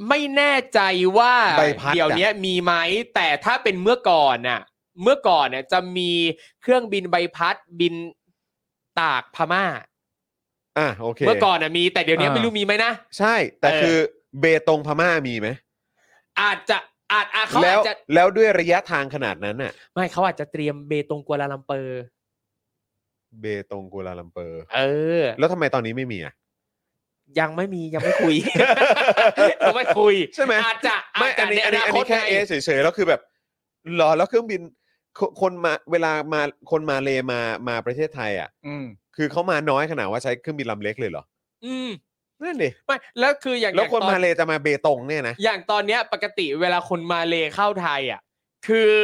[SPEAKER 3] ไม่แน่ใจว่า
[SPEAKER 1] ใบพัดอะ
[SPEAKER 3] เดี๋ยวเนี้ยมีไหมแต่ถ้าเป็นเมื่อก่อนน่ะ เมื่อก่อนน่ะจะมีเครื่องบินใบพัดบินตากพม่า
[SPEAKER 1] อ่ะโอเค
[SPEAKER 3] เมื่อก่อนน่ะมี แต่เดี๋ยวเนี้ย
[SPEAKER 2] อ่า
[SPEAKER 3] ไม่รู้มีไหมนะ
[SPEAKER 1] ใช่ แต่
[SPEAKER 3] เออ
[SPEAKER 1] คือเบตงพม่ามีไหม
[SPEAKER 3] อาจจะอาจอาจเขา
[SPEAKER 1] แล้
[SPEAKER 3] อา
[SPEAKER 1] ว
[SPEAKER 3] จจะ
[SPEAKER 1] แล้วด้วยระยะทางขนาดนั้นน่ะ
[SPEAKER 3] ไม่เขาอาจจะเตรียมเบตงกัวลาลัมเปอร์
[SPEAKER 1] เบตงกัวลาลัมเปอร์
[SPEAKER 3] เออ
[SPEAKER 1] แล้วทำไมตอนนี้ไม่มีอ่ะ
[SPEAKER 3] ยังไม่มียังไม่คุย (laughs) ยังไม่คุย
[SPEAKER 1] ใช่ไหม
[SPEAKER 3] อาจจะ
[SPEAKER 1] ไม่
[SPEAKER 3] อาจ
[SPEAKER 1] อั
[SPEAKER 3] จะ
[SPEAKER 1] นนี้อันนี้
[SPEAKER 3] ใา
[SPEAKER 1] อัน
[SPEAKER 3] ต
[SPEAKER 1] นี้แค่
[SPEAKER 3] ไง
[SPEAKER 1] เอเฉยๆแล้วคือแบบหรอแล้วเครื่องบินคคนมาเวลามาคนมาเลมามาประเทศไทยอ่ะ
[SPEAKER 2] อืม
[SPEAKER 1] คือเขามาน้อยขนาดว่าใช้เครื่องบินลำเล็กเลยเหรอ
[SPEAKER 3] อืม
[SPEAKER 1] นั่นดิ
[SPEAKER 3] ไม่แล้วคืออย่าง
[SPEAKER 1] แล้วคน
[SPEAKER 3] อย่งตอ
[SPEAKER 1] มาเลจะมาเบตงเนี่ยนะ
[SPEAKER 3] อย่างตอนเนี้ยปกติเวลาคนมาเลเข้าไทยอ่ะ คือ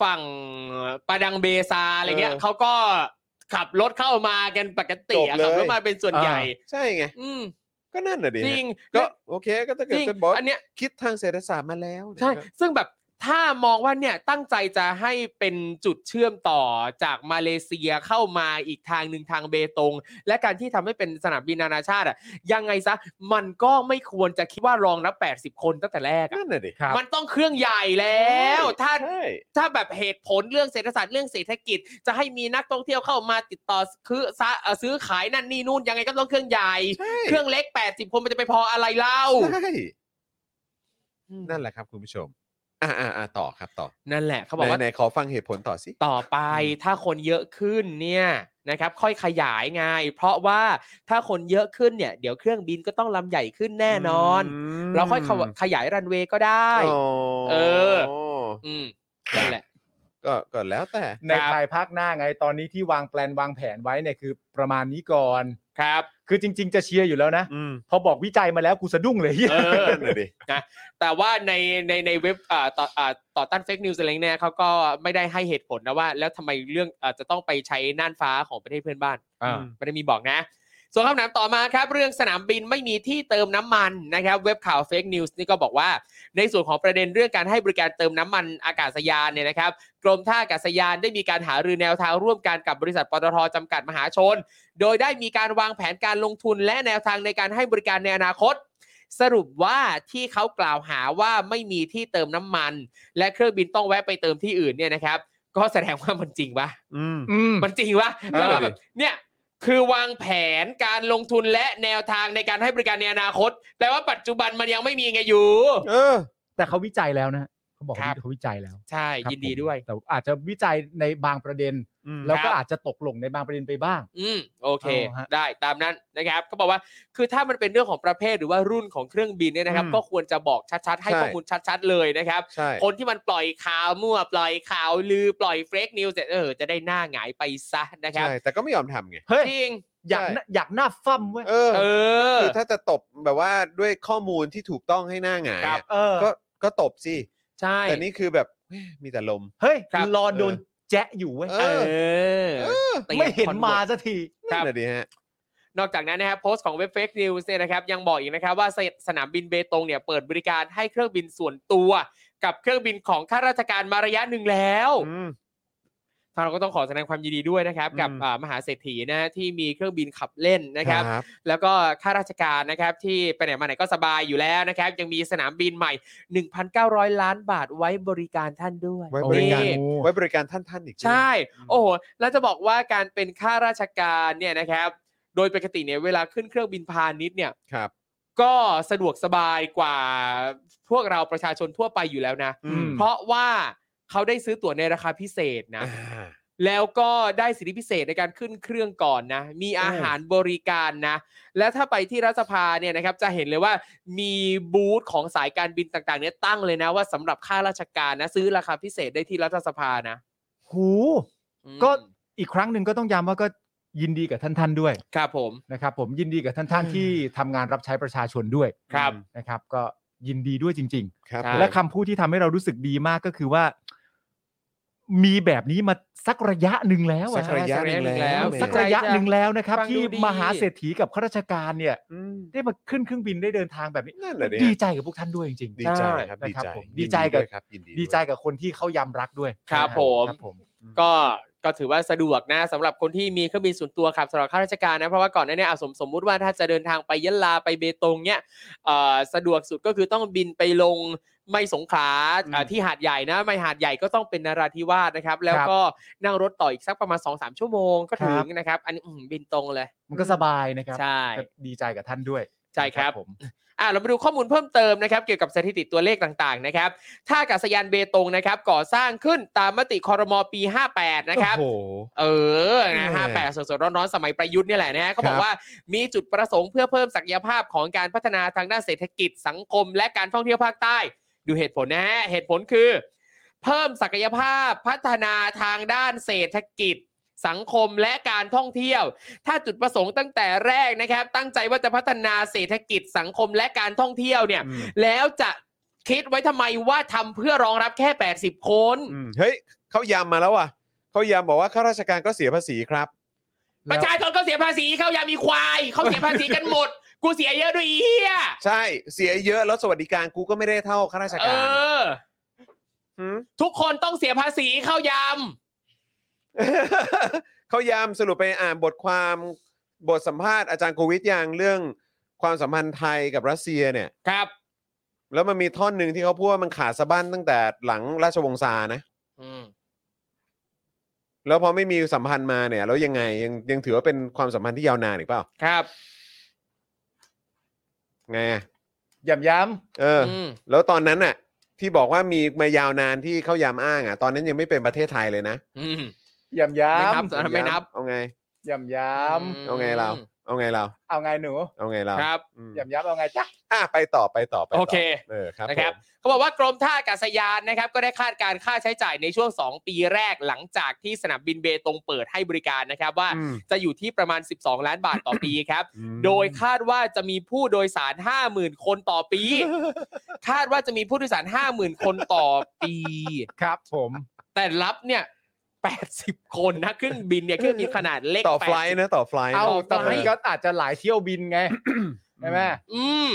[SPEAKER 3] ฝั่งปาดังเบซาอะไรเงี้ยเขาก็ขับรถเข้ามากันปกติอะขับรถมาเป็นส่วนใหญ่
[SPEAKER 1] ใช่ไง
[SPEAKER 3] อืม
[SPEAKER 1] ก็นั่นน่ะดิ
[SPEAKER 3] จริง
[SPEAKER 1] ก็โอเคก็ถ้าเกิด
[SPEAKER 3] จริง
[SPEAKER 1] จะบอก
[SPEAKER 3] อันเนี้ย
[SPEAKER 1] คิดทางเศรษฐศาสตร์มาแล้วเนี่ย
[SPEAKER 3] ใช่
[SPEAKER 1] ก็
[SPEAKER 3] ซึ่งแบบถ้ามองว่าเนี่ยตั้งใจจะให้เป็นจุดเชื่อมต่อจากมาเลเซียเข้ามาอีกทางหนึ่งทางเบตง และการที่ทำให้เป็นสนามบินนานาชาติอ่ะยังไงซะ มันก็ไม่ควรจะคิดว่ารองรับ 80 คนตั้งแต่แรกอะ
[SPEAKER 1] นั่นน่ะดิ
[SPEAKER 2] ครับ
[SPEAKER 3] มันต้องเครื่องใหญ่แล้ว ถ้า
[SPEAKER 1] ใช่
[SPEAKER 3] ถ้าแบบเหตุผลเรื่องเศรษฐศาสตร์เรื่องเศรษฐกิจ จะให้มีนักท่องเที่ยวเข้ามาติดต่อคือซะเอ่อซื้อขายนั่นนี่นู่นยังไงก็ต้องเครื่องใหญ่
[SPEAKER 1] ใช่
[SPEAKER 3] เครื่องเล็ก 80 คนมันจะไปพออะไรเล่า
[SPEAKER 1] ใช่นั่นแหละครับคุณผู้ชม อ่าอ่าอ่าต่อครับต่อ
[SPEAKER 3] นั่นแหละเขาบอกว่า
[SPEAKER 1] ไหนไหนขอฟังเหตุผลต่อสิ
[SPEAKER 3] ต่อไปถ้าคนเยอะขึ้นเนี่ยนะครับ ค่อยขยายไงเพราะว่าถ้าคนเยอะขึ้นเนี่ย เดี๋ยวเครื่องบินก็ต้องลำใหญ่ขึ้นแน่นอน เราค่อยขวะขยายรันเวย์ก็ได้
[SPEAKER 1] อ๋อ
[SPEAKER 3] เออ อืมนั่นแหละ
[SPEAKER 1] ก็ก็แล้วแต่
[SPEAKER 2] ใน
[SPEAKER 3] ครับ
[SPEAKER 2] ภายภาคหน้าไงตอนนี้ที่วางแปลนวางแผนไว้เนี่ยคือประมาณนี้ก่อน
[SPEAKER 3] ครับ
[SPEAKER 2] คือจริง ๆ จะเชียร์อยู่แล้วนะ
[SPEAKER 1] อืม
[SPEAKER 2] พอบอกวิจัยมาแล้วกูสะดุ้งเลยเหี้ย
[SPEAKER 3] เออ
[SPEAKER 1] นั่นเลยดิ
[SPEAKER 3] แต่ว่าในในในเว็บอ่าต่ออ่าต่อต้านเฟกนิวส์อะไรเนี่ยเขาก็ไม่ได้ให้เหตุผลนะว่า แล้วทำไมเรื่องอาจะต้องไปใช้น่านฟ้าของประเทศเพื่อนบ้าน
[SPEAKER 2] อ่า
[SPEAKER 3] ไม่ได้มีบอกนะ ส่วนคำถามต่อมาครับ เรื่องสนามบินไม่มีที่เติมน้ำมันนะครับ เว็บข่าวเฟกนิวส์นี่ก็บอกว่า ในส่วนของประเด็นเรื่องการให้บริการเติมน้ำมันอากาศยานเนี่ยนะครับ กรมท่าอากาศยานได้มีการหารือแนวทางร่วมกันกับบริษัทปตทจำกัดมหาชน โดยได้มีการวางแผนการลงทุนและแนวทางในการให้บริการในอนาคต สรุปว่าที่เขากล่าวหาว่าไม่มีที่เติมน้ำมัน และเครื่องบินต้องแวะไปเติมที่อื่นเนี่ยนะครับ ก็แสดงว่ามันจริงปะ
[SPEAKER 1] อืม
[SPEAKER 2] อืม
[SPEAKER 3] มันจริงวะ
[SPEAKER 2] เออ
[SPEAKER 3] แล้วแบบเนี่ยคือวางแผนการลงทุนและแนวทางในการให้บริการในอนาคต แต่ว่าปัจจุบันมันยังไม่มีไงอยู่
[SPEAKER 1] เออ
[SPEAKER 2] แต่เขาวิจัยแล้วนะเขาบอก
[SPEAKER 3] ครั
[SPEAKER 2] ว่า
[SPEAKER 3] บ
[SPEAKER 2] เขาวิจัยแล้ว
[SPEAKER 3] ใช่
[SPEAKER 2] ครับ
[SPEAKER 3] ยินดีด้วย
[SPEAKER 2] ผมแต่อาจจะวิจัยในบางประเด็น
[SPEAKER 1] อืม
[SPEAKER 2] แล้ว
[SPEAKER 3] ครั
[SPEAKER 2] ก็
[SPEAKER 3] บ
[SPEAKER 2] อาจจะตกหล่นในบางประเด็นไปบ้าง
[SPEAKER 3] อืมโอเค
[SPEAKER 2] เอาฮะ
[SPEAKER 3] ได้ตามนั้นนะครับก็บอกว่าคือถ้ามันเป็นเรื่องของประเภทหรือว่ารุ่นของเครื่องบินเนี่ยนะครับ
[SPEAKER 1] อืม
[SPEAKER 3] ก็ควรจะบอกชัดๆ ให้
[SPEAKER 1] ใช่
[SPEAKER 3] ข้อมูลชัดๆ เลยนะครับ
[SPEAKER 1] ใช่
[SPEAKER 3] คนที่มันปล่อยข่าวมั่วปล่อยข่าวลือปล่อยเฟกนิวส์เนี่ยเออจะได้หน้าหงายไปซะนะครับ
[SPEAKER 1] ใช่ แต่ก็ไม่ยอมทำไง
[SPEAKER 2] เฮ้ย
[SPEAKER 3] จริง
[SPEAKER 2] อยาก
[SPEAKER 1] ใช่
[SPEAKER 2] หน้าอยากหน้าฟั่มเว้ย
[SPEAKER 1] เออ
[SPEAKER 3] เออ
[SPEAKER 1] คือถ้าจะตบแบบว่าด้วยข้อมูลที่ถูกต้องให้หน้าหงาย
[SPEAKER 3] ครั
[SPEAKER 1] อะ
[SPEAKER 3] บ
[SPEAKER 2] เออ
[SPEAKER 1] ก็ก็ตบสิ
[SPEAKER 3] ใช่
[SPEAKER 1] แต่นี่คือแบบเฮ้ยมีแต่ลม
[SPEAKER 2] เฮ้ย
[SPEAKER 3] ครับ
[SPEAKER 2] รอโดนแจ๊ะอยู่เว้ย
[SPEAKER 1] เอ
[SPEAKER 3] เอ
[SPEAKER 1] อ
[SPEAKER 3] อ
[SPEAKER 1] เออ
[SPEAKER 3] ตียง
[SPEAKER 2] ไม่เห็น
[SPEAKER 3] คอ
[SPEAKER 2] มา
[SPEAKER 3] บ
[SPEAKER 2] สักที
[SPEAKER 3] ครั
[SPEAKER 1] นั่น
[SPEAKER 3] บ
[SPEAKER 1] น่ะดิฮะ
[SPEAKER 3] นอกจากนั้นนะครับโพสต์ของเว็บเฟกนิวส์เนี่ยนะครับยังบอกอีกนะครับว่าสนามบินเบตงเนี่ยเปิดบริการให้เครื่องบินส่วนตัว กับเครื่องบินของข้าราชการมาระยะหนึ่งแล้ว
[SPEAKER 1] อืม
[SPEAKER 3] ทางเราก็ต้องขอแสดงความยินดีด้วยนะครับ กับ
[SPEAKER 1] อืม
[SPEAKER 3] อ่ามหาเศรษฐีนะฮะที่มีเครื่องบินขับเล่นนะครับ แล้วก็ข้าราชการนะครับที่ไปไหนมาไหนก็สบายอยู่แล้วนะครับ ยังมีสนามบินใหม่ 1,900 ล้านบาทไว้บริการท่านด้วย
[SPEAKER 1] ไว้บริการ
[SPEAKER 3] นี่
[SPEAKER 1] ไว้บริการท่านท่านๆอีกที
[SPEAKER 3] ใช่ โอ้โหแล้วจะบอกว่าการเป็นข้าราชการเนี่ยนะครับ โดยปกติเนี่ยเวลาขึ้นเครื่องบินพาณิชย์เนี่ย
[SPEAKER 1] ครับ
[SPEAKER 3] ก็สะดวกสบายกว่าพวกเราประชาชนทั่วไปอยู่แล้วนะ
[SPEAKER 1] อืม
[SPEAKER 3] เพราะว่าเขาได้ซื้อตั๋วในราคาพิเศษนะ
[SPEAKER 1] อ่า
[SPEAKER 3] แล้วก็ได้สิทธิพิเศษในการขึ้นเครื่องก่อนนะ มีอาหารบริการนะ และถ้าไปที่รัฐสภาเนี่ยนะครับจะเห็นเลยว่ามีบูธของสายการบินต่างๆเนี่ยตั้งเลยนะว่าสำหรับค่าราชการนะ ซื้อราคาพิเศษได้ที่รัฐสภานะ
[SPEAKER 2] หู
[SPEAKER 3] อืม
[SPEAKER 2] ก็อีกครั้งหนึ่งก็ต้องย้ำว่าก็ยินดีกับท่านท่านๆด้วย
[SPEAKER 3] ครับผม
[SPEAKER 2] นะครับ ผมยินดีกับท่านท่าน
[SPEAKER 1] อืม
[SPEAKER 2] ที่ทำงานรับใช้ประชาชนด้วย
[SPEAKER 3] ครับ
[SPEAKER 2] นะครับ ก็ยินดีด้วยจริง
[SPEAKER 1] ครับ
[SPEAKER 3] ใช่
[SPEAKER 2] ๆ และคำพูดที่ทำให้เรารู้สึกดีมากก็คือว่า มีแบบนี้มาสักระยะหนึ่งแล้ว
[SPEAKER 1] สั
[SPEAKER 2] อะ
[SPEAKER 1] กระยะหนึ่ง
[SPEAKER 3] สักระยะหนึ่งแล้
[SPEAKER 1] แล้ว ว
[SPEAKER 2] สักระยะหนึ่งแล้วนะครับ
[SPEAKER 3] ฟังดู
[SPEAKER 2] ที่
[SPEAKER 3] ดี
[SPEAKER 2] มหาเศรษฐีกับข้าราชการเนี่ย
[SPEAKER 1] อืม
[SPEAKER 2] ได้มาขึ้นเครื่องบินได้เดินทางแบบนี้
[SPEAKER 1] นั่นแหละเนี่ย
[SPEAKER 2] ดีใจกับพวกท่านด้วยจริงๆ
[SPEAKER 1] ดีใจครับดี
[SPEAKER 2] นะครับ
[SPEAKER 1] ใจ
[SPEAKER 2] ผมดีใจกับ
[SPEAKER 1] วยครับยินดีวย
[SPEAKER 2] ดีใจกับคนที่เขายำรักด้วย
[SPEAKER 3] ครับผม
[SPEAKER 2] ครับผม
[SPEAKER 3] ก็ก็ถือว่าสะดวกนะสำหรับคนที่มีเครื่องบินส่วนตัวครับสำหรับข้าราชการนะเพราะว่าก่อนหน้าเนี้สมสมมุติว่าถ้าจะเดินทางไปยะลาไปเบตงเนี่ยเอ่อสะดวกสุดก็คือต้องบินไปลงไม่สงขลาอ่าที่หาดใหญ่นะ ไม่หาดใหญ่ก็ต้องเป็นนราธิวาสนะครับ แล้วก็นั่งรถต่ออีกสักประมาณ2อสชั่วโมงก็ถึ
[SPEAKER 2] ครับ
[SPEAKER 3] งนะครับ อันนี้อื้อหือบินตรงเลย
[SPEAKER 2] มันก็สบายนะครับ
[SPEAKER 3] ใช่
[SPEAKER 2] ก็ดีใจกับท่านด้วย
[SPEAKER 3] ใช่ครับ
[SPEAKER 2] ผม
[SPEAKER 3] อ่าเรามาดูข้อมูลเพิ่มเติมนะครับเกี่ยวกับสถิติตัวเลขต่างๆนะครับท่าอากาศยานเบตงนะครับก่อสร้างขึ้นตามมติคอรมอปี 58 นะครับ
[SPEAKER 1] โอ้โห
[SPEAKER 3] เออนะ
[SPEAKER 1] แหม่
[SPEAKER 3] ฮะแปดสดๆร้อนๆ สมัยประยุทธ์เนี่ยแหละนะฮะเขาบ
[SPEAKER 1] ค
[SPEAKER 3] อ
[SPEAKER 1] รั
[SPEAKER 3] ก
[SPEAKER 1] บ
[SPEAKER 3] ว่ามีจุดประสงค์เพื่อเพิ่มศักยภาพของการพัฒนาทางด้านเศรษฐกิจสังคม และการท่องเที่ยวภาคใต้ ดูเหตุผลนะฮะเหตุผลคือ เพิ่มศักยภาพพัฒนาทางด้านเศรษฐกิจ สังคมและการท่องเที่ยว ถ้าจุดประสงค์ตั้งแต่แรกนะครับ ตั้งใจว่าจะพัฒนาเศรษฐกิจสังคมและการท่องเที่ยวเนี่ย
[SPEAKER 1] อืม
[SPEAKER 3] แล้วจะคิดไว้ทำไมว่าทำเพื่อรองรับแค่ 80 คน
[SPEAKER 1] อืมเฮ้ยเขายำมาแล้วอ่ะเขายำบอกว่าข้าราชการก็เสียภาษีครับ
[SPEAKER 2] แล้ว
[SPEAKER 3] ประชาชนเขาเสียภาษีเขาอยากมีควายเขาเสียภาษีกันหมด กูเสียเยอะด้วยอีเหี้ย
[SPEAKER 1] ใช่เสียเยอะแล้วสวัสดิการกูก็ไม่ได้เท่าข้าราช
[SPEAKER 3] เอ
[SPEAKER 1] การ
[SPEAKER 3] อ
[SPEAKER 1] หืม
[SPEAKER 3] ทุกคนต้องเสียภาษีเข้าย
[SPEAKER 1] (laughs) เขายำสรุปไปอ่านบทความบทสัมภาษณ์อาจารย์โควิดยังเรื่องความสัมพันธ์ไทยกับรัสเซียเนี่ย
[SPEAKER 3] ำครับ
[SPEAKER 1] แล้วมันมีท่อนหนึ่งที่เขาพูดว่ามันขาดสะบั้นตั้งแต่หลังราชวงศ์ซาร์นะ
[SPEAKER 3] อืม
[SPEAKER 1] แล้วพอไม่มีสัมพันธ์มาเนี่ย แล้วยังไงยังยังถือว่าเป็นความสัมพันธ์ที่ยาวนานอีกเปล่า
[SPEAKER 3] ครับ
[SPEAKER 1] ไงอะ
[SPEAKER 2] ย้ำย้
[SPEAKER 1] เอออ
[SPEAKER 3] ม
[SPEAKER 1] แล้วตอนนั้นน่ะ ที่บอกว่ามีมายาวนานที่เข้ายามอ้างอ่ะ ตอนนั้นยังไม่เป็นประเทศไทยเลยนะ
[SPEAKER 3] อืม
[SPEAKER 2] ำย้ำย้
[SPEAKER 3] ไม่นับ ตอนนั้นไม่นับ
[SPEAKER 1] เอาไง
[SPEAKER 2] ำย้ำย้
[SPEAKER 1] เอาไงเรา เอาไงเรา
[SPEAKER 2] ำเอาไงหนู
[SPEAKER 1] เอาไงเรา
[SPEAKER 3] ครับ
[SPEAKER 1] อืม
[SPEAKER 2] ย้ำย้ำเอาไงจ๊ะ
[SPEAKER 1] อ่ะไปต่อไปต่อไปต่
[SPEAKER 3] โอเค
[SPEAKER 1] เออครับ
[SPEAKER 3] นะครับ
[SPEAKER 1] ผม
[SPEAKER 3] เขาบอกว่ากรมท่าอากาศยานนะครับ ก็ได้คาดการณ์ค่าใช้จ่ายในช่วง 2 ปีแรกหลังจากที่สนามบินเบตงเปิดให้บริการนะครับ ว่า
[SPEAKER 1] อืม
[SPEAKER 3] จะอยู่ที่ประมาณ 12 ล้านบาทต่อปีครับ
[SPEAKER 1] อืม
[SPEAKER 3] โดยคาดว่าจะมีผู้โดยสาร 50,000 คนต่อ
[SPEAKER 1] (laughs)
[SPEAKER 3] ปี คาดว่าจะมีผู้โดยสาร 50,000 คนต่อปี
[SPEAKER 2] ครับผม
[SPEAKER 3] แต่รับเนี่ย 80 คนนะเครื่องบินเนี่ยเครื่องบินขนาดเล็ก
[SPEAKER 1] ต่อไฟ
[SPEAKER 3] 80
[SPEAKER 1] ล์นะต่อไฟล์นะ
[SPEAKER 2] เอาต
[SPEAKER 3] ต่อ
[SPEAKER 2] อนนี้ก็อาจจะหลายเที่ยวบินไงใช่ไหม
[SPEAKER 3] อืม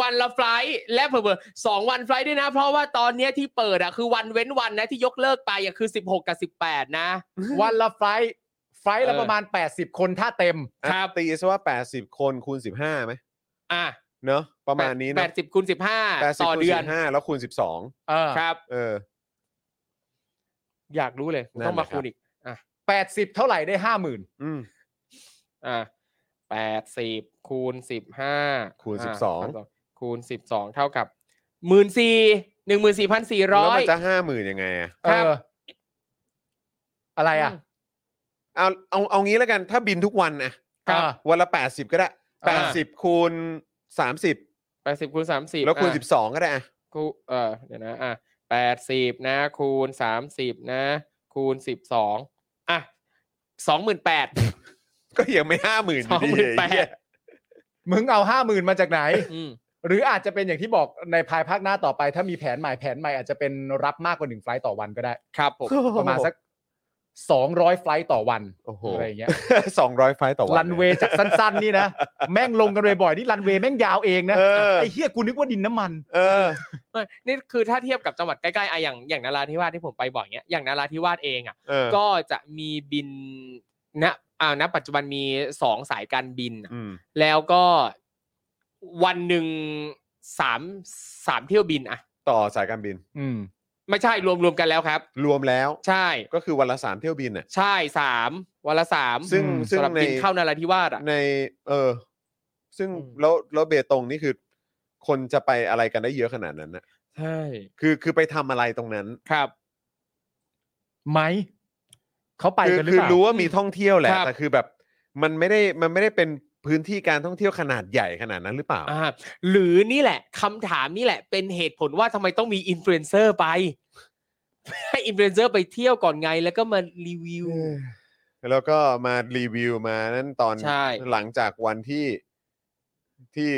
[SPEAKER 3] วันละไฟลท์และเผื่อๆสองวันไฟลท์ด้วยนะ เพราะว่าตอนเนี้ยที่เปิดอะคือวันเว้นวันนะที่ยกเลิกไปอะคือ 16 กับ 18 นะ
[SPEAKER 2] วันละไฟลท์ไฟลท์ละ
[SPEAKER 3] เออ
[SPEAKER 2] ประมาณ 80 คนถ้าเต็ม
[SPEAKER 1] อ่ะ
[SPEAKER 3] ครับ
[SPEAKER 1] ตีซะว่า 80 คนคูณ 15ไหม
[SPEAKER 3] อ่ะ
[SPEAKER 1] เนอะประมาณนี้เนอะ
[SPEAKER 3] 80คูณ15 ต่อ
[SPEAKER 1] คูณ
[SPEAKER 3] เดือน
[SPEAKER 1] 15แล้วคูณ
[SPEAKER 2] เออ
[SPEAKER 3] ครับ
[SPEAKER 1] 12 เออ
[SPEAKER 3] อยากรู้เลย
[SPEAKER 1] นั่นแหละ
[SPEAKER 3] ต้องมาคูณอีกอ่ะ
[SPEAKER 2] 80 เท่าไหร่ได้ 50,000
[SPEAKER 1] อืม
[SPEAKER 3] อ่ะ80คูณ15
[SPEAKER 1] คูณ
[SPEAKER 3] อ่ะ
[SPEAKER 1] 12
[SPEAKER 3] คูณ 12 เท่ากับ14
[SPEAKER 1] แล้วมันจะ
[SPEAKER 3] 14,400
[SPEAKER 1] 50,000ยังไงอ่ะ
[SPEAKER 2] เอ
[SPEAKER 3] ครับ
[SPEAKER 2] อ อะไรอ่ะ
[SPEAKER 1] เอาเอาเอางี้แล้วกันถ้าบินทุกวันนะ
[SPEAKER 2] เออ
[SPEAKER 1] วันละ 80 ก็ได้
[SPEAKER 3] อ่า
[SPEAKER 1] 80 คูณ 30
[SPEAKER 3] 80คูณ30
[SPEAKER 1] แล้วคูณ
[SPEAKER 3] อ่ะ
[SPEAKER 1] 12 ก็ได้อ่ะ
[SPEAKER 3] คูเออเดี๋ยวนะอ่ะแปดสิบนะคูณสามสิบนะ คูณสิบสองอ่ะสองหมื่นแป
[SPEAKER 1] (laughs)
[SPEAKER 3] ด
[SPEAKER 1] ก็ยังไม่ 50,000อยู่ดี
[SPEAKER 3] 28,000
[SPEAKER 1] ไอ้เหี้ย
[SPEAKER 2] มึงเอา 50,000 มาจากไหน
[SPEAKER 3] อืม
[SPEAKER 2] หรืออาจจะเป็นอย่างที่บอกในภายภาคหน้าต่อไป ถ้ามีแผนใหม่แผนใหม่อาจจะเป็นรับมากกว่าหนึ่งไฟลท์ต่อวันก็ได้
[SPEAKER 3] ครับผม
[SPEAKER 2] ประมาณสัก 200 ไฟลท์ต่อวัน
[SPEAKER 1] โอ้โห
[SPEAKER 3] (laughs)
[SPEAKER 2] อะไรอย่างเงี้ย
[SPEAKER 1] สองร้อยไฟล์ต่อวัน
[SPEAKER 2] รันเวย์จากสั้นๆ นี่
[SPEAKER 1] (laughs)
[SPEAKER 2] นะ แม่งลงกันบ่อยๆนี่รันเวย์แม่งยาวเองนะ
[SPEAKER 1] เออ
[SPEAKER 2] ไอ้เฮียกูนึกว่าดินน้ำมัน
[SPEAKER 1] เออ
[SPEAKER 3] ไม่นี่คือถ้าเทียบกับจังหวัดใกล้ๆอะอย่างอย่างนาราธิวาสที่ผมไปบ่อยเนี้ยอย่างนาราธิวาสเองอ่ะ
[SPEAKER 1] เออ
[SPEAKER 3] ก็จะมีบินณอ่าณปัจจุบันมีสองสายการบินอะ
[SPEAKER 1] อืม
[SPEAKER 3] แล้วก็วันหนึ่งสามสามเที่ยวบินอ่ะ
[SPEAKER 1] ต่อสายการบิน
[SPEAKER 2] อืม
[SPEAKER 3] ไม่ใช่รวมรวมกันแล้วครับ
[SPEAKER 1] รวมแล้ว
[SPEAKER 3] ใช่
[SPEAKER 1] ก็คือวันละสามเที่ยวบินน่ะ
[SPEAKER 3] ใช่สามวันละสาม
[SPEAKER 1] ซึ่ง
[SPEAKER 2] อืม
[SPEAKER 1] ซึ่ง
[SPEAKER 3] สำหรับ
[SPEAKER 1] ใน
[SPEAKER 3] บินเข้านาราธิวาสอ่ะ
[SPEAKER 1] ใน เออ ซึ่ง
[SPEAKER 3] อืม
[SPEAKER 1] แล้วแล้วเบตงนี่คือ คนจะไปอะไรกันได้เยอะขนาดนั้นน่ะ
[SPEAKER 3] ใช่
[SPEAKER 1] คือคือไปทำอะไรตรงนั้น
[SPEAKER 3] ครับ
[SPEAKER 2] ไหมเขาไป
[SPEAKER 1] คือ
[SPEAKER 2] กันหรือ
[SPEAKER 1] คือ
[SPEAKER 2] เปล่า
[SPEAKER 1] รู้ว่ามีท่องเที่ยวแหละ
[SPEAKER 3] ครับ
[SPEAKER 1] แต่คือแบบมันไม่ได้มันไม่ได้เป็นพื้นที่การท่องเที่ยวขนาดใหญ่ขนาดนั้นหรือเปล่า
[SPEAKER 3] อ่าหรือนี่แหละคำถามนี่แหละ เป็นเหตุผลว่าทำไมต้องมีอินฟลูเอนเซอร์ไป ให้อินฟลูเอนเซอร์ไปเที่ยวก่อนไงแล้วก็มารีวิว
[SPEAKER 1] แล้วก็มารีวิวมานั่นตอน
[SPEAKER 3] ใช่
[SPEAKER 1] หลังจากวันที่ที่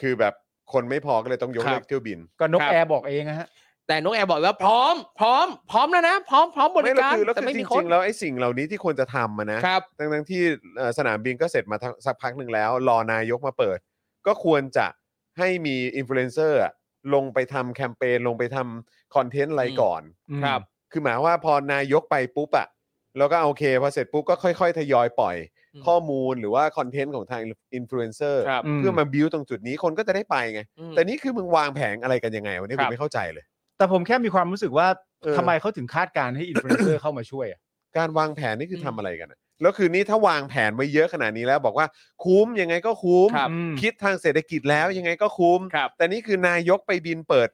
[SPEAKER 1] คือแบบคนไม่พอก็เลยต้องยกเลิ
[SPEAKER 3] ครั
[SPEAKER 1] ก
[SPEAKER 3] บ
[SPEAKER 1] เที่ยวบิน
[SPEAKER 2] ก็นก
[SPEAKER 3] ครับ
[SPEAKER 2] แอร์บอกเองนะฮะ
[SPEAKER 3] แต่น้องแอร์บอกว่าพร้อม พร้อม พร้อมแล้วนะ พร้อมพร้อมบริ
[SPEAKER 1] แล้ว
[SPEAKER 3] การ
[SPEAKER 1] คือแล้ว
[SPEAKER 3] แต่
[SPEAKER 1] คือ
[SPEAKER 3] ไม่
[SPEAKER 1] จ
[SPEAKER 3] มีค
[SPEAKER 1] ริ
[SPEAKER 3] น
[SPEAKER 1] งๆแล้วไอ้สิ่งเหล่านี้ที่ควรจะทำอะนะครับ ทั้งทั้งๆที่เอ่อสนามบินก็เสร็จมาทั้งสักพักหนึ่งแล้ว รอนายกมาเปิด ก็ควรจะให้มีอินฟลูเอนเซอร์อะลงไปทำแคมเปญลงไปทำคอนเทนต์อะไร
[SPEAKER 3] อืม
[SPEAKER 1] ก่อน
[SPEAKER 3] ครับ
[SPEAKER 1] คือหมายว่าพอนายกไปปุ๊บอะแล้วก็โอเคพอเสร็จปุ๊บก็ค่อย ๆ ทยอยปล่อย
[SPEAKER 3] อืม
[SPEAKER 1] ข้อมูลหรือว่าคอนเทนต์ของทางอินฟลูเอนเซอร์
[SPEAKER 3] ครับ
[SPEAKER 2] อืม
[SPEAKER 1] เพื่อมาบิวตรงจุดนี้คนก็จะได้ไปไง
[SPEAKER 3] อืม
[SPEAKER 1] แต่นี่คือมึงวางแผงอะไรกันยังไงวันนี้
[SPEAKER 3] ค
[SPEAKER 1] ผ
[SPEAKER 3] รั
[SPEAKER 1] ม
[SPEAKER 3] บ
[SPEAKER 1] ไม่เข้าใจเลย
[SPEAKER 2] แต่ผมแค่มีความรู้สึกว่า
[SPEAKER 1] เออ
[SPEAKER 2] ทำไมเขาถึงคาดการณ์ให้อินฟลูเอนเซอร์ เข้ามาช่วยอะ
[SPEAKER 1] การวางแผนนี่คืออ
[SPEAKER 3] ม
[SPEAKER 1] ทำอะไรกันอะแล้วคืนนี้ถ้าวางแผนไว้เยอะขนาดนี้แล้วบอกว่าคุ้มยังไงก็คุ้ม
[SPEAKER 3] ครับ
[SPEAKER 2] อืม
[SPEAKER 1] คิดทางเศรษฐกิจแล้วยังไงก็คุ้ม
[SPEAKER 3] ครับ
[SPEAKER 1] แต่นี่คือนายกไปบินเปิด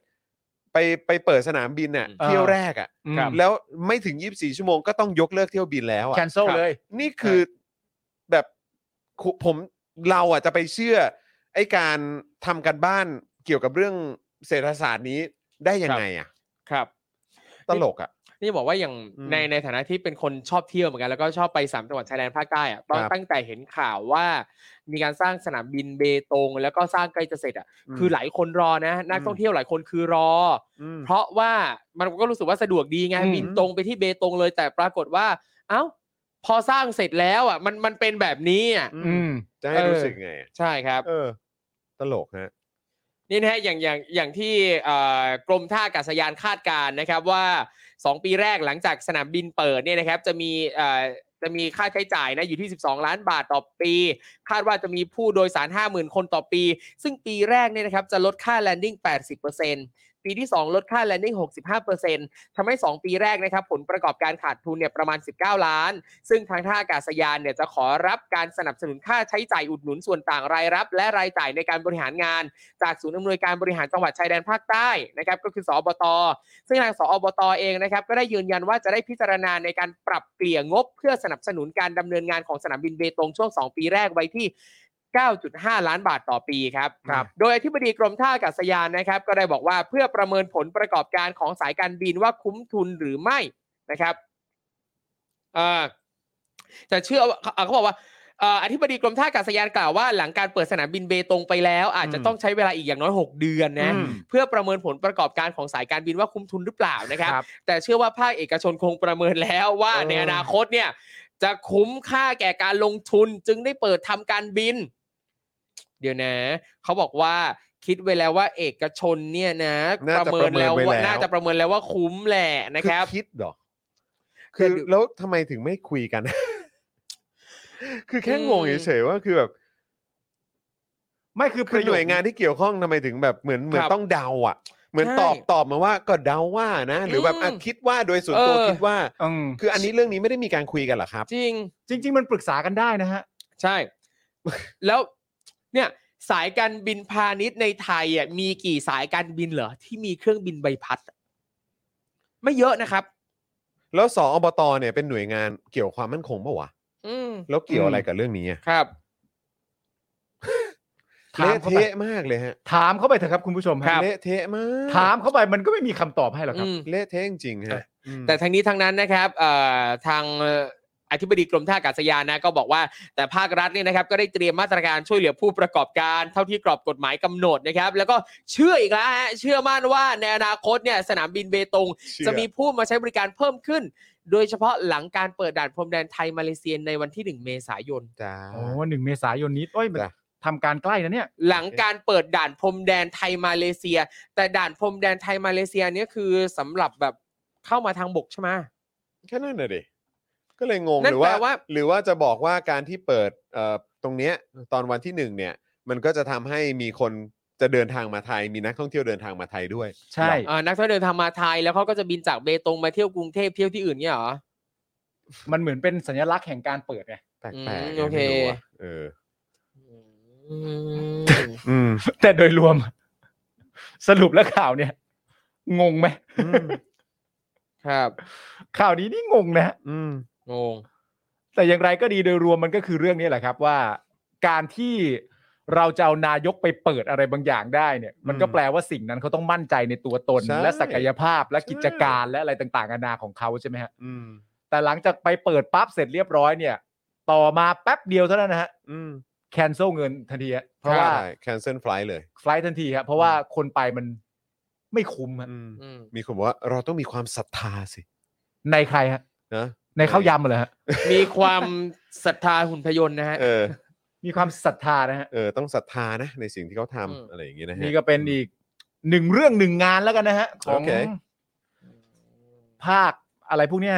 [SPEAKER 1] ไปไปเปิดสนามบินน่ะ
[SPEAKER 2] เออ
[SPEAKER 1] เที่ยวแรกอ่ะ
[SPEAKER 3] ครับ
[SPEAKER 1] แล้วไม่ถึง 24 ชั่วโมงก็ต้องยกเลิกเที่ยวบินแล้วอ่ะ
[SPEAKER 2] แคนเซิลเลย
[SPEAKER 1] นี่คือแบบคุผมเราอ่ะจะไปเชื่อ ไอ้การทำกันบ้านเกี่ยวกับเรื่องเศรษฐศาสตร์นี้ได้ยังไงอ่ะ
[SPEAKER 3] ครับ
[SPEAKER 1] ตลกอ่ะ
[SPEAKER 3] นี่บอกว่าอย่าง
[SPEAKER 1] อืม
[SPEAKER 3] ในในฐานะที่เป็นคนชอบเที่ยวเหมือนกันแล้วก็ชอบไปสามจังหวัดชายแดนภาคใต้อะตอ
[SPEAKER 1] ค
[SPEAKER 3] น
[SPEAKER 1] รับ
[SPEAKER 3] ตั้งแต่เห็นข่าวว่า มีการสร้างสนามบินเบตง แล้วก็สร้างใกล้จะเสร็จอ่ะ
[SPEAKER 1] อืม
[SPEAKER 3] คือหลายคนรอนะ นัก
[SPEAKER 1] อืม
[SPEAKER 3] ท่องเที่ยวหลายคนคือรอ
[SPEAKER 1] อืม
[SPEAKER 3] เพราะว่ามันก็รู้สึกว่าสะดวกดีไง
[SPEAKER 2] อืม
[SPEAKER 3] บินตรงไปที่เบตงเลยแต่ปรากฏว่า เอ้า พอสร้างเสร็จแล้วอ่ะมันมันเป็นแบบนี้อ่ะ
[SPEAKER 1] อื
[SPEAKER 2] อืม
[SPEAKER 1] จะให้
[SPEAKER 3] เออ
[SPEAKER 1] รู้สึกไงอะ
[SPEAKER 3] ใช่ครับ
[SPEAKER 1] เออ ตลกฮะ
[SPEAKER 3] นี่นะฮะอย่างอย่างอย่างที่เอ่อกรมท่าอากาศยานคาดการณ์นะครับว่า 2 ปีแรกหลังจากสนามบินเปิดเนี่ยนะครับจะมีเอ่อจะมีค่าใช้จ่ายนะอยู่ที่ 12 ล้านบาทต่อปี คาดว่าจะมีผู้โดยสาร 50,000 คนต่อปี ซึ่งปีแรกเนี่ยนะครับจะลดค่าแลนดิ้ง80%ปีที่ 2 ลดค่าแลนดิ้ง65%ทำให้ 2 ปีแรกนะครับผลประกอบการขาดทุนเนี่ยประมาณ 19 ล้าน ซึ่งทางท่าอากาศยานเนี่ยจะขอรับการสนับสนุนค่าใช้จ่ายอุดหนุนส่วนต่างรายรับ และรายจ่ายในการบริหารงาน จากศูนย์อำนวยการบริหารจังหวัดชายแดนภาคใต้นะครับก็คือสอบต ซึ่งทางสอบตเองนะครับก็ได้ยืนยันว่าจะได้พิจารณาในการปรับเปลี่ยงบ เพื่อสนับสนุนการดำเนินงานของสนามบินเบตงช่วง 2 ปีแรกไว้ที่ 9.5 ล้านบาทต่อปีครับ
[SPEAKER 1] ครับ
[SPEAKER 3] โดยอธิบดีกรมท่าอากาศยานนะครับ ก็ได้บอกว่าเพื่อประเมินผลประกอบการของสายการบินว่าคุ้มทุนหรือไม่นะครับเอ่อจะเชื่อว่าเขาเขาบอกว่า เอ่ออธิบดีกรมท่าอากาศยานกล่าวว่าหลังการเปิดสนามบินเบตงไปแล้ว อาจจะ
[SPEAKER 1] อืม
[SPEAKER 3] ต้องใช้เวลาอีกอย่างน้อย 6 เดือนนะ
[SPEAKER 2] อืม
[SPEAKER 3] เพื่อประเมินผลประกอบการของสายการบินว่าคุ้มทุนหรือเปล่านะครับ
[SPEAKER 2] ครับ
[SPEAKER 3] แต่เชื่อว่าภาคเอกชนคงประเมินแล้วว่า
[SPEAKER 1] เออ
[SPEAKER 3] ในอนาคตเนี่ย จะคุ้มค่าแก่การลงทุนจึงได้เปิดทำการบิน เดี๋ยวนะ เขาบอกว่าคิดไว้แล้วว่าเอกชนเนี่ยนะ
[SPEAKER 1] น่าจะประเมินไว้แล้ว
[SPEAKER 3] น่าจะประเมินแล้วว่าคุ้มแหละนะครับ
[SPEAKER 1] อคิดเหรอ คือ
[SPEAKER 3] แต่ดู
[SPEAKER 1] แล้วทำไมถึงไม่คุย
[SPEAKER 3] (laughs)
[SPEAKER 1] กัน คือแค่งง
[SPEAKER 3] อืม
[SPEAKER 1] เฉยๆว่าคือแบบ
[SPEAKER 2] ไม่คือ
[SPEAKER 1] คือหน่วยงานที่เกี่ยวข้องทำไมถึงแบบเหมือนเหมือน
[SPEAKER 3] ครับ
[SPEAKER 1] ต้องเดาอ่ะ เหมือน
[SPEAKER 3] ใช่
[SPEAKER 1] ตอบตอบมาว่าก็เดาว่านะ หรือแบบอ่ะ
[SPEAKER 3] อืม
[SPEAKER 1] คิดว่าโดยส่วนตัว
[SPEAKER 3] เออ
[SPEAKER 1] คิดว่า
[SPEAKER 2] อืม
[SPEAKER 1] คืออันนี้เรื่องนี้ไม่ได้มีการคุยกันเหรอครับ
[SPEAKER 3] จริง
[SPEAKER 2] จริง ๆ มันปรึกษากันได้นะฮะ
[SPEAKER 3] ใช่ (laughs) แล้วเนี่ยสายการบินพาณิชย์ในไทยอ่ะมีกี่สายการบินเหรอ ที่มีเครื่องบินใบพัดอะไม่เยอะนะครับ
[SPEAKER 1] แล้วสอบตเนี่ยเป็นหน่วยงานเกี่ยวความมั่นคงปะวะ
[SPEAKER 3] อืม
[SPEAKER 1] แล้วเกี่ยว
[SPEAKER 2] อืม
[SPEAKER 1] อะไรกับเรื่องนี้อะ
[SPEAKER 3] ครับ
[SPEAKER 2] ถาม
[SPEAKER 1] เละ
[SPEAKER 2] เขาไป
[SPEAKER 1] เทะมากเลยฮะ
[SPEAKER 2] ถามเขาไปเถอะครับคุณผู้ชมฮะ
[SPEAKER 3] ครับ
[SPEAKER 1] เละเทะมาก
[SPEAKER 2] ถามเขาไปมันก็ไม่มีคำตอบให้หรอกครับ
[SPEAKER 3] อืม
[SPEAKER 1] เละเทะจริงๆฮะ
[SPEAKER 3] แต่ทั้งนี้ทั้งนั้นนะครับเอ่อทาง อธิบดีกรมท่าอากาศยานนะก็บอกว่าแต่ภาครัฐเนี่ยนะครับก็ได้เตรียมมาตรการช่วยเหลือผู้ประกอบการ เท่าที่กรอบกฎหมายกำหนดนะครับ แล้วก็เชื่ออีกแล้วฮะเชื่อมั่นว่าในอนาคตเนี่ยสนามบินเบตง จะมีผู้มาใช้บริการเพิ่มขึ้น โดยเฉพาะหลังการเปิดด่านพรมแดนไทยมาเลเซียในวันที่ 1 เมษายน
[SPEAKER 1] จ้า
[SPEAKER 2] โอ้หนึ่งเมษายนนี้โอ้ยมัน
[SPEAKER 1] จ้ะ
[SPEAKER 2] ทำการใกล้นะเนี่ย
[SPEAKER 3] หลังการเปิดด่านพรมแดนไทยมาเลเซีย แต่ด่านพรมแดนไทยมาเลเซียเนี่ยคือสำหรับแบบเข้ามาทางบกใช่ไหม
[SPEAKER 1] แค่นั้นน่ะดิก็เลยงง
[SPEAKER 3] นั่
[SPEAKER 1] ห
[SPEAKER 3] น
[SPEAKER 1] รือว่า
[SPEAKER 3] แปลว่า
[SPEAKER 1] หรือว่าจะบอกว่าการที่เปิดเอ่อตรงเนี้ยตอนวันที่หนึ่งเนี่ย มันก็จะทำให้มีคนจะเดินทางมาไทย มีนักท่องเที่ยวเดินทางมาไทยด้วย
[SPEAKER 2] ใช่
[SPEAKER 3] เอ่อนักท่องเดินทางมาไทยแล้วเขาก็จะบินจากเบตงมาเที่ยวกรุงเทพเที่ยวที่อื่นเนี่ยเหรอ
[SPEAKER 2] มันเหมือนเป็นสัญลักษณ์แห่งการเปิดไง (laughs)
[SPEAKER 1] แปลกๆ
[SPEAKER 3] อืม
[SPEAKER 1] ไง
[SPEAKER 3] โอเค
[SPEAKER 1] ไม่รู้อะเออ
[SPEAKER 3] อืม
[SPEAKER 1] อืม
[SPEAKER 2] แต่โดยรวม (laughs) สรุปแล้วข่าวเนี่ย งงไหม
[SPEAKER 1] อืม
[SPEAKER 3] ครับ
[SPEAKER 2] ข่าวนี้นี่งงนะฮะ
[SPEAKER 1] อืม
[SPEAKER 3] งง
[SPEAKER 2] แต่อย่างไรก็ดีโดยรวมมันก็คือเรื่องนี้แหละครับว่า การที่เราจะเอานายกไปเปิดอะไรบางอย่างได้เนี่ย มันก็แปลว่าสิ่งนั้นเขาต้องมั่นใจในตัวตน และศักยภาพและกิจการและอะไรต่างๆนานาของเขาใช่ไหมฮะ
[SPEAKER 1] อืม
[SPEAKER 2] แต่หลังจากไปเปิดปั๊บเสร็จเรียบร้อยเนี่ย ต่อมาแป๊บเดียวเท่านั้นนะฮะ
[SPEAKER 1] อืม
[SPEAKER 2] แคนเซิลเงินทันทีฮะเพราะว่า
[SPEAKER 1] ใช่ cancel flight เลย
[SPEAKER 2] ไฟล์ทันทีครับเพราะว่าคนไปมันไม่คุ้มฮะ
[SPEAKER 1] อืม
[SPEAKER 3] อืม
[SPEAKER 1] มีคนบอกว่าเราต้องมีความศรัทธาสิ
[SPEAKER 2] ในใครฮะ
[SPEAKER 1] นะ
[SPEAKER 2] ในข้าวยำเหรอฮะ
[SPEAKER 3] มีความศรัทธาหุ่นพยนต์นะฮะ
[SPEAKER 1] เออ
[SPEAKER 2] มีความศรัทธานะฮะ
[SPEAKER 1] เออต้องศรัทธานะ ในสิ่งที่เขาทำ
[SPEAKER 3] อืม
[SPEAKER 1] อะไรอย่างงี้นะฮะ
[SPEAKER 2] นี่ก็เป็นอีกหนึ่งเรื่องหนึ่งงานแล้วกันนะฮะ ของ
[SPEAKER 1] โอเค
[SPEAKER 2] ภาคอะไรพวกเนี้ย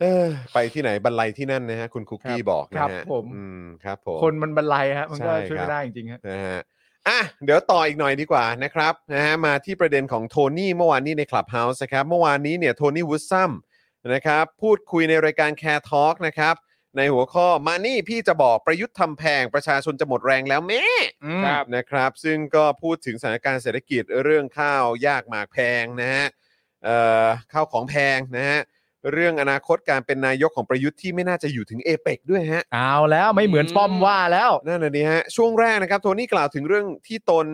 [SPEAKER 1] เออไปที่ไหนบรรลัยที่นั่นนะฮะคุณคุกกี้บอกนะฮะ
[SPEAKER 2] ครับผม
[SPEAKER 1] อืมครับผม
[SPEAKER 2] คนมันบรรลัยฮะ มันก็
[SPEAKER 1] ใช่
[SPEAKER 2] ช่วย
[SPEAKER 1] ครับ
[SPEAKER 2] ไม่ได้จริงๆฮะ
[SPEAKER 1] นะฮะอ่ะเดี๋ยวต่ออีกหน่อยดีกว่านะครับนะฮะมาที่ประเด็นของโทนี่เมื่อวานนี้ในคลับเฮาส์นะครับ เมื่อวานนี้เนี่ยโทนี่วูดซัมนะครับ พูดคุยในรายการแคร์ทอ l k นะครับ ในหัวข้อมานี่พี่จะบอกประยุทธ์ทำแพงประชาชนจะหมดแรงแล้วแม่
[SPEAKER 2] ครับ
[SPEAKER 1] นะครับ ซึ่งก็พูดถึงสถานการณ์เศรษฐกิจเรื่องข้าวยากหมากแพงนะฮะเอ่อข้าวของแพงนะฮะเรื่องอนาคตการเป็นนายกของประยุทธ์ที่ไม่น่าจะอยู่ถึงเอเปกด้วยฮะ
[SPEAKER 2] เอาแล้วไม่เหมือน
[SPEAKER 3] อืม
[SPEAKER 2] ป้อมว่าแล้ว
[SPEAKER 1] นั่นน่ะนี่ฮะช่วงแรกนะครับโทนี่กล่าวถึงเรื่องที่ตน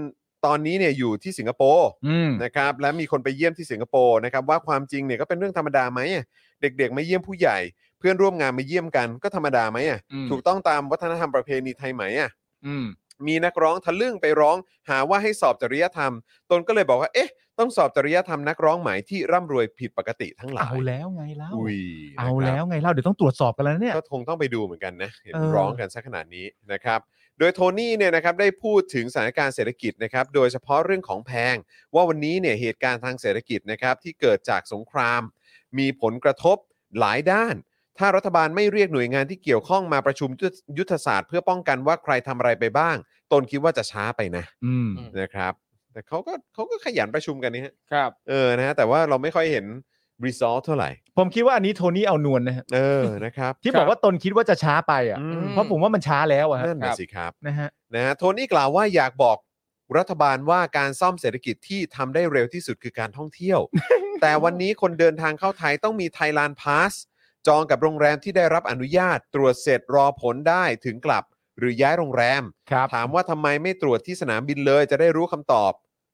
[SPEAKER 1] ตอนนี้เนี่ยอยู่ที่สิงคโปร์
[SPEAKER 2] อืม
[SPEAKER 1] นะครับและมีคนไปเยี่ยมที่สิงคโปร์นะครับว่าความจริงเนี่ยก็เป็นเรื่องธรรมดาไหมอะเด็กๆมาเยี่ยมผู้ใหญ่ เพื่อนร่วมงานมาเยี่ยมกันก็ธรรมดาไหมอะ
[SPEAKER 2] อืม
[SPEAKER 1] ถูกต้องตามวัฒนธรรมประเพณีไทยไหมอะ
[SPEAKER 2] อืม
[SPEAKER 1] มีนักร้องทะลึ่งไปร้อง หาว่าให้สอบจริยธรรม ตนก็เลยบอกว่าเอ๊ะต้องสอบจริยธรรมนักร้องหมายที่ร่ำรวยผิดปกติทั้งหลา
[SPEAKER 2] เอา
[SPEAKER 1] ย
[SPEAKER 2] แล้วไงเล่า
[SPEAKER 1] อุ้ย
[SPEAKER 2] เอา
[SPEAKER 1] นะครับ
[SPEAKER 2] แล้วไงเล่าเดี๋ยวต้องตรวจสอบกันแล้วเนี่ย
[SPEAKER 1] ก็คงต้องไปดูเหมือนกันนะ เห็น
[SPEAKER 2] เออ
[SPEAKER 1] ร้องกันซะขนาดนี้นะครับ โดยโทนี่เนี่ยนะครับได้พูดถึงสถานการณ์เศรษฐกิจนะครับ โดยเฉพาะเรื่องของแพง ว่าวันนี้เนี่ยเหตุการณ์ทางเศรษฐกิจนะครับที่เกิดจากสงคราม มีผลกระทบหลายด้าน ถ้ารัฐบาลไม่เรียกหน่วยงานที่เกี่ยวข้องมาประชุมยุทธยุทธศาสตร์เพื่อป้องกันว่าใครทำอะไรไปบ้าง ตนคิดว่าจะช้าไปนะ
[SPEAKER 2] อืม
[SPEAKER 1] นะครับ แต่เขาก็เขาก็ขยันประชุมกันนี่ฮะ
[SPEAKER 3] ครับ
[SPEAKER 1] เออนะฮะแต่ว่าเราไม่ค่อยเห็นรีซอสเท่าไหร่
[SPEAKER 2] ผมคิดว่าอันนี้โทนี่เอานวลนะฮะ
[SPEAKER 1] เออนะครับ
[SPEAKER 2] ที่บอกว่าตนคิดว่าจะช้าไปอ่ะ
[SPEAKER 1] อืม
[SPEAKER 2] เพราะผมว่ามันช้าแล้วอะฮะ
[SPEAKER 1] นั่นน่ะสิครับ
[SPEAKER 2] นะฮะ
[SPEAKER 1] นะฮะโทนี่กล่าวว่าอยากบอกรัฐบาลว่าการซ่อมเศรษฐกิจที่ทำได้เร็วที่สุดคือการท่องเที่
[SPEAKER 2] (laughs)
[SPEAKER 1] ยว แต่วันนี้คนเดินทางเข้าไทยต้องมีไทยลานพาสจองกับโรงแรมที่ได้รับอนุญาต ตรวจเสร็จรอผลได้ถึงกลับ หรือย้ายโรงแรม
[SPEAKER 2] ครับ
[SPEAKER 1] ถามว่าทำไมไม่ตรวจที่สนามบินเลย จะได้รู้คำตอบ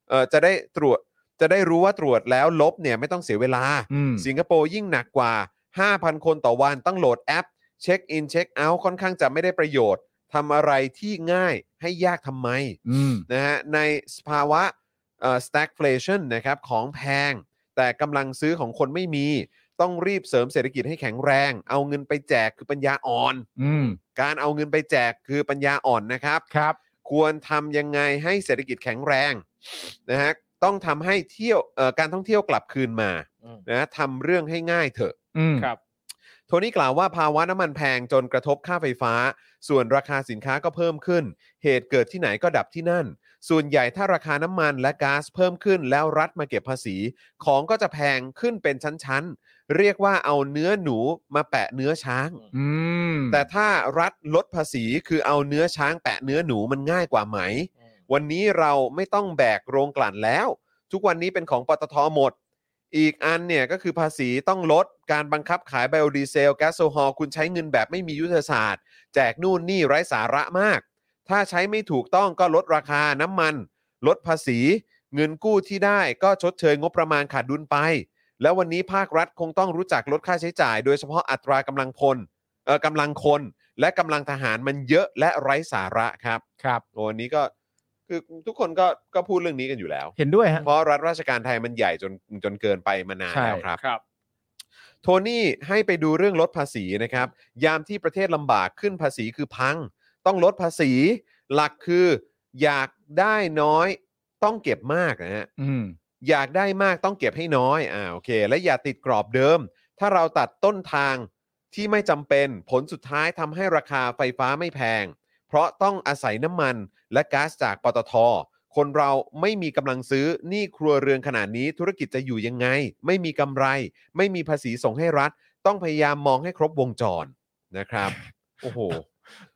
[SPEAKER 1] เออจะได้ตรวจจะได้รู้ว่าตรวจแล้วลบเนี่ยไม่ต้องเสียเวลา
[SPEAKER 2] อืม
[SPEAKER 1] สิงคโปร์ยิ่งหนักกว่า 5,000 คนต่อวันต้องโหลดแอป เช็คอินเช็คเอาท์ค่อนข้างจะไม่ได้ประโยชน์ทำอะไรที่ง่ายให้ยากทำไม
[SPEAKER 2] อืม
[SPEAKER 1] นะฮะในสภาวะเอ่อ stagflation นะครับของแพง แต่กำลังซื้อของคนไม่มี ต้องรีบเสริมเศรษฐกิจให้แข็งแรง เอาเงินไปแจกคือปัญญาอ่อน
[SPEAKER 2] อืม
[SPEAKER 1] การเอาเงินไปแจกคือปัญญาอ่อนนะครับ
[SPEAKER 2] ครับ
[SPEAKER 1] ควรทำยังไงให้เศรษฐกิจแข็งแรงนะฮะต้องทำให้เที่ยวเอ่อการท่องเที่ยวกลับคืนมา
[SPEAKER 3] อืม
[SPEAKER 1] นะฮะทำเรื่องให้ง่ายเถอะ
[SPEAKER 2] อืม
[SPEAKER 3] ครับ
[SPEAKER 1] โทนี่กล่าวว่าภาวะน้ำมันแพงจนกระทบค่าไฟฟ้า ส่วนราคาสินค้าก็เพิ่มขึ้น เหตุเกิดที่ไหนก็ดับที่นั่น ส่วนใหญ่ถ้าราคาน้ำมันและก๊าซเพิ่มขึ้นแล้วรัฐมาเก็บภาษี ของก็จะแพงขึ้นเป็นชั้นๆ เรียกว่าเอาเนื้อหนูมาแปะเนื้อช้าง
[SPEAKER 2] อืม
[SPEAKER 1] แต่ถ้ารัฐลดภาษีคือเอาเนื้อช้างแปะเนื้อหนูมันง่ายกว่าไหม วันนี้เราไม่ต้องแบกโรงกลั่นแล้ว ทุกวันนี้เป็นของปตทหมด อีกอันเนี่ยก็คือภาษีต้องลดการบังคับขายไบโอดีเซลแก๊สโซฮอลคุณใช้เงินแบบไม่มียุทธศาสตร์ แจกนู่นนี่ไร้สาระมาก ถ้าใช้ไม่ถูกต้องก็ลดราคาน้ำมัน ลดภาษี เงินกู้ที่ได้ก็ชดเชยงบประมาณขาดดุลไป แล้ววันนี้ภาครัฐคงต้องรู้จักลดค่าใช้จ่าย โดยเฉพาะอัตรากำลังพลเอ่อกำลังคน และกำลังทหารมันเยอะและไร้สาระครับ
[SPEAKER 2] ครับ
[SPEAKER 1] โอ้อันนี้ก็คือทุกคนก็ก็พูดเรื่องนี้กันอยู่แล้ว
[SPEAKER 2] เห็นด้วยฮะ
[SPEAKER 1] เพราะรัฐราชการไทยมันใหญ่จนจนเกินไปมานาน
[SPEAKER 2] ใช่
[SPEAKER 1] แล้วครับ
[SPEAKER 3] ครับ
[SPEAKER 1] โทนี่ให้ไปดูเรื่องลดภาษีนะครับ ยามที่ประเทศลำบากขึ้นภาษีคือพัง ต้องลดภาษี หลักคืออยากได้น้อยต้องเก็บมากนะฮะ
[SPEAKER 2] อืม
[SPEAKER 1] อยากได้มากต้องเก็บให้น้อย อ่า โอเค และอย่าติดกรอบเดิม ถ้าเราตัดต้นทางที่ไม่จำเป็น ผลสุดท้ายทำให้ราคาไฟฟ้าไม่แพง เพราะต้องอาศัยน้ำมันและก๊าซจากปตท คนเราไม่มีกำลังซื้อหนี้ครัวเรือนขนาดนี้ธุรกิจจะอยู่ยังไง ไม่มีกำไร ไม่มีภาษีส่งให้รัฐ ต้องพยายามมองให้ครบวงจรนะครับ โอ้โห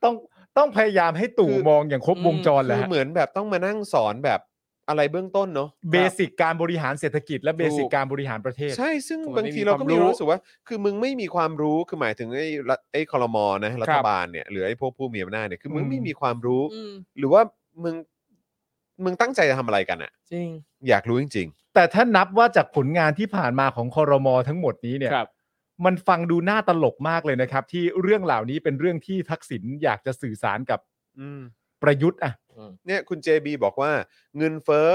[SPEAKER 2] ต้องต้องพยายามให้ตู่
[SPEAKER 1] คือ
[SPEAKER 2] มองอย่างครบวงจรแห
[SPEAKER 1] (laughs) คื
[SPEAKER 2] ละ
[SPEAKER 1] อเหมือนแบบต้องมานั่งสอนแบบอะไรเบื้องต้นเนาะ
[SPEAKER 2] เบสิกการบริหารเศรษฐกิจและเบสิกการบริหารประเทศ
[SPEAKER 1] ใช่ ซึ่ง
[SPEAKER 3] ผม
[SPEAKER 1] บาง
[SPEAKER 3] ไม่
[SPEAKER 1] ที
[SPEAKER 3] มี
[SPEAKER 1] เราก็
[SPEAKER 3] ความ
[SPEAKER 1] มี
[SPEAKER 3] รู้
[SPEAKER 1] รู้สึกว่า คือมึงไม่มีความรู้ คือหมายถึงไอ้รัฐไอ้คอรมอนะ รั
[SPEAKER 3] ครั
[SPEAKER 1] ฐ
[SPEAKER 3] บ
[SPEAKER 1] บาลเนี่ยหรือไอ้พวกผู้มีอำนาจเนี่ย คือมึง
[SPEAKER 2] อืม
[SPEAKER 1] ไม่มีความรู้
[SPEAKER 3] อืม
[SPEAKER 1] หรือว่ามึง มึงตั้งใจจะทำอะไรกันอะ
[SPEAKER 3] จริง
[SPEAKER 1] อยากรู้จริง
[SPEAKER 2] แต่ถ้านับว่าจากผลงานที่ผ่านมาของคอรมอทั้งหมดนี้เนี่ย
[SPEAKER 3] ครับ
[SPEAKER 2] มันฟังดูน่าตลกมากเลยนะครับ ที่เรื่องเหล่านี้เป็นเรื่องที่ทักษิณอยากจะสื่อสารกับ
[SPEAKER 1] ๆ อืม
[SPEAKER 2] ประยุทธ์อ่ะ
[SPEAKER 1] เนี่ยคุณ JB บอกว่าเงินเฟ้อ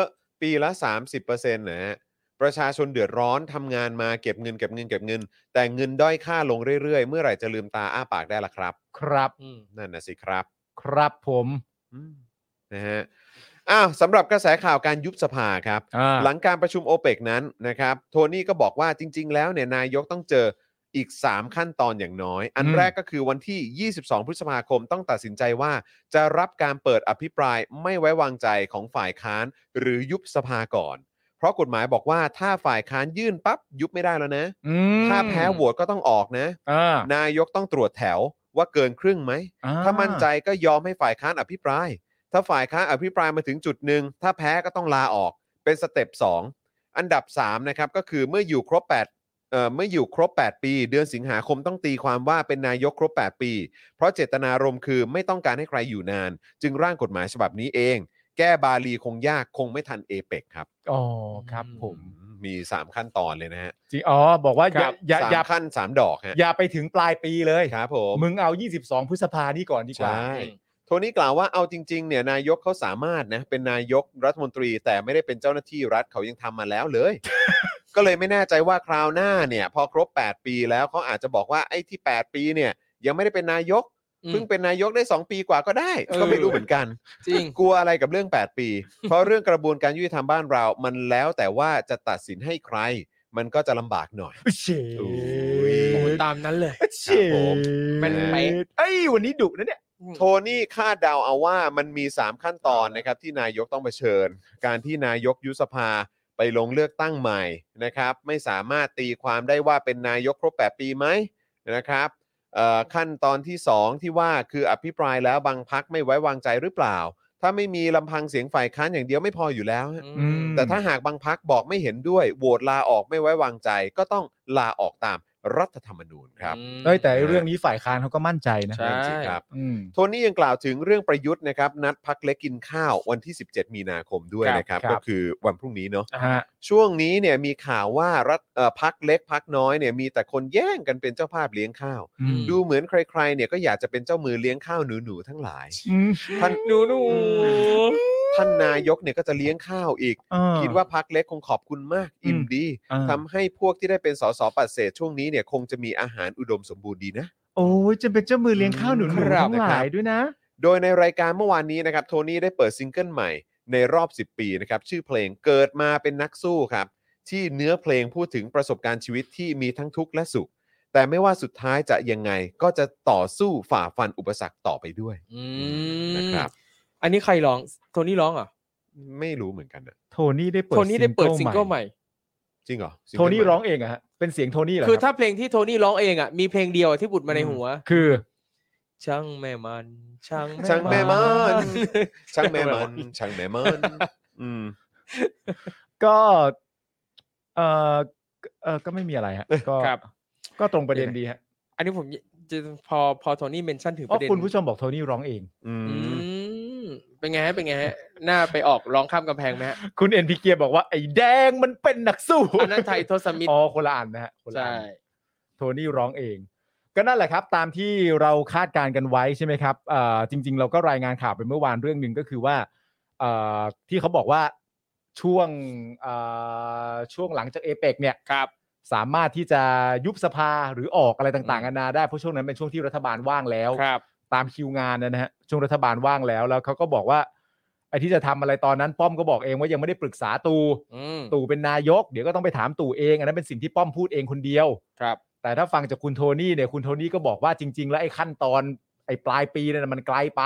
[SPEAKER 1] ปีละ 30%นะฮะประชาชนเดือดร้อนทำงานมาเก็บเงินเก็บเงินเก็บเงิน แต่เงินด้อยค่าลงเรื่อยๆ เมื่อไหร่จะลืมตาอ้าปากได้ล่ะครับ
[SPEAKER 2] ครับ
[SPEAKER 3] อืม
[SPEAKER 1] นั่นนะสิครับ
[SPEAKER 2] ครับผม
[SPEAKER 1] อืมนะฮะอ้าวสำหรับกระแสข่าวการยุบสภาครับ
[SPEAKER 2] อ่า
[SPEAKER 1] หลังการประชุมโอเปกนั้นนะครับ โทนี่ก็บอกว่าจริง ๆ แล้วเนี่ยนายกต้องเจออีก 3 ขั้นตอนอย่างน้อย อันแรกก็คือวันที่ 22 พฤษภาคมต้องตัดสินใจว่า จะรับการเปิดอภิปรายไม่ไว้วางใจของฝ่ายค้านหรือยุบสภาก่อน เพราะกฎหมายบอกว่าถ้าฝ่ายค้านยื่นปั๊บยุบไม่ได้แล้วนะ
[SPEAKER 2] อืม
[SPEAKER 1] ถ้าแพ้โหวตก็ต้องออกนะ
[SPEAKER 2] อ่าน
[SPEAKER 1] ายกต้องตรวจแถวว่าเกินครึ่งไหม
[SPEAKER 2] อ่
[SPEAKER 1] ถ้ามั่นใจก็ยอมให้ฝ่ายค้านอภิปราย ถ้าฝ่ายค้านอภิปรายมาถึงจุดหนึ่ง ถ้าแพ้ก็ต้องลาออก เป็นสเต็ป2อันดับ 3 นะครับ ก็คือเมื่ออยู่ครบ8เอ่อเมื่ออยู่ครบ 8 ปี เดือนสิงหาคมต้องตีความว่าเป็นนายกครบ 8 ปี เพราะเจตนารมณ์คือไม่ต้องการให้ใครอยู่นาน จึงร่างกฎหมายฉบับนี้เอง แก้บาลีคงยากคงไม่ทันเอเปกครับ
[SPEAKER 2] อ๋อครับผม
[SPEAKER 1] อืมมี 3 ขั้นตอนเลยนะฮะ
[SPEAKER 2] จริงอ๋อบอกว่าอย่า
[SPEAKER 3] ครับ
[SPEAKER 2] อย่า
[SPEAKER 1] สาม
[SPEAKER 2] อย่า
[SPEAKER 1] ขั้น 3 ดอกฮะ
[SPEAKER 2] อย่าไปถึงปลายปีเลย
[SPEAKER 1] ครับผม
[SPEAKER 2] มึงเอา 22 พฤษภานี่ก่อนดีกว่า
[SPEAKER 1] ใช่ โทนี่กล่าวว่าเอาจริงๆเนี่ยนายกเขาสามารถนะเป็นนายกรัฐมนตรี แต่ไม่ได้เป็นเจ้าหน้าที่รัฐเขายังทำมาแล้วเลย
[SPEAKER 3] (laughs)
[SPEAKER 1] ก็เลยไม่แน่ใจว่าคราวหน้าเนี่ย พอครบ 8 ปีแล้วเขาอาจจะบอกว่าไอ้ที่ 8 ปีเนี่ย ยังไม่ได้เป็นนายก
[SPEAKER 3] อืม
[SPEAKER 1] เพิ่งเป็นนายกได้ 2 ปีกว่าก็ได้
[SPEAKER 3] เออ
[SPEAKER 1] ก็ไม่รู้เหมือนกัน
[SPEAKER 3] จริง
[SPEAKER 1] กลัวอะไรกับเรื่อง 8 ปี เพราะเรื่องกระบวนการยุติธรรมบ้านเรา มันแล้วแต่ว่าจะตัดสินให้ใคร มันก็จะลำบากหน่อย
[SPEAKER 2] เช
[SPEAKER 1] โอ้ย
[SPEAKER 3] โอ้ตามนั้นเลย
[SPEAKER 2] เช
[SPEAKER 1] ผม
[SPEAKER 3] มันเป๊ะ
[SPEAKER 2] เอ้ยวันนี้ดุนะเนี่ย
[SPEAKER 1] (laughs) โทนี่คาดเดาเอาว่ามันมี 3 ขั้นตอนนะครับที่นายกต้องเผชิญ การที่นายกยุบสภาไปลงเลือกตั้งใหม่นะครับ ไม่สามารถตีความได้ว่าเป็นนายกครบ 8 ปีไหมนะครับเอ่อขั้นตอนที่ 2 ที่ว่าคืออภิปรายแล้วบางพักไม่ไว้วางใจหรือเปล่า ถ้าไม่มีลำพังเสียงฝ่ายค้านอย่างเดียวไม่พออยู่แล้วฮะ
[SPEAKER 3] อืม
[SPEAKER 1] แต่ถ้าหากบางพักบอกไม่เห็นด้วยโหวตลาออกไม่ไว้วางใจ ก็ต้องลาออกตามรัฐธรรมนูญครับ
[SPEAKER 2] เอ้ยแต่เรื่องนี้ฝ่ายค้านเขาก็มั่นใจนะ
[SPEAKER 3] ใช่
[SPEAKER 1] นั่นสิครับ
[SPEAKER 2] อืม
[SPEAKER 1] โทนี่ยังกล่าวถึงเรื่องประยุทธ์นะครับ นัดพักเล็กกินข้าววันที่ 17 มีนาคมด้วยนะครับ
[SPEAKER 2] ครับ
[SPEAKER 1] ก็คือวันพรุ่งนี้เนาะ
[SPEAKER 2] ฮะ
[SPEAKER 1] ช่วงนี้เนี่ยมีข่าวว่ารัฐเอ่อพักเล็กพักน้อยเนี่ยมีแต่คนแย่งกันเป็นเจ้าภาพเลี้ยงข้าว
[SPEAKER 2] อืม
[SPEAKER 1] ดูเหมือนใครๆเนี่ยก็อยากจะเป็นเจ้ามือเลี้ยงข้าวหนูๆทั้งหลาย
[SPEAKER 2] อืม
[SPEAKER 1] ท่าน
[SPEAKER 3] หนูหนู
[SPEAKER 1] ท่านนายกเนี่ยก็จะเลี้ยงข้าวอีก
[SPEAKER 2] เออ
[SPEAKER 1] คิดว่าพักเล็กคงขอบคุณมากอิ่ม
[SPEAKER 2] อืม
[SPEAKER 1] ดี
[SPEAKER 2] เออ
[SPEAKER 1] ทำให้พวกที่ได้เป็นสสปัดเศษช่วงนี้เนี่ยคงจะมีอาหารอุดมสมบูรณ์ดีนะ
[SPEAKER 2] โอ้ยจะเป็นเจ้ามือเลี้ยงข้าวหนูหนู
[SPEAKER 1] ครับ
[SPEAKER 2] ทั้งหลาย
[SPEAKER 1] นะครับ
[SPEAKER 2] ด้วยนะ
[SPEAKER 1] โดยในรายการเมื่อวานนี้นะครับโทนี่ได้เปิดซิงเกิลใหม่ในรอบ 10 ปีนะครับชื่อเพลงเกิดมาเป็นนักสู้ครับ ที่เนื้อเพลงพูดถึงประสบการณ์ชีวิตที่มีทั้งทุกข์และสุข แต่ไม่ว่าสุดท้ายจะยังไงก็จะต่อสู้ฝ่าฟันอุปสรรคต่อไปด้วย นะครับ
[SPEAKER 3] อันนี้ใครร้อง โทนี่ร้องเหรอ่ะ
[SPEAKER 1] ไม่รู้เหมือนกันนะ
[SPEAKER 2] โทนี่ได้เปิด
[SPEAKER 3] โทนี่ได้เปิดซิงเกิลใหม่
[SPEAKER 1] จริงเหรอซิ
[SPEAKER 2] โท
[SPEAKER 1] เกิล
[SPEAKER 2] นี่
[SPEAKER 1] ใหม่
[SPEAKER 2] ร้องเองอะฮะเป็นเสียงโทนี่เหรอ
[SPEAKER 3] คือ
[SPEAKER 2] รับ
[SPEAKER 3] ถ้าเพลงที่โทนี่ร้องเองอ่ะ มีเพลงเดียวที่บุดมาในหัว
[SPEAKER 2] คือ
[SPEAKER 3] ช่างแม่มัน ช่าง
[SPEAKER 1] ช่างแม่มันช่างแม่
[SPEAKER 3] ช่างแม่มั
[SPEAKER 1] มัน นช่างแม่มันอืม
[SPEAKER 2] ก็เออเออก็ไม่มีอะไรฮะก็
[SPEAKER 3] ครับ
[SPEAKER 2] ก็ตรงประเด็นดีฮะ
[SPEAKER 3] อันนี้ผมจะพอพอโทนี่เมนชั่นถึง
[SPEAKER 2] อ๋
[SPEAKER 3] ป
[SPEAKER 2] อ
[SPEAKER 3] ระเด็น
[SPEAKER 2] คุณผู้ชมบอกโทนี่ร้องเอง
[SPEAKER 1] อื
[SPEAKER 3] อื
[SPEAKER 1] ม
[SPEAKER 3] ม เป็นไงฮะเป็นไงฮะหน้าไปออกร้องข้ามกำแพงไหมฮะ
[SPEAKER 2] คุณเอ็นพีเกียบอกว่าไอ้แดงมันเป็นนักสู้
[SPEAKER 3] อันนั้นไทยโทสมิธ
[SPEAKER 2] อ๋อคนละอันนะฮะคนละ
[SPEAKER 3] ใช่
[SPEAKER 2] อัน โทนี่ร้องเอง ก็นั่นแหละครับ ตามที่เราคาดการณ์กันไว้ใช่ไหมครับเอ่อจริง ๆ เราก็รายงานข่าวไปเมื่อวานเรื่องหนึ่งก็คือว่าเอ่อที่เขาบอกว่าช่วงเอ่อช่วงหลังจากเอเปกเนี่ย
[SPEAKER 3] ครับ
[SPEAKER 2] สามารถที่จะยุบสภาหรือออกอะไรต่างๆนานาได้เพราะช่วงนั้นเป็นช่วงที่รัฐบาลว่างแล้ว
[SPEAKER 3] ครับ
[SPEAKER 2] ตามคิวงานนะฮะช่วงรัฐบาลว่างแล้วแล้วเขาก็บอกว่าไอ้ที่จะทำอะไรตอนนั้นป้อมก็บอกเองว่ายังไม่ได้ปรึกษาตู
[SPEAKER 3] อืม
[SPEAKER 2] ตู่เป็นนายก เดี๋ยวก็ต้องไปถามตู่เองอันนั้นเป็นสิ่งที่ป้อมพูดเองคนเดียว
[SPEAKER 3] ครับ
[SPEAKER 2] แต่ถ้าฟังจากคุณโทนี่เนี่ยคุณโทนี่ก็บอกว่าจริง ๆ แล้วไอ้ขั้นตอนไอ้ปลายปีนั่นนะมันไกลไป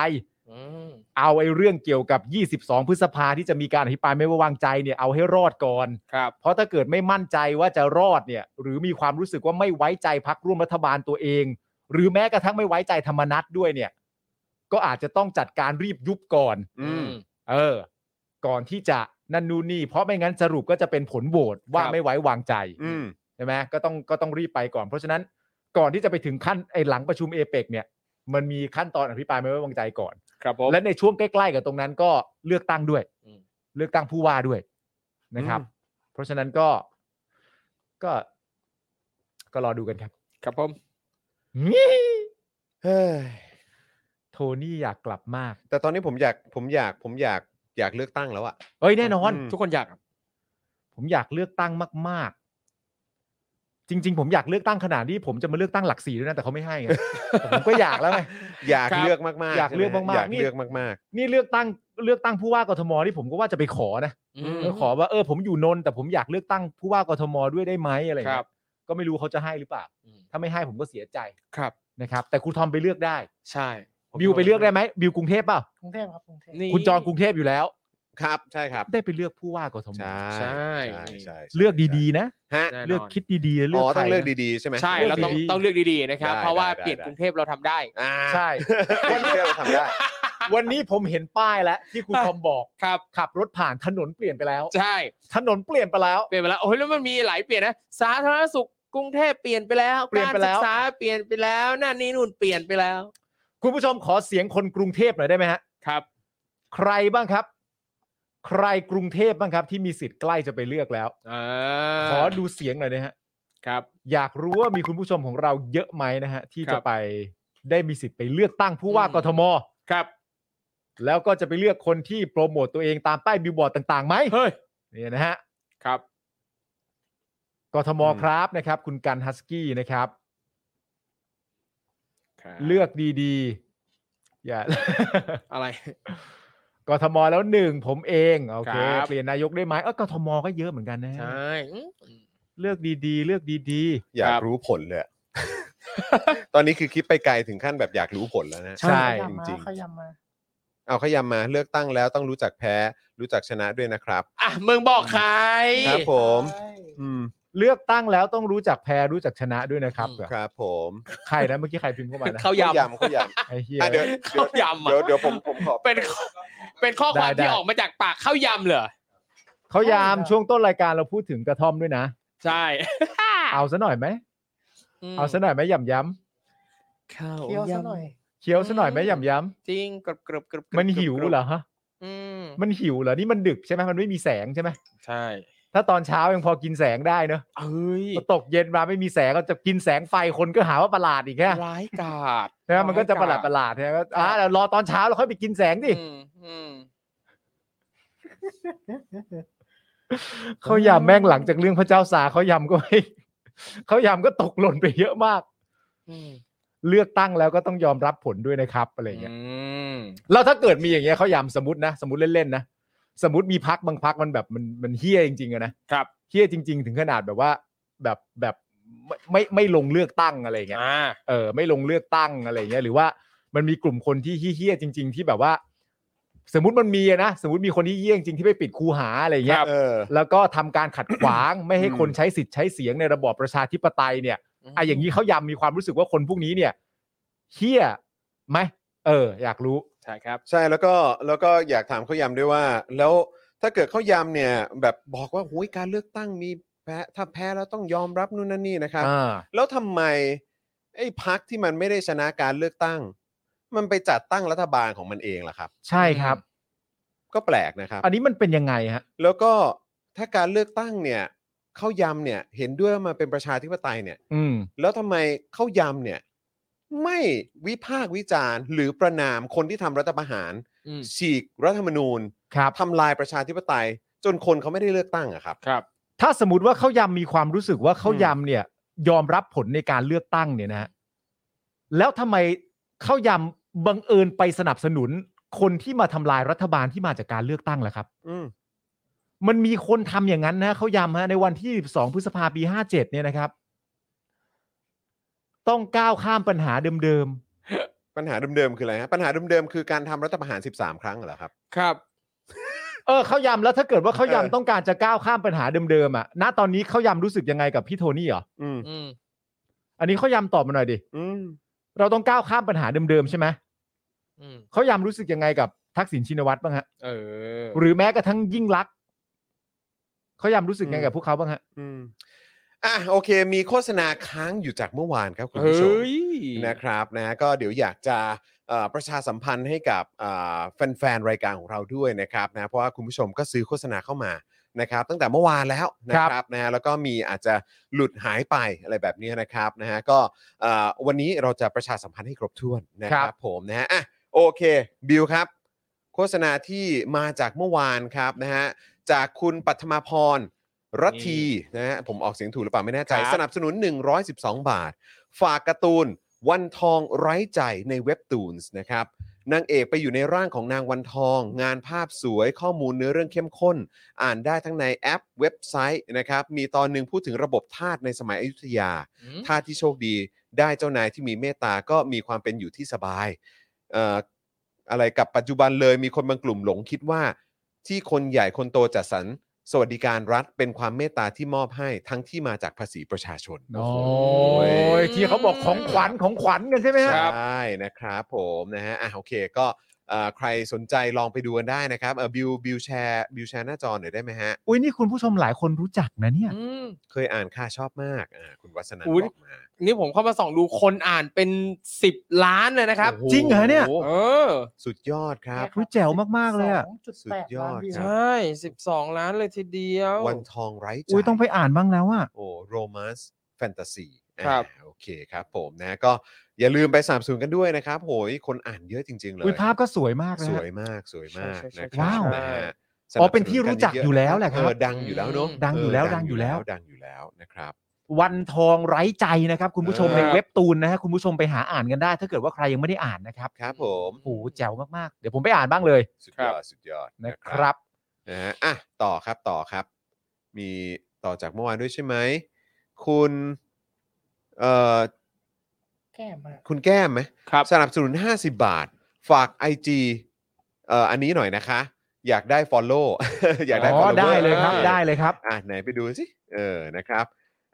[SPEAKER 3] อืม
[SPEAKER 2] เอาไอ้เรื่องเกี่ยวกับ 22 พฤษภาที่จะมีการอภิปรายไม่ไว้วางใจเนี่ยเอาให้รอดก่อน
[SPEAKER 3] ครับ
[SPEAKER 2] เพราะถ้าเกิดไม่มั่นใจว่าจะรอดเนี่ยหรือมีความรู้สึกว่าไม่ไว้ใจพักร่วมรัฐบาลตัวเอง หรือแม้กระทั่งไม่ไว้ใจธรรมนัตด้วยเนี่ย ก็อาจจะต้องจัดการรีบยุบก่อน
[SPEAKER 1] อืม
[SPEAKER 2] เออ ก่อนที่จะนั่นนู่นนี่ เพราะไม่งั้นสรุปก็จะเป็นผลโหวตว่า
[SPEAKER 3] ครับ
[SPEAKER 2] ไม่ไว้วางใจ
[SPEAKER 1] อืม
[SPEAKER 2] ใช่ไหมก็ต้องก็ต้องรีบไปก่อน เพราะฉะนั้นก่อนที่จะไปถึงขั้นไอ้หลังประชุมเอเปกเนี่ย มันมีขั้นตอนอภิปรายไม่ไว้วางใจก่อน
[SPEAKER 3] ครับผม
[SPEAKER 2] และในช่วงใกล้ๆกับตรงนั้นก็เลือกตั้งด้วย
[SPEAKER 3] อืม
[SPEAKER 2] เลือกตั้งผู้ว่าด้วยนะครับ เพราะฉะนั้นก็ก็ ก็รอดูกันครับ
[SPEAKER 3] ครับผม
[SPEAKER 2] งี้โทนี่อยากกลับมาก
[SPEAKER 1] แต่ตอนนี้ผมอยากผมอยากผมอยากอยากเลือกตั้งแล้วอะ
[SPEAKER 2] เอ้ยแน่นอน
[SPEAKER 1] อืม
[SPEAKER 3] ทุกคนอยาก
[SPEAKER 2] ผมอยากเลือกตั้งมาก ๆ จริง ๆ ผมอยากเลือกตั้งขนาดที่ผมจะมาเลือกตั้งหลักสี่ด้วยนะแต่เขาไม่
[SPEAKER 1] (laughs)
[SPEAKER 2] ให้ไงแต่ผมก็อยากแล้วไง
[SPEAKER 1] อยาก
[SPEAKER 3] ครับ
[SPEAKER 1] เลือกมากๆ
[SPEAKER 2] อยากเลือก
[SPEAKER 1] ใช่ไห
[SPEAKER 2] มากๆ
[SPEAKER 1] อยาก
[SPEAKER 2] นี่
[SPEAKER 1] เลือกมาก
[SPEAKER 2] นี่เลือกตั้งเลือกตั้งผู้ว่ากทมที่ผมก็ว่าจะไปขอนะ
[SPEAKER 3] (laughs) อืม
[SPEAKER 2] ขอว่าเออผมอยู่นนท์แต่ผมอยากเลือกตั้งผู้ว่ากทมด้วยได้ไหมอะไร
[SPEAKER 3] ครั
[SPEAKER 2] เงี้
[SPEAKER 3] บ
[SPEAKER 2] ยก็ไม่รู้เขาจะให้หรือเปล่า
[SPEAKER 3] อืม
[SPEAKER 2] ถ้าไม่ให้ผมก็เสียใจ
[SPEAKER 3] ครับ
[SPEAKER 2] นะครับ แต่ครูทอมไปเลือกได้
[SPEAKER 3] ใช่ผม
[SPEAKER 2] บิวไปเลือกได้ไหมบิวกรุงเทพเปล่าก
[SPEAKER 5] รุงเทพครับกรุงเทพ
[SPEAKER 3] นี่
[SPEAKER 2] คุณจรกรุงเทพอยู่แล้ว
[SPEAKER 1] ๆ ครับ ใช่ครับ
[SPEAKER 2] ได้ไปเลือกผู้ว่ากทม
[SPEAKER 1] ใช่
[SPEAKER 3] ใช่
[SPEAKER 1] ใช่ใช่
[SPEAKER 2] เลือกดีๆนะ
[SPEAKER 1] ฮะ
[SPEAKER 3] แน่นน
[SPEAKER 2] เลือกคิดดีๆเลื
[SPEAKER 1] อ๋
[SPEAKER 2] อก
[SPEAKER 1] อ
[SPEAKER 2] ใค
[SPEAKER 1] ต้
[SPEAKER 2] ร
[SPEAKER 1] องเลือก
[SPEAKER 2] นะ
[SPEAKER 1] ดีๆ ใช่ไหม
[SPEAKER 3] ใช่
[SPEAKER 2] เลื
[SPEAKER 3] เรา
[SPEAKER 2] อก
[SPEAKER 3] ต้อง
[SPEAKER 2] ดี
[SPEAKER 3] ต้องเลือกดีๆนะครับ เพราะว่าเปลี่ยนกรุงเทพเราทำได้
[SPEAKER 1] อ่า
[SPEAKER 2] ใช่
[SPEAKER 1] (laughs) วันนี้เราทำได้
[SPEAKER 2] วันนี้ผมเห็นป้ายแล้วที่ครูทอมบอก
[SPEAKER 3] ครับ
[SPEAKER 2] ขับรถผ่านถนนเปลี่ยนไปแล้ว
[SPEAKER 3] ใช่
[SPEAKER 2] ถนนเปลี่ยนไปแล้ว
[SPEAKER 3] เปลี่ยนไปแล้วโอ้ยแล้วมันมีหลายเปลี่ยนนะสาธารณสุขกรุงเทพเปลี่ยนไปแล้ว
[SPEAKER 2] เปลี่ยนไปแล้ว
[SPEAKER 3] การศึกษาเปลี่ยนไปแล้วนั่นนี่นู่นเปลี่ยนไปแล้ว
[SPEAKER 2] คุณผู้ชมขอเสียงคนกรุงเทพหน่อยได้ไหมฮะ
[SPEAKER 3] ครับ
[SPEAKER 2] ใครบ้างครับ ใครกรุงเทพบ้างครับ ที่มีสิทธิ์ใกล้จะไปเลือกแล้ว
[SPEAKER 3] อ่า
[SPEAKER 2] ขอดูเสียงหน่อยนะฮะ
[SPEAKER 3] ครับ
[SPEAKER 2] อยากรู้ว่ามีคุณผู้ชมของเราเยอะไหมนะฮะ ที่
[SPEAKER 3] ครั
[SPEAKER 2] จะ
[SPEAKER 3] บ
[SPEAKER 2] ไปได้มีสิทธิ์ไปเลือกตั้งผู้ว่า
[SPEAKER 3] อืม
[SPEAKER 2] กทม
[SPEAKER 3] ครับ
[SPEAKER 2] แล้วก็จะไปเลือกคนที่โปรโมตตัวเองตามป้ายบิลบอร์ดต่างๆไหม
[SPEAKER 3] เฮ้ย
[SPEAKER 2] เนี่ยนะฮะ
[SPEAKER 3] ครับ
[SPEAKER 2] กทม
[SPEAKER 1] อืม
[SPEAKER 2] ครับนะครับ คุณกันฮัสกี้นะครับ
[SPEAKER 3] ครับ
[SPEAKER 2] เลือกดีๆ อย่า
[SPEAKER 3] อะไร
[SPEAKER 2] กทมแล้วหนึ่งผมเองโอเค
[SPEAKER 3] ครับ
[SPEAKER 2] เปลี่ยนนายกได้ไหมเออกทมก็เยอะเหมือนกันนะฮะ
[SPEAKER 3] ใช่อืม
[SPEAKER 2] เลือกดีๆ เลือกดี
[SPEAKER 1] อยา
[SPEAKER 3] ค
[SPEAKER 1] ก
[SPEAKER 3] รับ
[SPEAKER 1] รู้ผลเลยอะตอนนี้คือคิดไปไกลถึงขั้นแบบอยากรู้ผลแล้วนะ
[SPEAKER 2] ๆ ใช่
[SPEAKER 5] ข
[SPEAKER 1] จ
[SPEAKER 5] ยำ
[SPEAKER 1] ริ
[SPEAKER 5] มาง
[SPEAKER 1] ๆ
[SPEAKER 5] ขยำมา
[SPEAKER 1] เอาขยำมาเลือกตั้งแล้วต้องรู้จักแพ้รู้จักชนะด้วยนะครับ
[SPEAKER 3] อ่ะมึงบอกใคร
[SPEAKER 1] ครับผม
[SPEAKER 5] ใช่
[SPEAKER 1] อืม
[SPEAKER 2] เลือกตั้งแล้วต้องรู้จักแพ้รู้จักชนะด้วยนะครับ
[SPEAKER 3] อืม
[SPEAKER 1] ครับผม
[SPEAKER 2] ใครนะเมื่อกี้ใครพิมพ์เข้ามานะ
[SPEAKER 3] เขายำ
[SPEAKER 1] ยำข้าวยำ
[SPEAKER 2] ไอ้เฮีย
[SPEAKER 1] อ่ะเดี๋ยว
[SPEAKER 3] ข้าวยำอะ
[SPEAKER 1] เดี๋ยวเดี๋ยวผมผมขอ
[SPEAKER 3] เป็นเป็นข้อความ
[SPEAKER 2] ได้ได้
[SPEAKER 3] ที่ออกมาจากปากข้าวยำเหรอ
[SPEAKER 2] เขายามช่วงต้นรายการเราพูดถึงกระท่อมด้วยนะ
[SPEAKER 3] ใช่
[SPEAKER 2] เอาซะหน่อยไหม
[SPEAKER 3] ม
[SPEAKER 2] เอาซะหน่อยไหมหย่ำย้
[SPEAKER 3] ข้าว
[SPEAKER 5] เคี้ยวซะหน่อย
[SPEAKER 2] ำเคี้ยวซะหน่อยไหมหย่ำย้
[SPEAKER 3] จริงกรึบกรึบกรึบก
[SPEAKER 2] ำ
[SPEAKER 3] รึบ
[SPEAKER 2] มันหิวเหรอฮะ
[SPEAKER 3] อืม
[SPEAKER 2] มันหิวเหรอนี่มันดึกใช่ไหมมันไม่มีแสงใช่ไหม
[SPEAKER 3] ใช่
[SPEAKER 2] ถ้าตอนเช้ายังพอกินแสงได้เนอะ
[SPEAKER 3] เอ้ย
[SPEAKER 2] พอตกเย็นมาไม่มีแสงก็จะกินแสงไฟคนก็หาว่าประหลาดอีกแค่
[SPEAKER 3] ร้ายกาด
[SPEAKER 2] นะมันก็จะ
[SPEAKER 3] อ๋อ
[SPEAKER 2] ป
[SPEAKER 3] ให้
[SPEAKER 2] ระหลาด
[SPEAKER 3] กะ
[SPEAKER 2] ประหลาดนะก็อ่าเดี๋ยวรอตอนเช้าเราค่อยไปกินแสงดิ
[SPEAKER 3] อืมอืม
[SPEAKER 2] เขายำแม่งหลังจากเรื่องพระเจ้าสาเขายำก็ไม่ (laughs) เขายำก็ตกหล่นไปเยอะมาก
[SPEAKER 3] อืม
[SPEAKER 2] เลือกตั้งแล้วก็ต้องยอมรับผลด้วยนะครับอะไรอย่างเงี้ย
[SPEAKER 3] อืม
[SPEAKER 2] แล้วถ้าเกิดมีอย่างเงี้ยเขายำสมมตินะ สมมติเล่นๆนะสมมติมีพักบางพักมันแบบมันมันเฮี้ยจริงๆอะนะครับ เฮี้ยจริง ๆ ถึงขนาดแบบว่า แบบแบบไม่ไม่ไม่ลงเลือกตั้งอะไรอย่างเงี้ย
[SPEAKER 3] อ่า
[SPEAKER 2] เออไม่ลงเลือกตั้งอะไรอย่างเงี้ยหรือว่ามันมีกลุ่มคนที่เฮี้ยๆจริง ๆ ที่แบบว่า สมมติมันมีอะนะ สมมติมีคนที่เฮี้ยจริงๆที่ไปปิดคูหาอะไรอย่างเงี้ย
[SPEAKER 1] เออ
[SPEAKER 2] แล้วก็ทำการขัดขวาง ไม่ให้
[SPEAKER 1] อืม
[SPEAKER 2] คนใช้สิทธิ์ใช้เสียงในระบอบประชาธิปไตยเนี่ยไอะอย่างนี้เขายำมีความรู้สึกว่าคนพวกนี้เนี่ยเฮี้ยไหมเออ อยากรู้
[SPEAKER 3] ใช่ครับ
[SPEAKER 1] ใช่แล้วก็แล้วก็อยากถามข้าวยำด้วยว่า แล้วถ้าเกิดข้าวยำเนี่ย แบบบอกว่าโอ้ยการเลือกตั้งมีแพ้ถ้าแพ้แล้วต้องยอมรับนู่นนั่นนี่นะครับ
[SPEAKER 2] อ่า
[SPEAKER 1] แล้วทำไมไอ้พักที่มันไม่ได้ชนะการเลือกตั้ง มันไปจัดตั้งรัฐบาลของมันเองล่ะครับ
[SPEAKER 2] ใช่ครับ
[SPEAKER 1] ก็แปลกนะครับ
[SPEAKER 2] อันนี้มันเป็นยังไงฮะ
[SPEAKER 1] แล้วก็ถ้าการเลือกตั้งเนี่ยข้าวยำเนี่ยเห็นด้วยว่ามันเป็นประชาธิปไตยเนี่ย
[SPEAKER 2] อืม
[SPEAKER 1] แล้วทำไมข้าวยำเนี่ย ไม่วิพากษ์วิจารณ์ หรือประนามคนที่ทำรัฐประหาร
[SPEAKER 3] อืม
[SPEAKER 1] ฉีกรัฐธรรมนูญ
[SPEAKER 2] ครับ
[SPEAKER 1] ทำลายประชาธิปไตย จนคนเขาไม่ได้เลือกตั้งอะครับ
[SPEAKER 3] ครับ
[SPEAKER 2] ถ้าสมมติว่าเขายำมีความรู้สึกว่าเขายำเนี่ย ยอมรับผลในการเลือกตั้งเนี่ยนะฮะแล้วทำไมเขายำบังเอิญไปสนับสนุน คนที่มาทำลายรัฐบาลที่มาจากการเลือกตั้งล่ะครับ
[SPEAKER 1] อืม
[SPEAKER 2] มันมีคนทำอย่างนั้นนะเขาย้ำฮะในวันที่ 12 พฤษภาปี 57 เนี่ยนะครับ ต้องก้าวข้ามปัญหาเดิม
[SPEAKER 1] ปัญหาเดิมๆคืออะไรฮะปัญหาเดิมๆคือการทำรัฐประหาร 13 ครั้งเหรอครับ
[SPEAKER 3] ครับ
[SPEAKER 2] ๆ เออเขาย้ำแล้วถ้าเกิดว่าเขา
[SPEAKER 1] เออ
[SPEAKER 2] ย้ำต้องการจะก้าวข้ามปัญหาเดิมๆอ่ะณตอนนี้เขาย้ำรู้สึกยังไงกับพี่โทนี่เหรอ
[SPEAKER 1] อืม
[SPEAKER 3] อืม
[SPEAKER 2] อันนี้เขาย้ำตอบมาหน่อยดิ
[SPEAKER 1] อืม
[SPEAKER 2] เราต้องก้าวข้ามปัญหาเดิมๆใช่ไหม
[SPEAKER 3] อืม
[SPEAKER 2] เขาย้ำรู้สึกยังไงกับทักษิณชินวัตรบ้างฮะ
[SPEAKER 3] เออ
[SPEAKER 2] หรือแม้กระทั่งยิ่งลักษณ์เขาย้ำรู้สึกยังไงกับพวกเขาบ้างฮะ
[SPEAKER 1] อืมอ่ะโอเค มีโฆษณาค้างอยู่จากเมื่อวานครับคุณ
[SPEAKER 3] เฮ้
[SPEAKER 1] ผู้ชม
[SPEAKER 3] ย
[SPEAKER 1] นะครับนะก็เดี๋ยวอยากจะเอ่อประชาสัมพันธ์ให้กับเอ่อแฟนๆ รายการของเราด้วยนะครับนะเพราะว่าคุณผู้ชมก็ซื้อโฆษณาเข้ามานะครับ ตั้งแต่เมื่อวานแล้วนะค
[SPEAKER 2] ครั
[SPEAKER 1] รับบ นะฮะแล้วก็มีอาจจะหลุดหายไปอะไรแบบนี้นะครับนะฮะก็เอ่อวันนี้เราจะประชาสัมพันธ์ให้ครบถ้วนนะครับผมนะฮะอ่ะโอเคบิวครับ โฆษณาที่มาจากเมื่อวานครับนะฮะจากคุณปัทมาพรรัตทีนะฮะผมออกเสียงถูกหรือเปล่าไม่แน่ใจ
[SPEAKER 3] ครับ
[SPEAKER 1] สนับสนุน 112 บาท ฝากการ์ตูนวันทองไร้ใจในเว็บตูนส์นะครับนางเอกไปอยู่ในร่างของนางวันทอง งานภาพสวยข้อมูลเนื้อเรื่องเข้มข้น อ่านได้ทั้งในแอปเว็บไซต์นะครับมีตอนหนึ่งพูดถึงระบบทาสในสมัยอยุธยา
[SPEAKER 3] อืม
[SPEAKER 1] ถ้าที่โชคดีได้เจ้านายที่มีเมตตาก็มีความเป็นอยู่ที่สบายเอ่ออะไรกับปัจจุบันเลยมีคนบางกลุ่มหลงคิดว่า ที่คนใหญ่คนโตจัดสรรสวัสดิการรัฐเป็นความเมตตาที่มอบให้ทั้งที่มาจากภาษีประชาชน
[SPEAKER 2] โอ้ยที่เขาบอกของขวัญของขวัญกันใช่ไหมฮะ
[SPEAKER 1] ใช่นะครับผมนะฮะอ่ะโอเคก็เอ่อใครสนใจลองไปดูกันได้นะครับเออบิวบิวแชร์บิวแชร์หน้าจอหน่อยได้ไหมฮะ
[SPEAKER 2] อุ้ยนี่คุณผู้ชมหลายคนรู้จักนะเนี่ย
[SPEAKER 3] อืม
[SPEAKER 1] เคยอ่านค่าชอบมากอ่าคุณวัฒนัน
[SPEAKER 3] อุ๊ย
[SPEAKER 1] บอกมา
[SPEAKER 3] นี่ผมเข้ามาส่องดูคนอ่านเป็นสิบล้านเลยนะครับ
[SPEAKER 1] โโ
[SPEAKER 2] จริงเหรอเนี่ย
[SPEAKER 3] เออ
[SPEAKER 1] สุดยอดครับ
[SPEAKER 2] อุ๊ยแจ๋วมากๆเลยอะ
[SPEAKER 5] 2.8
[SPEAKER 1] สุดยอด
[SPEAKER 5] ล้านวิว
[SPEAKER 1] ค
[SPEAKER 3] ใช
[SPEAKER 1] รับ
[SPEAKER 3] ่สิบสองล้านเลยทีเดียว
[SPEAKER 1] วันทองไร้ใจ
[SPEAKER 2] อุ้ยต้องไปอ่านบ้างแล้วอะ
[SPEAKER 1] โอ้โรม c สแฟนตาซี
[SPEAKER 3] ครับ
[SPEAKER 1] โอเคครับผมนะก็อย่าลืมไปสามสูนกันด้วยนะครับโหยคนอ่านเยอะจริง ๆ เลย
[SPEAKER 2] อุ้ยภาพก็สวยมากนะ
[SPEAKER 1] ส
[SPEAKER 2] ฮะ
[SPEAKER 1] วยมากสวยมาก
[SPEAKER 3] ใช่ใช่
[SPEAKER 1] นะค
[SPEAKER 3] ใช่
[SPEAKER 1] รับ
[SPEAKER 2] ว้าว
[SPEAKER 1] นะฮะ
[SPEAKER 2] อ๋อเป็นที่รู้จักอยู่แล้วแหละครับ
[SPEAKER 1] เออดังอยู่แล้วเนาะ
[SPEAKER 2] ดังอยู่แล้ว
[SPEAKER 1] เ
[SPEAKER 2] ดังอยู่แล้ว
[SPEAKER 1] ดังอยู่แล้วนะครับ
[SPEAKER 2] วันทองไร้ใจนะครับ คุณผู้ชม
[SPEAKER 3] เออ
[SPEAKER 2] ในเว็บตูนนะฮะคุณผู้ชมไปหาอ่านกันได้ ถ้าเกิดว่าใครยังไม่ได้อ่านนะครับ
[SPEAKER 1] ครับผม
[SPEAKER 2] โอ้โหแจ๋วมากๆ เดี๋ยวผมไปอ่านบ้างเลย
[SPEAKER 1] สุด
[SPEAKER 3] ค
[SPEAKER 1] ย
[SPEAKER 3] รั
[SPEAKER 1] อบ ดสุดยอด
[SPEAKER 2] นะครับ
[SPEAKER 1] นะฮะอ่ะต่อครับต่อครับ มีต่อจากเมื่อวานด้วยใช่ไหมคุณเอ่อ
[SPEAKER 5] แก้มมาก
[SPEAKER 1] คุณแก้มไหม
[SPEAKER 3] ครับ
[SPEAKER 1] สนับสนุน 50 บาท ฝาก IG เอ่ออันนี้หน่อยนะคะ อยากได้ Follow (laughs) อยากได้
[SPEAKER 2] อ๋อ
[SPEAKER 1] follower
[SPEAKER 2] ได้เลยครับ
[SPEAKER 1] ออ
[SPEAKER 2] ได้เลยครับ
[SPEAKER 1] อ่ะไหนไปดูสิเออนะครับ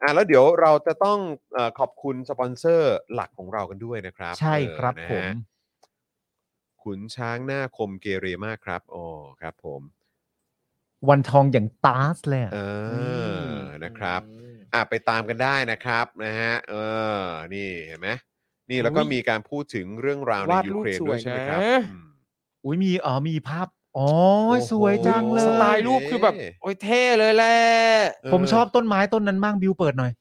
[SPEAKER 1] อ่ะแล้วเดี๋ยวเราจะต้องเอ่อขอบคุณสปอนเซอร์หลักของเรากันด้วยนะครับ
[SPEAKER 2] ใช่ครับ
[SPEAKER 1] เออนะ
[SPEAKER 2] ผ
[SPEAKER 1] ฮะ
[SPEAKER 2] ม
[SPEAKER 1] ขุนช้างหน้าคมเกเรมากครับอ๋อครับผม
[SPEAKER 2] วันทองอย่างตาสเลยอะ
[SPEAKER 1] เออนะครับ อ่ะไปตามกันได้นะครับนะฮะเออ นี่เห็นไหมนี่แล้วก็
[SPEAKER 3] อุ๊ย
[SPEAKER 1] มีการพูดถึงเรื่องราวใน
[SPEAKER 3] วาด
[SPEAKER 1] ยู
[SPEAKER 3] รูป
[SPEAKER 1] เครน
[SPEAKER 3] ส
[SPEAKER 1] ด้
[SPEAKER 3] วย
[SPEAKER 1] วยใช่ไหมครับ
[SPEAKER 3] นะ
[SPEAKER 1] อืม
[SPEAKER 2] อุ้ยมีอ๋อมีภาพอ๋อ
[SPEAKER 1] โอ้โห
[SPEAKER 2] สวยจังเล
[SPEAKER 3] สไต
[SPEAKER 2] ย
[SPEAKER 3] ล์รูปคือแบบ โอ้ยเท่เลยแหละ
[SPEAKER 1] เ
[SPEAKER 2] ผมชอบต้นไม้ต้นนั้นมากบิวเปิดหน่อย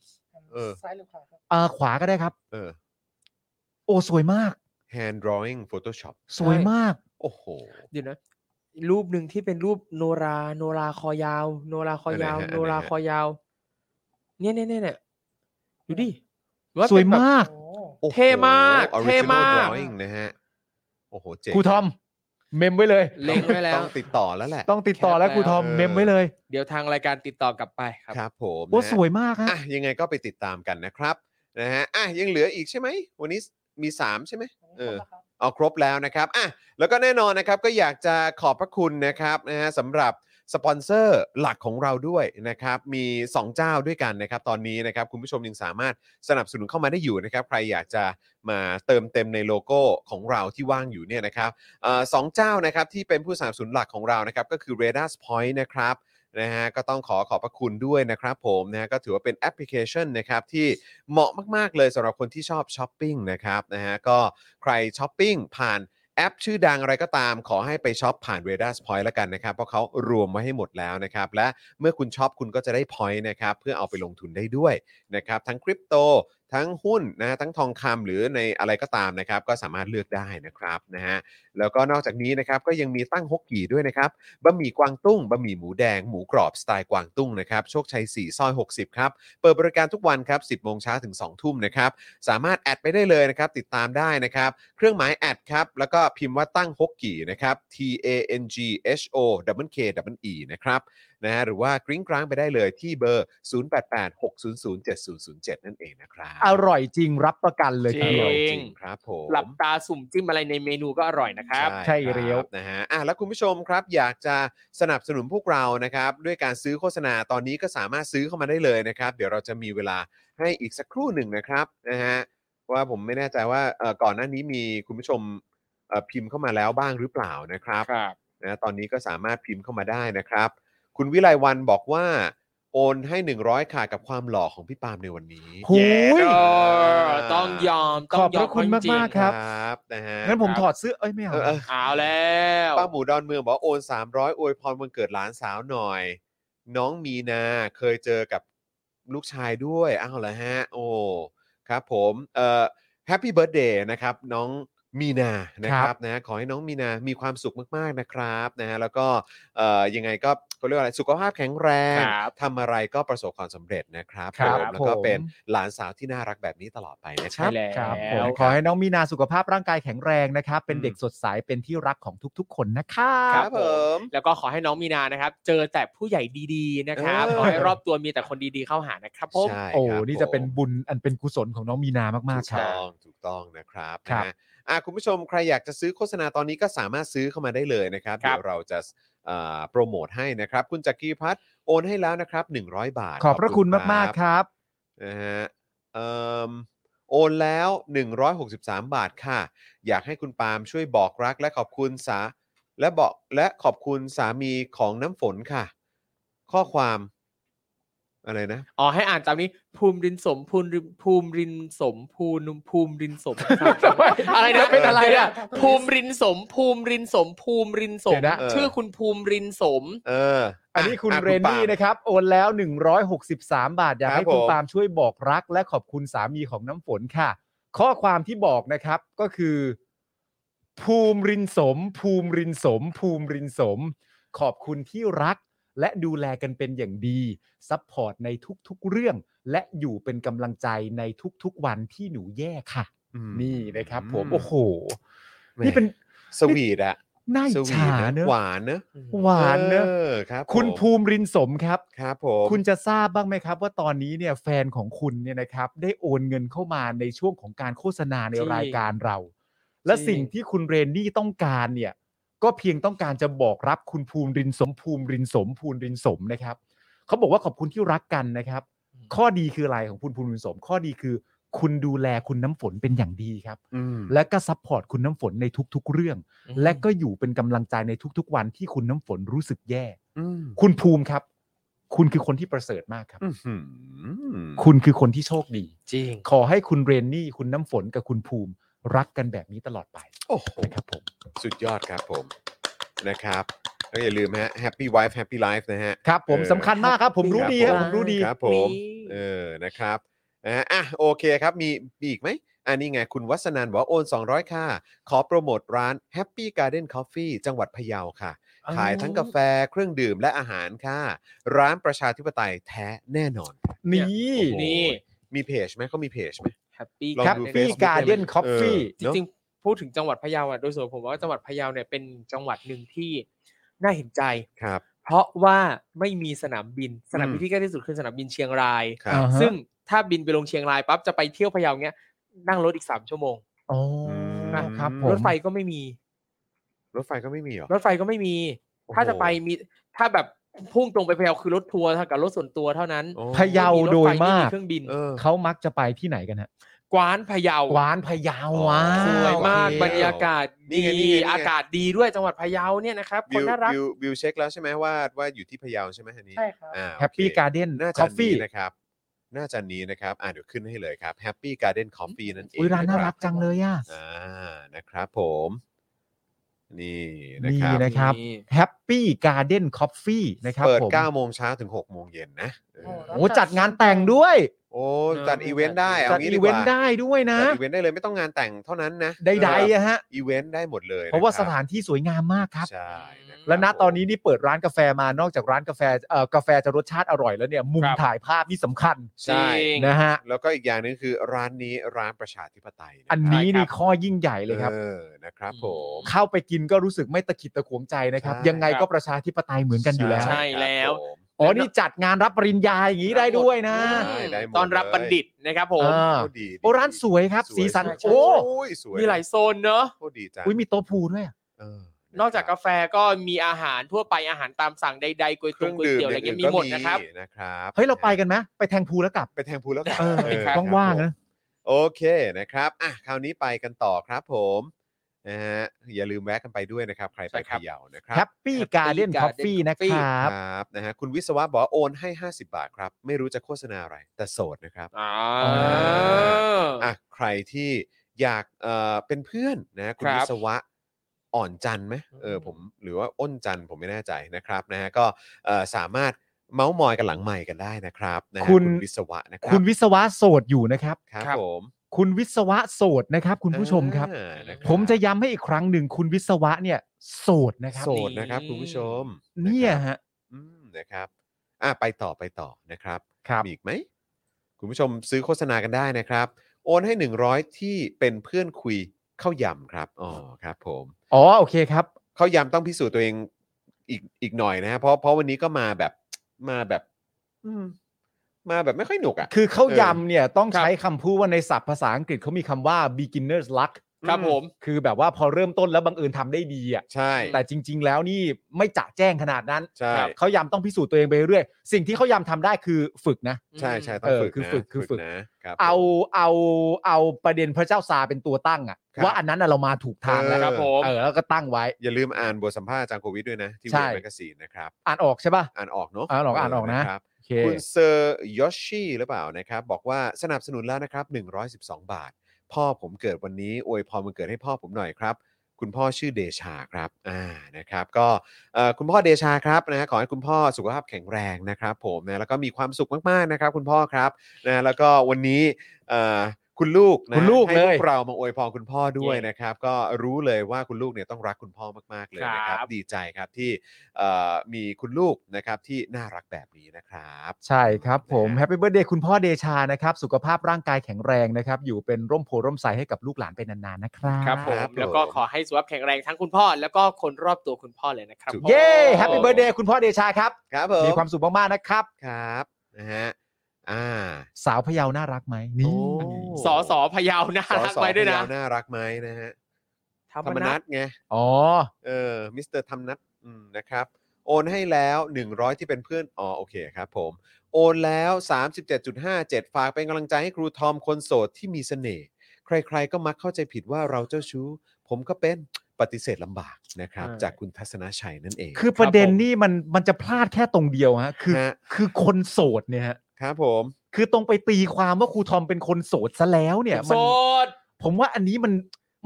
[SPEAKER 1] เออ
[SPEAKER 5] ซ้ายหรือขวาครับ
[SPEAKER 2] อ่าขวาก็ได้ครับ
[SPEAKER 1] เออ
[SPEAKER 2] โอ้สวยมาก
[SPEAKER 1] hand drawing Photoshop
[SPEAKER 2] สวย
[SPEAKER 3] ใช่
[SPEAKER 2] มาก
[SPEAKER 1] โอ้โห
[SPEAKER 3] เดี๋ยวนะ รูปหนึ่งที่เป็นรูปโนรา โนราคอยาว โนราคอยาว
[SPEAKER 1] อันไหนฮะ
[SPEAKER 3] โนราคอยาว เนี่ยเนี่ยเนี่ยเนี่ยดูดิน
[SPEAKER 2] สวย
[SPEAKER 3] เป็นแบบ
[SPEAKER 2] มาก
[SPEAKER 5] โอ้
[SPEAKER 1] โอ้โห
[SPEAKER 3] เท่มาก
[SPEAKER 1] Original
[SPEAKER 3] เท่มาก
[SPEAKER 1] drawing นะฮะโอ้โหเจ๋ง
[SPEAKER 2] ครูทอม เมมไว้เลย
[SPEAKER 3] เล็งไว้แล้ว
[SPEAKER 1] ต้องติดต่อแล้วแหละ
[SPEAKER 2] ต้องติดต่อแล้ว
[SPEAKER 3] แคปแล้ว
[SPEAKER 2] ครูทอม
[SPEAKER 1] เออ
[SPEAKER 2] เมมไว้เลย
[SPEAKER 3] เดี๋ยวทางรายการติดต่อกลับไปครับ
[SPEAKER 1] ครับผม
[SPEAKER 2] ว่า
[SPEAKER 1] นะ
[SPEAKER 2] ส
[SPEAKER 1] ฮะ
[SPEAKER 2] วยมากฮะ
[SPEAKER 1] อ่ะยังไงก็ไปติดตามกันนะครับนะฮะอ่ะยังเหลืออีกใช่ไหมวันนี้มี 3 ใช่ไหม
[SPEAKER 5] อัน
[SPEAKER 1] เอ
[SPEAKER 5] นี้
[SPEAKER 1] อ
[SPEAKER 5] ครบแล้วครับ
[SPEAKER 1] เอาครบแล้วนะครับอ่ะแล้วก็แน่นอนนะครับก็อยากจะขอบพระคุณนะครับนะฮะสำหรับสปอนเซอร์หลักของเราด้วยนะครับ มี 2 เจ้าด้วยกันนะครับ ตอนนี้นะครับคุณผู้ชมยังสามารถสนับสนุนเข้ามาได้อยู่นะครับ ใครอยากจะมาเติมเต็มในโลโก้ของเราที่ว่างอยู่เนี่ยนะครับเออสองเจ้านะครับที่เป็นผู้สนับสนุนหลักของเรานะครับก็คือ r a d a r Point นะครับ นะฮะก็ต้องขอขอบพระคุณด้วยนะครับผมนะฮะก็ถือว่าเป็นแอปพลิเคชันนะครับที่เหมาะมาก ๆ เลยสำหรับคนที่ชอบช้อปปิ้งนะครับนะฮะก็ใครช้อปปิ้งผ่านแ อปชื่อดังอะไรก็ตามขอให้ไปช็อปผ่าน r a d a r s Point แล้วกันนะครับ เพราะเขารวมไว้ให้หมดแล้วนะครับ และเมื่อคุณช็อปคุณก็จะได้ point นะครับ เพื่อเอาไปลงทุนได้ด้วยนะครับ ทั้งคริปโต ทั้งหุ้นนะฮะทั้งทองคำหรือในอะไรก็ตามนะครับ ก็สามารถเลือกได้นะครับนะฮะแล้วก็นอกจากนี้นะครับก็ยังมีตั้งฮกกี่ด้วยนะครับ บะหมี่กวางตุ้ง บะหมี่หมูแดง หมูกรอบสไตล์กวางตุ้งนะครับ โชคชัย 4 ซอย 60 ครับ เปิดบริการทุกวันครับ 10 โมงเช้าถึง 2 ทุ่มนะครับ สามารถแอดไปได้เลยนะครับ ติดตามได้นะครับ เครื่องหมายแอดครับ แล้วก็พิมพ์ว่าตั้งฮกกี่นะครับ T A N G H O W K W E นะครับ นะฮะหรือว่ากริ้งกร้างไปได้เลยที่เบอร์ 0886007007 นั่นเองนะครับ
[SPEAKER 2] อร่อยจริงรับประกันเลย
[SPEAKER 1] อ
[SPEAKER 2] ทีเดีย
[SPEAKER 1] ร่อ
[SPEAKER 2] ว
[SPEAKER 1] ย
[SPEAKER 3] จ
[SPEAKER 1] จ
[SPEAKER 3] ริง
[SPEAKER 1] ริงครับผม
[SPEAKER 3] หลับตาสุ่มจิ้มอะไรในเมนูก็อร่อยนะครับ
[SPEAKER 2] ใช่เรียว
[SPEAKER 1] นะฮะอ่ะแล้วคุณผู้ชมครับอยากจะสนับสนุนพวกเรานะครับ ด้วยการซื้อโฆษณาตอนนี้ก็สามารถซื้อเข้ามาได้เลยนะครับ เดี๋ยวเราจะมีเวลาให้อีกสักครู่หนึ่งนะครับนะฮะว่าผมไม่แน่ใจว่าเอ่อก่อนหน้านี้มีคุณผู้ชมเอ่อพิมพ์เข้ามาแล้วบ้างหรือเปล่านะครับ
[SPEAKER 3] ครับ
[SPEAKER 1] นะตอนนี้ก็สามารถพิมพ์เข้ามาได้นะครับ คุณวิไลวันบอกว่า โอนให้ 100ค่ะกับความหล่อของพี่ปาล์มในวันนี้
[SPEAKER 2] หูย
[SPEAKER 3] เออต้องยอมต้อ
[SPEAKER 2] ขอ
[SPEAKER 3] ง
[SPEAKER 2] บ
[SPEAKER 3] ย
[SPEAKER 2] พ
[SPEAKER 3] อม
[SPEAKER 2] ระคุณ
[SPEAKER 3] เขจริง
[SPEAKER 2] มากๆ ครับ
[SPEAKER 1] ครับนะฮะ
[SPEAKER 2] งั้นผมถอดเสื้อเอ้ยไม่เอา
[SPEAKER 1] เออเออ
[SPEAKER 3] เอาแล้ว
[SPEAKER 1] ป้าหมูดอนเมืองบอกว่าโอน 300 อวยพรวันเกิดหลานสาวหน่อย น้องมีนาเคยเจอกับลูกชายด้วยอ้าวเหรอฮะ โอ้ครับผมเอ่อแฮปปี้เบิร์ดเดย์นะครับ น้องมีนานะครับนะขอให้น้องมีนามีความสุขมากๆนะครับนะฮะแล้วก็เอ่อยังไงก็เขาเรียกว่าอะไรสุขภาพแข็งแรง
[SPEAKER 3] ครับ
[SPEAKER 1] ทำอะไรก็ประสบความสำเร็จนะครับ
[SPEAKER 2] ครับ
[SPEAKER 1] ผมแล้วก็
[SPEAKER 2] ผม
[SPEAKER 1] เป็นหลานสาวที่น่ารักแบบนี้ตลอดไปนะครับ
[SPEAKER 3] ใช่แล้ว
[SPEAKER 2] ครับผ
[SPEAKER 1] แล้
[SPEAKER 2] ม
[SPEAKER 1] ว
[SPEAKER 2] ขอให้น้องมีนาสุขภาพร่างกายแข็งแรงนะครับ เป็น
[SPEAKER 1] อืม
[SPEAKER 2] เด็กสดใสเป็นที่รักของทุกๆ คนนะครับ
[SPEAKER 3] ครับ
[SPEAKER 1] ม
[SPEAKER 3] แล้วก็ขอให้น้องมีนานะครับ เจอแต่ผู้ใหญ่ดีๆนะครับ
[SPEAKER 1] เออ
[SPEAKER 3] ขอให้รอบตัวมีแต่คนดีๆเข้าหานะครับผม
[SPEAKER 1] ใช่
[SPEAKER 2] โอ้
[SPEAKER 1] ครับ
[SPEAKER 2] นี่จะเป็น
[SPEAKER 1] ผม
[SPEAKER 2] บุญอันเป็นกุศลของน้องมีนามากๆค
[SPEAKER 1] ถู
[SPEAKER 2] รับ
[SPEAKER 1] กต้องถูกต้องนะครับ
[SPEAKER 2] ครับ
[SPEAKER 1] นะฮะอ่ะคุณผู้ชมใครอยากจะซื้อโฆษณาตอนนี้ก็สามารถซื้อเข้ามาได้เลยนะครับ
[SPEAKER 3] ครับ
[SPEAKER 1] เดี๋ยวเราจะเอ่อโปรโมทให้นะครับ คุณจักรีพัฒน์โอนให้แล้วนะครับ 100 บาท
[SPEAKER 2] ขอบพระคุณมากๆครับ
[SPEAKER 1] นะฮะเอิ่มโอนแล้ว 163 บาทค่ะ อยากให้คุณปาล์มช่วยบอกรักและขอบคุณสาและบอกและขอบคุณสามีของน้ำฝนค่ะ ข้อความอะไรนะ
[SPEAKER 3] อ๋อให้อ่านตามนี้ ภูมิรินสมภูมิรินภูมิรินสมภูนุภูมิรินสมอะไรนะ
[SPEAKER 2] เป็นอะไรอะ
[SPEAKER 3] ภูมิรินสม ภูมิรินสม ภูมิรินส
[SPEAKER 2] เดี๋
[SPEAKER 3] ม
[SPEAKER 2] ยวนะ
[SPEAKER 3] ชื่อคุณภูมิรินสม
[SPEAKER 1] เออ
[SPEAKER 2] อั
[SPEAKER 1] อั
[SPEAKER 2] นนี้คุณเรนนี่นะครับ โอนแล้ว 163 บาท อยากให้คุณปาล์มช่วยบอกรัก และขอบคุณสามีของน้ำฝนค่ะ ข้อความที่บอกนะครับก็คือ ภูมิรินสม ภูมิรินสม ภูมิรินสม ขอบคุณที่รัก และดูแลกันเป็นอย่างดีซัพพอร์ตในทุกๆเรื่อง และอยู่เป็นกำลังใจในทุกๆวันที่หนูแย่ค่ะ นี่นะครับผมโอ้โห นี่เป็น
[SPEAKER 1] สวีทอะ
[SPEAKER 2] น่าอิ
[SPEAKER 1] ส
[SPEAKER 2] จ
[SPEAKER 1] วี
[SPEAKER 2] ฉา
[SPEAKER 1] ทนะ
[SPEAKER 2] เนอะ
[SPEAKER 1] หวานเนอะ
[SPEAKER 2] หวานเนอะ
[SPEAKER 1] ออครับ
[SPEAKER 2] คุณ
[SPEAKER 1] ผม
[SPEAKER 2] ภูมิรินสมครับ
[SPEAKER 1] ครับผม
[SPEAKER 2] คุณจะทราบบ้างไหมครับ ว่าตอนนี้เนี่ยแฟนของคุณเนี่ยนะครับ ได้โอนเงินเข้ามาในช่วงของการโฆษณาใน
[SPEAKER 3] จริง
[SPEAKER 2] รายการเรา และ
[SPEAKER 3] จริง
[SPEAKER 2] สิ่งที่คุณเรนนี่ต้องการเนี่ย ก็เพียงต้องการจะบอกรับคุณภูมิรินสมภูมิรินสมภูมิรินสมนะครับเขาบอกว่าขอบคุณที่รักกันนะครับ ข้อดีคืออะไรของคุณภูมิรินสม ข้อดีคือ คุณดูแลคุณน้ำฝนเป็นอย่างดีครับ
[SPEAKER 1] อืม
[SPEAKER 2] และก็ซัพพอร์ตคุณน้ำฝนในทุก ๆ เรื่อง และก็อยู่เป็นกำลังใจในทุก ๆ วันที่คุณน้ำฝนรู้สึกแย่
[SPEAKER 1] อืม
[SPEAKER 2] คุณภูมิครับ คุณคือคนที่ประเสริฐมากครับ
[SPEAKER 1] อื้อหือ
[SPEAKER 2] คุณคือคนที่โชคดี
[SPEAKER 3] จริง
[SPEAKER 2] ขอให้คุณเรนนี่ คุณน้ำฝนกับคุณภูมิรักกันแบบนี้ตลอดไป
[SPEAKER 1] โอ้โห
[SPEAKER 2] นะครับผม
[SPEAKER 1] สุดยอดครับผมนะครับแล้วอย่าลืมฮะ Happy Wife Happy Life นะฮะ
[SPEAKER 2] ครับผม
[SPEAKER 1] เออ
[SPEAKER 2] สำคัญมากครับ ผมรู้ดีครับ
[SPEAKER 3] ค
[SPEAKER 2] ผ
[SPEAKER 3] รับผม
[SPEAKER 2] มรู้ดี
[SPEAKER 1] ครับผม
[SPEAKER 3] นี่
[SPEAKER 1] เออนะครับนะฮะอ่ะโอเคครับมีมีอีกไหมอันนี้ไง คุณวัฒนันบอกว่าโอน 200 ค่ะ ขอโปรโมทร้าน Happy Garden Coffee จังหวัดพะเยาค่ะ ขายทั้งกาแฟเครื่องดื่มและอาหารค่ะ ร้านประชาธิปไตยแท้แน่นอน
[SPEAKER 2] นี่
[SPEAKER 1] โอ้โห
[SPEAKER 3] นี่
[SPEAKER 1] มีเพจไหมเขามีเพจไหม
[SPEAKER 3] แฮปปี้
[SPEAKER 1] ลอง
[SPEAKER 2] ครับ
[SPEAKER 1] ดู
[SPEAKER 2] พี่
[SPEAKER 1] Facebook
[SPEAKER 2] การ์เด้น
[SPEAKER 1] ได้ไหม
[SPEAKER 2] คอฟฟี่
[SPEAKER 1] เออ
[SPEAKER 3] จริงๆ พูดถึงจังหวัดพะเยาอ่ะโดยส่วนผมว่าจังหวัดพะเยาเนี่ยเป็นจังหวัดหนึ่งที่น่าเห็นใจ
[SPEAKER 1] ครับ
[SPEAKER 3] เพราะว่าไม่มีสนามบินสนามบิ
[SPEAKER 1] อื
[SPEAKER 3] น
[SPEAKER 1] ม
[SPEAKER 3] ที่ใกล้ที่สุดคือสนามบินเชียงราย
[SPEAKER 1] ครับ
[SPEAKER 2] อ่าฮะ
[SPEAKER 3] ซึ่งถ้าบินไปลงเชียงรายปั๊บจะไปเที่ยวพะเยาเนี้ยนั่งรถอีกสามชั่วโมง
[SPEAKER 2] อ๋อ
[SPEAKER 1] ม
[SPEAKER 2] ครับผม
[SPEAKER 3] รถไฟก็ไม่มี
[SPEAKER 1] รถไฟก็ไม่มีเหรอ
[SPEAKER 3] รถไฟก็ไม่มี
[SPEAKER 1] โอ้โห
[SPEAKER 3] ถ้าจะไปมีถ้าแบบพุ่งตรงไปพะเยาคือรถทัวร์เท่ากับรถส่วนตัวเท่านั้น
[SPEAKER 1] โอ้
[SPEAKER 2] พะเยา
[SPEAKER 3] ไม่มีรถ
[SPEAKER 2] โด
[SPEAKER 3] ไฟ
[SPEAKER 2] ยมา
[SPEAKER 3] ไมี
[SPEAKER 2] ก
[SPEAKER 3] เครื่องบิน
[SPEAKER 1] เออ
[SPEAKER 2] เขามักจะไปที่ไหนกันฮะ
[SPEAKER 3] กวานพะเยาก
[SPEAKER 2] วานพะเยาว้า
[SPEAKER 1] ส
[SPEAKER 3] สวยมาก
[SPEAKER 1] โอเค
[SPEAKER 3] บรรยากาศ
[SPEAKER 1] นี่ไง
[SPEAKER 3] ดี
[SPEAKER 1] นี่ไงนี่ไง
[SPEAKER 3] อากาศดีด้วยจังหวัดพะเยาเนี่ยนะครับค
[SPEAKER 1] วิ
[SPEAKER 3] น
[SPEAKER 1] ว
[SPEAKER 3] น่ารัก
[SPEAKER 1] วิววิวเช็คแล้วใช่ไหมว่าว่าอยู่ที่พะเยาใช่ไหมอันนี้
[SPEAKER 5] ใช่ครับ
[SPEAKER 1] อ่าโอเค
[SPEAKER 2] แฮปปี้การ์เด้น
[SPEAKER 1] น่า
[SPEAKER 2] ค
[SPEAKER 1] จะ
[SPEAKER 2] อฟ
[SPEAKER 1] นี้
[SPEAKER 2] ฟี่
[SPEAKER 1] นะครับน่าจะนี้นะครับอ่าเดี๋ยวขึ้นให้เลยครับ Happy Garden Coffee นั่นเอง
[SPEAKER 2] อุ้ยร้านน่า
[SPEAKER 1] ะค
[SPEAKER 2] รักจังเลยอ่ะ
[SPEAKER 1] อ่านะครับผม นี่นะ
[SPEAKER 2] นี่
[SPEAKER 1] ครับ
[SPEAKER 2] นะครับ
[SPEAKER 3] นี่
[SPEAKER 2] Happy Garden Coffee นะครับ
[SPEAKER 1] เปิด
[SPEAKER 2] ผม
[SPEAKER 1] 9 โมงเช้าถึง 6 โมงเย็นนะเออ
[SPEAKER 5] โอ้แล้ว
[SPEAKER 2] โอ้จัดงานแต่งด้วย
[SPEAKER 1] โอ้จัดอีเวนต์ได้เอา
[SPEAKER 2] จัด
[SPEAKER 1] งี้
[SPEAKER 2] อี
[SPEAKER 1] ดีก
[SPEAKER 2] เวน
[SPEAKER 1] ว่า
[SPEAKER 2] ต์ได้ด้วยนะ
[SPEAKER 1] จัดอีเวนต์ได้เลยไม่ต้องงานแต่งเท่านั้นนะ
[SPEAKER 2] ใดๆอะฮะ
[SPEAKER 1] อีเวนต์ได้หมดเลย
[SPEAKER 2] เพราะว่า
[SPEAKER 1] คบ
[SPEAKER 2] สถานที่สวยงามมากครับ
[SPEAKER 1] ใช่นะครับ
[SPEAKER 2] และณตอนนี้นี่เปิดร้านกาแฟมานอกจากร้านกาแฟเอ่อกาแฟจะรสชาติอร่อยแล้วเนี่ย มุม
[SPEAKER 3] ครับ
[SPEAKER 2] ถ่ายภาพนี่สำคัญ
[SPEAKER 1] ใช่
[SPEAKER 3] จริง
[SPEAKER 2] นะฮะ
[SPEAKER 1] แล้วก็อีกอย่างหนึงคือร้านนี้ร้านประชาธิปไตยะ
[SPEAKER 2] อันนี้
[SPEAKER 3] ใช่ครับ
[SPEAKER 2] นี่ข้อยิ่งใหญ่เลยครับ
[SPEAKER 1] เออนะครับผม
[SPEAKER 2] เข้าไปกินก็รู้สึกไม่ตะขิดตะขวงใจนะครับ
[SPEAKER 1] ใช่
[SPEAKER 2] ยังไงก็ประชาธิปไตยเหมือนกันอยู่แล้ว
[SPEAKER 3] ใช่ แล้ว
[SPEAKER 1] ครับผม
[SPEAKER 2] อ๋อ นี่จัดงานรับปริญญาอย่างนี้ได้ด้วยนะ
[SPEAKER 1] ใช่ได้หมด
[SPEAKER 3] ตอนรับบัณฑิตนะครับผม
[SPEAKER 2] อ่า
[SPEAKER 1] โอ้ดีดี
[SPEAKER 2] โอ้ร้านสวยครับ
[SPEAKER 1] วย
[SPEAKER 2] สีสัน
[SPEAKER 1] วย
[SPEAKER 3] ใช่
[SPEAKER 2] โอ้
[SPEAKER 1] อ้ยสวย
[SPEAKER 3] มีหลายโซนเนอะ
[SPEAKER 1] โอ้ดีจัง
[SPEAKER 2] อุ้ยมีโต๊ะพูลด้วยอะ
[SPEAKER 1] เออ
[SPEAKER 3] นอกจากกาแฟก็มีอาหารทั่วไปอาหารตามสั่งใดๆก๋วย
[SPEAKER 1] เค
[SPEAKER 3] ต
[SPEAKER 1] รื่อ
[SPEAKER 3] ง
[SPEAKER 1] ง
[SPEAKER 3] ก๋วย
[SPEAKER 1] ดื่ม
[SPEAKER 3] เตี๋ยวอะไร
[SPEAKER 1] ย่า
[SPEAKER 3] เงี้
[SPEAKER 1] ง
[SPEAKER 3] ยมีหมดนะครับ
[SPEAKER 1] นะครับ
[SPEAKER 2] เฮ้ย เราไปกันไหมไปแทงพูลแล้วกลับ
[SPEAKER 1] ไปแทงพูแล้วกัน
[SPEAKER 2] เออ
[SPEAKER 1] เออครับ
[SPEAKER 2] ว่างๆนะ
[SPEAKER 1] โอเคนะครับอ่ะคราวนี้ไปกันต่อครับผมนะฮะอย่าลืมแวะกันไปด้วยนะครับ ใคร
[SPEAKER 3] ใช่
[SPEAKER 1] ไป
[SPEAKER 3] ครับ
[SPEAKER 1] พะเยานะครั
[SPEAKER 2] แฮปปี้การ์เด้น
[SPEAKER 3] Garden
[SPEAKER 2] คอฟฟี่
[SPEAKER 3] Coffee
[SPEAKER 2] นะครับ
[SPEAKER 1] ครับนะฮะคุณวิศวะบอกว่าโอนให้ 50 บาทครับ ไม่รู้จะโฆษณาอะไร แต่โสดนะครับ
[SPEAKER 3] อ่า
[SPEAKER 1] อ่ะใครที่อยากเอ่อเป็นเพื่อนนะฮะคุณ
[SPEAKER 3] ครับ
[SPEAKER 1] วิศวะอ่อนจันทร์ไหมเออผมหรือว่าอ้นจันทร์ผมไม่แน่ใจนะครับนะฮะก็เอ่อสามารถเมาส์มอยกันหลังใหม่กันได้นะครับนะฮะ
[SPEAKER 2] คุณ
[SPEAKER 1] วิศวะนะครั
[SPEAKER 2] คุณวิศวะโสดอยู่นะครับ
[SPEAKER 1] ครับ
[SPEAKER 3] ครับ
[SPEAKER 1] ผม
[SPEAKER 2] คุณวิศวะโสดนะครับ คุณผู้ชมครับ
[SPEAKER 1] อ่านะครับ
[SPEAKER 2] ผมจะย้ำให้อีกครั้งหนึ่งคุณวิศวะเนี่ยโสดนะครับ
[SPEAKER 1] โสดนะครับคุณผู้ชม
[SPEAKER 2] เนี่ย
[SPEAKER 1] นะครับ
[SPEAKER 2] ฮะ
[SPEAKER 1] อืมนะครับอ่ะไปต่อไปต่อนะครับ
[SPEAKER 2] ครับ
[SPEAKER 1] มีอีกไหม คุณผู้ชมซื้อโฆษณากันได้นะครับ โอนให้ 100 ที่เป็นเพื่อนคุยเข้าวยำครับอ๋อครับผม
[SPEAKER 2] อ๋อโอเคครับ
[SPEAKER 1] เข้าวยำต้องพิสูจน์ตัวเองอีกอีกหน่อยนะฮะเพราะเพราะวันนี้ก็มาแบบมาแบบ อืม มาแบบไม่ค่อยหนุกอ่ะ
[SPEAKER 2] คือเข้ายำเนี่ยต้อง
[SPEAKER 3] ครับ
[SPEAKER 2] ใช้คำพูดว่าในศัพท์ภาษาอังกฤษเขามีคำว่า beginner's luck
[SPEAKER 3] ครับผม
[SPEAKER 2] คือแบบว่าพอเริ่มต้นแล้วบังเอิญทำได้ดีอ่ะ
[SPEAKER 1] ใช่
[SPEAKER 2] แต่จริง ๆ แล้วนี่ไม่จะแจ้งขนาดนั้น
[SPEAKER 1] ใช่
[SPEAKER 2] ครับเขายำต้องพิสูจน์ตัวเองไปเรื่อยสิ่งที่เขายำทำได้คือฝึกนะ
[SPEAKER 1] ใช่ใช่ต้อ
[SPEAKER 2] เอง อ
[SPEAKER 1] ฝึก
[SPEAKER 2] คือ
[SPEAKER 1] นะ
[SPEAKER 2] ฝึกคือฝึก
[SPEAKER 1] นะครับ
[SPEAKER 2] เอาเอาเอาประเด็นพระเจ้าซาร์เป็นตัวตั้งอ่ะ
[SPEAKER 1] ครับ
[SPEAKER 2] ว่าอันนั้นน่ะเรามาถูกทางแล้ว
[SPEAKER 3] ครับผม
[SPEAKER 2] เออแล้วก็ตั้งไว้
[SPEAKER 1] อย่าลืมอ่านบทสัมภาษณ์อาจารย์โควิดด้วยนะ ที่
[SPEAKER 2] ใช่
[SPEAKER 1] เว็บแมกกาซีนนะครับ
[SPEAKER 2] อ่านออกใช่ป่ะ
[SPEAKER 1] อ่านออกเนาะ
[SPEAKER 2] อ่านออกอ่านออกนะ
[SPEAKER 1] ครับ
[SPEAKER 2] โอเค
[SPEAKER 1] คุณเซอร์ยอชชีหรือเปล่านะครับ บอกว่าสนับสนุนแล้วนะครับ 112 บาท พ่อผมเกิดวันนี้อวยพรมันเกิดให้พ่อผมหน่อยครับ คุณพ่อชื่อเดชาครับอ่านะครับ ก็เอ่อคุณพ่อเดชาครับนะฮะขอให้คุณพ่อสุขภาพแข็งแรงนะครับ ผมนะแล้วก็มีความสุขมากๆนะครับ คุณพ่อครับนะแล้วก็วันนี้เอ่อคุณลูกนะ
[SPEAKER 2] คุณลูก
[SPEAKER 1] ให้พว
[SPEAKER 2] เลย
[SPEAKER 1] กเรามาอวยพรคุณพ่อด้วย
[SPEAKER 3] เย้
[SPEAKER 1] นะครับ ก็รู้เลยว่าคุณลูกเนี่ยต้องรักคุณพ่อมากๆเลยนะครับ
[SPEAKER 3] ครับ
[SPEAKER 1] ดีใจครับที่ เอ่อมีคุณลูกนะครับที่น่ารักแบบนี้นะครับ
[SPEAKER 2] ใช่ครับผม
[SPEAKER 1] นะฮะ
[SPEAKER 2] แฮปปี้เบิร์ดเดย์คุณพ่อเดชานะครับ สุขภาพร่างกายแข็งแรงนะครับ อยู่เป็นร่มโพร่มใสให้กับลูกหลานไปนานๆนะครับ
[SPEAKER 3] ครับผม
[SPEAKER 1] ครับผม
[SPEAKER 3] แล้วก็ขอให้สุขภาพแข็งแรงทั้งคุณพ่อ แล้วก็คนรอบตัวคุณพ่อเลยนะครับผม
[SPEAKER 2] เย้แฮปปี้เบิร์ดเดย์คุณพ่อเดชาครับ
[SPEAKER 1] ครับผม
[SPEAKER 2] มีความสุขมากๆนะครับ
[SPEAKER 1] ครับนะฮะอ่า
[SPEAKER 2] สาวพะเยาน่ารักไหมนี่
[SPEAKER 3] สอสอพะเยาวน่ารัก
[SPEAKER 1] สอสอ
[SPEAKER 3] ไปด้วย
[SPEAKER 1] พ
[SPEAKER 3] นะ
[SPEAKER 1] ยาวน่ารักไหมนะฮะธรรมนัทไง
[SPEAKER 2] อ๋อ
[SPEAKER 1] เออมิสเตอร์ธรรมนัทอืมนะครับ โอนให้แล้ว 100 ที่เป็นเพื่อนอ๋อโอเคครับผมโอนแล้ว 37.57 ฝากเป็นกำลังใจให้ครูทอมคนโสดที่มีเสน่ห์ใครๆก็มักเข้าใจผิดว่าเราเจ้าชู้ ผมก็เป็นปฏิเสธลำบากนะครับ
[SPEAKER 3] อ่า
[SPEAKER 1] จากคุณทัศนชัยนั่นเอง
[SPEAKER 2] คือประเด็นนี่มันมันจะพลาดแค่ตรงเดียวฮะคือ
[SPEAKER 1] ฮะ
[SPEAKER 2] คือคนโสดเนี่ยฮะ
[SPEAKER 1] ครับผม
[SPEAKER 2] คือตรงไปตีความว่าครูทอมเป็นคนโสดซะแล้วเนี่ย
[SPEAKER 3] โส
[SPEAKER 2] มัน
[SPEAKER 3] ด
[SPEAKER 2] ผมว่าอันนี้มัน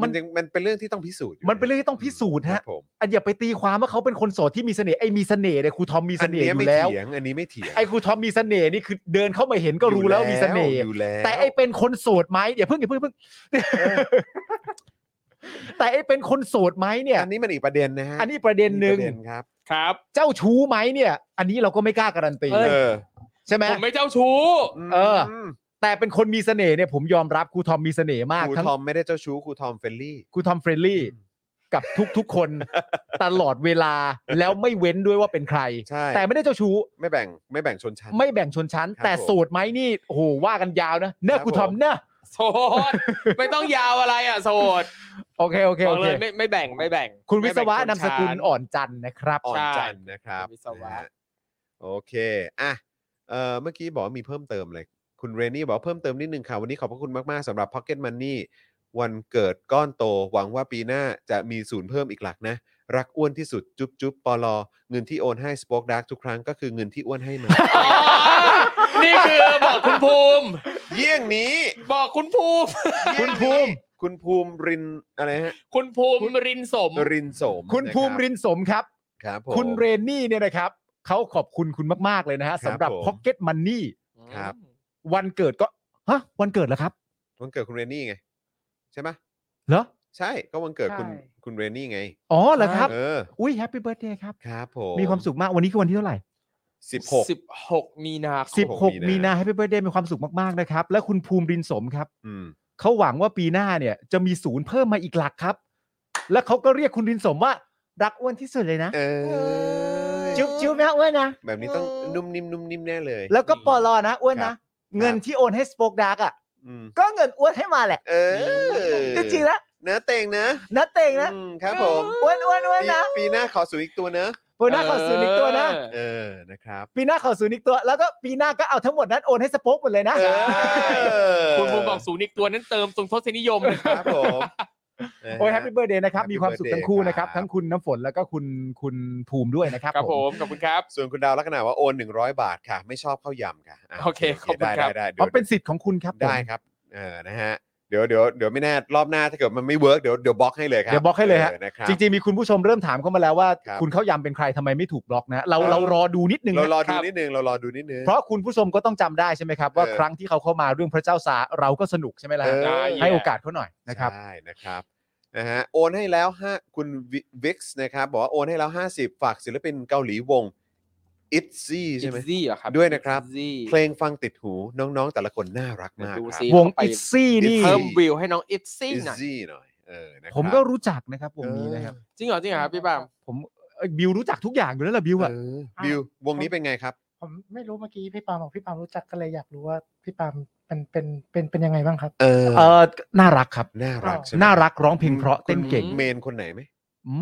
[SPEAKER 1] มั
[SPEAKER 2] มัน น
[SPEAKER 1] ยังมันเป็นเรื่องที่ต้องพิสูจน์ยู่
[SPEAKER 2] มันเป็นเรื่องที่ต้องพิสูจน์
[SPEAKER 1] ค
[SPEAKER 2] ฮะ
[SPEAKER 1] รับผม
[SPEAKER 2] อันอย่าไปตีความว่าเขาเป็นคนโสดที่มีเสน่ห์ไอ้มีเสน่ห์เนี่ยครูทอมมีเสน่ห์
[SPEAKER 1] อั
[SPEAKER 2] อน
[SPEAKER 1] นี้ไม่
[SPEAKER 2] ยู่แล้ว
[SPEAKER 1] เถียงอันนี้ไม่เถียง
[SPEAKER 2] ไอ้ครูทอมมีเสน่ห์นี่คือเดินเข้ามาเห็นก็รู้แล้วมีเสน่ห์
[SPEAKER 1] อยู่แล้ว
[SPEAKER 2] แต่ไอ้เป็นคนโสดไหมอย่าเพิ่งอย่าเพิ่งอย่าเพิ่งแต่ไอ้เป็นคนโสดไหมเนี่ย
[SPEAKER 1] อันนี้มันอีกประเด็นนะฮะ
[SPEAKER 2] อันนี้ประเด็นหนึ่ง
[SPEAKER 1] อีกประเด็นครับ
[SPEAKER 3] ครับ
[SPEAKER 2] เจ้าชู้ไหมเนี่ย อันนี้เราก็ไม่กล้าการันตี
[SPEAKER 3] เอ้ย
[SPEAKER 1] เออ
[SPEAKER 2] ใช่ไหม
[SPEAKER 3] ผมไม่เจ้าชู้
[SPEAKER 2] เออ
[SPEAKER 1] ม
[SPEAKER 2] แต่เป็นคนมีเสน่ห์เนี่ยผมยอมรับครูทอมมีเสน่ห์มาก
[SPEAKER 1] ครู
[SPEAKER 2] ทั้ง
[SPEAKER 1] ทอมไม่ได้เจ้าชู้ครูทอมเฟลลี่
[SPEAKER 2] ครูทอมเฟรนลี่
[SPEAKER 1] อืม
[SPEAKER 2] กับทุกๆคนตลอดเวลาแล้วไม่เว้นด้วยว่าเป็นใคร
[SPEAKER 1] ใช่
[SPEAKER 2] แต่ไม่ได้เจ้าชู้
[SPEAKER 1] ไม่แบ่งไม่แบ่งชนชั้น
[SPEAKER 2] ไม่แบ่งชนชั้น
[SPEAKER 1] ครับ
[SPEAKER 2] แต่โสดไหมนี่โอ้โหว่ากันยาวนะ
[SPEAKER 1] ค
[SPEAKER 2] เน
[SPEAKER 1] รั
[SPEAKER 2] อะ
[SPEAKER 1] บ
[SPEAKER 2] ครูทอม
[SPEAKER 1] ผม
[SPEAKER 2] เนอะ
[SPEAKER 3] โสด ไม่ต้องยาวอะไรอ่ะ โสด
[SPEAKER 2] โอเคโอเค
[SPEAKER 3] บอ
[SPEAKER 2] โอก เค
[SPEAKER 3] เลยไม่ไม่แบ่งไม่แบ่ง
[SPEAKER 2] คุณวิศวะ
[SPEAKER 3] ไม่แบ่
[SPEAKER 2] นาง ม
[SPEAKER 3] ช
[SPEAKER 2] สกุล
[SPEAKER 3] ชั้
[SPEAKER 2] อ่อนจันทร์นะครับ
[SPEAKER 1] อ่อน
[SPEAKER 3] ใช่
[SPEAKER 1] จันทร์นะครับ
[SPEAKER 3] วิศวะ
[SPEAKER 1] นฮโอเคอ่ะเออเมื่อกี้บอกว่ามีเพิ่มเติมเลย คุณเรนนี่บอกว่าเพิ่มเติมนิดนึงค่ะ วันนี้ขอบพระคุณมาก ๆสำหรับ Pocket Money วันเกิดก้อนโตหวังว่าปีหน้าจะมีศูนย์เพิ่มอีกหลักนะ รักอ้วนที่สุดจุ๊บจุ๊บปลอเงินที่โอนให้ Spoke Dark ทุกครั้งก็คือเงินที่อ้วนให้มา
[SPEAKER 3] อ๋อนี่คือบอกคุณภูมิ
[SPEAKER 1] เยี่ยงนี้
[SPEAKER 3] บอกคุณภูมิ
[SPEAKER 1] เยี่ยงนี้
[SPEAKER 2] คุณภูมิ
[SPEAKER 1] คุณภูมิรินอะไรฮะ
[SPEAKER 3] คุณภูมิรินสม
[SPEAKER 1] รินโสม
[SPEAKER 2] คุณภูมิรินสมครับ
[SPEAKER 1] ครับผม
[SPEAKER 2] คุณเรนนี่เนี่ยนะครับเขาขอบคุณคุณมากๆเลยนะฮะ
[SPEAKER 1] ครับ
[SPEAKER 2] สำหรับ
[SPEAKER 1] ผม
[SPEAKER 2] พ็อกเก็ตมันนี่
[SPEAKER 1] ครับ
[SPEAKER 2] วันเกิดก็ฮะวันเกิดเหรอครับ
[SPEAKER 1] วันเกิดคุณเรนนี่ไง ใช่ไหม
[SPEAKER 2] เหรอ
[SPEAKER 1] ใช่ก็วันเกิดคุณ
[SPEAKER 5] ใช่
[SPEAKER 1] คุณเรนนี่ไง
[SPEAKER 2] อ๋อเหรอครับ
[SPEAKER 1] เออ
[SPEAKER 2] อุ้ยแฮปปี้เบิร์ดเดย์ครับ
[SPEAKER 1] ครับผม
[SPEAKER 2] มีความสุขมากวันนี้คือวันที่เท่าไหร่
[SPEAKER 1] สิบหก
[SPEAKER 3] สิบหกมีนาค
[SPEAKER 1] สิ
[SPEAKER 3] ม
[SPEAKER 1] บ
[SPEAKER 2] 16 มีนาแฮปปี้เบิร์ดเดย์มีความสุขมากๆนะครับ และคุณภูมิรินสมครับ
[SPEAKER 1] อืม
[SPEAKER 2] เขาหวังว่าปีหน้าเนี่ยจะมีศูนย์เพิ่มมาอีกหลักครับ และเขาก็เรียกคุณรินสมว่ารักอ้วนที่สุดเลยนะ
[SPEAKER 1] เออ
[SPEAKER 2] จุ๊บจุ๊บนะอ้วนนะ
[SPEAKER 1] แบบนี้ต้องนุ่มนิ่มนุ่มนิ่มแน่เลย
[SPEAKER 2] แล้วก็ปอลอนะอ้วน
[SPEAKER 1] ครั
[SPEAKER 2] นะ
[SPEAKER 1] บ
[SPEAKER 2] เงินที่โอนให้สปอคดักอ่ะ
[SPEAKER 1] อืม
[SPEAKER 2] ก็เงินอ้วนให้มาแหละ
[SPEAKER 1] เออ
[SPEAKER 2] จริงๆนะ
[SPEAKER 1] เนื้อเต่งนะ
[SPEAKER 2] นะเตงนะ
[SPEAKER 1] อืมครับผม
[SPEAKER 2] อ้วนอ้วนอ้วน
[SPEAKER 1] ปี
[SPEAKER 2] นะ
[SPEAKER 1] ปีหน้าขอสูงอีกตัวเนอะ
[SPEAKER 2] ปีหน้าขอศูนย์อีกตัวนะ
[SPEAKER 1] เออนะครับ
[SPEAKER 2] ปีหน้าขอศูนย์อีกตัว แล้วก็ปีหน้าก็เอาทั้งหมดนั้นโอนให้สปอคหมดเลยนะ
[SPEAKER 1] เออ
[SPEAKER 3] คุณภูมิบอกศูนย์อีกตัวนั้นเติมตรงทศนิยม
[SPEAKER 1] ครับผมนะฮะ
[SPEAKER 2] โอ้ยแฮปปี้เบิร์ดเดย์นะครับ
[SPEAKER 1] Happy
[SPEAKER 2] มีความสุข
[SPEAKER 1] Birthday
[SPEAKER 2] ทั้งคู่นะครับ
[SPEAKER 1] ครับ
[SPEAKER 2] ทั้งคุณน้ำฝนแล้วก็คุณคุณภูมิด้วยนะครับ
[SPEAKER 3] ครับผมขอบคุณครับ
[SPEAKER 1] ส่วนคุณดาวลักษณะว่าโอน 100 บาทค่ะ ไม่ชอบข้าวยำค่ะะ
[SPEAKER 3] โอเคขอบคุณ
[SPEAKER 1] ได้
[SPEAKER 3] ครั
[SPEAKER 1] ได้
[SPEAKER 3] บ
[SPEAKER 1] ได้
[SPEAKER 2] เพราะเป็
[SPEAKER 1] เป็น
[SPEAKER 2] นสิทธิ์ของคุณครับผม
[SPEAKER 1] ได้ครับเออนะฮะเดี๋ยวเดี๋ยวเดี๋ยวไม่แน่รอบหน้าถ้าเกิดมันไม่เวิร์กเดี๋ยวเดี๋ยวบล็อกให้เลยครับ
[SPEAKER 2] เดี๋ยวบล็อกให้เลยฮะ
[SPEAKER 1] ออนะคบ
[SPEAKER 2] จริงๆมีคุณผู้ชมเริ่มถามเข้ามาแล้วว่า
[SPEAKER 1] ครับ
[SPEAKER 2] คุณเข้ายำเป็นใครทำไมไม่ถูกบล็อกนะฮะเราเรารอดูนิดนึง
[SPEAKER 1] เรารอ
[SPEAKER 2] นะ
[SPEAKER 1] ดูนิดนึงเรารอดูนิดนึง
[SPEAKER 2] เพราะคุณผู้ชมก็ต้องจำได้ใช่ไหมครับ ว่า
[SPEAKER 1] เออ
[SPEAKER 2] ครั้งที่เขาเข้ามาเรื่องพระเจ้าซาร์เราก็สนุกใช่ไหมล่ะ
[SPEAKER 1] เออ
[SPEAKER 2] ให้โอกาสเขาหน่อยนะครับ
[SPEAKER 1] ใช่นะครับนะฮะโอนให้แล้วห้าคุณวิกซ์นะครับบอกว่าโอนให้แล้ว 50 ฝากศิลปินเกาหลีวง ITZY ใช่ไหม
[SPEAKER 3] Itzy เหรอครับ
[SPEAKER 1] ด้วยนะครับ
[SPEAKER 3] Itzy
[SPEAKER 1] เพลงฟังติดหูน้องๆแต่ละคนน่ารักมาก
[SPEAKER 3] ดู
[SPEAKER 1] ครั
[SPEAKER 3] สิ
[SPEAKER 1] บ
[SPEAKER 2] วง
[SPEAKER 3] เข้าไป
[SPEAKER 2] อิตซี่นี่
[SPEAKER 1] ครั
[SPEAKER 3] เพิ่
[SPEAKER 1] บ
[SPEAKER 3] มวิวให้น้องอิตซี่หน่อย
[SPEAKER 1] ITZY หน่อยเออนะคบ
[SPEAKER 2] ผมก็รู้จักนะครับวงนี้นะครับ
[SPEAKER 3] จริงเหรอจริงเหรอครับพี่ปาล์ม
[SPEAKER 2] ผมเอ้ยบิวรู้จักทุกอย่างอยู่แล้วล่ะบิวอะ
[SPEAKER 1] เออบิววงนี้เป็นไงครับ
[SPEAKER 5] ผมไม่รู้เมื่อกี้พี่ปาล์มบอกพี่ปาล์มรู้จักก็เลยอยากรู้ว่าพี่ปาล์มเป็นเป็นเป็นเป็นยังไงบ้างครับ
[SPEAKER 1] เออ
[SPEAKER 2] เออน่ารักครับ
[SPEAKER 1] น่ารักใช่ไหม
[SPEAKER 2] น่ารักร้องเพลงเพราะเต้นเก่ง
[SPEAKER 1] เมนคนไหนไหม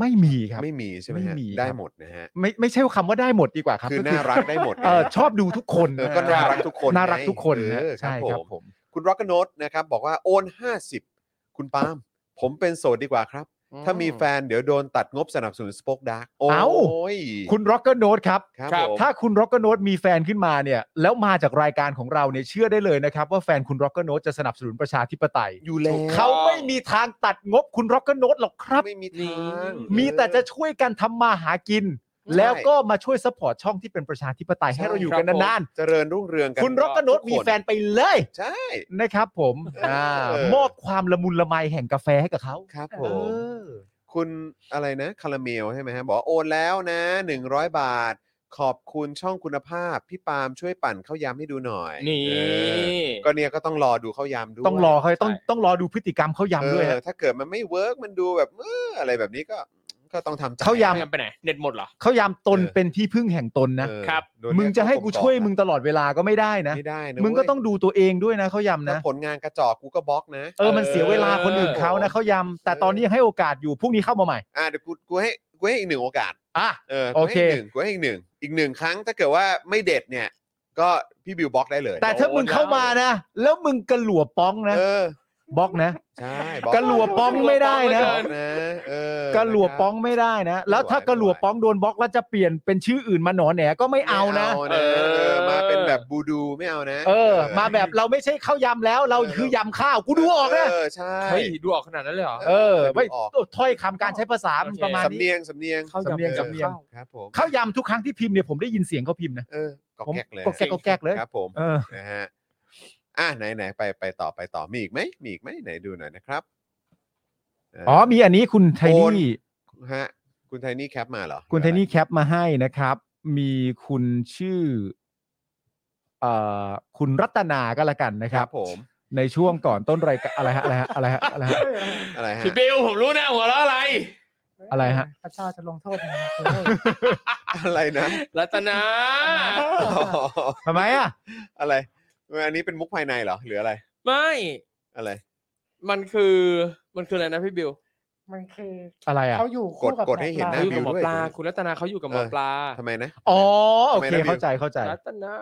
[SPEAKER 2] ไม่มีครับ
[SPEAKER 1] ไม่มีใช่ไหมฮะ
[SPEAKER 2] ไม่มีครับ
[SPEAKER 1] ได้หมดนะฮะ
[SPEAKER 2] ไม่ไม่ใช่คำว่าได้หมดดีกว่าครับ
[SPEAKER 1] คือ
[SPEAKER 2] ก็
[SPEAKER 1] น่ารักได้หมด
[SPEAKER 2] เออชอบดูทุกคน
[SPEAKER 1] เออก็น่ารักทุกคน
[SPEAKER 2] น่ารักทุกคน
[SPEAKER 1] ไง
[SPEAKER 2] นะ
[SPEAKER 1] เออ
[SPEAKER 2] ใช่
[SPEAKER 1] ครั
[SPEAKER 2] ครั
[SPEAKER 1] บบ ผ
[SPEAKER 2] ผม ม
[SPEAKER 1] คุณร็อกกโนตนะครับบอกว่าโอน 50 คุณปาล์มผมเป็นโสดดีกว่าครับ ถ้ามีแฟนเดี๋ยวโดนตัดงบสนับสนุนสป็อกดาร์กโอ้
[SPEAKER 2] เอ้า
[SPEAKER 1] ย
[SPEAKER 2] คุณร็อกเกอร์โนครับ
[SPEAKER 1] ครับ
[SPEAKER 3] ครับ
[SPEAKER 1] ผม
[SPEAKER 2] ถ้าคุณร็อกเกอร์โนมีแฟนขึ้นมาเนี่ย แล้วมาจากรายการของเราเนี่ยเชื่อได้เลยนะครับ ว่าแฟนคุณร็อกเกอร์โนจะสนับสนุนประชาธิปไตย
[SPEAKER 1] อยู่แล้ว
[SPEAKER 2] เขาไม่มีทางตัดงบคุณร็อกเกอร์โนหรอกครับ
[SPEAKER 1] ไม่มีทาง
[SPEAKER 2] มีแต่จะ
[SPEAKER 1] เอ
[SPEAKER 2] ช่วยกันทำมาหากิน
[SPEAKER 1] ใช่
[SPEAKER 2] แล้วก็มาช่วยสปอร์ตช่องที่เป็นประชาธิปไตยให้เราอยู่กันนาน
[SPEAKER 1] อเจริญรุ่งเรืองกัน
[SPEAKER 2] ๆคุณร็อกเกอร์โน
[SPEAKER 1] ทุ
[SPEAKER 2] มี
[SPEAKER 1] ค
[SPEAKER 2] แฟนไปเลย
[SPEAKER 1] ใช่
[SPEAKER 2] นะครับ ผมอ่า
[SPEAKER 1] เออ
[SPEAKER 2] มอบความละมุนละไมแห่งกาแฟให้กับเขา
[SPEAKER 1] ครับผ
[SPEAKER 2] เอ
[SPEAKER 1] ม
[SPEAKER 2] อ
[SPEAKER 1] คุณอะไรนะคาราเมลใช่ไหมฮะบอกว่าโอนแล้วนะ 100 บาท ขอบคุณช่องคุณภาพ พี่ปาล์มช่วยปั่นข้าวยำให้ดูหน่อย
[SPEAKER 3] นี่
[SPEAKER 1] เออก็เนี่ยก็ต้องรอดูข้าวยำด้วย
[SPEAKER 2] ต้องรอเขาต้อง
[SPEAKER 3] ใช่
[SPEAKER 2] ต้องรอดูพฤติกรรมเขา
[SPEAKER 1] เอย
[SPEAKER 2] ำด้วย
[SPEAKER 1] อ
[SPEAKER 2] ฮะ
[SPEAKER 1] ถ้าเกิดมันไม่เวิร์กมันดูแบบเอออะไรแบบนี้ก็ก็ต้องทำใจ
[SPEAKER 2] เขา
[SPEAKER 3] ทำกัน
[SPEAKER 2] ยำ
[SPEAKER 3] ไปไหนเน็ตหมดเหรอ
[SPEAKER 2] เขายำตนเป็นที่พึ่งแห่งตนนะ
[SPEAKER 1] เออ
[SPEAKER 3] ครับ
[SPEAKER 1] โดน
[SPEAKER 2] มึงจะให้กูช่วย
[SPEAKER 1] เรีก
[SPEAKER 2] มึงตลอดเวลาก็ไม่ได้นะ
[SPEAKER 1] ไม่ได้นะ
[SPEAKER 2] มึงก็
[SPEAKER 1] เว้ย
[SPEAKER 2] ต้องดูตัวเองด้วยนะเขายำ
[SPEAKER 1] ถ้า
[SPEAKER 2] นะ
[SPEAKER 1] ผลงานกระจอกกูก็บล็อกนะ
[SPEAKER 2] เออมันเสียเวลาคนอื่นเขานะเขายำแต่ตอนนี้ยังให้โอกาสอยู่พรุ่งนี้เข้ามาใหม่
[SPEAKER 1] อ่ะเดี๋ยวกูกูให้กูให้อีกหนึ่งโอกาส
[SPEAKER 2] อ่ะ
[SPEAKER 1] เออ
[SPEAKER 2] โอเค
[SPEAKER 1] กูให้กหนึ่งกูให้อีกหนึ่งอีกหนึ่งครั้งถ้าเกิดว่าไม่เด็ดเนี่ย ก็พี่บิวบล็อกได้เลย
[SPEAKER 2] แต่ถ้ามึงเข้ามานะ แล้วมึงกระหลัวป้องนะ
[SPEAKER 1] เออ
[SPEAKER 2] บล็อกนะ
[SPEAKER 1] ใช่บอก
[SPEAKER 2] กระหลัวป้องไม่ได้นะ
[SPEAKER 1] บอกนะเออก
[SPEAKER 2] ระหลัวป้องไม่ได้นะ แล้วถ้ากระหลัวป้องโดนบล็อกแล้วจะเปลี่ยนเป็นชื่ออื่นมาหนอแหนก็ไม่เอานะ
[SPEAKER 1] ไม่เอ
[SPEAKER 3] เออ
[SPEAKER 1] อมาเป็นแบบบูดูไม่เอานะ
[SPEAKER 2] เออ มาแบบเราไม่ใช่ข้าวยำแล้วเราคือยำข้าวกูดูออกนะ
[SPEAKER 1] เออใช่
[SPEAKER 3] เฮ้ยดูออกขนาดนั้นเลยเหรอ
[SPEAKER 2] เออไม่
[SPEAKER 1] ดูออก
[SPEAKER 2] ถ้อยคำการใช้ภาษามัน
[SPEAKER 3] โอเค
[SPEAKER 2] ประมาณ
[SPEAKER 1] สำ
[SPEAKER 2] นี้
[SPEAKER 1] เนียงสำเนียง
[SPEAKER 2] เข้าสำเนียง
[SPEAKER 1] ออ
[SPEAKER 2] สำเนียง
[SPEAKER 1] ครับผม
[SPEAKER 2] ข้าวยำทุกครั้งที่พิมพ์เนี่ยผมได้ยินเสียงเขาพิมพ์นะ
[SPEAKER 1] เออก็
[SPEAKER 2] ผม
[SPEAKER 1] แก๊กเลย
[SPEAKER 2] ก็แก๊กก็แก๊กเลย
[SPEAKER 1] ครับผม
[SPEAKER 2] เออ
[SPEAKER 1] นะฮะอ่ะไหนไหนไปไปต่อไปต่อมีอีกไหมมีอีกไหมไหนดูหน่อยนะครับเ
[SPEAKER 2] อ๋อมีอันนี้คุณไทนี่
[SPEAKER 1] ฮะคุณไทนี่แคปมาเหรอ
[SPEAKER 2] คุณไทนี่แคปมาให้นะครับ มีคุณชื่อเอ่อคุณรัตนาก็แล้วกันนะ
[SPEAKER 1] ค
[SPEAKER 2] ครั
[SPEAKER 1] รับ บผม
[SPEAKER 2] ในช่วงก่อนต้นรายการอะไรฮะอะไรฮะอะไรฮะอะไรฮะ
[SPEAKER 1] อะไรฮะ
[SPEAKER 3] พี่บิวผมรู้นะหัวเราะอะไร
[SPEAKER 2] อะไรฮะ
[SPEAKER 5] พระเจ้าจะลงโทษนะ
[SPEAKER 1] อะไรนะ
[SPEAKER 3] รัตนา
[SPEAKER 1] อ๋อ
[SPEAKER 2] ทำไมอ่ะ
[SPEAKER 1] อะไรอันนี้เป็นมุกภายในเหรอหรืออะไร
[SPEAKER 3] ไม่
[SPEAKER 1] อะไร
[SPEAKER 3] มันคือมันคืออะไรนะพี่บิว
[SPEAKER 5] มันคือ
[SPEAKER 2] อะไรอ่ะ
[SPEAKER 5] เขาอยู่คู่กับ
[SPEAKER 1] กดให้เห็นหน้า
[SPEAKER 3] เขาอยู่กับหมอ
[SPEAKER 1] บิวด้วย
[SPEAKER 3] ปลา คุณรัตนาเขาอยู่กับหมอ
[SPEAKER 1] เออ
[SPEAKER 3] ปลา
[SPEAKER 1] ทำไมนะ
[SPEAKER 2] อ๋อโอ
[SPEAKER 1] ทำไม
[SPEAKER 2] เค
[SPEAKER 1] นะบิว
[SPEAKER 2] เข้าใจเข้าใจ
[SPEAKER 3] รัตนา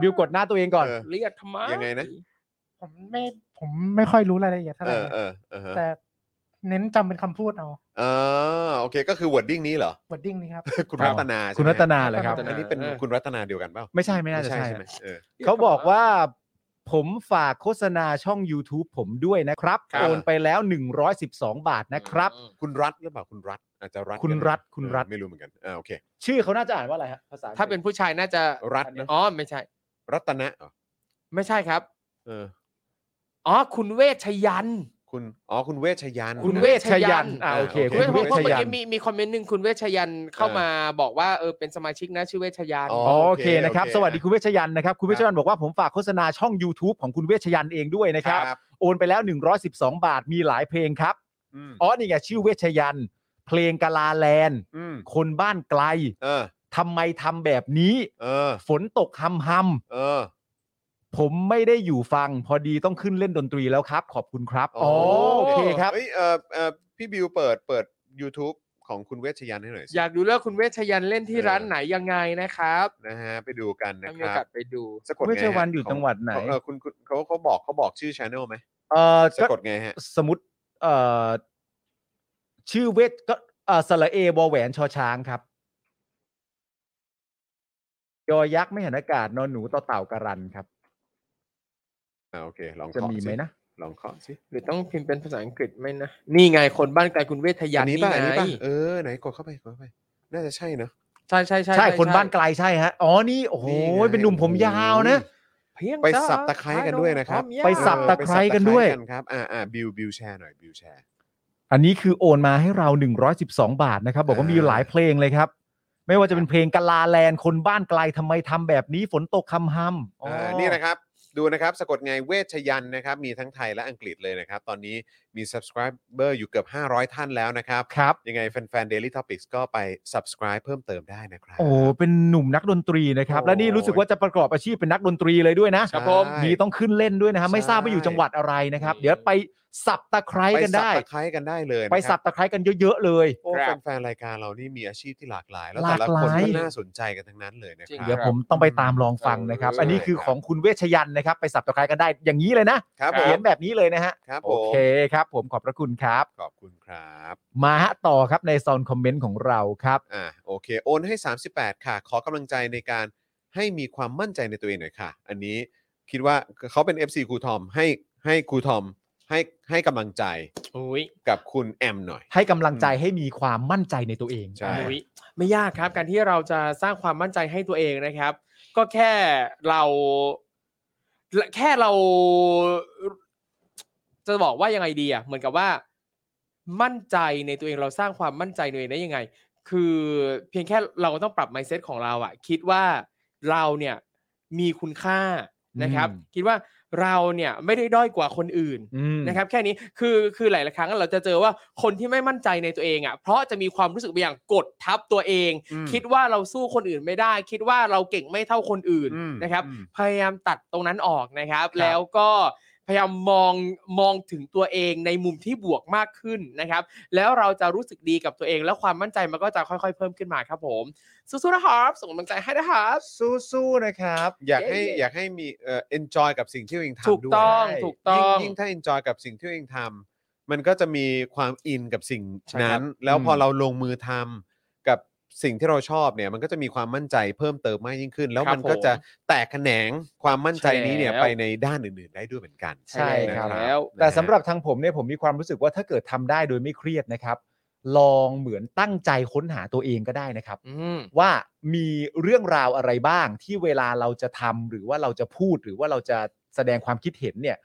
[SPEAKER 2] บิวกดหน้าตัวเองก่อน
[SPEAKER 1] เออ
[SPEAKER 3] เรียกทำไม
[SPEAKER 1] ยังไงนะ
[SPEAKER 5] ผมไม่ผมไม่ค่อยรู้รายละเอียดเท่าไห
[SPEAKER 1] เอ
[SPEAKER 5] ร่
[SPEAKER 1] อเออเออฮะ
[SPEAKER 5] แต่เน้นจำเป็นคำพูดเอา
[SPEAKER 1] เออโอเคก็คือวอร์ดดิ้งนี้เหรอ
[SPEAKER 5] วอดดิ้งนี้ครับ
[SPEAKER 1] คุณ
[SPEAKER 2] ครับ
[SPEAKER 1] รัตนาใช่ไหม
[SPEAKER 2] คุณรัตนาเลยครับ
[SPEAKER 1] อันนี้เป็นคุณรัตนาเดียวกันเปล่า
[SPEAKER 2] ไม่ใช่ไม่น่าจะใช่
[SPEAKER 1] ใช่ไหมเออ
[SPEAKER 2] เขาบอกว่า ผมฝากโฆษณาช่อง YouTube ผมด้วยนะครับ
[SPEAKER 3] ครับ
[SPEAKER 2] โอนไปแล้ว 112 บาทนะครับ
[SPEAKER 3] อืม
[SPEAKER 1] คุณรัฐหรือเปล่าคุณรัฐอาจจะรัฐ
[SPEAKER 2] คุณ
[SPEAKER 1] ก็ได้
[SPEAKER 2] รัฐคุณรัฐ
[SPEAKER 1] เออไม่รู้เหมือนกันอ่าโอเค
[SPEAKER 2] ชื่อเขาน่าจะอ่านว่าอะไรฮะภาษาอังกฤษ
[SPEAKER 3] ถ้าเป็นผู้ชายน่าจะ
[SPEAKER 1] รัฐนะ
[SPEAKER 3] อ๋อไม่ใช่
[SPEAKER 1] รัตนะเหรอ
[SPEAKER 3] ไม่ใช่ครับ
[SPEAKER 1] เออ
[SPEAKER 3] อ๋อ คุณเวชยันต์
[SPEAKER 1] คุณอ๋อคุณเวชยันต์
[SPEAKER 2] คุณเวชยันต์อ่าโอเค
[SPEAKER 1] โอเค
[SPEAKER 2] คุ
[SPEAKER 3] คุณ ณเวช
[SPEAKER 2] เว
[SPEAKER 3] เพราะ
[SPEAKER 2] ช
[SPEAKER 3] เมื่อ
[SPEAKER 2] ยัน
[SPEAKER 3] กี้
[SPEAKER 2] ต์
[SPEAKER 3] มีมีคอมเมนต์หนึ่งคุณเวชยันต์เข้ามาบอกว่าเออเป็นสมาชิกนะชื่อเวชยันต์
[SPEAKER 1] อ๋อ
[SPEAKER 2] โอ
[SPEAKER 1] โเค
[SPEAKER 2] เคนะครับ
[SPEAKER 1] โอเค
[SPEAKER 2] สวัสดีคุณเวชยันต์นะครับ คุณเวชยันต์บอกว่าผมฝากโฆษณาช่อง YouTube ของคุณเวชยันต์เองด้วยนะครับ โอนไปแล้ว 112 บาทมีหลายเพลงครับ
[SPEAKER 1] อืม
[SPEAKER 2] อ๋อนี่ไงชื่อเวชยันต์เพลงกาลาแลนด์
[SPEAKER 1] อืม
[SPEAKER 2] คนบ้านไกล
[SPEAKER 1] เออ
[SPEAKER 2] ทำไมทำแบบนี้
[SPEAKER 1] เออ
[SPEAKER 2] ฝนตกหำห
[SPEAKER 1] เออ
[SPEAKER 2] ำผมไม่ได้อยู่ฟัง พอดีต้องขึ้นเล่นดนตรีแล้วครับ ขอบคุณครับ
[SPEAKER 1] อ๋อ
[SPEAKER 2] โอเคครับ
[SPEAKER 1] เอ้ยเออเออพี่บิวเปิดเปิด YouTube ของคุณเวชยันต์ให้หน่อยสิ
[SPEAKER 3] อยากดูเรื่องคุณเวชยันต์เล่นที่
[SPEAKER 1] เออ
[SPEAKER 3] ร้านไหนยังไงนะครับ
[SPEAKER 1] นะฮะไปดูกันนะค
[SPEAKER 3] ถ้ามีโอ
[SPEAKER 1] รั
[SPEAKER 3] กา
[SPEAKER 1] บ
[SPEAKER 3] สไปดู
[SPEAKER 1] สะกดไง
[SPEAKER 2] เว
[SPEAKER 1] ฮะ
[SPEAKER 2] ชวันอยู่จังหวัดไหน
[SPEAKER 1] เออคุณคุณเขาเขาบอกเขาบอกชื่อช anel ไหม
[SPEAKER 2] เออ
[SPEAKER 1] สะก
[SPEAKER 2] ก็
[SPEAKER 1] ดไงฮะ
[SPEAKER 2] สมมติเอ่อชื่อเวชก็เอ่อสระเอวอแหวนชอช้างครับยอยักษ์ไม่เห็นอากาศนอนหนูต่อเต่าการันครับ
[SPEAKER 1] อ่าโอเค ลอง
[SPEAKER 2] จะ
[SPEAKER 1] เคาะ
[SPEAKER 2] มีไหม
[SPEAKER 1] สิ
[SPEAKER 2] นะ
[SPEAKER 1] ลองเคาะสิ
[SPEAKER 3] หรือต้องพิมพ์เป็นภาษาอังกฤษไหมนะ นี่ไงคนบ้านไกลคุณเวทยันต์
[SPEAKER 1] อั
[SPEAKER 3] นี่
[SPEAKER 1] ป่ะ
[SPEAKER 3] ไง
[SPEAKER 1] อันี้ป่ะเออไหนกดเข้าไปกดเข้าไป น่าจะใช่เนอะ
[SPEAKER 3] ใช่ใช่ใช่
[SPEAKER 2] ใช่คนบ้านไกลใช่ฮะอ๋อนี่โอ้โห
[SPEAKER 1] นี่ไง
[SPEAKER 2] เป็นหนุ่มผมยาวนะ
[SPEAKER 3] เพียง
[SPEAKER 1] ไปสับตะไคร้กันด้วยนะครับ
[SPEAKER 2] ไปสับตะ
[SPEAKER 1] เออ
[SPEAKER 2] ไคร้กันด้วย
[SPEAKER 1] ไปสับตะไคร้ครับอ่าอ่าบิวบิวแชร์หน่อยบิวแชร์
[SPEAKER 2] อันนี้คือโอนมาให้เรา 112 บาทนะครับ บอกว่ามี
[SPEAKER 1] อ่า
[SPEAKER 2] หลายเพลงเลยครับ ไม่ว่าจะเป็นเพลงกะลาแลนด์คนบ้านไกลทำไมทำแบบนี้ฝนตกคำหำอ๋อ
[SPEAKER 1] อ่านี่นะครับ ดูนะครับสะกดไงเวชยันต์นะครับ มีทั้งไทยและอังกฤษเลยนะครับ ตอนนี้มี subscriber อยู่เกือบ 500 ท่านแล้วนะครับ
[SPEAKER 2] ครับ
[SPEAKER 1] ยังไงแฟนๆ Daily Topics ก็ไป subscribe เพิ่มเติมได้นะครับ
[SPEAKER 2] โอ้เป็นหนุ่มนักดนตรีนะครับ และนี่รู้สึกว่าจะประกอบอาชีพเป็นนักดนตรีเลยด้วยนะ
[SPEAKER 1] ค
[SPEAKER 3] ครับผม
[SPEAKER 1] ใช่
[SPEAKER 2] มีต้องขึ้นเล่นด้วยนะครับไม่
[SPEAKER 1] ใช่
[SPEAKER 2] ทราบว่าอยู่จังหวัดอะไรนะครับ เดี๋ยวไปสับตะไคร้
[SPEAKER 1] ไป
[SPEAKER 2] กัน
[SPEAKER 1] สับ
[SPEAKER 2] ได้
[SPEAKER 1] ตะไคร้กันได้เลยนะค
[SPEAKER 2] ไป
[SPEAKER 1] รั
[SPEAKER 2] สับตะไคร้กันเยอะๆเลย
[SPEAKER 1] โอ้
[SPEAKER 3] ครับ
[SPEAKER 1] แฟนๆ รายการเรานี่มีอาชีพที่หลากหลาย แล้ว
[SPEAKER 2] ห
[SPEAKER 1] แต่
[SPEAKER 2] ลาก
[SPEAKER 1] ละ
[SPEAKER 2] หลาย
[SPEAKER 1] คนก็น่าสนใจกันทั้งนั้นเลยนะค
[SPEAKER 3] จริง
[SPEAKER 1] รับ
[SPEAKER 2] เดี๋ยวผมต้องไปตามลองฟังนะครับ
[SPEAKER 1] เอออั
[SPEAKER 2] อันนี้คือของคุณเวชยันต์นะครับ ไปสับตะไคร้กันได้อย่างนี้เลยนะครับ
[SPEAKER 1] ผ
[SPEAKER 2] เขีย
[SPEAKER 1] ม
[SPEAKER 2] นแบบนี้เลยนะฮะ
[SPEAKER 1] ครับผ
[SPEAKER 2] โอ
[SPEAKER 1] ม
[SPEAKER 2] เคครับ ผมขอบพระคุณครับ
[SPEAKER 1] ขอบคุณครับ
[SPEAKER 2] มาฮะต่อครับในซอนคอมเมนต์ของเราครับ
[SPEAKER 1] อ่าโอเค โอนให้ 38 ค่ะ ขอกำลังใจในการให้มีความมั่นใจในตัวเองหน่อยค่ะ อันนี้คิดว่าเขาเป็น FC ครูทอมให้ให้ครูทอมให้ให้กำลังใจ
[SPEAKER 3] อุ้ย
[SPEAKER 1] กับคุณแอมหน่อย
[SPEAKER 2] ให้กำลังใจให้มีความมั่นใจในตัวเอง
[SPEAKER 1] ใช่
[SPEAKER 3] อุ้ยไม่ยากครับ การที่เราจะสร้างความมั่นใจให้ตัวเองนะครับ ก็แค่เราแค่เรา จะบอกว่ายังไงดีอ่ะเหมือนกับว่า มั่นใจในตัวเองเราสร้างความมั่นใจในตัวเองได้ยังไง คือเพียงแค่เราต้องปรับ mindset ของเราอะคิดว่าเราเนี่ยมีคุณค่านะครับ
[SPEAKER 2] อืม
[SPEAKER 3] คิดว่าเราเนี่ยไม่ได้ด้อยกว่าคนอื่น
[SPEAKER 2] อืม
[SPEAKER 3] นะครับแค่นี้คือคือหลายๆครั้งเราจะเจอว่าคนที่ไม่มั่นใจในตัวเองอ่ะเพราะจะมีความรู้สึกบางอย่างกดทับตัวเอง
[SPEAKER 1] อืม
[SPEAKER 3] คิดว่าเราสู้คนอื่นไม่ได้ คิดว่าเราเก่งไม่เท่าคนอื่น
[SPEAKER 1] อืม
[SPEAKER 3] นะครับ
[SPEAKER 1] อืม
[SPEAKER 3] พยายามตัดตรงนั้นออกนะครับ แล้วก็พยายามมองมองถึงตัวเองในมุมที่บวกมากขึ้นนะครับ แล้วเราจะรู้สึกดีกับตัวเอง แล้วความมั่นใจมันก็จะค่อยๆ เพิ่มขึ้นมาครับผมสู้ๆนะครับส่งกำลังใจให้นะครับ
[SPEAKER 2] สู้ๆนะครับ
[SPEAKER 1] อยากให้
[SPEAKER 3] เย้
[SPEAKER 1] อยากให้มีเอ่อ enjoy กับสิ่งที่ตัวเองทำด้วย
[SPEAKER 3] ถูกต้อง
[SPEAKER 1] ใช่
[SPEAKER 3] ถูกต้อง
[SPEAKER 1] ยิ่ยิ่งถ้า enjoy กับสิ่งที่ตัวเองทำมันก็จะมีความอินกับสิ่ง
[SPEAKER 3] ใช่ครับ
[SPEAKER 1] นั้น แล้วพออ
[SPEAKER 2] ม
[SPEAKER 1] เราลงมือทำกับสิ่งที่เราชอบเนี่ย มันก็จะมีความมั่นใจเพิ่มเติมมากยิ่งขึ้น แล้วมันก็จะแตกแขนงความมั่นใจนี้เนี่ย
[SPEAKER 3] ใช่แล้ว
[SPEAKER 1] ไปในด้านอื่น ๆ ได้ด้วยเหมือนกัน
[SPEAKER 2] ใช่ครับ
[SPEAKER 1] นะ
[SPEAKER 3] แล้ว
[SPEAKER 2] แต่สำหรับทางผมเนี่ยผมมีความรู้สึกว่าถ้าเกิดทำได้โดยไม่เครียดนะครับ ลองเหมือนตั้งใจค้นหาตัวเองก็ได้นะครับ
[SPEAKER 3] อืม
[SPEAKER 2] ว่ามีเรื่องราวอะไรบ้างที่เวลาเราจะทำหรือว่าเราจะพูดหรือว่าเราจะแสดงความคิดเห็นเนี่ย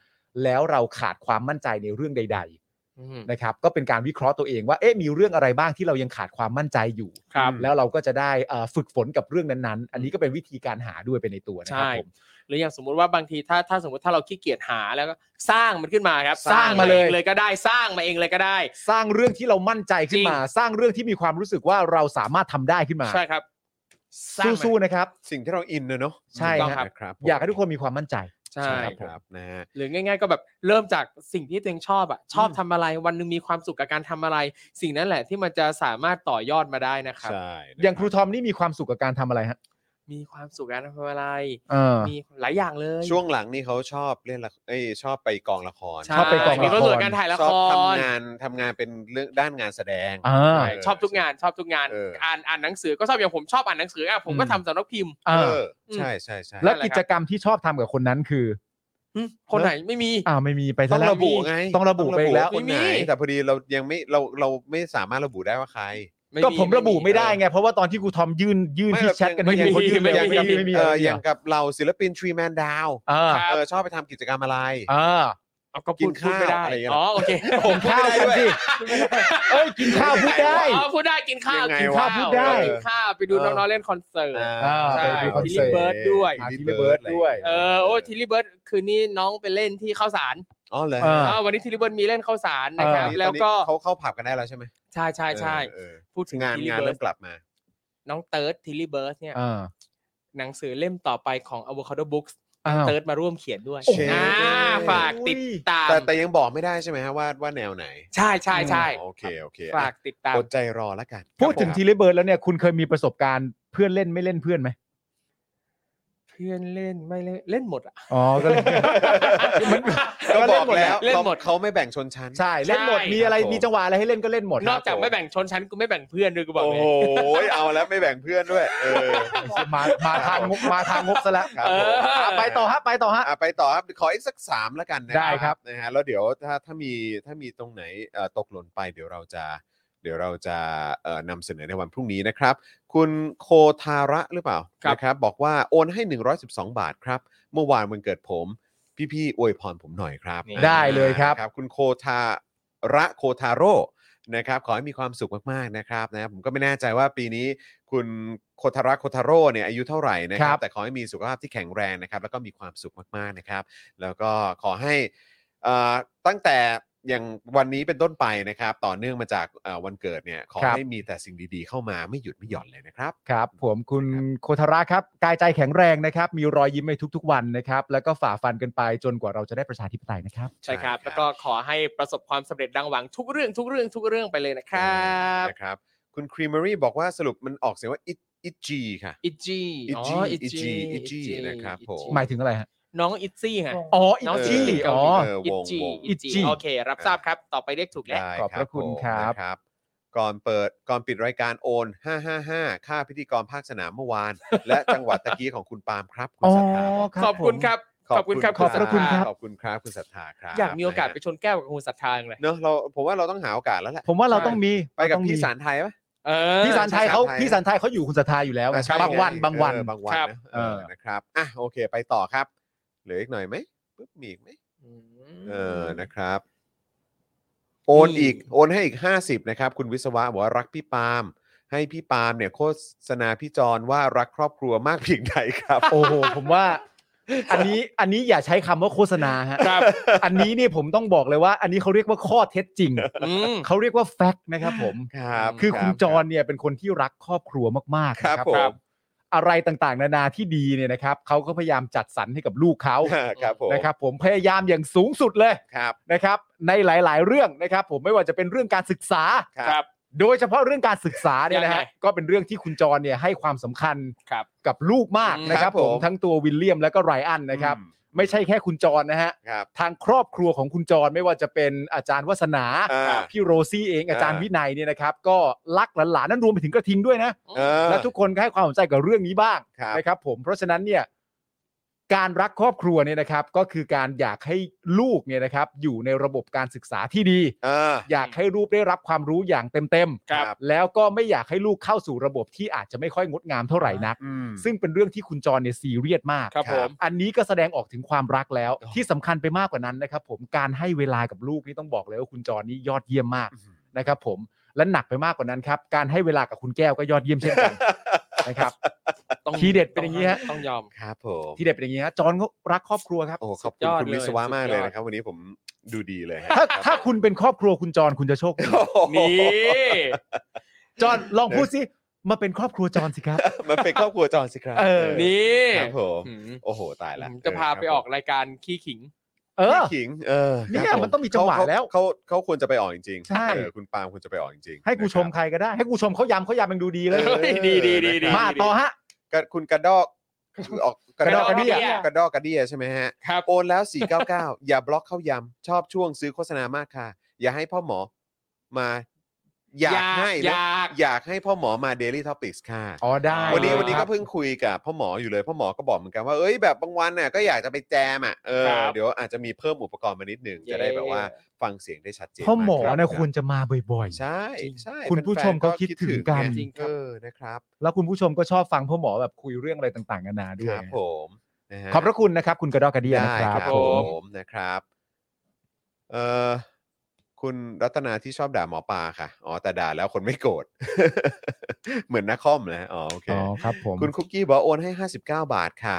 [SPEAKER 2] แล้วเราขาดความมั่นใจในเรื่องใด ๆ
[SPEAKER 3] อืม
[SPEAKER 2] นะครับก็เป็นการวิเคราะห์ตัวเองว่าเอ๊ะมีเรื่องอะไรบ้างที่เรายังขาดความมั่นใจอยู่
[SPEAKER 3] ครับ
[SPEAKER 2] แล้วเราก็จะได้เอ่อฝึกฝนกับเรื่องนั้นๆ อันนี้ก็เป็นวิธีการหาด้วยไปในตัวนะครับ
[SPEAKER 3] ใช่
[SPEAKER 2] ผม
[SPEAKER 3] หรืออย่างสมมุติว่าบางทีถ้าถ้าสมมติถ้าเราขี้เกียจหาแล้วก็สร้างมันขึ้นมาครับ
[SPEAKER 2] สร้างมาเลย
[SPEAKER 3] องเลยก็ได้สร้างมาเองเลยก็ได้
[SPEAKER 2] สร้างเรื่องที่เรามั่นใจขึ้นมา สร้างเรื่องที่มีความรู้สึกว่าเราสามารถทำได้ขึ้นมา
[SPEAKER 3] ใช่ครับสร้างมา
[SPEAKER 2] สู้ๆนะครับ
[SPEAKER 1] สิ่งที่เราอินเนอะเนาะ
[SPEAKER 2] ใช่
[SPEAKER 1] ถูกต้อง
[SPEAKER 2] ครับ
[SPEAKER 1] นะครับผม
[SPEAKER 2] อยากให้ทุกคนมีความมั่นใจ
[SPEAKER 3] ใช่
[SPEAKER 1] ใช่ครับนะฮะ
[SPEAKER 3] หรือง่าย ๆ ก็แบบเริ่มจากสิ่งที่ตัวเองชอบอ่ะชอบทำอะไรวันหนึงมีความสุขกับการทำอะไร สิ่งนั้นแหละที่มันจะสามารถต่อยอดมาได้นะครับ
[SPEAKER 1] ใช่นะ
[SPEAKER 2] อย่างครู
[SPEAKER 1] บ
[SPEAKER 2] ทอมนี่มีความสุขกับการทำอะไรฮะ
[SPEAKER 3] มีความสุขกับการทำอะไร
[SPEAKER 2] เออ
[SPEAKER 3] มีหลายอย่างเลย
[SPEAKER 1] ช่วงหลังนี่เขาชอบเล่นละเอ้ยชอบไปกองละคร
[SPEAKER 3] ใช่
[SPEAKER 2] ชอบไปกองละคร
[SPEAKER 3] มีความสุขกับการถ่ายละค
[SPEAKER 1] ชอบ
[SPEAKER 3] ร
[SPEAKER 1] ทำงานทำงานเป็นเรื่องด้านงานแสดง
[SPEAKER 2] อ่า
[SPEAKER 3] ใช่ชอบทุกงานชอบทุกงาน
[SPEAKER 1] เอออ่
[SPEAKER 3] อ่านอ่านหนังสือก็ชอบอย่างผมชอบอ่านหนังสืออ่ะผมก็
[SPEAKER 2] อืม
[SPEAKER 3] ทำสำนักพิมพ์
[SPEAKER 1] เอ
[SPEAKER 2] อ่า
[SPEAKER 1] อใช่ใช่ใช่
[SPEAKER 2] แล้ว
[SPEAKER 3] นั่นแหละครับ
[SPEAKER 2] กิจกรรมที่ชอบทำกับคนนั้นคือ
[SPEAKER 3] หึคนไหนไม่มี
[SPEAKER 2] อ้าวไม่มีไปซ
[SPEAKER 1] ต้อง
[SPEAKER 2] แล้ว
[SPEAKER 1] ระบุไง
[SPEAKER 2] ต้องระบุไปอีกแล้ว
[SPEAKER 1] คนไหน
[SPEAKER 3] ไม่มี
[SPEAKER 1] แต่พอดีเรายังไม่เราเราไม่สามารถระบุได้ว่าใคร
[SPEAKER 2] ก็ผมระบุไม่ได้ไง เพราะว่าตอนที่ครูทอมยื่นยื่น
[SPEAKER 1] ไม่
[SPEAKER 2] ที่
[SPEAKER 1] แบบ
[SPEAKER 2] แชทกันให้
[SPEAKER 3] ไม่
[SPEAKER 2] ดู
[SPEAKER 3] มี
[SPEAKER 2] เขายื่น
[SPEAKER 3] ไม่มี
[SPEAKER 2] เลย
[SPEAKER 3] ไม่มี
[SPEAKER 2] ไม่มี
[SPEAKER 1] เอ
[SPEAKER 2] ไม่
[SPEAKER 1] อ
[SPEAKER 2] มี
[SPEAKER 1] อย่างกับเราศิลปินทรีแมนดาว
[SPEAKER 2] อ่า
[SPEAKER 3] ครับ
[SPEAKER 1] เออชอบไปทำกิจกรรมอะไร
[SPEAKER 2] อ่า
[SPEAKER 3] เอาก็พูด
[SPEAKER 1] กิน
[SPEAKER 3] พูด
[SPEAKER 1] ข้าว
[SPEAKER 3] ไม่ได้
[SPEAKER 1] อะไรอย่างเงี้ย
[SPEAKER 3] อ๋อโอเค
[SPEAKER 2] ผมข้าวกันสิเอ้ยกินข้าวพูดได้
[SPEAKER 3] อ๋อพูดได้กินข้าว
[SPEAKER 1] ยังไง
[SPEAKER 3] กินข้าว
[SPEAKER 2] วะ
[SPEAKER 3] พูดได้กินข้าวไปดูน้องๆเล่นคอนเสิร์ต
[SPEAKER 2] อ่า
[SPEAKER 3] ใช่
[SPEAKER 2] ไปดูคอนเสิร์ต
[SPEAKER 3] Tilly Bird ด้วย
[SPEAKER 1] อ่า Tilly
[SPEAKER 2] ทิลลี่เบิร์ดด้วย
[SPEAKER 3] เออโอ้ทิลลี่เบิร์ดคืนนี้น้องไปเล่นที่ข้าวสาร
[SPEAKER 1] อ๋อเลย
[SPEAKER 2] เออ
[SPEAKER 3] อ่าวันนี้ทิลลี่เบิร์ดมีเล่นข้าวสารนะครับ
[SPEAKER 2] เออ
[SPEAKER 3] แล้วก็
[SPEAKER 1] เขาเข้าผับกันได้แล้วใช่ไหม
[SPEAKER 3] ใช่ใช่ใช่
[SPEAKER 1] เออเออ
[SPEAKER 3] พูดถึง
[SPEAKER 1] งาน
[SPEAKER 3] ทิลลี่
[SPEAKER 1] งาน
[SPEAKER 3] เบิร์
[SPEAKER 1] เริ่ม
[SPEAKER 3] ด
[SPEAKER 1] กลับมา
[SPEAKER 3] น้องเติร์ดทิลลี่เบิร์ดเนี่ย
[SPEAKER 2] อ่า
[SPEAKER 3] หนังสือเล่มต่อไปของ Avocado Books
[SPEAKER 2] อ้าว
[SPEAKER 3] เติร์ดมาร่วมเขียนด้วย
[SPEAKER 1] โอ้โห
[SPEAKER 3] อ่าฝากติดตาม
[SPEAKER 1] แต่แต่ยังบอกไม่ได้ใช่ไหมฮะว่าว่าแนวไหน
[SPEAKER 3] ใช่ใช่ใช่
[SPEAKER 1] โอเคโอเค
[SPEAKER 3] ฝากติดตาม
[SPEAKER 1] อดใจรอแล้วกัน
[SPEAKER 2] พูดถึง
[SPEAKER 1] ครับ
[SPEAKER 2] ทีเลเบิร์ดแล้วเนี่ยคุณเคยมีประสบการณ์เพื่อนเล่นไม่เล่นเพื่อนไหม
[SPEAKER 3] เพื่อนเล่นไม่เล่นเล่นหมดอ่ะ
[SPEAKER 2] อ๋อก็เลย มัน
[SPEAKER 1] (laughs) ก็บอกแล้ว
[SPEAKER 3] เล่นหมด
[SPEAKER 1] เขาไม่แบ่งชนชั้น
[SPEAKER 2] ใช่เล่นหมด
[SPEAKER 3] ใช่
[SPEAKER 2] มีอะไรมีจังหวะอะไรให้เล่นก็เล่นหมด
[SPEAKER 3] นอกจาก
[SPEAKER 1] ผม
[SPEAKER 3] ไม่แบ่งชนชั้นกูไม่แบ่งเพื่อนด้วยกูบอก
[SPEAKER 1] โอ้
[SPEAKER 3] เล
[SPEAKER 1] โห
[SPEAKER 3] ย
[SPEAKER 1] เอาแล้วไม่แบ่งเพื่อนด้วย เออ
[SPEAKER 2] มามาทางงบมาทางงบซะแล้ว
[SPEAKER 1] ครับ
[SPEAKER 3] เอ
[SPEAKER 1] ผม
[SPEAKER 3] อ
[SPEAKER 2] อ่ะไปต่อฮะไปต่อฮะ
[SPEAKER 1] อ่ะไปต่อครับขออีกสักสามแล้วกันนะ
[SPEAKER 2] ได้ครับ
[SPEAKER 1] นะฮะแล้วเดี๋ยวถ้าถ้ามีถ้ามีตรงไหนเอ่อตกหล่นไป เดี๋ยวเราจะเดี๋ยวเราจะเอ่อนำเสนอในวันพรุ่งนี้นะครับ คุณโคทาระหรือเปล่า
[SPEAKER 3] ครับ
[SPEAKER 1] นะครับบอกว่าโอนให้ 112 บาทครับ เมื่อวานวันเกิดผมพี่ๆอวยพรผมหน่อยครับ
[SPEAKER 3] นี่
[SPEAKER 1] อ่า
[SPEAKER 2] ได้เลยครับ
[SPEAKER 1] นะคุณโคทาระโคทาโร่นะครับขอให้มีความสุขมากๆนะครับนะผมก็ไม่แน่ใจว่าปีนี้ คุณโคทาระโคทาโร่เนี่ยอายุเท่าไหร่นะค
[SPEAKER 2] ค
[SPEAKER 1] รั
[SPEAKER 2] รับ บ
[SPEAKER 1] แต่ขอให้มีสุขภาพที่แข็งแรงนะครับ แล้วก็มีความสุขมากๆนะครับ แล้วก็ขอให้เอ่อตั้งแต่อย่างวันนี้เป็นต้นไปนะครับ ต่อเนื่องมาจากเอ่อวันเกิดเนี่ยขอให้มีแต่สิ่งดีๆเข้ามาไม่หยุดไม่หย่อนเลยนะครับ
[SPEAKER 2] ครับผมคุณโคทาระครับ กายใจแข็งแรงนะครับ มีรอยยิ้มในทุกๆวันนะครับ แล้วก็ฝ่าฟันกันไปจนกว่าเราจะได้ประชาธิปไตยนะครับ
[SPEAKER 3] ใช่ครั
[SPEAKER 1] ใช่
[SPEAKER 3] บ
[SPEAKER 1] ครับ
[SPEAKER 3] แล้วก็ขอให้ประสบความสำเร็จดังหวังทุกเรื่องทุกเรื่องทุกเรื่องไปเลยนะครับ
[SPEAKER 1] นะครับคุณครีม e รี่บอกว่าสรุปมันออกเสียงว่าอิอิจีค่ะ
[SPEAKER 3] อิจีอ๋อ
[SPEAKER 1] Itchy Itchy
[SPEAKER 3] Itchy
[SPEAKER 1] Itchy
[SPEAKER 3] Itchy
[SPEAKER 1] นะครับผม
[SPEAKER 2] หมายถึงอะไรฮะ
[SPEAKER 3] น้องอิซี่ฮะ
[SPEAKER 2] อ๋ออี
[SPEAKER 3] น้อง
[SPEAKER 2] ก
[SPEAKER 3] จี
[SPEAKER 2] ที่อ๋อ
[SPEAKER 1] เออวง
[SPEAKER 3] จี
[SPEAKER 1] วง
[SPEAKER 3] อิจี
[SPEAKER 2] Itchy
[SPEAKER 3] โอเค รับทราบครับ ต่อไปเรียกถูกแล้ว
[SPEAKER 1] ได้
[SPEAKER 2] ขอบพระคุณ
[SPEAKER 1] ผม
[SPEAKER 2] ครับ
[SPEAKER 1] นะครับ ก่อนเปิดก่อนปิดรายการโอน 555 ค่าพิธีกรภาคสนามเมื่อ
[SPEAKER 2] (laughs)
[SPEAKER 1] วาน และจังหวัดตะกี้ของคุณปาล์มครับ คุณ
[SPEAKER 2] อ๋อ
[SPEAKER 1] ศรัทธา
[SPEAKER 2] ครับ
[SPEAKER 3] ขอบคุณครับ ขอบคุณครับ
[SPEAKER 2] ขอบพระคุณ
[SPEAKER 3] ศ
[SPEAKER 2] ค
[SPEAKER 3] รั
[SPEAKER 2] รั
[SPEAKER 3] ท
[SPEAKER 2] บ
[SPEAKER 1] ขอบคุณครับคุณศรัทธาครับ
[SPEAKER 3] ธาอยากมีโอกาสไป
[SPEAKER 1] นะฮะ
[SPEAKER 3] ชนแก้วกับคุณศรัทธาเลย
[SPEAKER 1] เนอะเราผมว่าเราต้องหาโอกาสแล้วแหละ
[SPEAKER 2] ผมว่าเราต้องมี
[SPEAKER 1] ไปกับ
[SPEAKER 2] เรต้องมี
[SPEAKER 1] พี่สารไทยปะ
[SPEAKER 3] เออ
[SPEAKER 2] พี่สารไทยเขา
[SPEAKER 1] พี่สารไทย
[SPEAKER 2] พี่สารไทยเขาอยู่คุณศรัทธาอยู่แล้วไง
[SPEAKER 1] อ่ะใช่
[SPEAKER 2] บางวัน
[SPEAKER 1] ไ
[SPEAKER 2] บางวัน
[SPEAKER 1] เออบางวัน
[SPEAKER 3] ครับ
[SPEAKER 1] นะ
[SPEAKER 2] เออ
[SPEAKER 1] เออนะครับอ่ะโอเคไปต่อครับเหลืออีกหน่อยไหมปึ๊บมีอีกไหม
[SPEAKER 3] อืม
[SPEAKER 1] เออนะครับ โอนอีก
[SPEAKER 3] นี่
[SPEAKER 1] โอนให้อีก 50 นะครับ คุณวิศวะบอกว่ารักพี่ปาล์มให้พี่ปาล์มเนี่ยโฆษณาพี่จรว่ารักครอบครัวมากเพียงใดครับ
[SPEAKER 2] โอ้โหผมว่า อันนี้อันนี้อย่าใช้คำว่าโฆษณาฮะ
[SPEAKER 3] ครับ
[SPEAKER 2] อันนี้นี่ผมต้องบอกเลยว่า อันนี้เขาเรียกว่าข้อเท็จจริง
[SPEAKER 3] อืม
[SPEAKER 2] เขาเรียกว่าแฟกต์นะครับ ผม
[SPEAKER 1] ครับ
[SPEAKER 2] คือคุณ
[SPEAKER 1] จ
[SPEAKER 2] จ
[SPEAKER 1] อ
[SPEAKER 2] รเนี่ยเป็นคนที่รักครอบครัวมากๆ
[SPEAKER 1] ครับ
[SPEAKER 2] นะ
[SPEAKER 1] ผม
[SPEAKER 2] อะไรต่างๆ นานาที่ดีเนี่ยนะครับเขาก็พยายามจัดสรรให้กับลูกเขา
[SPEAKER 1] ครับผม
[SPEAKER 2] นะครับ ผมพยายามอย่างสูงสุดเลย
[SPEAKER 1] ครับ
[SPEAKER 2] นะครับ ในหลาย ๆ เรื่องนะครับ ผมไม่ว่าจะเป็นเรื่องการศึกษา
[SPEAKER 1] ครับ
[SPEAKER 2] โดยเฉพาะเรื่องการศึกษาเนี่ยนะ
[SPEAKER 3] ยั
[SPEAKER 2] ฮะ
[SPEAKER 3] งไง
[SPEAKER 2] ก็เป็นเรื่องที่คุณจรเนี่ยให้ความสำคัญ
[SPEAKER 3] ครับ
[SPEAKER 2] กับลูกมากนะค
[SPEAKER 1] ครั
[SPEAKER 2] รั
[SPEAKER 1] บบ ผ
[SPEAKER 2] ผม มทั้งตัววิลเลียมและก็ไรอันนะครับ ไม่ใช่แค่คุณจรนะฮะ
[SPEAKER 1] ครับ
[SPEAKER 2] ทางครอบครัวของคุณจรไม่ว่าจะเป็นอาจารย์วัฒนา
[SPEAKER 1] อ่า
[SPEAKER 2] พี่โรซี่เองอาจารย์
[SPEAKER 1] อ่า
[SPEAKER 2] วินัยเนี่ยนะครับ ก็รักหลานๆนั้นรวมไปถึงกระทิงด้วยนะ
[SPEAKER 1] เออ
[SPEAKER 2] และทุกคนก็ให้ความสนใจกับเรื่องนี้บ้าง
[SPEAKER 1] ครับ
[SPEAKER 2] นะครับผมเพราะฉะนั้นเนี่ยการรักครอบครัวเนี่ยนะครับ ก็คือการอยากให้ลูกเนี่ยนะครับ อยู่ในระบบการศึกษาที่ดี
[SPEAKER 1] เออ
[SPEAKER 2] อยากให้ลูกได้รับความรู้อย่างเต็ม
[SPEAKER 1] ครับ
[SPEAKER 2] ๆ แล้วก็ไม่อยากให้ลูกเข้าสู่ระบบที่อาจจะไม่ค่อยงดงามเท่าไหร่นัก
[SPEAKER 1] อืม
[SPEAKER 2] ซึ่งเป็นเรื่องที่คุณจรเนี่ยซีเรียสมาก
[SPEAKER 3] ครับผม
[SPEAKER 2] อันนี้ก็แสดงออกถึงความรักแล้ว
[SPEAKER 1] โอ้
[SPEAKER 2] ที่สำคัญไปมากกว่านั้นนะครับ ผมการให้เวลากับลูกนี่ต้องบอกเลยว่าคุณจรนี่ยอดเยี่ยม
[SPEAKER 1] (laughs)
[SPEAKER 2] มากนะครับ ผมและหนักไปมากกว่านั้นครับ การให้เวลากับคุณแก้วก็ยอดเยี่ยมเช่นกัน (laughs) นะครับ
[SPEAKER 3] ต้อง
[SPEAKER 2] ทีเด็ดเป็นอย่างนี้ฮะ
[SPEAKER 3] ต้องยอม
[SPEAKER 1] ครับผม
[SPEAKER 2] ที่เด็ดเป็นอย่างนี้ฮะจรก็รักครอบครัวครับ
[SPEAKER 1] โอ้ขอบ
[SPEAKER 3] สุ
[SPEAKER 1] คุณ
[SPEAKER 3] ดยอด
[SPEAKER 1] คุณวิศวะ
[SPEAKER 3] เลย
[SPEAKER 1] มากเลยนะ
[SPEAKER 3] สุดยอด
[SPEAKER 1] ครับ วันนี้ผมดูดีเลยฮะ
[SPEAKER 2] ถ้า
[SPEAKER 1] (laughs)
[SPEAKER 2] ถ้าคุณเป็นครอบครัวคุณจรคุณจะโชคดี
[SPEAKER 1] โอ้โห
[SPEAKER 3] นี่
[SPEAKER 2] จรลองพู
[SPEAKER 1] (laughs)
[SPEAKER 2] ดสิมาเป็นครอบครัวจรสิครับ
[SPEAKER 1] มันเป็นครอบครัวจอนสิครับ
[SPEAKER 2] เออ
[SPEAKER 3] นี่
[SPEAKER 1] ครับผม
[SPEAKER 3] อืม
[SPEAKER 1] โอ้โหตายละ
[SPEAKER 3] จะพาไปออก
[SPEAKER 1] เ
[SPEAKER 3] รายการขี้ขิง
[SPEAKER 2] เอ
[SPEAKER 1] ครับผม
[SPEAKER 2] อ
[SPEAKER 1] พี่ขิงเออ
[SPEAKER 2] เนี่ย
[SPEAKER 1] ครับผ
[SPEAKER 2] มันต้องมีจังหวะ
[SPEAKER 1] เขา
[SPEAKER 2] แล้ว
[SPEAKER 1] เขาเขาเขาควรจะไปออกจริงๆ
[SPEAKER 2] ใช่
[SPEAKER 1] เออคุณปาล์มควรจะไปออกจริงๆ
[SPEAKER 2] ให้กูชม
[SPEAKER 1] นะค
[SPEAKER 2] ใครับ รก็ได้ ให้กูชมเขายำเขายำมันดูดีเลย
[SPEAKER 1] เออ
[SPEAKER 3] เฮ้ยดีดีดีดี
[SPEAKER 2] มาต่อฮะ
[SPEAKER 1] กระคุณกระดอกออก
[SPEAKER 2] กระดอกกระเดี้ย
[SPEAKER 1] กระดอกกระเดียใช่ไหมฮะ
[SPEAKER 3] ครับ
[SPEAKER 1] โอนแล้ว 499 อย่าบล็อกเข้ายำชอบช่วงซื้อโฆษณามากค่ะ อย่าให้พ่อหมอมา อยากให้
[SPEAKER 3] อ
[SPEAKER 1] นะ
[SPEAKER 3] ยาก
[SPEAKER 1] อยากให้พ่อหมอมา Daily Topics ค่ะ
[SPEAKER 2] อ๋อได้
[SPEAKER 1] วันนี้
[SPEAKER 3] ครับ
[SPEAKER 1] วันนี้ก็เพิ่งคุยกับพ่อหมออยู่เลยพ่อหมอก็บอกเหมือนกันว่าเอ้ยแบบบางวันน่ะก็อยากจะไปแจมอ่ะเออ
[SPEAKER 3] ครับ
[SPEAKER 1] เดี๋ยวอาจจะมีเพิ่มอุปกรณ์มานิดนึง
[SPEAKER 3] เย้
[SPEAKER 1] จะได้แบบว่าฟังเสียงได้ชัดเจน
[SPEAKER 2] พ่อหมอ
[SPEAKER 1] าก
[SPEAKER 2] นะ
[SPEAKER 1] รับ
[SPEAKER 2] ควรจะมาบ่อย
[SPEAKER 1] ใช่ใช่
[SPEAKER 2] คุณผู้ชมก็คิดถึงกัน
[SPEAKER 1] แฟๆ
[SPEAKER 3] จริงค
[SPEAKER 1] เออ
[SPEAKER 3] รับ
[SPEAKER 1] นะครับ
[SPEAKER 2] ๆ แล้วคุณผู้ชมก็ชอบฟังพ่อหมอแบบคุยเรื่องอะไรต่างๆนานา
[SPEAKER 1] ค
[SPEAKER 2] ด้วย
[SPEAKER 1] รับผมนะฮะ
[SPEAKER 2] ขอบพระคุณนะครับ คุณกระดอกกระเดียนะ
[SPEAKER 1] ได้
[SPEAKER 2] ค
[SPEAKER 1] ค
[SPEAKER 2] รั
[SPEAKER 1] รั
[SPEAKER 2] บบ
[SPEAKER 3] ผ
[SPEAKER 1] ผม มนะครับเออคุณรัตนาที่ชอบด่าหมอปลาค่ะอ๋อแต่ด่าแล้วคนไม่โกรธ (laughs) เหมือนนักคอมนะอ๋อโอเค
[SPEAKER 2] อ๋อครับผม
[SPEAKER 1] คุณคุกกี้บอกโอนให้ 59 บาทค่ะ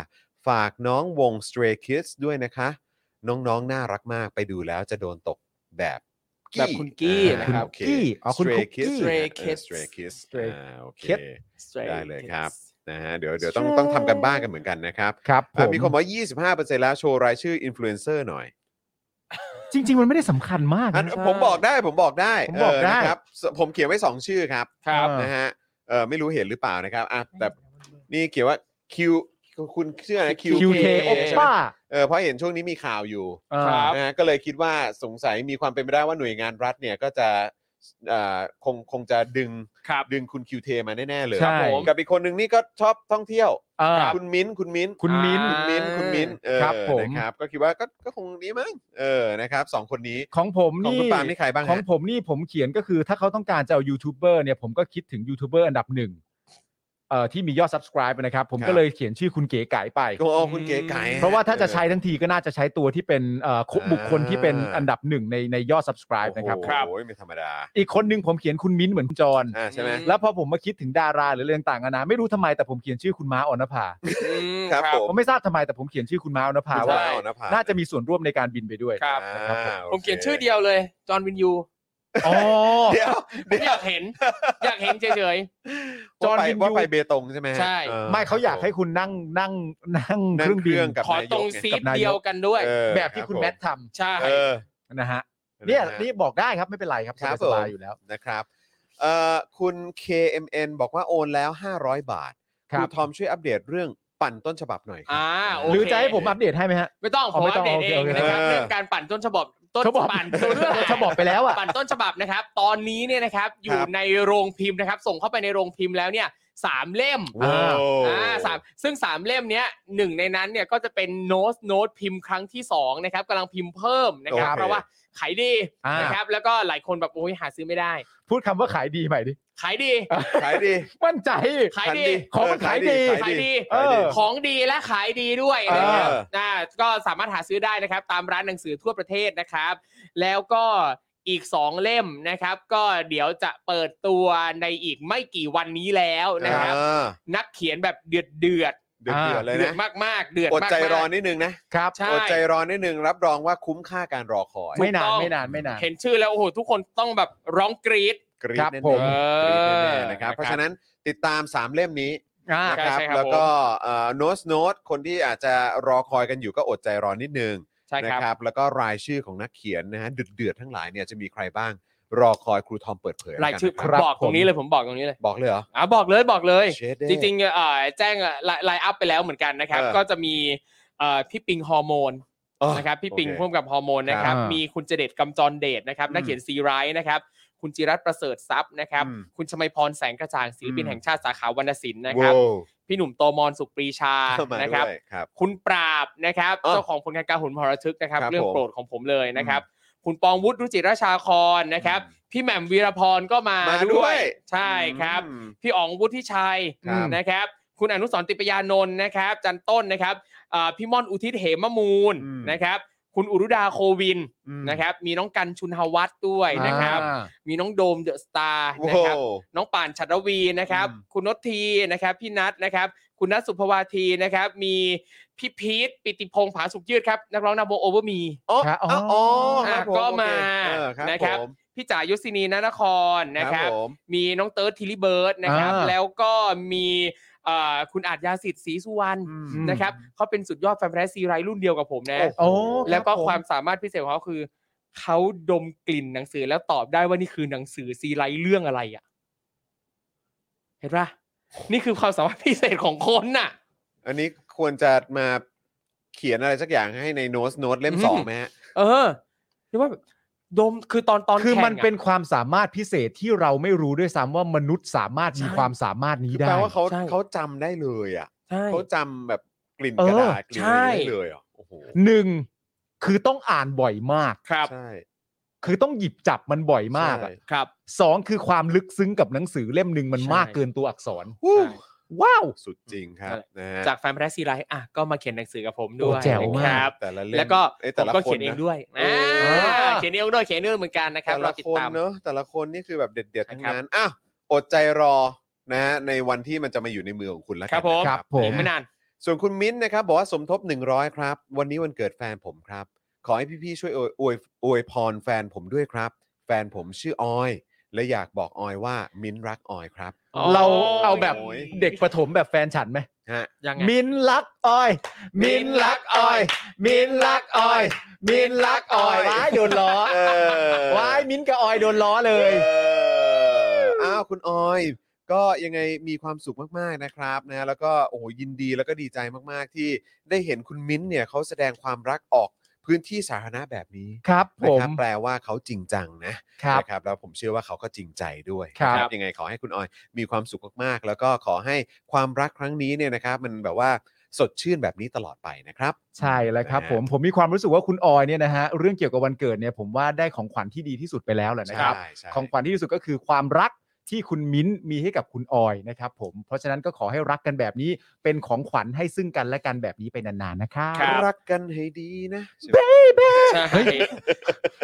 [SPEAKER 1] ฝากน้องวง Stray Kids ด้วยนะคะ น้องๆนน่ารักมากไปดูแล้วจะโดนตกแบบ
[SPEAKER 3] แบบคุณกี้นะครับ
[SPEAKER 1] โอเ
[SPEAKER 2] คุณกี้อ๋อคุณ
[SPEAKER 1] Stray
[SPEAKER 2] คุกกี้
[SPEAKER 1] Kids นะเออ Stray Kids
[SPEAKER 2] Stray
[SPEAKER 3] Stray Kids
[SPEAKER 1] อ่าโอเค
[SPEAKER 2] Kids
[SPEAKER 1] ได้เลยครับ นะฮะเดี๋ยวเดี๋ยวต้องต้องทำกันบ้านกันเหมือนกันนะครับ
[SPEAKER 2] ครับผ
[SPEAKER 1] อ่ะ
[SPEAKER 2] ม
[SPEAKER 1] มีคนบอกว่า25%แล้วโชว์รายชื่ออินฟลูเอนเซอร์หน่อย
[SPEAKER 2] จริง ๆ มันไม่ได้สำคัญมาก
[SPEAKER 1] อัน
[SPEAKER 2] นะ
[SPEAKER 1] ผมบอกได้ผมบอกได้
[SPEAKER 2] ผมบอกได้
[SPEAKER 1] เนะครับสผมเขียนไว้ 2 ชื่อครับ
[SPEAKER 3] ครับ
[SPEAKER 2] เออ
[SPEAKER 1] นะฮะเออไม่รู้เห็นหรือเปล่านะครับอ่ะแต่นี่เขียนว่าคิวคุณเชื่อนะ
[SPEAKER 3] คิว
[SPEAKER 2] QK
[SPEAKER 3] เค
[SPEAKER 2] โอป้า
[SPEAKER 1] เออเพราะเห็นช่วงนี้มีข่าวอยู่
[SPEAKER 3] ครับ
[SPEAKER 1] นะฮะก็เลยคิดว่าสงสัยมีความเป็นไปได้ว่าหน่วยงานรัฐเนี่ยก็จะเอ่อคงคงจะดึง
[SPEAKER 3] ครับ
[SPEAKER 1] ดึงคุณคิวเทมาแน่ ๆ เลย
[SPEAKER 2] ใช่
[SPEAKER 1] ครับผมกับอีกคนหนึ่งนี่ก็ชอบท่องเที่ยว
[SPEAKER 2] เออ
[SPEAKER 1] คุณมิ้นคุณมิ้น
[SPEAKER 2] คุณมิ้น
[SPEAKER 1] คุณมิ้นคุณมิ้นเออ
[SPEAKER 2] ครับผม
[SPEAKER 1] นะครับก็คิดว่าก็ก็คงนี้มั้งเออนะครับสองคนนี้
[SPEAKER 2] ของผม
[SPEAKER 1] ของ
[SPEAKER 2] นี่
[SPEAKER 1] คุณปาล์มนี่ใครบ้าง
[SPEAKER 2] ของ
[SPEAKER 1] ฮะ
[SPEAKER 2] ผมนี่ผมเขียนก็คือถ้าเขาต้องการจะเอายูทูบเบอร์เนี่ยผมก็คิดถึงยูทูบเบอร์อันดับหนึ่งเอ่อที่มียอด subscribe นะครับ ผมก็เลยเขียนชื่อคุณเก๋ไก่ไป
[SPEAKER 1] โอ้คุณเก๋ไก่ฮ
[SPEAKER 2] เพราะว่าถ้าจะใช้ทั้งทีก็น่าจะใช้ตัวที่เป็นเอ่อคุ
[SPEAKER 1] อ่า
[SPEAKER 2] บุคคลที่เป็นอันดับหนึ่งในในยอด subscribe นะครับ
[SPEAKER 1] โอ้โห
[SPEAKER 3] ครับ
[SPEAKER 1] โอ้ยไม่ธรรมดา
[SPEAKER 2] อีกคนหนึ่งผมเขียนคุณมิ้นเหมือนคุณจร
[SPEAKER 1] อ่าใช่ไหม
[SPEAKER 2] แล้วพอผมมาคิดถึงดาราหรือเรื่องต่างกันานะไม่รู้ทำไมแต่ผมเขียนชื่อคุณม้าออนภา
[SPEAKER 3] อืม
[SPEAKER 1] ครับ
[SPEAKER 3] ค
[SPEAKER 1] ผ
[SPEAKER 3] รับ
[SPEAKER 1] ม
[SPEAKER 2] ผมไม่ทราบทำไมแต่ผมเขียนชื่อคุณม้าออนภา
[SPEAKER 1] คุณ
[SPEAKER 2] ว่า
[SPEAKER 1] สายอ่อนภ
[SPEAKER 2] น่าจะมีส่วนร่วมในการบินไปด้วย
[SPEAKER 3] ครับ
[SPEAKER 1] อ่าโ
[SPEAKER 3] ผมเขียนชื่อเดียวเลยจอห์นวินยู
[SPEAKER 2] อ๋อ
[SPEAKER 1] เดี๋ยว
[SPEAKER 3] ผม
[SPEAKER 1] เดี๋
[SPEAKER 3] อ
[SPEAKER 1] ยว
[SPEAKER 3] ยากเห็น อยากเห็นเฉย
[SPEAKER 2] จอห์น
[SPEAKER 1] ว่าไปว่า
[SPEAKER 2] วินยู
[SPEAKER 1] ไปเบตงใช่ไหมฮะ
[SPEAKER 3] ใช่
[SPEAKER 1] เ
[SPEAKER 2] ไม่เขาอยากให้คุณนั่งนั่งนั่ง
[SPEAKER 1] นั่
[SPEAKER 2] เค
[SPEAKER 1] ง
[SPEAKER 2] รื่อ
[SPEAKER 1] เครื่อ
[SPEAKER 2] งบิน
[SPEAKER 1] งกั
[SPEAKER 3] ๆ ขอน
[SPEAKER 1] บายก
[SPEAKER 3] ตรง
[SPEAKER 1] ไ
[SPEAKER 3] ซีทเดียวกันด้วย
[SPEAKER 1] เออ
[SPEAKER 2] แบบที่คุณ
[SPEAKER 1] รับ
[SPEAKER 2] แมท
[SPEAKER 1] ผ
[SPEAKER 2] ท
[SPEAKER 3] ใช่
[SPEAKER 1] เออ
[SPEAKER 2] ำนะฮะเนี่ย
[SPEAKER 1] นะฮะ
[SPEAKER 2] นี่บอกได้ครับไม่เป็นไรครับ
[SPEAKER 1] ครับ
[SPEAKER 2] สบา
[SPEAKER 1] ผ
[SPEAKER 2] ย
[SPEAKER 1] ม
[SPEAKER 2] ๆอยู่แล้ว
[SPEAKER 1] นะครับเอ่อคุณ KMN บอกว่าโอนแล้ว 500 บาท
[SPEAKER 2] ครั
[SPEAKER 1] รู
[SPEAKER 2] บ
[SPEAKER 1] ทอมช่วยอัปเดตเรื่องปั่นต้นฉบับหน่อยครับ
[SPEAKER 3] อ่าโอเค
[SPEAKER 2] หรือจะให้ผมอัปเดตให้ไหมฮะ
[SPEAKER 3] ไม่ต้องผ
[SPEAKER 2] อ๋อ
[SPEAKER 3] ม
[SPEAKER 2] ไม่
[SPEAKER 3] อั
[SPEAKER 2] ต้
[SPEAKER 3] ป
[SPEAKER 2] อง
[SPEAKER 3] เดตเอง
[SPEAKER 2] โอเคโอเค
[SPEAKER 3] นะครับ
[SPEAKER 1] เออ
[SPEAKER 3] เรื่องการปั่นต้นฉบับต้น
[SPEAKER 2] เขาบอก
[SPEAKER 3] ปั่นตัวเรื่อง
[SPEAKER 2] เขาบอกไปแล้วอ่ะ
[SPEAKER 3] ปั่นต้นฉบับนะครับ ตอนนี้เนี่ยนะครับอยู่ในโรงพิมพ์นะครับ ส่งเข้าไปในโรงพิมพ์แล้วเนี่ยสามเล่ม
[SPEAKER 1] ว้าว
[SPEAKER 3] อ่าสามซึ่งสามเล่มเนี้ยหนึ่งในนั้นเนี่ยก็จะเป็นโน้ตโน้ตพิมพ์ครั้งที่สองนะครับกำลังพิมพ์เพิ่มนะครับ
[SPEAKER 2] โอเค
[SPEAKER 3] เพราะว่าขายดี
[SPEAKER 2] อ่าน
[SPEAKER 3] นะครับแล้วก็หลายคนแบบโอ้ยหาซื้อไม่ได้
[SPEAKER 2] พูดคำว่าขายดีใหม่ดิ
[SPEAKER 3] ขายดี
[SPEAKER 1] ขายดี
[SPEAKER 2] มั่นใจ
[SPEAKER 3] ขายดี
[SPEAKER 2] ของมันขายดี
[SPEAKER 1] ขายดี
[SPEAKER 2] เอ
[SPEAKER 1] ขาย
[SPEAKER 2] อ
[SPEAKER 1] ดี
[SPEAKER 3] ของดีและขายดีด้วยนะครับ
[SPEAKER 1] เออ
[SPEAKER 3] นะก็สามารถหาซื้อได้นะครับ ตามร้านหนังสือทั่วประเทศนะครับ แล้วก็อีก 2 เล่มนะครับ ก็เดี๋ยวจะเปิดตัวในอีกไม่กี่วันนี้แล้วนะครับ
[SPEAKER 1] อ่า
[SPEAKER 3] นักเขียนแบบเดือดเดือด
[SPEAKER 1] เดือดเดือดเลย
[SPEAKER 3] เดือ
[SPEAKER 1] นะ
[SPEAKER 3] ดมากๆ เดือด
[SPEAKER 1] อด
[SPEAKER 3] มากๆ
[SPEAKER 1] ใจรอนิดนึงนะครับ
[SPEAKER 3] ใช่
[SPEAKER 1] อดใจรอนิดนึงรับรองว่าคุ้มค่าการรอคอย
[SPEAKER 2] ไม่นาน
[SPEAKER 3] ถูกต้อง
[SPEAKER 2] ไม่นานไม่นาน
[SPEAKER 3] เห็นชื่อแล้วโอ้โหทุกคนต้องแบบร้องกรี๊ด
[SPEAKER 1] กรี๊ด
[SPEAKER 2] ครับ
[SPEAKER 1] แน่
[SPEAKER 2] ผ
[SPEAKER 1] ๆ
[SPEAKER 2] ม
[SPEAKER 1] กรี๊ดแน่ๆนะครับ
[SPEAKER 3] เออ
[SPEAKER 1] เพราะฉะนั้นติดตามสามเล่มนี้
[SPEAKER 2] อ่า
[SPEAKER 1] นะครับ
[SPEAKER 3] ใช่ใช่ครับ
[SPEAKER 1] แล้วก็โน้ตโน้ตคนที่อาจจะรอคอยกันอยู่ก็อดใจรอนิดนึง
[SPEAKER 3] ใช่
[SPEAKER 1] นะครับ ครับ แล้วก็รายชื่อของนักเขียนนะฮะเดือดๆทั้งหลายเนี่ยจะมีใครบ้างรอคอยครูทอมเปิดเผยแล้ว
[SPEAKER 3] รายชื่อ
[SPEAKER 1] กันนะ
[SPEAKER 2] ครับ
[SPEAKER 3] บอกตรง
[SPEAKER 2] ผ
[SPEAKER 3] นี้
[SPEAKER 2] ม
[SPEAKER 3] เลยผมบอกตรงนี้เลย
[SPEAKER 1] บอกเลยเหรอ
[SPEAKER 3] อ่ะบอกเลยบอกเลย
[SPEAKER 1] เชดเด้
[SPEAKER 3] จริงๆเอ่อแจ้งไลน์อัพไปแล้วเหมือนกันนะครับ
[SPEAKER 1] เออ
[SPEAKER 3] ก็จะมีเอ่อพี่ปิงฮอร์โมน
[SPEAKER 1] อ๋อ
[SPEAKER 3] นะครับพี่ปิง
[SPEAKER 1] โอเค
[SPEAKER 3] พ่วงกับฮอร์โมนนะครับ
[SPEAKER 2] อ่ามี
[SPEAKER 3] มีคุณเจเดตกำจรเดชนะครับ นักเขียนซีไรส์นะครับ คุณจิรัตน์ประเสริฐทรัพย์นะครับ
[SPEAKER 1] อืม
[SPEAKER 3] คุณชมัยพรแสงกระจ่างศิลปิน
[SPEAKER 2] อืม
[SPEAKER 3] แห่งชาติสาขาวรรณศิลป์นะค
[SPEAKER 1] โว้
[SPEAKER 3] รับ
[SPEAKER 1] ว
[SPEAKER 3] พี่หนุ่มโตมอนสุขปรีชา
[SPEAKER 1] เข้ามา
[SPEAKER 3] นะ
[SPEAKER 1] ด้
[SPEAKER 3] ครับ
[SPEAKER 1] วยครับ
[SPEAKER 3] คุณปราบนะครับ
[SPEAKER 1] เอ้า
[SPEAKER 3] เจ้าของผลงานการหุนพรทึกนะครับ
[SPEAKER 1] ครับ
[SPEAKER 3] เรื่อง
[SPEAKER 1] ผม
[SPEAKER 3] โปรดของผมเลยนะครับ คุณปองวุฒิรุจิราชาครนะครับ
[SPEAKER 1] อืม
[SPEAKER 3] พี่แหม่มวีรพรก็มา
[SPEAKER 1] มาด้วย
[SPEAKER 3] ด้วย ใช่ครับ
[SPEAKER 1] อืม
[SPEAKER 3] พี่อ๋องวุฒิชัย
[SPEAKER 1] ครับ
[SPEAKER 3] นะครับ คุณอนุสรณ์ติปยานนท์นะครับ จันต้นนะครับอ่าพี่ม่อนอุทิศเหมมูล
[SPEAKER 1] อืม
[SPEAKER 3] นะครับ คุณอุรุดาโควิน
[SPEAKER 1] อืม
[SPEAKER 3] นะครับ มีน้องกันชุนหวัตด้วยนะครับ
[SPEAKER 2] อ่า
[SPEAKER 3] มีน้องโดมเดอะสตาร์
[SPEAKER 1] โว้
[SPEAKER 3] นะครับ
[SPEAKER 1] ว
[SPEAKER 3] น้องป่านชัดรวีนะครับ
[SPEAKER 1] อืม
[SPEAKER 3] คุณนททีนะครับ พี่นัทนะครับ คุณนัทสุภวาทีนะครับ มีพี่พีทปิติพงษ์ผาสุกยืดครับ นักร้องนำวงโอเวอร์มี
[SPEAKER 1] อ๋อ
[SPEAKER 2] ครับ
[SPEAKER 1] อ๋ออ๋อครับผ
[SPEAKER 3] อ่ะก็
[SPEAKER 1] โอเค
[SPEAKER 3] มา
[SPEAKER 1] เออครับ
[SPEAKER 3] นะครับ
[SPEAKER 1] ผม
[SPEAKER 3] พี่จ๋ายุสินีนานครนะครับ
[SPEAKER 1] ผม
[SPEAKER 3] มีน้องเติร์ดทิลิเบิร์ดนะครับ
[SPEAKER 2] อ่า
[SPEAKER 3] แล้วก็มีเอ่อคุณอาจยาสิทธิ์ศรีสุวรรณ
[SPEAKER 1] อืม
[SPEAKER 3] นะครับเขาเป็นสุดยอดแฟนแฟนซีไรรุ่นเดียวกับผมนะ
[SPEAKER 2] โอ้
[SPEAKER 3] แล้วก็ความสามารถพิเศษของเขาคือ เขาดมกลิ่นหนังสือแล้วตอบได้ว่านี่คือหนังสือซีไรต์เรื่องอะไรอ่ะ เห็นป (laughs) ะนี่คือความสามารถพิเศษของคนน่ะ
[SPEAKER 1] อันนี้ควรจะมาเขียนอะไรสักอย่างให้ในโน้ตโน้ตเล่ม
[SPEAKER 3] อืม
[SPEAKER 1] สองไหมฮะ
[SPEAKER 3] เออหรือว่าแบบ ดมคือตอนตอน
[SPEAKER 2] คือ
[SPEAKER 3] แข่ง
[SPEAKER 2] มันเป็น
[SPEAKER 3] อะ
[SPEAKER 2] ความสามารถพิเศษที่เราไม่รู้ด้วยซ้ำว่ามนุษย์สามารถมี
[SPEAKER 3] ใช่
[SPEAKER 2] ความสามารถนี้
[SPEAKER 1] คือ
[SPEAKER 2] ได้
[SPEAKER 1] แปลว่าเขา
[SPEAKER 3] ใช่
[SPEAKER 1] เขาจำได้เลยอ่ะ
[SPEAKER 3] ใช่
[SPEAKER 1] เขาจำแบบกลิ่น
[SPEAKER 2] เออ
[SPEAKER 1] กระดาษกลิ่น
[SPEAKER 3] ใช่
[SPEAKER 1] อะไรได้เลยเหรอ่ะโอ้โห
[SPEAKER 2] หนึ่งคือต้องอ่านบ่อยมาก
[SPEAKER 3] ครับ
[SPEAKER 1] ใช่
[SPEAKER 2] คือต้องหยิบจับมันบ่อยมากอะ
[SPEAKER 1] ใช่
[SPEAKER 3] ครับ
[SPEAKER 2] สองคือความลึกซึ้งกับหนังสือเล่มหนึ่งมัน
[SPEAKER 3] ใช่
[SPEAKER 2] มากเกินตัวอักษร
[SPEAKER 3] ใช่
[SPEAKER 2] ว้าว
[SPEAKER 1] สุดจริงครับ
[SPEAKER 3] นั่นแหละ
[SPEAKER 1] นะฮะ
[SPEAKER 3] จากแฟนพันธุ์ซีไรส์อ่ะก็มาเขียนหนังสือกับผมด้ว
[SPEAKER 2] โอ้
[SPEAKER 3] ย
[SPEAKER 2] แจ๋วมาก
[SPEAKER 3] นะครับ
[SPEAKER 1] แต่ละเล่ม
[SPEAKER 3] แล้วก็
[SPEAKER 1] เอ้ย
[SPEAKER 3] ผ
[SPEAKER 1] แต่
[SPEAKER 3] ม
[SPEAKER 1] ละ
[SPEAKER 3] ก็
[SPEAKER 1] คน
[SPEAKER 3] เขียนเอง
[SPEAKER 1] ะ
[SPEAKER 3] ด้วยอ่า
[SPEAKER 1] เออ
[SPEAKER 3] เขียนเองด้วยเขียนเองเหมือนกันนะครับ
[SPEAKER 1] แต่
[SPEAKER 3] รอ
[SPEAKER 1] ละ
[SPEAKER 3] ติด
[SPEAKER 1] คน
[SPEAKER 3] ตาม
[SPEAKER 1] เนอะแต่ละคนนี่คือแบบเด็ดๆทั้ง
[SPEAKER 3] ครับ
[SPEAKER 1] นั้นอ้าวอดใจรอนะฮะในวันที่มันจะมาอยู่ในมือของคุณแล้ว
[SPEAKER 3] ค
[SPEAKER 1] กั
[SPEAKER 3] รั
[SPEAKER 1] น
[SPEAKER 3] บผม
[SPEAKER 1] นะ
[SPEAKER 2] ครับผม
[SPEAKER 3] ไม่นาน
[SPEAKER 1] ส่วนคุณมิ้นท์นะครับ บอกว่าสมทบ 100 ครับ วันนี้วันเกิดแฟนผมครับ ขอให้พี่ๆช่วยอวยอวยอวยพรแฟนผมด้วยครับ แฟนผมชื่อออย และอยากบอกออยว่ามิ้นท์รักออยครับ
[SPEAKER 2] เราเอาแบบ
[SPEAKER 1] โอ้ย
[SPEAKER 2] เด็กประถมแบบแฟนฉันไหม
[SPEAKER 1] ฮะ
[SPEAKER 3] ยังไง
[SPEAKER 2] มินลักอ้อย มินลักอ้อย มินลักอ้อย มินลักอ้อยว้ายโดนล้อ
[SPEAKER 1] เออ
[SPEAKER 2] ว้ายมินกับออยโดนล้อเล
[SPEAKER 1] เอย ออ้าวคุณออย ก็ยังไงมีความสุขมากๆนะครับนะแล้วก็โอ้โหยินดีแล้วก็ดีใจมากๆที่ได้เห็นคุณมิ้นท์เนี่ยเขาแสดงความรักออกพื้นที่สาธารณะแบบนี้
[SPEAKER 2] ครับ ผ
[SPEAKER 1] นะ
[SPEAKER 2] ม
[SPEAKER 1] ครับแปลว่าเขาจริงจังนะ
[SPEAKER 2] ครับ
[SPEAKER 1] นะครับแล้วผมเชื่อว่าเขาก็จริงใจด้วย
[SPEAKER 2] ครับ
[SPEAKER 1] นะยังไงขอให้คุณออยมีความสุขมากๆ แล้วก็ขอให้ความรักครั้งนี้เนี่ยนะครับมันแบบว่าสดชื่นแบบนี้ตลอดไปนะครับ
[SPEAKER 2] ใช่แล้วครับ
[SPEAKER 1] นะฮะ
[SPEAKER 2] ผมผมมีความรู้สึกว่าคุณออยเนี่ยนะฮะเรื่องเกี่ยวกับวันเกิดเนี่ยผมว่าได้ของขวัญที่ดีที่สุดไปแล้วแหละนะครับ
[SPEAKER 1] ใช่ใช่
[SPEAKER 2] ของขวัญที่ดีที่สุดก็คือความรักที่คุณมิ้นท์มีให้กับคุณออยนะครับผมเพราะฉะนั้นก็ขอให้รักกันแบบนี้เป็นของขวัญให้ซึ่งกันและกันแบบนี้ไปนานๆนะครับ
[SPEAKER 3] ครับ
[SPEAKER 1] รักกันให้ดีนะ
[SPEAKER 3] ใช่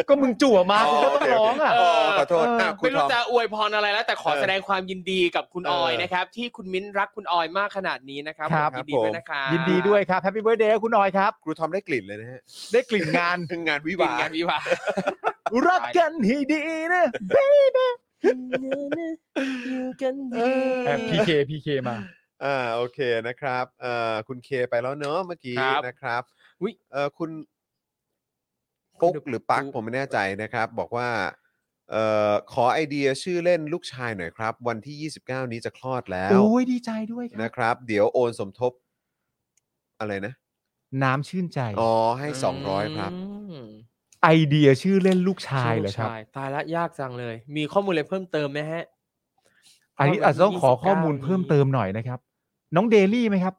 [SPEAKER 2] ก็มึงจั่วมา
[SPEAKER 1] โ
[SPEAKER 2] กูก็ต้องร้องอ่ะ
[SPEAKER 1] โเคโอเคขอโทษ
[SPEAKER 2] เออ
[SPEAKER 1] อ่ะคุณ
[SPEAKER 3] ไม่
[SPEAKER 1] ท
[SPEAKER 3] รู้
[SPEAKER 1] อม
[SPEAKER 3] จะอวยพรอะไรแล้ว แต่ขอ
[SPEAKER 1] เออ
[SPEAKER 3] แสดงความยินดีกับคุณ
[SPEAKER 1] เอ
[SPEAKER 3] อ
[SPEAKER 1] อ
[SPEAKER 3] อยนะครับ ที่คุณมิ้นรักคุณออยมากขนาดนี้นะครับ
[SPEAKER 2] ครับ
[SPEAKER 3] ผมยิน
[SPEAKER 1] ค
[SPEAKER 3] ดี
[SPEAKER 1] รับผม
[SPEAKER 3] ด้วยนะครับ
[SPEAKER 2] ยินดีด้วยครับแฮปปี้เบิร์ดเดย์คุณออยครับ
[SPEAKER 1] ครูทอมได้กลิ่นเลยนะฮะ
[SPEAKER 2] ได้กลิ่นงาน
[SPEAKER 1] ถึงงานวิ
[SPEAKER 3] บิ
[SPEAKER 1] วา
[SPEAKER 3] น
[SPEAKER 1] ห์
[SPEAKER 3] งาน (laughs) วิวาห์
[SPEAKER 2] รักกันให้ดีนะ
[SPEAKER 3] เออ
[SPEAKER 2] พีเคพีเคมา
[SPEAKER 1] อ่าโอเคนะครับเอ่อคุณเคไปแล้วเนอะเมื่อกี้
[SPEAKER 3] ครับ
[SPEAKER 1] นะครับ
[SPEAKER 3] อุ๊ย
[SPEAKER 1] เอ่อคุณปุ๊กหรือปักผมไม่แน่ใจนะครับ บอกว่าเอ่อขอไอเดียชื่อเล่นลูกชายหน่อยครับ วันที่ 29 นี้จะคลอดแล้ว
[SPEAKER 2] โอ้ยดีใจด้วยครับ
[SPEAKER 1] นะครับ เดี๋ยวโอนสมทบ อะไรนะ
[SPEAKER 2] น้ำชื่นใจ
[SPEAKER 1] อ๋อ ให้ 200 ครับ
[SPEAKER 3] อืม
[SPEAKER 2] ไอเดียชื่อเล่นลูกชายเหรอครับ
[SPEAKER 3] ใช่ตายละยากจังเลย มีข้อมูลอะไรเพิ่มเติมไหมฮะ
[SPEAKER 2] อันนี้อาจจะต้องขอข้อมูลเพิ่มเติมหน่อยนะครับ น้องเดลี่ไหมครับ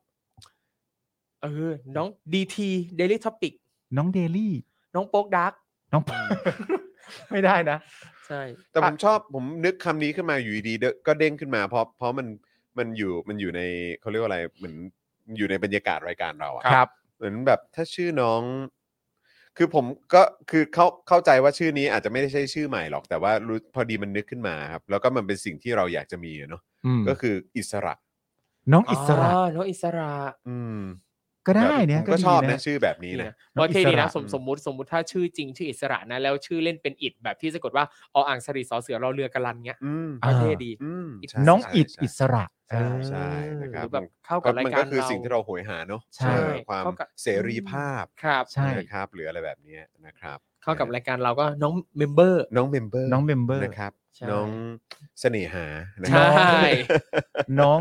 [SPEAKER 3] เออ น้องดีทีเดลิทอปิก
[SPEAKER 2] น้องเดลี่
[SPEAKER 3] น้องโป๊กดัก
[SPEAKER 2] น้อง (laughs) ไม่ได้นะ
[SPEAKER 3] ใช่
[SPEAKER 1] แต่ผมชอบผมนึกคำนี้ขึ้นมาอยู่ดีๆเด้อก็เด้งขึ้นมาเพราะเพราะมันมันอยู่มันอยู่ในเขาเรียกว่าอะไรเหมือนอยู่ในบรรยากาศรายการเราอะ
[SPEAKER 2] ครับ
[SPEAKER 1] เหมือนแบบถ้าชื่อน้อง คือผมก็คือเขาเข้าใจว่าชื่อนี้อาจจะไม่ได้ใช่ชื่อใหม่หรอก แต่ว่ารู้พอดีมันนึกขึ้นมาครับ แล้วก็มันเป็นสิ่งที่เราอยากจะมีอะเนาะ
[SPEAKER 2] อืม
[SPEAKER 1] ก็คืออิสระ
[SPEAKER 2] น้องอิสระ
[SPEAKER 3] อ๋อน้องอิสระ
[SPEAKER 1] อืม
[SPEAKER 2] ก็ได้เนี่ย
[SPEAKER 1] ผมก็ชอบ
[SPEAKER 2] ดี
[SPEAKER 1] นะชื่อแบบนี้นะ
[SPEAKER 2] น้อง
[SPEAKER 3] ว่าเท่ดีนะ
[SPEAKER 2] อิสระ
[SPEAKER 3] สมสมมุติสมมุติถ้าชื่อจริงชื่ออิสระนะ แล้วชื่อเล่นเป็นอิดแบบที่สะกดว่าออ่างสรีสอเสือรอเรือกะลันเงี้ย
[SPEAKER 1] อืม
[SPEAKER 3] ก็เท่ดี
[SPEAKER 1] อืมใช่
[SPEAKER 2] น้อง
[SPEAKER 1] ใช่
[SPEAKER 2] อิด
[SPEAKER 1] ใช่
[SPEAKER 2] อิสระ
[SPEAKER 3] ใช่
[SPEAKER 1] ใช่นะครับ
[SPEAKER 3] หอแบบเข้า
[SPEAKER 1] ก็
[SPEAKER 3] กับราย
[SPEAKER 1] มัน
[SPEAKER 3] การ
[SPEAKER 1] ก็คือ
[SPEAKER 3] เรา
[SPEAKER 1] สิ่งที่เราโหยหาเนอะ
[SPEAKER 2] ใช่
[SPEAKER 1] เออความ
[SPEAKER 3] เข้ากับ
[SPEAKER 1] เสรีภาพ
[SPEAKER 3] ครับ
[SPEAKER 2] ใช่
[SPEAKER 1] นะครับหรืออะไรแบบเนี้ยนะครับ
[SPEAKER 3] เข้ากับรายการเราก็น้องเมมเบอร์
[SPEAKER 1] น้องเมมเบอร์
[SPEAKER 2] น้องเมมเบอร์
[SPEAKER 1] นะครับ
[SPEAKER 3] ใช่
[SPEAKER 1] น้องเสน่หานะค
[SPEAKER 3] ใช่
[SPEAKER 1] รับ
[SPEAKER 2] น้อง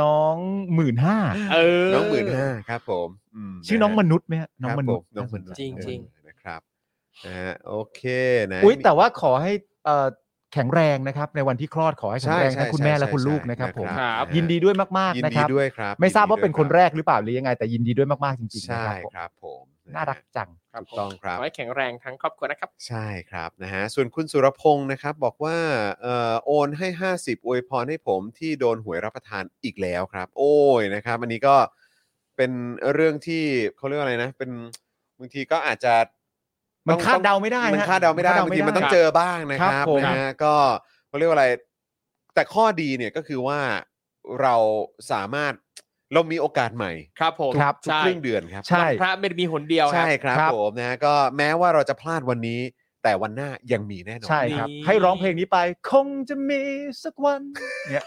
[SPEAKER 2] น้องหมื่นห้า
[SPEAKER 3] เออ
[SPEAKER 1] น้องหมื่นห้าครับผมม
[SPEAKER 2] ชื่อน้องมนุษย์ไหมฮะน้อง
[SPEAKER 1] ครับ
[SPEAKER 2] มนุษย์
[SPEAKER 1] ผน้องมนุษย์
[SPEAKER 3] จริงๆ
[SPEAKER 1] เออนะครับนะฮะโอเคนะ
[SPEAKER 2] อุ้ยแต่
[SPEAKER 1] มี
[SPEAKER 2] ว่าขอให้เอ่อแข็งแรงนะครับ ในวันที่คลอดขอให้แข็ง
[SPEAKER 1] ใช่
[SPEAKER 2] แรง
[SPEAKER 1] ใช่
[SPEAKER 2] ทั้งคุณแม่และ
[SPEAKER 1] ใช่
[SPEAKER 2] คุณลูก
[SPEAKER 1] ใช่
[SPEAKER 2] นะครับผม
[SPEAKER 1] นะ
[SPEAKER 3] ครับ
[SPEAKER 1] ะฮะ
[SPEAKER 2] ยินดีด้วยมาก
[SPEAKER 1] ยิ
[SPEAKER 2] ๆ
[SPEAKER 1] น
[SPEAKER 2] นะค
[SPEAKER 1] ดี
[SPEAKER 2] รับ
[SPEAKER 1] ด้วยครับ
[SPEAKER 2] ไม่ทราบว่าเป็นคนแร
[SPEAKER 1] ยิ
[SPEAKER 2] กหรือเปล่าหรือยังไงแต่ยินดีด้วยมากๆจริ
[SPEAKER 1] ดีด้วย
[SPEAKER 2] งๆ
[SPEAKER 1] ใช่
[SPEAKER 2] นะครับผม
[SPEAKER 1] ครับผมะฮะ
[SPEAKER 2] น่ารักจัง
[SPEAKER 3] ครับ
[SPEAKER 1] ถูกต้องครับ
[SPEAKER 3] ขอให้แข็งแรงทั้งครอบครัวนะครับ
[SPEAKER 1] ใช่ครับนะฮะส่วนคุณสุรพงศ์นะครับบอกว่าเอ่อโอนให้ 50อวยพรให้ผมที่โดนหวยรับประทานอีกแล้วครับ โอ้ยนะครับอันนี้ก็เป็นเรื่องที่เขาเรียกว่าอะไรนะ เป็นบางทีก็อาจจะ
[SPEAKER 2] มัน
[SPEAKER 1] ต้อง
[SPEAKER 2] คาดเดา
[SPEAKER 1] ต้อง
[SPEAKER 2] ไม่ได้
[SPEAKER 1] มัน
[SPEAKER 2] ฮะ
[SPEAKER 1] คาดเดาไม่ได้
[SPEAKER 2] คาดเดา
[SPEAKER 1] บาง
[SPEAKER 2] ไม่
[SPEAKER 1] ทีมันต้อง
[SPEAKER 2] ได้
[SPEAKER 1] เจอบ้างนะค
[SPEAKER 2] ค
[SPEAKER 1] รั
[SPEAKER 2] รั
[SPEAKER 1] บบ
[SPEAKER 2] ผม
[SPEAKER 1] นะฮะก็เขาเรียกว่าอะไร แต่ข้อดีเนี่ยก็คือว่าเราสามารถเรามีโอกาสใหม่
[SPEAKER 3] ครับผม
[SPEAKER 2] ครับ
[SPEAKER 1] ทุก
[SPEAKER 3] ใช่
[SPEAKER 1] ครึ่งเดือนครับ
[SPEAKER 2] ใช่
[SPEAKER 3] วันพระไม่ได้มีหนเดียว
[SPEAKER 1] ใช่
[SPEAKER 3] ครับ
[SPEAKER 1] ครับ
[SPEAKER 2] ครับ
[SPEAKER 1] ผมนะฮะก็แม้ว่าเราจะพลาดวันนี้ แต่วันหน้ายังมีแน่นอน
[SPEAKER 2] ใช่ครับ
[SPEAKER 3] นี่
[SPEAKER 2] ให้ร้องเพลงนี้ไป คงจะมีสักวันเนี่ย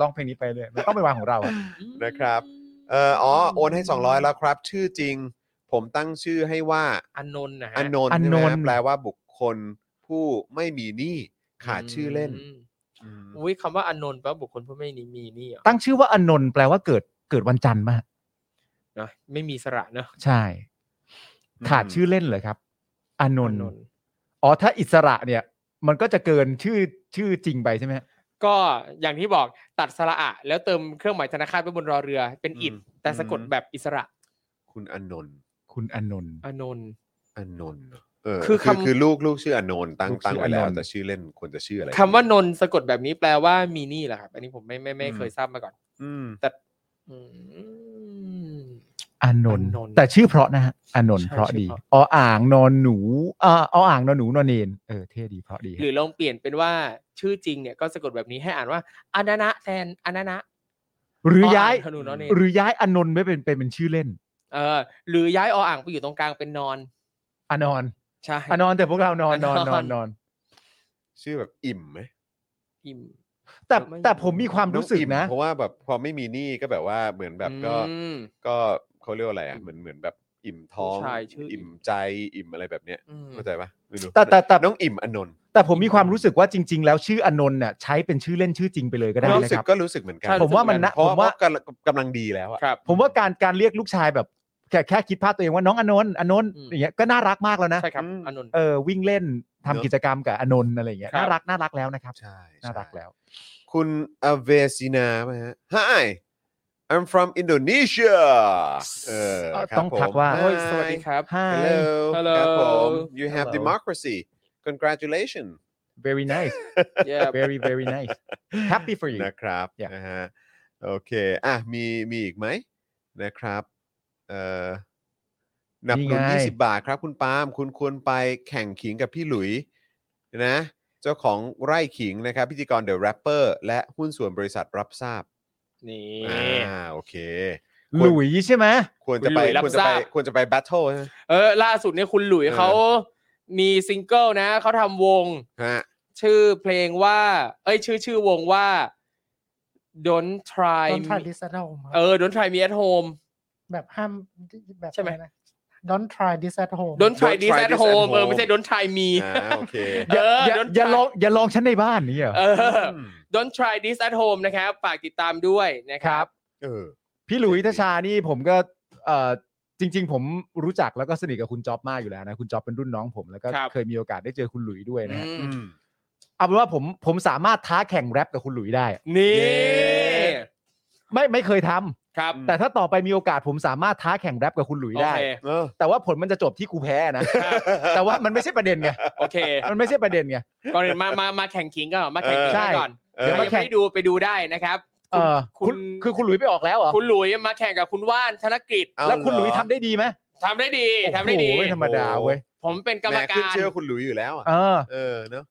[SPEAKER 2] ร้องเพลงนี้ไปเลยมันต้องเป็นวันของเราอะ
[SPEAKER 1] นะครับ เอ่ออ๋อโอนให้ 200 แล้วครับ ชื่อจริง ผมตั้งชื่อให้ว่า
[SPEAKER 3] อันนนท์นะฮะ
[SPEAKER 1] อนนนท์ใช่ไหมฮะแปลว่าบุคคลผู้ไม่มีหนี้ขาดชื่อเล่น
[SPEAKER 3] มอุ้ยคำว่าอันนนท์แปลว่าบุคคลผู้ไม่มีมีนี่เหรอ
[SPEAKER 2] ตั้งชื่อว่าอนนท์แปลว่าเกิดเกิดวันจันทร์มา
[SPEAKER 3] นะไม่มีสระเนอะ
[SPEAKER 2] ใช่ ขาดชื่อเล่นเลยครับอนนท์
[SPEAKER 3] อนนท์
[SPEAKER 2] อ๋อถ้าอิสระเนี่ย มันก็จะเกินชื่อชื่อจริงไปใช่ไหมฮะ
[SPEAKER 3] ก็อย่างที่บอกตัดสระอะแล้วเติมเครื่องหมายธนาคารไปบนรอเรือเป็นอิด
[SPEAKER 1] อืม
[SPEAKER 3] แต่สะกดแบบอิสระ
[SPEAKER 1] คุณอนนท์
[SPEAKER 2] คุณอานนท์
[SPEAKER 3] อานนท์
[SPEAKER 1] อนนท์เหรอเออคื
[SPEAKER 3] คื
[SPEAKER 1] อ
[SPEAKER 3] อ
[SPEAKER 1] คือ
[SPEAKER 3] คำ
[SPEAKER 1] ลูกลูกชื่ออนนท์ตั้ง
[SPEAKER 2] ลูกชื่อ
[SPEAKER 1] ตั้งไว้แล้ว
[SPEAKER 2] อนนท์
[SPEAKER 1] แต่ชื่อเล่นควรจะชื่ออะไร
[SPEAKER 3] คำว่านนท์สะกดแบบนี้แปลว่ามีหนี่แหละครับ อันนี้ผมไม่ไม่ไม่เคยทราบมาก่อน
[SPEAKER 1] อืม
[SPEAKER 3] อืม
[SPEAKER 2] อานนท์
[SPEAKER 3] อานนท์
[SPEAKER 2] แต่ชื่อเพราะนะฮะอานนท์
[SPEAKER 3] ใช่
[SPEAKER 2] เพราะ
[SPEAKER 3] ชื่อ
[SPEAKER 2] ดี
[SPEAKER 3] เพราะ
[SPEAKER 2] ออ่างนอนหนูเอ่อออ่างนอนหนูนอนเนนเออเท่ดีเพราะดี
[SPEAKER 3] หรือลองเปลี่ยนเป็นว่าชื่อจริงเนี่ยก็สะกดแบบนี้ให้อ่านว่าอานานะแทนอานานะ
[SPEAKER 2] หรือย้าย
[SPEAKER 3] ธนูนอนเน
[SPEAKER 2] หรือย้ายอานนท์ไม่เป็นเป็นเป็นชื่อเล่น
[SPEAKER 3] เออหรือย้ายออ่างไปอยู่ตรงกลางเป็นนอน
[SPEAKER 2] อานอน
[SPEAKER 3] ใช่
[SPEAKER 2] อานอนแต่พวกเรานอนนอนนอนนอน
[SPEAKER 1] ชื่อแบบอิ่มไหม
[SPEAKER 3] อิ่ม
[SPEAKER 2] แต่
[SPEAKER 3] ไม่
[SPEAKER 2] แต่ผมมีความรู้สึ
[SPEAKER 1] อ
[SPEAKER 2] ก
[SPEAKER 1] งอิ่
[SPEAKER 2] นะ
[SPEAKER 1] เพราะว่าแบบพอไม่มีหนี้ก็แบบว่าเหมือนแบบก็
[SPEAKER 3] อืม
[SPEAKER 1] ก็เขาเรียกว่าอะไรอ่ะเหมือนเหมือนแบบอิ่มท้อง
[SPEAKER 3] ผู้ชายชื่ออิ่
[SPEAKER 1] อิ่
[SPEAKER 3] ม
[SPEAKER 1] มใจอิ่มอะไรแบบเนี้ย
[SPEAKER 3] อืม
[SPEAKER 1] เข้าใจปะไม่รู้
[SPEAKER 2] แต่แต่แต่
[SPEAKER 1] น้องอิ่มอนนท์
[SPEAKER 2] แต่ผมมีความรู้สึกว่าจริง ๆ แล้วชื่ออานนท์น่ะใช้เป็นชื่อเล่นชื่อจริงไปเลยก็ได้
[SPEAKER 1] รู้
[SPEAKER 2] นะ
[SPEAKER 1] สึ
[SPEAKER 2] ค
[SPEAKER 1] ก
[SPEAKER 2] รับ
[SPEAKER 1] ก็รู้สึกเหมือนกัน
[SPEAKER 3] ใช่
[SPEAKER 2] ผมว่ามันนะ
[SPEAKER 1] เพราะ
[SPEAKER 2] ผม
[SPEAKER 1] ว่า
[SPEAKER 2] ว่า
[SPEAKER 1] กำลังกำลังดีแล้วอ่ะ
[SPEAKER 3] ครับ
[SPEAKER 2] ผมว่าการการเรียกลูกชายแบบแค่แค่คิดภาพตัวเองว่าน้องอานนท์อานนท์
[SPEAKER 3] อืม
[SPEAKER 2] อย่างเงี้ยก็น่ารักมากแล้วนะ
[SPEAKER 3] ใช่ครับ
[SPEAKER 1] อืม
[SPEAKER 3] อานนท์
[SPEAKER 2] เออวิ่งเล่นทำ
[SPEAKER 1] เนอะ
[SPEAKER 2] กิจกรรมกับอานนท์อะไรอย่างเงี้ย
[SPEAKER 3] ครับ
[SPEAKER 2] น่ารักน่ารักแล้วนะครับ
[SPEAKER 1] ใช่
[SPEAKER 2] น่า
[SPEAKER 1] ใช่
[SPEAKER 2] รักแล้ว
[SPEAKER 1] คุณอเวซินาไหมฮะ Hi I'm from Indonesia เออครับ
[SPEAKER 2] ต้องทัก
[SPEAKER 1] ผม
[SPEAKER 2] ว่า
[SPEAKER 3] โอ้ยสวัสดี
[SPEAKER 1] Hi
[SPEAKER 3] ครับ
[SPEAKER 2] Hi
[SPEAKER 1] Hello
[SPEAKER 3] Hello
[SPEAKER 1] ครับผม You have
[SPEAKER 2] Hello
[SPEAKER 1] democracy Congratulations
[SPEAKER 2] very nice
[SPEAKER 3] Yeah
[SPEAKER 2] very very
[SPEAKER 3] (laughs)
[SPEAKER 2] nice happy for you
[SPEAKER 1] นะครับ
[SPEAKER 2] Yeah.
[SPEAKER 1] นะฮะโอเค อ่ะ มีมีอีกไหมนะครับเอ่อหนับหนุน
[SPEAKER 2] นี่ไง
[SPEAKER 1] 20 บาทครับ คุณปาล์มคุณควรไปแข่งขิงกับพี่หลุยนะ เจ้าของไร่ขิงนะครับ พิธีกรเดอะแรปเปอร์และหุ้นส่วนบริษัทรับทราบ
[SPEAKER 3] นี่
[SPEAKER 1] อ่าโอเค
[SPEAKER 2] หลุยใช่ไหม
[SPEAKER 1] ควรจะไป
[SPEAKER 3] คุณหลุยรับ
[SPEAKER 1] ควรจะไป
[SPEAKER 3] ทราบ
[SPEAKER 1] ควรจะไปแบทเทิลใช่ไหม
[SPEAKER 3] เออล่าสุดเนี่ยคุณหลุย
[SPEAKER 1] เออ
[SPEAKER 3] เขามีซิงเกิลนะ เขาทำวง
[SPEAKER 1] ฮะ
[SPEAKER 3] ชื่อเพลงว่า เอ้ย ชื่อชื่อวงว่า Don't try
[SPEAKER 5] ดอนทร
[SPEAKER 3] me-
[SPEAKER 5] ดิส at home
[SPEAKER 3] เออ Don't try me at home
[SPEAKER 5] แบบห้ามแบบ
[SPEAKER 3] ใช่ไหม
[SPEAKER 5] อะรนะ Don't try this at home
[SPEAKER 3] Don't try
[SPEAKER 1] Don't
[SPEAKER 3] this
[SPEAKER 1] try this
[SPEAKER 3] at
[SPEAKER 1] at
[SPEAKER 3] home เออ
[SPEAKER 1] home
[SPEAKER 3] ไม่ใช่ Don't try me
[SPEAKER 1] อ่าโอเค
[SPEAKER 3] เออ
[SPEAKER 2] อย่า
[SPEAKER 3] Don't
[SPEAKER 2] อย่า
[SPEAKER 3] try
[SPEAKER 2] ลองอย่าลองฉันในบ้านนี่เหรอ
[SPEAKER 3] เออ
[SPEAKER 1] ม
[SPEAKER 3] Don't try this at home นะครับฝากติดตามด้วยนะครับ
[SPEAKER 1] เออ
[SPEAKER 2] พี่ห
[SPEAKER 3] (laughs)
[SPEAKER 2] ลุยทชานี่ผมก็เอ่อจริง ๆ ผมรู้จักแล้วก็สนิทกับคุณจ๊อบมากอยู่แล้วนะ คุณจ๊อบเป็นรุ่นน้องผมแล้วก็
[SPEAKER 3] ครับ
[SPEAKER 2] เคยมีโอกาสได้เจอคุณหลุยด้วยนะฮะ
[SPEAKER 3] อืม
[SPEAKER 1] อืม
[SPEAKER 2] เอาเป็นว่าผมผมสามารถท้าแข่งแรปกับคุณหลุยได้
[SPEAKER 3] นี่
[SPEAKER 1] เย้
[SPEAKER 2] ไม่ไม่เคยทำ
[SPEAKER 3] ครับ
[SPEAKER 2] แต่ถ้าต่อไปมีโอกาสผมสามารถท้าแข่งแรปกับคุณหลุย
[SPEAKER 3] โอ
[SPEAKER 2] ได้
[SPEAKER 3] เค
[SPEAKER 1] เออ
[SPEAKER 2] แต่ว่าผลมันจะจบที่กูแพ้
[SPEAKER 3] (laughs)
[SPEAKER 2] นะ แต่ว่ามันไม่ใช่ประเด็นไง
[SPEAKER 3] โอเค
[SPEAKER 2] มันไม่ใช่ประเด็นไง
[SPEAKER 3] ก่อนอื่นมามามาแข่งขิงก่อนมาแข่งขิง
[SPEAKER 2] เออใช่
[SPEAKER 3] ก่อน
[SPEAKER 1] เออ
[SPEAKER 3] เดี๋ยวยังไม่ได้ดูไปดูได้นะครับ
[SPEAKER 2] เออคุณคือคุณหลุยไปออกแล้วเหรอ
[SPEAKER 3] คุณหลุยมาแข่งกับคุณว่านธนกฤษ
[SPEAKER 1] เอา
[SPEAKER 2] แล้วคุณหลุย
[SPEAKER 1] เรอ
[SPEAKER 2] ทำได้ดีไหม
[SPEAKER 3] ทำได้ดีทำได้ดี
[SPEAKER 2] โอ้โหไม่ธรรมดาเว้ย
[SPEAKER 3] ผมเป็นกรรม
[SPEAKER 1] แหขึ้
[SPEAKER 3] กาน ร
[SPEAKER 1] ชื่อว่าคุณหลุยอยู่แล้วอ่ะ
[SPEAKER 2] เออ
[SPEAKER 1] เออเนอะ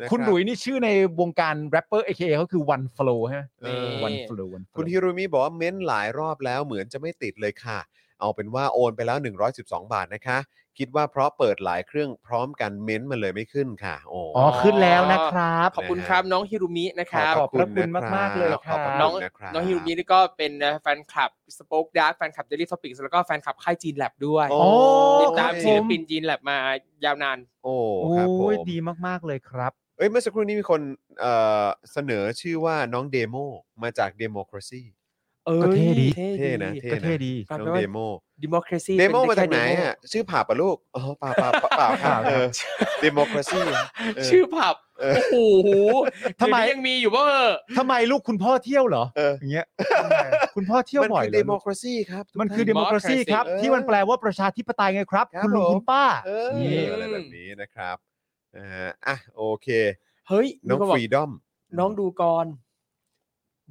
[SPEAKER 1] นะ
[SPEAKER 2] คุณ
[SPEAKER 1] รับ
[SPEAKER 2] หลุยนี่ชื่อในวงการแรปเปอร์ AKA เขาคือ One Flow ใช่ไหม
[SPEAKER 1] เออ
[SPEAKER 3] นี่
[SPEAKER 2] One Flow One Flow
[SPEAKER 1] คุณฮิรุมิบอกว่าเม้นหลายรอบแล้วเหมือนจะไม่ติดเลยค่ะ เอาเป็นว่าโอนไปแล้ว 112 บาทนะคะ คิดว่าเพราะเปิดหลายเครื่องพร้อมกันเม้นต์มันเลยไม่ขึ้นค่ะ โอ้
[SPEAKER 2] อ๋อ ขึ้นแล้วนะครับ
[SPEAKER 3] ขอบคุณครับน้องฮิรุมินะครับ
[SPEAKER 2] ขอบพระคุณมากๆเลยครับ
[SPEAKER 1] น้
[SPEAKER 3] น้
[SPEAKER 1] อ
[SPEAKER 3] อง งน้องฮิรุมินี่ก็เป็นแฟนคลับสป็อกดาร์กแฟนคลับเดลี่ท็อปิกแล้วก็แฟนคลับค่ายจีนแลบด้วย
[SPEAKER 1] โอ้
[SPEAKER 3] ติดตา
[SPEAKER 1] ครั
[SPEAKER 3] ม
[SPEAKER 1] บ
[SPEAKER 3] ศิลปินจีนแลบมายาวนาน
[SPEAKER 1] โอ้
[SPEAKER 2] โอ
[SPEAKER 1] ครับผ้
[SPEAKER 2] ย
[SPEAKER 1] ม
[SPEAKER 2] ดีมาก ๆ เลยครับ
[SPEAKER 1] เอ้ยเมื่อสักครู่นี้มีคนเอ่อเสนอชื่อว่าน้องเดโมมาจาก Democracy
[SPEAKER 3] เอ้ย
[SPEAKER 2] ก็เท่ดี
[SPEAKER 1] เท่นะเท่
[SPEAKER 2] ก็
[SPEAKER 1] นะ
[SPEAKER 2] เท่ดี
[SPEAKER 3] ครับ
[SPEAKER 1] น้อง
[SPEAKER 3] แปลว่า
[SPEAKER 1] เดโม
[SPEAKER 3] democracy
[SPEAKER 1] เด
[SPEAKER 3] เป็น
[SPEAKER 1] โมมาจากไหน
[SPEAKER 3] แค่ demo
[SPEAKER 1] ฮะชื่อผับปะลูกอ๋อเปล่าเปล่าเปล่าเปล่า
[SPEAKER 2] (laughs)
[SPEAKER 1] ครับเออ democracy เ
[SPEAKER 3] ชื่อผับ
[SPEAKER 1] เออ
[SPEAKER 3] โอ้โห
[SPEAKER 2] ทำไม
[SPEAKER 3] เดี๋ยวนี้ยังมีอยู่เปล่าเหอะ
[SPEAKER 2] ทำไมลูกคุณพ่อเที่ยวเหรอ
[SPEAKER 1] เออ
[SPEAKER 2] อย่างเงี้ย คุณพ่อเที่ยว
[SPEAKER 1] มัน
[SPEAKER 2] บ่อย
[SPEAKER 1] คือ
[SPEAKER 2] เหรอลูก
[SPEAKER 1] democracy ครับทุก
[SPEAKER 2] มันคือ
[SPEAKER 1] ท่า
[SPEAKER 2] democracy ครับ
[SPEAKER 1] เออ
[SPEAKER 2] ที่มันแปลว่าประชาธิปไตยไงครับ
[SPEAKER 1] ครับ
[SPEAKER 2] คุณลุง
[SPEAKER 1] ผม
[SPEAKER 2] คุณป้า
[SPEAKER 1] เออ
[SPEAKER 2] นี่
[SPEAKER 1] อะไรแบบนี้นะครับนะฮะอ่ะโอเค
[SPEAKER 3] เฮ้ย
[SPEAKER 1] น้อง
[SPEAKER 3] มีค
[SPEAKER 1] ฟ
[SPEAKER 3] บก
[SPEAKER 1] รีดอม
[SPEAKER 3] น้องดูกร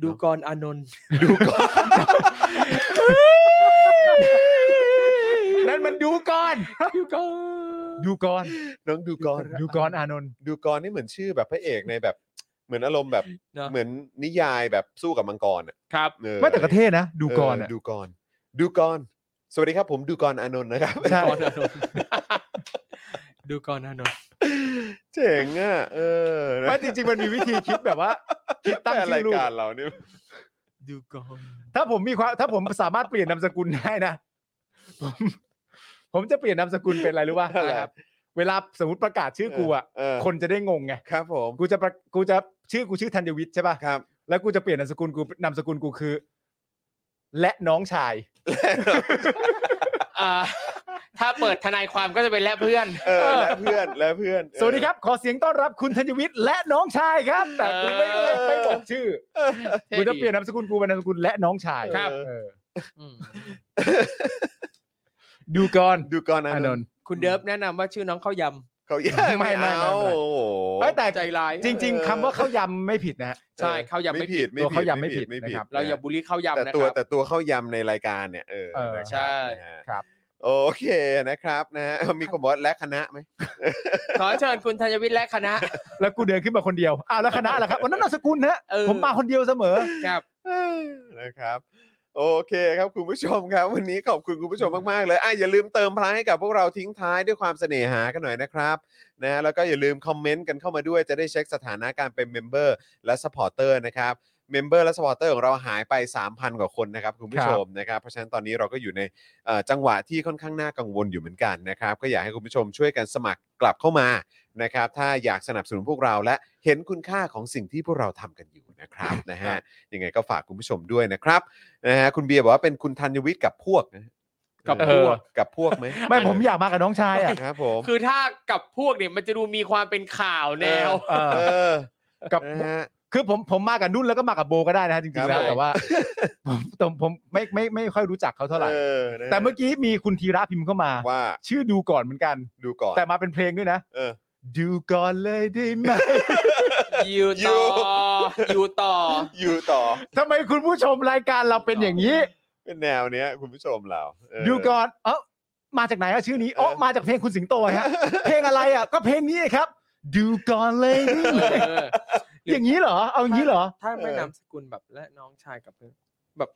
[SPEAKER 3] ดูกรอานนท์
[SPEAKER 1] ดูก่อน
[SPEAKER 2] นั่นมันดูก่อน
[SPEAKER 3] ดูกร
[SPEAKER 2] ดูก่อน
[SPEAKER 1] น้องดูก่อน
[SPEAKER 2] ดูก่อนอานนท์
[SPEAKER 1] ดูก่อนนี่เหมือนชื่อแบบพระเอกในแบบ เหมือนอารมณ์แบบ
[SPEAKER 3] เนอะ
[SPEAKER 1] เหมือนนิยายแบบสู้กับมังกรอ่ะ
[SPEAKER 3] ครับ
[SPEAKER 1] เออ
[SPEAKER 2] ไม่แต่กระเทศนะ ดูก่อนอะ
[SPEAKER 1] เดูก่อน ดูก่อน สวัสดีครับ ผมดูก่อนอานนท์นะครับ
[SPEAKER 2] ใช่
[SPEAKER 3] ดูกรอานนท์ (laughs) ดูกรอานนท์
[SPEAKER 1] เจ๋งอ่ะเออนะ
[SPEAKER 2] ไม่จริง ๆ มันมีวิธีคิดแบบว่า คิดตั้ง
[SPEAKER 1] แต่
[SPEAKER 2] ชื่
[SPEAKER 1] รา
[SPEAKER 2] อย ลูก
[SPEAKER 1] การเราเนี่ย
[SPEAKER 3] ดูกร
[SPEAKER 2] ถ้าผมมีความถ้าผมสามารถเปลี่ยนนามสกุลได้นะ (laughs) ผมผมจะเปลี่ยนนามสกุลเป็นอะไรรู้ป่ะ
[SPEAKER 1] (laughs) อะไรครับ
[SPEAKER 2] เวลาสมมติประกาศชื่อกูอ่ะ
[SPEAKER 1] เออ
[SPEAKER 2] คนจะได้งงไง
[SPEAKER 1] ครับผม
[SPEAKER 2] กูจะประกูจะชื่อกูชื่อธัญวิทย์ใช่ป่ะ
[SPEAKER 1] ครับ
[SPEAKER 2] แล้วกูจะเปลี่ยนนามสกุลกูนามสกุลกูคือ และน้องชาย
[SPEAKER 3] อ่าธ (laughs) ถ้าเปิดทนายความก็จะเป็นแลบเพื่อน
[SPEAKER 1] เออและเพื่อนและเพื่อน
[SPEAKER 2] สวัสดีครับ ขอเสียงต้อนรับคุณธัญวิทย์และน้องชายครับ แต่กูไม่
[SPEAKER 3] เออ
[SPEAKER 2] ไม่บอก
[SPEAKER 1] (laughs)
[SPEAKER 2] ชื่อกูจะเปลี่ยนนามสกุลกูเป็นนามสกุลและน้องชาย
[SPEAKER 3] ครับ
[SPEAKER 2] เออ
[SPEAKER 3] อืม
[SPEAKER 2] ดูก่อน
[SPEAKER 1] ดูก่อนนะ
[SPEAKER 2] อานนท์
[SPEAKER 3] (laughs) คุณเดิฟแนะนำว่าชื่อน้องข้าวย
[SPEAKER 1] เขาแย่
[SPEAKER 2] ไม่
[SPEAKER 1] ไม่
[SPEAKER 2] ไม่
[SPEAKER 1] เอา
[SPEAKER 2] ไม่
[SPEAKER 1] โอ้โห
[SPEAKER 2] เอ้ยแต่
[SPEAKER 3] ำใจร้าย
[SPEAKER 2] จริง ๆคำว่าข้าวยำไม่ผิดนะฮะ
[SPEAKER 3] ใช่ข้าวยำไม่ผิด
[SPEAKER 2] ตัวเขายำไม่ผิด
[SPEAKER 1] ไม่ผิด
[SPEAKER 2] นะครับ
[SPEAKER 3] เราอย่าบูลลี่ข้าวยำ
[SPEAKER 1] แต่
[SPEAKER 3] นะค
[SPEAKER 1] ตัว
[SPEAKER 3] รับ
[SPEAKER 1] แต่ตัวเข้ายำในรายการเนี่ยเออ
[SPEAKER 2] เออ
[SPEAKER 1] นะครับ
[SPEAKER 3] ใช่
[SPEAKER 1] นะฮะ
[SPEAKER 2] ครับ
[SPEAKER 1] โอเคนะครับนะฮ (laughs) ะมีคนบอกว่าและคณะไหม
[SPEAKER 3] ขอเชิญคุณธัญวิทย์และคณะ
[SPEAKER 2] แล้วกูเดินขึ้นมาคนเดียวอ้าวแล้วคณะล่ะครับวันนั้นนามสกุลนะ
[SPEAKER 3] เออ
[SPEAKER 2] ผมมาคนเดียวเสมอ
[SPEAKER 3] ครับ
[SPEAKER 1] เออ (laughs) นะครับ โอเคครับคุณผู้ชมครับ (laughs) วันนี้ขอบคุณคุณผู้ชมมาก ๆ เลยอ่ะอย่าลืมเติมพลังให้กับพวกเราทิ้งท้ายด้วยความเสน่หากันหน่อยนะครับนะแล้วก็อย่าลืมคอมเมนต์กันเข้ามาด้วยจะได้เช็คสถานะการเป็นเมมเบอร์และสปอร์เตอร์นะครับเมมเบอร์และสปอร์เตอร์ของเราหายไป 3,000 กว่าคนนะครับคุณผู้ชมนะครับเพราะฉะนั้นตอนนี้เราก็อยู่ในเอ่อจังหวะที่ค่อนข้างน่ากังวลอยู่เหมือนกันนะครับก็อยากให้คุณผู้ชมช่วยกันสมัครกลับเข้ามานะครับถ้าอยากสนับสนุนพวกเราและเห็นคุณค่าของสิ่งที่พวกเราทำกันอยู่นะครับนะฮะ ยังไงก็ฝากคุณผู้ชมด้วยนะครับนะฮะคุณเบียร์บอกว่าเป็นคุณธัญวิทย์กับพวกนะ
[SPEAKER 3] กับ
[SPEAKER 1] เออ
[SPEAKER 3] พวก
[SPEAKER 1] กับพวกไหม (laughs)
[SPEAKER 2] ไม่ผมอยากมากับน้องชายอ่ะ
[SPEAKER 1] ครับผม
[SPEAKER 3] คือถ้ากับพวกเนี่ยมันจะดูมีความเป็นข่าวแนว
[SPEAKER 2] เออ
[SPEAKER 1] เออ
[SPEAKER 2] กับ
[SPEAKER 1] นะฮะ
[SPEAKER 2] คือผมผมมากับนุ่นแล้วก็มากับโบก็ได้นะฮะจริงๆแล้
[SPEAKER 1] ค
[SPEAKER 2] ว
[SPEAKER 1] รับ
[SPEAKER 2] แต่ว่าผมผมผมไม่ไม่ไม่ค่อยรู้จักเขาเท่าไหร่
[SPEAKER 1] ออนะฮะ
[SPEAKER 2] แต่เมื่อกี้มีคุณธีระพิมพ์เข้ามา
[SPEAKER 1] ว่า
[SPEAKER 2] ชื่อดูก่อนเหมือนกัน
[SPEAKER 1] ดูก่อน
[SPEAKER 2] แต่มาเป็นเพลงด้วยนะ
[SPEAKER 1] เออ
[SPEAKER 2] ดูก่อนเลยได้ไหม
[SPEAKER 3] (laughs) อยู่ต่ออยู่ต่อ
[SPEAKER 1] อยู่ต่อ
[SPEAKER 2] ทำไมคุณผู้ชมรายการเราเป็นอย่างนี้
[SPEAKER 1] เป็นแนวเนี้ยคุณผู้ชมเราเ
[SPEAKER 2] ดูก่อนเออมาจากไหนอะชื่อนี้อ๋อ
[SPEAKER 1] เออ
[SPEAKER 2] มาจากเพลงคุณสิงโตฮะ เพลงอะไรอ่ะ ก็เพลงนี้ไงครับ ดูก่อนเลยได้ไหม
[SPEAKER 3] เออ หรือ
[SPEAKER 2] อย่างนี้เหรอ เอาอย่างนี้เหรอ
[SPEAKER 3] ถ้าไม่
[SPEAKER 1] เออ
[SPEAKER 3] นามสกุลแบบและน้องชายกับเพื่อนแบบ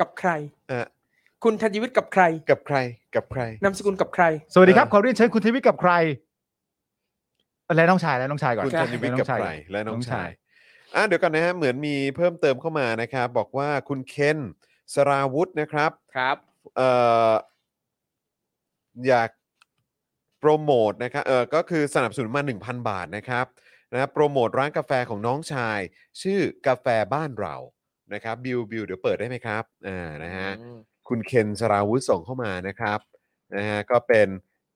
[SPEAKER 3] กับใคร
[SPEAKER 1] เออ
[SPEAKER 3] คุณธัญวิทย์กับใคร
[SPEAKER 1] กับใครกับใคร
[SPEAKER 3] นามสกุลกับใคร
[SPEAKER 2] สวัสดีครับ
[SPEAKER 1] เออ
[SPEAKER 2] ขอเรียนเชิญคุณทวิทย์กับใครและน้องชายและน้องชายก่อน
[SPEAKER 1] คุณธัญวิทย์กับใครและน้องชายอ่ะเดี๋ยวก่อนนะฮะเหมือนมีเพิ่มเติมเข้ามานะครับบอกว่าคุณเคนสราวุธนะครับ
[SPEAKER 3] ครับ
[SPEAKER 1] เอ่ออยากโปรโมทนะครับเออก็คือสนับสนุนมา 1,000 บาทนะครับนะโปรโมทร้านกาแฟของน้องชาย ชื่อกาแฟบ้านเรานะครับบิวบิวเดี๋ยวเปิดได้ไหมครับอ่านะฮะคุณเคนสราวุธส่งเข้ามานะครับนะฮะก็เป็น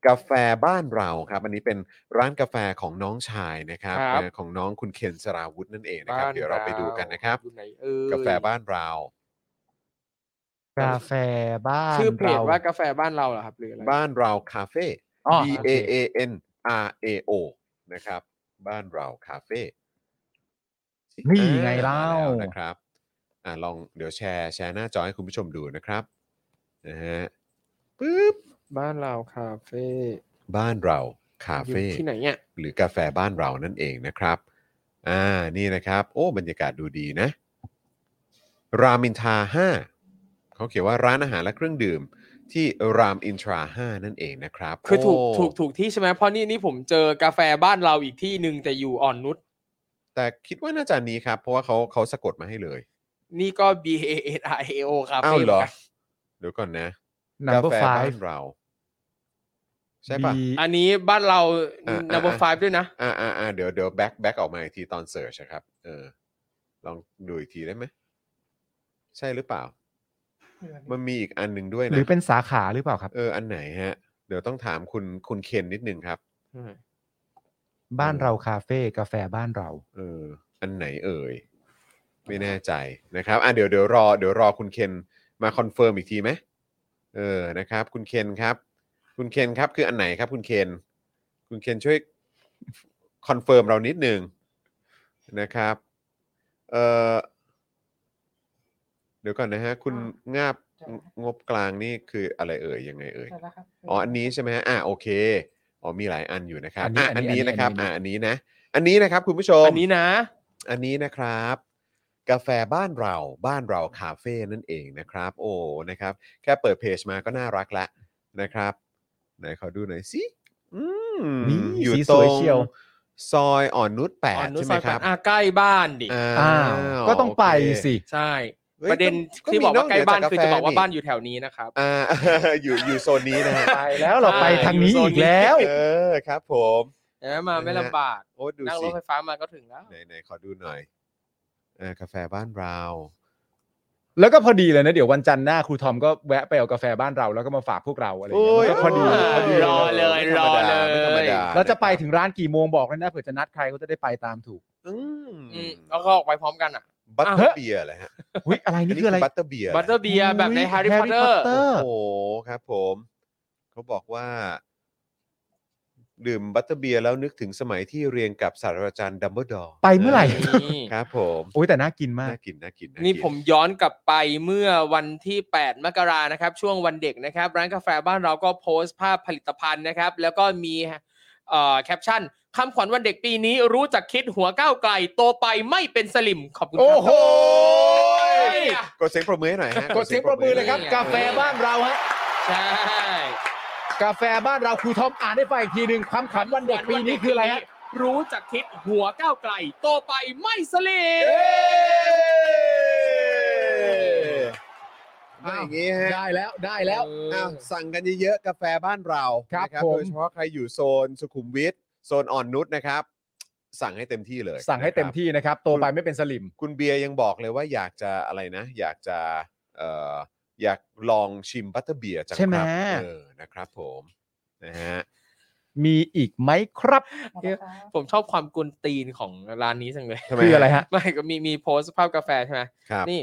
[SPEAKER 1] กาแฟบ้านเราครับ อันนี้เป็นร้านกาแฟของน้องชายนะครับ
[SPEAKER 3] ครับ
[SPEAKER 1] นะของน้องคุณเคนสราวุธนั่นเองนะครับเดี๋ยวเราไปดูกันนะครับ
[SPEAKER 3] อยู่ไหนเอ่ย
[SPEAKER 1] กาแฟบ้านเรา
[SPEAKER 2] กาแฟบ้าน
[SPEAKER 3] ชื่อเพ
[SPEAKER 2] ร
[SPEAKER 3] จว่ากาแฟบ้านเราเหรอครับหรืออะไร
[SPEAKER 1] บ้านเราคาเฟ่
[SPEAKER 2] อ๋อ
[SPEAKER 1] B
[SPEAKER 2] โอเค
[SPEAKER 1] A A N R A O นะครับ บ้านเราคาเฟ่
[SPEAKER 2] นี่ไงเล่า
[SPEAKER 1] อ่มแล้วนะครับอ่ะลองเดี๋ยวแชร์แชร์หน้าจอให้คุณผู้ชมดูนะครับนะฮะปึ๊บ
[SPEAKER 3] บ้านเราคาเฟ่
[SPEAKER 1] บ้านเราคา
[SPEAKER 3] อยู่
[SPEAKER 1] เฟ่
[SPEAKER 3] ที่ไหนเนี่ย
[SPEAKER 1] หรือกาแฟบ้านเรานั่นเองนะครับอ่านี่นะครับ โอ้บรรยากาศดูดีนะ รามอินทรา5เขาเขียนว่าร้านอาหารและเครื่องดื่มที่รามอินทรา5นั่นเองนะครับ
[SPEAKER 3] คือถูก
[SPEAKER 1] โ
[SPEAKER 3] ถูกถูกที่ใช่ไหมเพราะนี่นี่ผมเจอกาแฟบ้านเราอีกที่หนึ่งแต่อยู่อ่อนนุช
[SPEAKER 1] แต่คิดว่าน่าจะอันนี้ครับ เพราะว่าเขาเขาสะกดมาให้เลย
[SPEAKER 3] นี่ก็ B A S I A O คา
[SPEAKER 1] อ้า
[SPEAKER 3] เฟ่
[SPEAKER 1] วเหรอ
[SPEAKER 3] มือนกัน
[SPEAKER 1] เดี๋ยวก่อนนะ กา
[SPEAKER 2] number
[SPEAKER 1] แฟบ้าน
[SPEAKER 2] five
[SPEAKER 1] เรา ใช่ป่ะ
[SPEAKER 2] มี
[SPEAKER 3] อันนี้บ้านเรา
[SPEAKER 1] อ่า
[SPEAKER 3] number five ด้วยนะ
[SPEAKER 1] อ่าอ่าอ่าเดี๋ยวเดี๋ยวแบ็คแบ็คออกมาอีกทีตอนเสิร์ชครับ เออ ลองดูอีกทีได้ไหม ใช่หรือเปล่า มันมีอีกอันหนึ่งด้วย
[SPEAKER 2] ห
[SPEAKER 1] นะ
[SPEAKER 2] รือเป็นสาขาหรือเปล่าครับ
[SPEAKER 1] เออ อันไหนฮะ เดี๋ยวต้องถามคุณคุณเคนนิดนึงครับ
[SPEAKER 2] บ้านเราคาเฟ่กาแฟบ้านเรา
[SPEAKER 1] เออ อันไหนเอ่ย ไม่แน่ใจนะครับอ่ะเดี๋ยวเดี๋ยวรอเดี๋ยวรอคุณเคนมาคอนเฟิร์มอีกทีไหมเออนะครับ คุณเคนครับ คุณเคนครับคืออันไหนครับ คุณเคนคุณเคนช่วยคอนเฟิร์มเรานิดหนึงนะครับเออเดี๋ยวก่อนนะฮะ คุณงาบงบกลางนี่คืออะไรเอ่ยยังไงเอ่ย อ๋อ อันนี้ใช่ไหมฮะ อ่ะ โอเค อ๋อ มีหลายอันอยู่นะครับ
[SPEAKER 2] อันนี้
[SPEAKER 1] อ่ะ
[SPEAKER 2] อั
[SPEAKER 1] อัน
[SPEAKER 2] นนี้
[SPEAKER 1] นี้นะครับ
[SPEAKER 2] อันนี้
[SPEAKER 1] อ่ะ อันนี้นะ อันนี้นะครับคุณผู้ชม
[SPEAKER 3] อันนี้นะ
[SPEAKER 1] อันนี้นะครับ กาแฟบ้านเรา บ้านเราคาเฟ่นั่นเองนะครับ โอ้ นะครับ แค่เปิดเพจมาก็น่ารักละนะครับ ไหนขอดูหน่อยสิ อืม
[SPEAKER 2] นี่
[SPEAKER 1] อยู่
[SPEAKER 2] สี
[SPEAKER 1] ต
[SPEAKER 2] ส
[SPEAKER 1] ร
[SPEAKER 2] วย
[SPEAKER 1] ง
[SPEAKER 2] เชียว
[SPEAKER 1] ซอยอ่อนนุชแป
[SPEAKER 3] อ่อ
[SPEAKER 1] ด
[SPEAKER 3] นนุช
[SPEAKER 1] ใช่
[SPEAKER 3] ซ
[SPEAKER 1] ไหม
[SPEAKER 3] อย
[SPEAKER 1] ค
[SPEAKER 3] แป
[SPEAKER 1] รับ
[SPEAKER 3] ดอ่ะใกล้บ้านดิ
[SPEAKER 2] อ้าว
[SPEAKER 1] ว
[SPEAKER 2] ก็ต้องไป
[SPEAKER 1] โเค
[SPEAKER 2] สิ
[SPEAKER 3] ใช่
[SPEAKER 1] เฮ้ย
[SPEAKER 3] ประเด็น
[SPEAKER 1] ก็
[SPEAKER 3] ที่
[SPEAKER 1] ก็
[SPEAKER 3] บอกว่า
[SPEAKER 1] มีนอก
[SPEAKER 3] ใกล้บ้าน
[SPEAKER 1] เหนือจาก
[SPEAKER 3] คือจะบอก
[SPEAKER 1] กา
[SPEAKER 3] ว่า
[SPEAKER 1] แฟ
[SPEAKER 3] บ้านอยู่แถวนี้นะครับ
[SPEAKER 1] อ่า (laughs) อยู่อยู่โซนนี้นะฮะ
[SPEAKER 2] ไปแล้วเรา
[SPEAKER 3] ใช่
[SPEAKER 2] ไปทางนี้อีกแล้ว
[SPEAKER 1] เออครับ ผม
[SPEAKER 3] เห็นไหมมาไม่ลำบาก
[SPEAKER 1] โอ้ดู
[SPEAKER 3] นั่งร
[SPEAKER 1] สิ
[SPEAKER 3] ถไฟฟ้ามาก็ถึงแล้ว
[SPEAKER 1] ไหนไหนขอดูหน่อยเออกาแฟบ้านเรา
[SPEAKER 2] แล้วก็พอดีเลยนะ เดี๋ยววันจันทร์หน้าครูทอมก็แวะไปเอากาแฟบ้านเราแล้วก็มาฝากพวกเราอะไรอย่างเงี้ย
[SPEAKER 1] โอ้ย
[SPEAKER 2] ก็พอดีพอดี
[SPEAKER 3] รอเลยรอเลย
[SPEAKER 1] ไม่ธรรมดา
[SPEAKER 2] แล้วจะไปถึงร้านกี่โมงบอกเลยนะเผื่อจะนัดใครก็จะได้ไปตามถูก
[SPEAKER 1] อื
[SPEAKER 3] อื
[SPEAKER 1] ม
[SPEAKER 3] มแล้วก็ออกไปพร้อมกันอ่ะ
[SPEAKER 1] บัตเตอร์เบียร์เหรอฮะ
[SPEAKER 2] อุ้ยอะไรนี่คืออะไร
[SPEAKER 1] บัตเตอร์เบียร์
[SPEAKER 3] บัตเตอร์เบียร์แบบใน Harry Potter
[SPEAKER 1] โอ้โหครับผม เขาบอกว่า ดื่มบัตเตอร์เบียร์แล้วนึกถึงสมัยที่เรียนกับศาสตราจารย์ดัมเบิลดอร์
[SPEAKER 2] ไปเมื่อไหร่
[SPEAKER 3] นี่
[SPEAKER 1] ครับผม
[SPEAKER 2] โอ้ยแต่น่ากินมาก
[SPEAKER 1] น่ากินน่ากินน่ากิ
[SPEAKER 3] นี่ผมย้อนกลับไปเมื่อวันที่ 8 มกรานะครับ ช่วงวันเด็กนะครับ ร้านกาแฟบ้านเราก็โพสต์ภาพผลิตภัณฑ์นะครับ แล้วก็มีเอ่อแคปชั่นคำขวัญวันเด็กปีนี้รู้จักคิดหัวก้าวไกล โตไปไม่เป็นสลิมขอบคุณครั
[SPEAKER 2] โอ้โห
[SPEAKER 3] ย
[SPEAKER 1] กดเสียงปรบมือให้หน่อยฮะ
[SPEAKER 2] กดเสียงปรบมือเลยครับ กาแฟบ้านเราฮะ
[SPEAKER 3] ใช่
[SPEAKER 2] กาแฟบ้านเราครูทอมอ่านให้ฟังอีกทีหนึ่งความขำวันเด็กปีนี้คืออะไรฮะ
[SPEAKER 3] รู้จักคิดหัวก้าวไกล โตไปไม่สลิม
[SPEAKER 1] ไม่อย่างงี้ฮะ
[SPEAKER 2] ได้แล้วได้แล้ว
[SPEAKER 1] อ้าวสั่งกันเยอะๆกาแฟบ้านเรา
[SPEAKER 2] ครับ
[SPEAKER 1] นะ
[SPEAKER 2] ผม
[SPEAKER 1] โดยเฉพาะใครอยู่โซนสุขุมวิทโซนอ่อนนุชนะครับ สั่งให้เต็มที่เลย
[SPEAKER 2] สั่งให้เต็ม
[SPEAKER 1] นะครับ
[SPEAKER 2] ที่นะครับ โตไปไม่เป็นสลิม
[SPEAKER 1] คุณเบียร์ยังบอกเลยว่าอยากจะอะไรนะ อยากจะเอ่ออยากลองชิมบัตเตอร์เบียร์จัง
[SPEAKER 2] ใช่ไหม
[SPEAKER 1] ครับเออนะครับผมนะฮะ
[SPEAKER 2] มีอีกไหมครับ
[SPEAKER 5] หมดแล้วครับ
[SPEAKER 3] ผมชอบความกุนตีนของร้านนี้จังเลย
[SPEAKER 1] ทำม
[SPEAKER 2] คืออะไรฮะ
[SPEAKER 3] ไม่ก็มีมีโพสต์ภาพกาแฟใช่ไหม
[SPEAKER 1] ครับ
[SPEAKER 3] นี่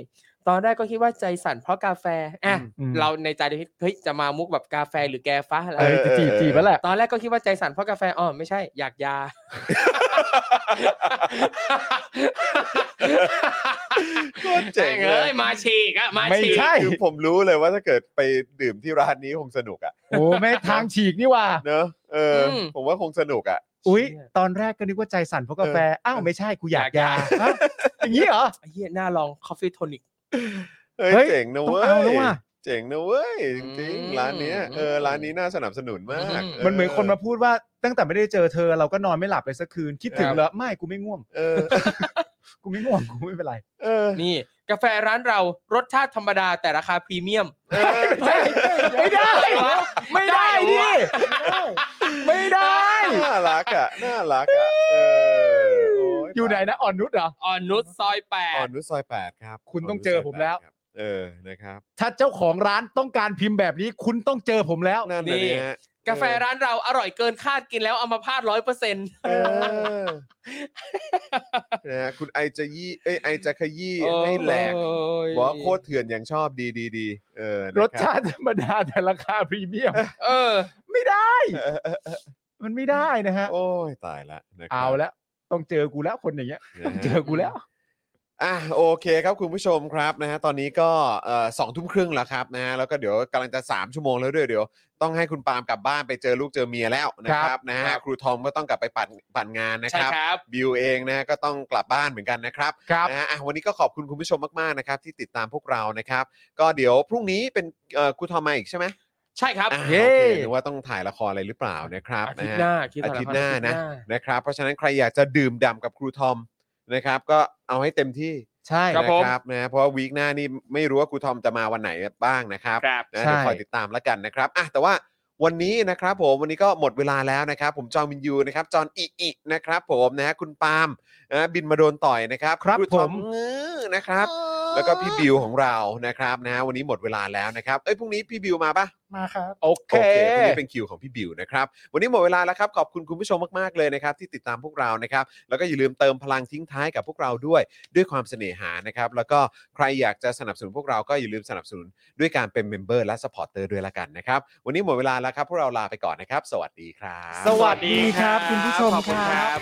[SPEAKER 3] ตอนแรกก็คิดว่าใจสั่นเพราะกาแฟอ่ะ
[SPEAKER 2] อืม
[SPEAKER 3] เราในใจเราคิดเฮ้ยจะมามุกแบบกาแฟหรือแกฟ้าอะไร
[SPEAKER 2] เออ
[SPEAKER 1] เออ
[SPEAKER 2] จีบจีบแล้วแหละ
[SPEAKER 3] ตอนแรกก็คิดว่าใจสั่นเพราะกาแฟอ๋อไม่ใช่อยากยา
[SPEAKER 1] โคตรเจ๋ง
[SPEAKER 3] แม่
[SPEAKER 1] เลย
[SPEAKER 3] เอ้ยมาฉีกอะมา
[SPEAKER 2] ไม่
[SPEAKER 3] ฉีก
[SPEAKER 2] ใช่
[SPEAKER 1] คือผมรู้เลยว่าถ้าเกิดไปดื่มที่ร้านนี้คงสนุกอ่ะ
[SPEAKER 2] โอ้แม่ทางฉีกนี่ว่า
[SPEAKER 1] เนอะเอออผมว่าคงสนุกอ่ะ
[SPEAKER 2] อุ๊ย ตอนแรกก็นึกว่าใจสั่นเพราะกาแฟ อ้าว ไม่ใช่กูอยากยาฮะอย่างนี้เหรอ
[SPEAKER 3] ไอ้เฮียหน้าลองคอฟฟี่โทนิก
[SPEAKER 1] เฮ้ย
[SPEAKER 2] เฮ้ย
[SPEAKER 1] เจ๋งนะเว้
[SPEAKER 2] ต้องเอา
[SPEAKER 1] ย
[SPEAKER 2] แล้วว่ะ
[SPEAKER 1] เจ๋งนะเว้ยจริง
[SPEAKER 3] อืม
[SPEAKER 1] ๆร้านเนี้ยเออร้านนี้น่าสนับสนุนมาก
[SPEAKER 3] อืม
[SPEAKER 2] มันเหมือนคนมาพูดว่าตั้งแต่ไม่ได้เจอเธอเราก็นอนไม่หลับเลยสักคืน คิดถึง
[SPEAKER 1] ครับ
[SPEAKER 2] เหรอไม่กูไม่ง่วง
[SPEAKER 1] เออ
[SPEAKER 2] กูไม่ง่วง (laughs) กูไม่เป็นไร
[SPEAKER 1] เออ
[SPEAKER 3] นี่กาแฟร้านเรารสชาติธรรมดาแต่ราคาพรีเมียม
[SPEAKER 1] เออ
[SPEAKER 2] ไม่ได้
[SPEAKER 3] วะ
[SPEAKER 2] ไม่ได้
[SPEAKER 3] ได้
[SPEAKER 2] ดิ
[SPEAKER 3] วะ
[SPEAKER 2] ไม่ได้
[SPEAKER 1] น่ารักอ่ะน่ารักอ่ะเออโ
[SPEAKER 2] อยู่ไหนนะอ่อนนุชเหรอ
[SPEAKER 3] อ่อนนุชซอยแป
[SPEAKER 1] อ่อ
[SPEAKER 3] ด
[SPEAKER 1] นนุชซอยแปดครับ
[SPEAKER 2] คุณต้อง
[SPEAKER 1] นนุช
[SPEAKER 2] เจอผมแล้ว
[SPEAKER 1] ซยปดครับเออนะครับ
[SPEAKER 2] ถ้าเจ้าของร้านต้องการพิมพ์แบบนี้ คุณต้องเจอผมแล้ว
[SPEAKER 1] นั่นน่ะนี่ฮะ
[SPEAKER 3] กาแฟร้านเราอร่อยเกินคาดกินแล้วเอามาพาดร้อยเปอร์เซ็นต์
[SPEAKER 1] เออนะฮะคุณไอจะยี่เอ้ยไอจะขยี้ให้แหลกบอกว่าโคตรเถื่อนอย่างชอบดีดีดีเออนะคบ
[SPEAKER 2] รสชาติธรรมดาแต่ราคาพรีเมียม
[SPEAKER 3] เออ
[SPEAKER 2] ไม่ได้
[SPEAKER 1] เออเออเออ
[SPEAKER 2] มันไม่ได้นะฮะ
[SPEAKER 1] โอ้ยตายละนะครับ
[SPEAKER 2] เอาแล้วต้องเจอกูแล้วคนอย่างเงี้ย
[SPEAKER 1] นะ
[SPEAKER 2] ต้อง
[SPEAKER 1] ฮะ
[SPEAKER 2] เจอกูแล้ว
[SPEAKER 1] อ่ะโอเคครับคุณผู้ชมครับนะฮะตอนนี้ก็เอ่อสองทุ่มครึ่งแล้วครับนะฮะแล้วก็เดี๋ยวกำลังจะ 3 ชั่วโมงแล้วด้วยเดี๋ยวต้องให้คุณปาล์มกลับบ้านไปเจอลูกเจอเมียแล้วนะค
[SPEAKER 2] ครั
[SPEAKER 1] รับบ นะฮะครูทอมก็ต้องกลับไปปั่นปั่นงานนะค
[SPEAKER 3] ใช่
[SPEAKER 1] รับ
[SPEAKER 3] ครับ
[SPEAKER 1] บิวเองนะฮะก็ต้องกลับบ้านเหมือนกันนะครับ
[SPEAKER 2] ครับ
[SPEAKER 1] นะฮะอ่ะวันนี้ก็ขอบคุณคุณผู้ชมมากๆนะครับที่ติดตามพวกเรานะครับ ก็เดี๋ยวพรุ่งนี้เป็นเอ่อครูทอมมาอีกใช่ไหม
[SPEAKER 3] ใช่ครับ
[SPEAKER 1] อ่ะ
[SPEAKER 2] เย้
[SPEAKER 1] โอเคหรือว่าต้องถ่ายละครอะไรหรือเปล่านะครับ
[SPEAKER 3] อาทิต
[SPEAKER 1] นะฮะ
[SPEAKER 3] ย์หน้าคิด
[SPEAKER 1] อา
[SPEAKER 3] สร
[SPEAKER 1] ทิตย์
[SPEAKER 3] พัด
[SPEAKER 1] หน้า
[SPEAKER 3] อทิตย์
[SPEAKER 1] นะนะครับ เพราะฉะนั้นใครอยากจะดื่มด่ำกับครูทอมนะครับ ก็เอาให้เต็มที่
[SPEAKER 2] ใช่
[SPEAKER 1] ใช่นะครับนะเพราะว่าวีคหน้านี่ไม่รู้ว่าครูทอมจะมาวันไหนบ้างนะครับ
[SPEAKER 3] ครับ
[SPEAKER 1] นะเดี๋ยวคอยติดตามแล้วกันนะครับอ่ะแต่ว่าวันนี้นะครับผมวันนี้ก็หมดเวลาแล้วนะครับ ผมจอห์นวินยูนะครับจอห์นอิอินะครับ ผมนะฮะคุณปาล์มนะบินมาโดนต่อยนะครับ
[SPEAKER 2] ครับ
[SPEAKER 1] ทอม
[SPEAKER 2] ผม
[SPEAKER 1] งื้อนะครับ แล้วก็พี่บิวของเรานะครับนะฮะวันนี้หมดเวลาแล้วนะครับเอ้ยพรุ่งนี้พี่บิวมาปะ
[SPEAKER 5] มาครับ
[SPEAKER 2] โอเค
[SPEAKER 1] โอเคพรุ่งนี้เป็นคิวของพี่บิวนะครับ วันนี้หมดเวลาแล้วครับ ขอบคุณคุณผู้ชมมาก ๆ เลยนะครับ ที่ติดตามพวกเรานะครับ แล้วก็อย่าลืมเติมพลังทิ้งท้ายกับพวกเราด้วย ด้วยความเสน่หานะครับ แล้วก็ใครอยากจะสนับสนุนพวกเราก็อย่าลืมสนับสนุนด้วยการเป็นเมมเบอร์และสปอร์เตอร์ด้วยละกันนะครับ วันนี้หมดเวลาแล้วครับ พวกเราลาไปก่อนนะครับ สวัสดีครับ
[SPEAKER 2] สวัสดีครับคุณผู้ชม
[SPEAKER 3] ขอบคุณครับ